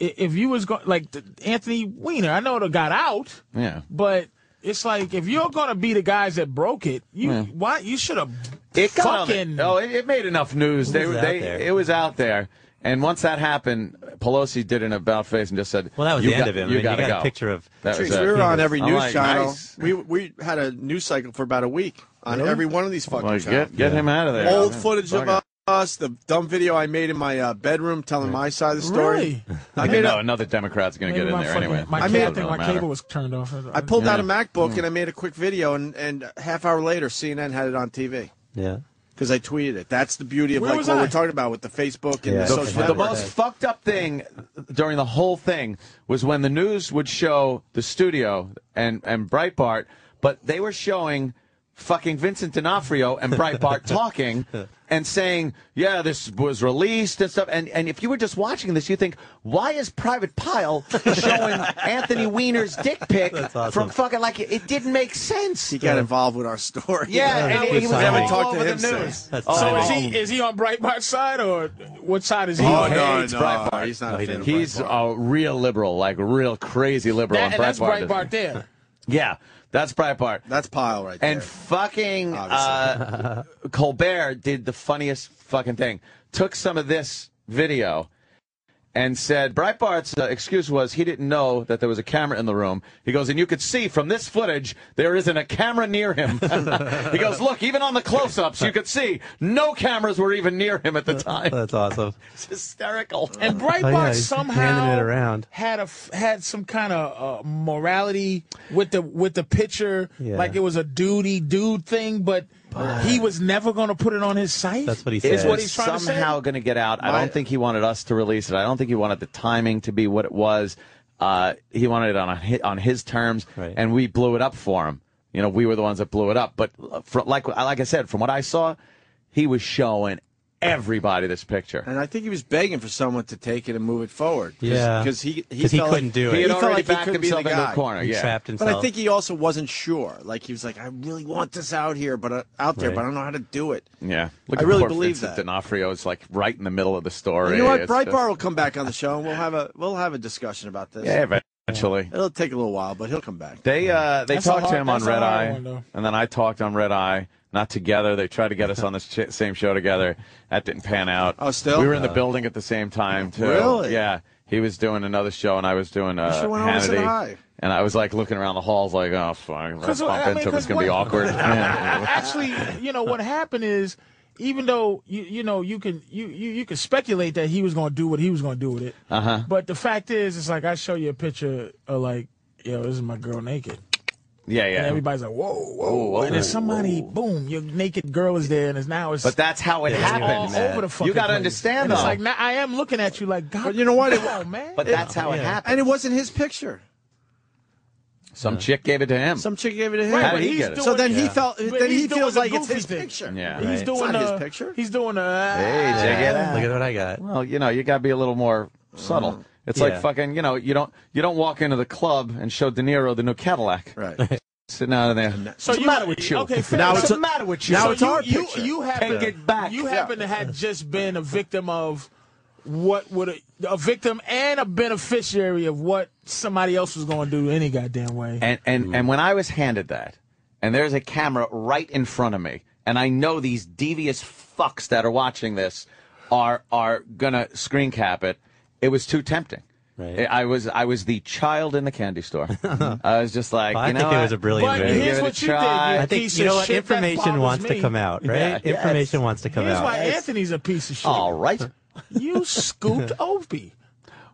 S3: i- if you was going like the, Anthony Weiner. I know it got out,
S2: yeah.
S3: but it's like if you're gonna be the guys that broke it, you
S2: Yeah.
S3: why you should have
S2: Hmm. It got on
S3: fucking
S2: the- oh, it, it made enough news.
S3: It
S2: They,
S3: was out
S2: they,
S3: there.
S2: it was out there, and once that happened, Pelosi did an about face and just said,
S18: Well, that was
S2: you
S18: the end
S2: got-
S18: of him.
S2: You
S18: I mean, you
S2: gotta
S18: got a
S2: go.
S18: picture of-
S2: That was
S1: Jeez,
S2: it.
S1: we were on every
S2: I'm
S1: news
S2: like,
S1: channel.
S2: nice.
S1: We we had a news cycle for about a week on
S2: Really? Oh
S1: every one of these fucking.
S2: Like, get-
S1: channels.
S2: get him outta there.
S1: Old
S2: Yeah.
S1: footage of uh,
S2: Bugger.
S1: us. The dumb video I made in my uh, bedroom telling my side of the story.
S3: Really?
S1: I
S2: I
S1: made
S2: know
S1: a,
S2: another Democrat's going to get in there anyway.
S3: My,
S1: I
S3: cable,
S1: mean,
S3: I think my cable was turned off.
S1: I pulled out a
S3: Yeah.
S1: MacBook
S3: Mm.
S1: and I made a quick video, and and a half hour later, CNN had it on TV.
S18: Yeah.
S1: Because I tweeted it. That's the beauty of
S2: Where
S1: like
S2: was
S1: what
S2: I?
S1: we're talking about with the Facebook and the
S2: The,
S1: social
S2: the
S1: network.
S2: most fucked up thing during the whole thing was when the news would show the studio and, and Breitbart, but they were showing fucking Vincent D'Onofrio and Breitbart talking and saying, yeah, this was released and stuff. And, and if you were just watching this, you think, why is Private Pile showing Anthony Weiner's dick pic from fucking like it, it didn't make sense? He
S1: got involved with our story.
S2: Yeah, and he, he was
S1: I haven't
S2: all
S1: talked
S2: over
S1: to him
S2: the
S1: since.
S2: news.
S1: That's
S3: So
S1: Oh.
S3: is he is he on Breitbart's side or what side is he
S2: Oh,
S3: on?
S2: no,
S3: Hates
S2: no,
S3: Breitbart.
S1: he's not a fan of
S2: He's a real liberal, like real crazy liberal.
S3: That-
S2: and
S3: that's
S2: Breitbart
S3: Breitbart
S2: is-
S3: there.
S2: Yeah, that's Breitbart.
S1: That's Pyle right
S2: there. And fucking uh, Colbert did the funniest fucking thing. Took some of this video and said Breitbart's uh, excuse was he didn't know that there was a camera in the room. He goes, and you could see from this footage there isn't a camera near him. he goes, look, even on the close-ups, you could see no cameras were even near him at the time.
S18: That's awesome.
S2: It's hysterical.
S3: And
S18: Oh,
S3: Breitbart
S18: yeah, he's
S3: somehow
S18: handing it around.
S3: had a f- had some kind of uh, morality with the with the picture,
S18: Yeah.
S3: like it was a duty dude thing, but he was never going to put it on his site.
S18: That's what he
S3: Is
S18: said.
S3: what he's trying
S2: somehow going to get out. I
S3: My-
S2: don't think he wanted us to release it. I don't think he wanted the timing to be what it was. Uh, he wanted it on a, hi- on his terms, and we blew it up for him. You know, we were the ones that blew it up. But uh, fr like like I said, from what I saw, he was showing everybody this picture.
S1: And I think he was begging for someone to take it and move it forward.
S2: Yeah.
S1: because he he,
S2: 'Cause he
S1: felt
S2: couldn't
S1: like,
S2: do it. He had
S1: felt
S2: already
S1: like
S2: backed
S1: couldn't be the
S2: himself into a
S1: guy.
S2: corner, He yeah. trapped
S1: But I
S2: himself.
S1: think he also wasn't sure. Like he was like, I really want this out here, but uh, out there,
S2: Right.
S1: but I don't know how to do it.
S2: Yeah,
S1: I really
S2: poor
S1: believe
S2: Vincent
S1: that.
S2: D'Onofrio is like right in the middle of the story.
S1: you know what?
S2: It's
S1: Breitbart
S2: just-
S1: will come back on the show, and we'll have a we'll have a discussion about this.
S2: yeah, eventually.
S1: It'll take a little while, but he'll come back.
S2: They uh, they
S1: That's
S2: talked
S1: a
S2: to
S1: hard-
S2: him on
S1: that's a
S2: Red
S1: hard
S2: Eye,
S1: one, though.
S2: and then I talked on Red Eye. Not together. They tried to get us on the sh- same show together. That didn't pan out. Oh,
S1: still?
S2: We were in the
S1: Uh,
S2: building at the same time too.
S1: Really?
S2: Yeah. He was doing another show, and I was doing uh,
S1: should've went over and said
S2: Hannity.
S1: hi.
S2: and I was like looking around the halls, like, oh, fuck, if I
S3: Because,
S2: bump
S3: I mean,
S2: into him. It's
S3: 'cause
S2: gonna be
S3: what-
S2: awkward. Yeah.
S3: actually, you know what happened is, even though you you know you can you you, you can speculate that he was going to do what he was going to do with it,
S2: Uh-huh.
S3: but the fact is, it's like I show you a picture of like, yo, this is my girl naked.
S2: yeah, yeah.
S3: And everybody's like, whoa, whoa,
S2: Whoa, whoa,
S3: and then somebody, boom, your naked girl is there, and it's now it's.
S2: But that's how it
S3: it's
S2: happened,
S3: All
S2: man.
S3: over the
S2: You
S3: fucking
S2: gotta
S3: place.
S2: understand,
S3: And it's
S2: though.
S3: like now I am looking at you like, God,
S1: But you know what? It-
S3: come on, man.
S2: But that's how it Yeah. happened.
S1: and it wasn't his picture.
S2: Some chick gave it to him.
S1: Some chick gave it to him.
S2: How did he get it?
S1: so then he
S2: Yeah.
S1: felt.
S3: But
S1: Then he
S3: he's doing
S1: feels
S3: the
S1: like it's
S3: goofy
S1: his
S3: thing.
S1: picture.
S2: Yeah.
S3: He's
S2: Right.
S3: doing
S1: It's not his
S3: a-
S1: picture.
S3: He's doing ah, a.
S2: Hey, check it out.
S18: Look at what I got.
S2: Well, you know, you got to be a little more subtle. it's
S18: Mm. Yeah.
S2: like fucking, you know, you don't you don't walk into the club and show De Niro the new Cadillac.
S1: Right.
S2: Sitting out in there.
S3: So
S2: What's
S3: you-
S2: the matter with you?
S3: Okay, fair
S2: now
S3: enough.
S2: it's the matter with you.
S3: So you, you, You happen,
S2: Take it back.
S3: You happen to have just been a victim of what would a, a victim and a beneficiary of what somebody else was going to do any goddamn way.
S2: And and
S18: Mm.
S2: and when I was handed that, and there's a camera right in front of me, and I know these devious fucks that are watching this are are gonna screen cap it. It was too tempting. Right. I was I was the child in the candy store. I was just like,
S18: Well, I
S2: you know,
S18: think it
S2: what?
S18: was a brilliant But move.
S2: Give
S18: here's
S2: it a
S18: what you did,
S2: try.
S18: you I think- piece you know of what? shit, that Information wants bothers to me. come out, right? Information wants to come
S3: Here's
S18: out.
S3: why
S18: Yes.
S3: Anthony's a piece of shit.
S2: All right.
S3: You scooped Opie.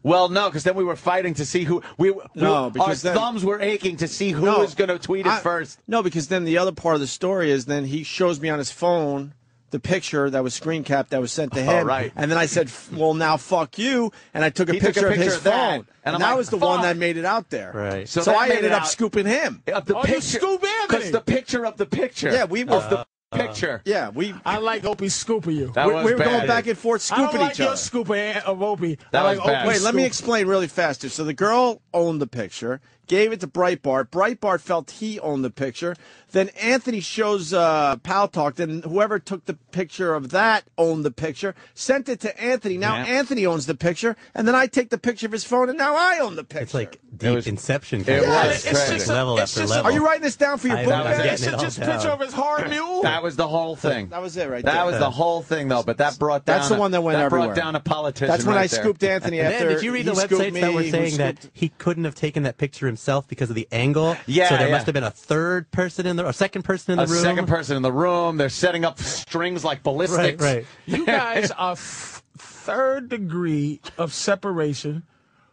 S2: Well, no, because then we were fighting to see who we. we
S1: No,
S2: our
S1: because then-
S2: thumbs were aching to see who
S1: No,
S2: was going to tweet it
S1: I-
S2: first.
S1: No, because then the other part of the story is then he shows me on his phone the picture that was screen capped that was sent to
S2: Oh,
S1: him.
S2: right.
S1: And then I said, "F- "Well, now fuck you," and I took a,
S2: He took a
S1: picture, of
S2: picture
S1: his
S2: of that,
S1: phone,
S2: and I'm
S1: that
S2: like,
S1: was the one
S2: "Fuck."
S1: that made it out there.
S18: Right.
S1: So,
S2: that
S1: I
S2: made it
S1: ended up
S2: out.
S1: scooping him.
S2: Of the
S3: Oh, you
S2: picture,
S3: scoop Anthony.
S2: because the picture of the picture.
S1: Yeah, we were-
S2: of the
S1: Uh,
S2: picture.
S1: Yeah, we.
S3: I like Opie scooping you.
S2: That
S1: we,
S2: was
S1: we were
S2: bad.
S1: going back and forth
S3: I don't
S1: scooping
S3: like
S1: each
S3: your
S1: other.
S3: scoop of- of Opie.
S2: That
S3: I like
S2: was bad.
S3: Opie's
S1: Wait, let me
S3: scoop.
S1: explain really fast. here. So the girl owned the picture, gave it to Breitbart. Breitbart felt he owned the picture. Then Anthony shows uh, Pal Talk. Then whoever took the picture of that owned the picture, sent it to Anthony. Now
S2: Yeah.
S1: Anthony owns the picture, and then I take the picture of his phone, and now I own the picture. It's like
S18: Deep inception.
S2: it
S18: kind of
S2: was
S18: thing.
S2: tragic.
S18: level
S1: it's
S18: after
S1: just a-
S18: level.
S1: Are you writing this down for your
S18: I-
S1: book?
S18: that was
S1: bag?
S18: it. It's just
S2: It all
S18: picture
S3: of his hard mule.
S2: That was the whole thing.
S1: That was it right
S2: That
S1: there.
S2: was the whole thing, though. But that brought down.
S1: That's the one that went
S2: that
S1: everywhere.
S2: brought down a politician.
S1: That's when
S2: right
S1: I
S2: there.
S1: scooped Anthony
S18: And
S1: after.
S18: then, did you read the
S1: he scooped
S18: websites that were
S1: me, who
S18: saying that
S1: scooped-
S18: he couldn't have taken that picture himself because of the angle?
S2: Yeah,
S18: So there
S2: yeah.
S18: must have been a third person in the, a second person in the
S2: A
S18: room.
S2: second person in the room. They're setting up strings like ballistics.
S18: Right, right.
S3: You guys are f- third degree of separation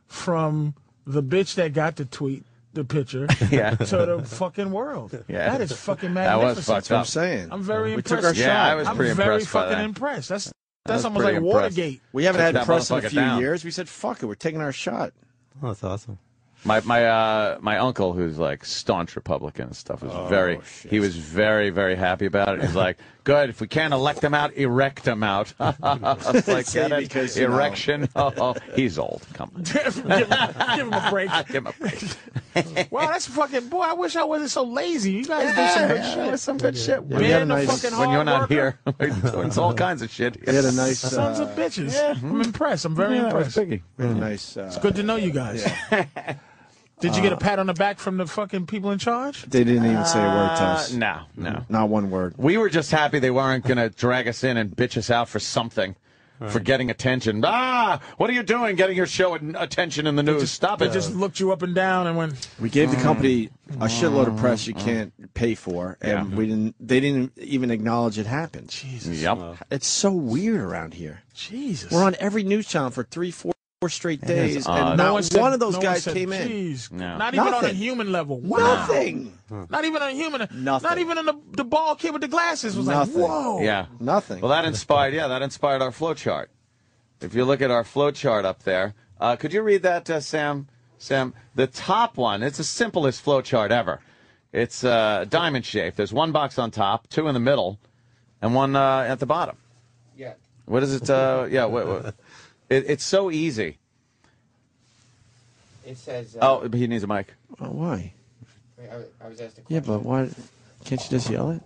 S3: from the bitch that got to tweet the picture
S2: Yeah.
S3: to the fucking world.
S2: Yeah.
S3: That is fucking
S2: That
S3: magnificent.
S2: was fucked up. That's what I'm saying.
S3: I'm very
S2: We
S3: impressed.
S2: took our Yeah, shot. I was
S3: I'm
S2: pretty
S3: very
S2: impressed by
S3: fucking
S2: that.
S3: impressed. That's
S2: That
S3: that's
S2: was
S3: almost like
S2: pretty impressed.
S3: Watergate.
S1: We haven't
S2: Took
S1: had
S2: that
S1: press in a
S2: motherfucker
S1: few
S2: down.
S1: years. We said, "Fuck it, we're taking our shot."
S18: Oh, that's awesome.
S2: My my uh, my uncle, who's like staunch Republican and stuff, was
S1: Oh,
S2: very he was very very happy about it. He's like, good if we can't elect him out, erect him out. it's like
S1: See,
S2: get it?
S1: because, you know.
S2: erection. Oh, oh, he's old. Come on,
S3: give, him- give him a break.
S2: give him a break.
S3: Wow, that's fucking boy. I wish I wasn't so lazy. You guys do some good shit.
S2: some good shit.
S3: Yeah, we had a
S2: Being a
S3: nice-
S2: fucking
S3: When you're not
S2: hard worker. it's all kinds of shit.
S1: We had a nice,
S3: Sons
S1: uh,
S3: of bitches. I'm impressed. I'm very
S2: Yeah, that was
S3: impressed.
S2: biggie.
S1: we had a nice. Uh,
S3: It's good to know you guys. Did you get
S2: Uh,
S3: a pat on the back from the fucking people in charge?
S1: They didn't even say a word to us.
S2: Uh, no, no.
S1: Not one word.
S2: We were just happy they weren't going to drag us in and bitch us out for something. Right. For getting attention. Ah, what are you doing getting your show and attention in the news? Stop it.
S3: They just looked you up and down and went.
S1: We gave the company a shitload of press you can't pay for, and we didn't. They didn't even acknowledge it happened. Jesus,
S2: Yep.
S3: Oh.
S1: it's so weird around here.
S3: Jesus,
S1: We're on every news channel for three, four, four straight
S2: That is
S1: days,
S2: odd.
S1: and
S2: No
S1: not
S2: one
S1: one,
S2: said-
S1: of those
S2: no one
S1: guys
S2: said,
S1: came in.
S3: Jeez,
S2: No.
S3: not even on a
S1: Nothing.
S3: human level. Wow.
S1: Nothing.
S3: Not even on a human.
S1: Nothing.
S3: Not even on the, the bald kid with the glasses was
S1: Nothing.
S3: like, whoa.
S2: Yeah.
S1: Nothing.
S2: Well, that inspired, yeah, that inspired our flow chart. If you look at our flow chart up there, uh, could you read that, uh, Sam? Sam, the top one, it's the simplest flow chart ever. It's uh, diamond shaped. There's one box on top, two in the middle, and one uh, at the bottom.
S12: Yeah.
S2: What is it? Uh, yeah, what, what- It, it's so easy.
S12: It says. uh,
S2: Oh, he needs a mic.
S1: Well, why?
S12: I, was asked.
S1: Yeah, but why? Can't you just yell it?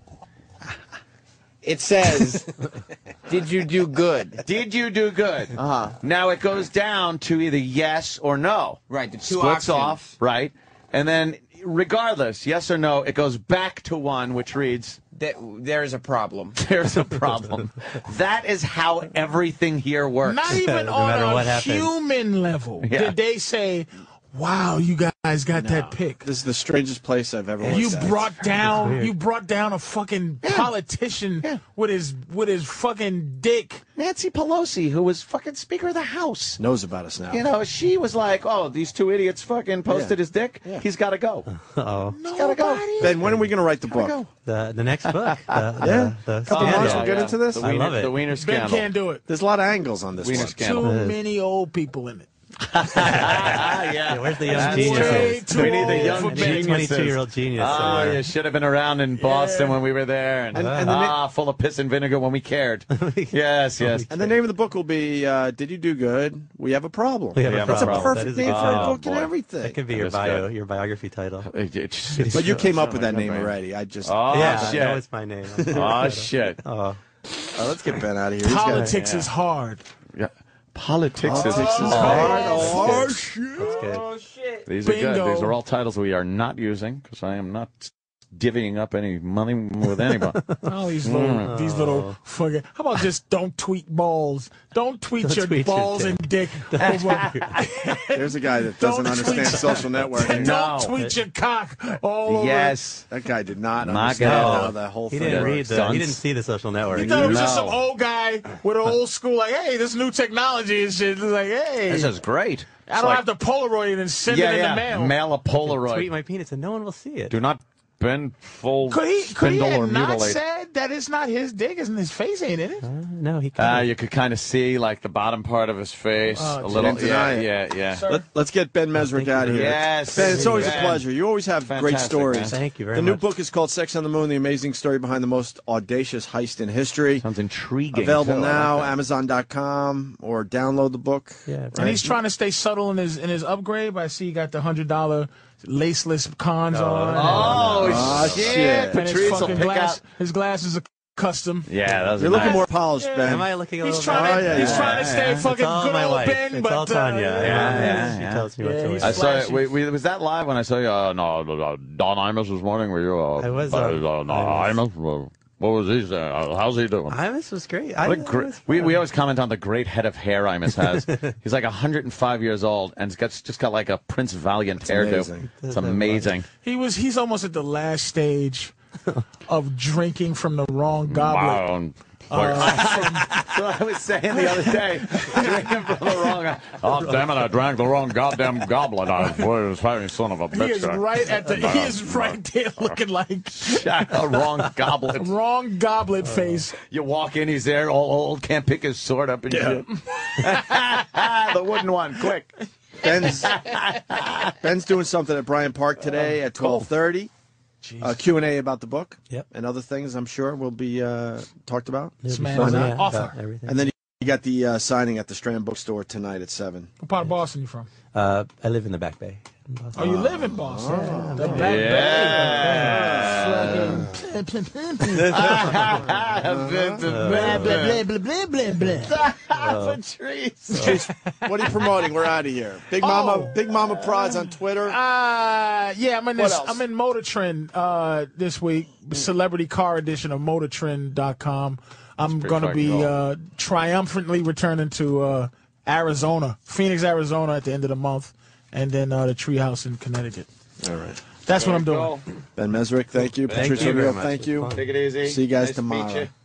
S12: It says, "Did you do good?"
S2: Did you do good?
S12: Uh-huh.
S2: Now it goes down to either yes or no.
S12: Right, the two options.
S2: Splits off, right? And then, regardless, yes or no, it goes back to one, which reads,
S12: That there is a problem.
S2: there's a problem. that is how everything here works.
S3: Not even on
S2: matter
S3: a
S2: what happens.
S3: human level
S2: Yeah.
S3: did they say, "Wow, you guys got that pick."
S1: This is the strangest place I've ever.
S3: You
S1: looked at.
S3: brought down you brought down a fucking politician with his with his fucking dick.
S2: Nancy Pelosi, who was fucking Speaker of the House.
S1: knows about us now.
S2: You know, she was like, oh, these two idiots fucking posted his dick. He's got to go.
S18: Oh,
S2: He's got to go.
S1: Ben, when are we going to write the book?
S18: the the next book. The, the,
S1: Yeah.
S18: the
S1: Couple
S18: scandal.
S1: months, we'll get into this.
S2: The
S18: I
S2: wiener,
S18: love it.
S2: The wiener
S3: Ben
S2: scandal.
S3: can't do it.
S1: There's a lot of angles on this
S2: Wiener
S1: one.
S2: scandal.
S3: Too many old people in it.
S2: Ah, yeah.
S18: Where's the
S2: That's
S18: young
S3: way
S18: genius?
S3: too
S2: We need the
S3: old
S2: young
S3: for Ben.
S2: geniuses.
S18: 22-year-old genius
S2: Ah,
S18: somewhere.
S2: you should have been around in Boston when we were there, and,
S1: And- and the
S2: ah, full of piss and vinegar when we cared. yes, yes.
S1: And the name of the book will be uh, "Did You Do Good? We Have a Problem."
S18: We Have a
S1: That's
S18: Problem.
S1: a
S18: That
S1: perfect
S18: is a
S1: name
S18: good
S1: for a
S18: name. Oh,
S1: book and
S2: Boy.
S18: That
S1: everything.
S18: could be your
S2: That's
S18: bio,
S2: good.
S18: your biography title.
S2: It- it-
S1: But you came up with that
S18: Something like
S1: name
S18: that,
S1: already. I just
S2: Oh
S18: yeah,
S2: shit!
S18: that was my name.
S2: oh shit!
S18: Oh,
S1: Oh, let's get Ben out of here. He's got-
S3: Politics is hard.
S2: Yeah. Politics
S1: Oh,
S2: is
S18: Oh,
S2: Oh,
S1: hard.
S18: that's good.
S2: These are good.
S3: Bingo.
S2: These are all titles we are not using because I am not divvying up any money with anybody.
S3: All these little, these
S2: Oh.
S3: little fucking. How about just don't tweet balls? Don't tweet
S18: Don't
S3: your
S18: tweet your
S3: balls
S18: dick.
S3: and dick. over-
S1: There's a guy that doesn't
S3: Don't tweet
S1: understand
S3: that.
S1: social networking.
S2: No.
S3: Don't tweet your cock all over.
S2: yes.
S1: That guy did not
S2: Not
S1: understand
S2: at all.
S1: how the whole
S18: He
S1: thing
S18: didn't
S1: works.
S18: read the.
S2: Dunce.
S18: He didn't see the social network.
S3: You thought it was just
S2: No.
S3: some old guy with an old school, like, hey, this new technology and shit. It's Like, hey,
S2: This is great.
S3: I don't have to Polaroid it and send
S2: yeah,
S3: it in
S2: yeah.
S3: the mail.
S2: Mail a
S18: Tweet
S2: Polaroid.
S18: my penis, and no one will see it.
S2: Do not bend, fold,
S3: Could he, could he
S2: spindle, or
S3: have not
S2: mutilate.
S3: said that it's not his dick and his face ain't in it?
S18: No, he.
S2: Ah,
S18: Couldn't.
S2: you could kind of see like the bottom part of his face,
S3: Oh,
S2: a little.
S1: didn't
S2: Yeah,
S1: deny
S2: yeah, yeah.
S1: Let, us get Ben Mesrick out of here.
S2: Yes.
S1: Ben, it's always a
S2: Ben.
S1: pleasure. You always have great
S2: Fantastic, man.
S1: stories.
S18: Thank you very
S1: The new
S18: much.
S1: book is called Sex on the Moon The Amazing Story Behind the Most Audacious Heist in History.
S2: Sounds intriguing.
S1: Available
S2: too. I
S1: now,
S2: like
S1: Amazon.com, or download the book.
S18: Yeah,
S3: And he's trying to stay subtle in his in his upgrade. But I see he got the hundred dollar laceless cons on.
S2: that. Oh,
S1: Oh,
S2: shit!
S1: shit.
S3: and
S2: Patrice
S3: his
S2: will
S3: fucking
S2: pick
S3: glass,
S2: out.
S3: his glasses are custom.
S2: Yeah, those are
S1: You're looking
S2: nice.
S1: more polished, Ben.
S18: Am I looking a
S3: He's
S18: little?
S3: trying to
S1: Oh, yeah,
S3: he's
S1: yeah,
S3: trying to
S2: yeah,
S3: stay
S2: yeah.
S3: fucking
S18: it's all
S3: good
S18: my
S3: old
S18: wife.
S3: Ben,
S18: it's
S3: but
S18: all Tanya.
S3: uh,
S18: yeah,
S2: yeah,
S18: yeah, She
S2: yeah.
S18: tells me what
S3: Yeah,
S18: to
S3: he's
S18: wear.
S2: I saw it.
S3: flashy.
S2: We, we, was that live when I saw you? Uh, no, uh, Don Imus this morning. Were you? Uh,
S18: I was,
S2: uh,
S18: uh,
S2: uh, no,
S18: I was.
S2: Imus. uh, What was he saying? Uh, how's he doing?
S18: Imus was great. I,
S2: What a
S18: it
S2: great,
S18: was
S2: we,
S18: fun.
S2: we always comment on the great head of hair Imus has. He's like 105 years old and he's got, just got like a Prince Valiant hairdo.
S1: amazing.
S2: It's amazing.
S3: he was he's almost at the last stage of drinking from the wrong goblet.
S2: Wow. so I was saying the other day, drinking from the wrong. Oh damn it! I drank the wrong goddamn goblet. I was having son of a
S3: He is right at the he is right there looking like
S2: the wrong goblet.
S3: wrong
S18: Uh.
S3: goblet face.
S2: You walk in, he's there, all old, can't pick his sword up and shit. the wooden one, quick.
S1: Ben's, Ben's doing something at Bryant Park today at 1230. A Q&A about the book
S18: Yep.
S1: and other things, I'm sure, will be uh, talked about.
S18: It'll be
S3: man
S18: fun,
S3: is an
S18: yeah,
S3: author.
S18: about Everything.
S1: And then you got the uh, signing at the Strand Bookstore tonight at 7.
S3: What part of Boston you from?
S18: uh, I live in the Back Bay. in Boston.
S3: Oh, you live in Boston.
S18: Oh,
S3: the Back
S2: Yeah.
S3: Bay. Fucking plin, plin, plin, plin.
S2: uh,
S3: Blah, blah, blah, blah, blah, blah, blah.
S1: What are you promoting? We're out of here.
S12: Oh.
S1: Big Mama, Big Mama Prize on Twitter.
S12: Ah.
S3: Uh, yeah, I'm in this.
S1: else?
S3: I'm in
S12: Mm.
S3: Motor Trend uh, this week, celebrity car edition of MotorTrend.com. I'm
S12: pretty
S3: going to
S12: fucking
S3: be
S12: cool.
S3: uh, triumphantly returning to uh, Arizona, Phoenix, Arizona at the end of the month, and then uh, the treehouse in Connecticut.
S1: All right.
S3: That's what
S12: Very
S3: I'm doing.
S12: cool.
S1: Ben Mesrick, thank you.
S12: Thank
S1: Patricia
S12: you very
S1: Neal,
S12: much.
S1: thank you.
S12: Take it easy.
S1: See you guys
S12: Nice to meet
S1: tomorrow.
S12: you.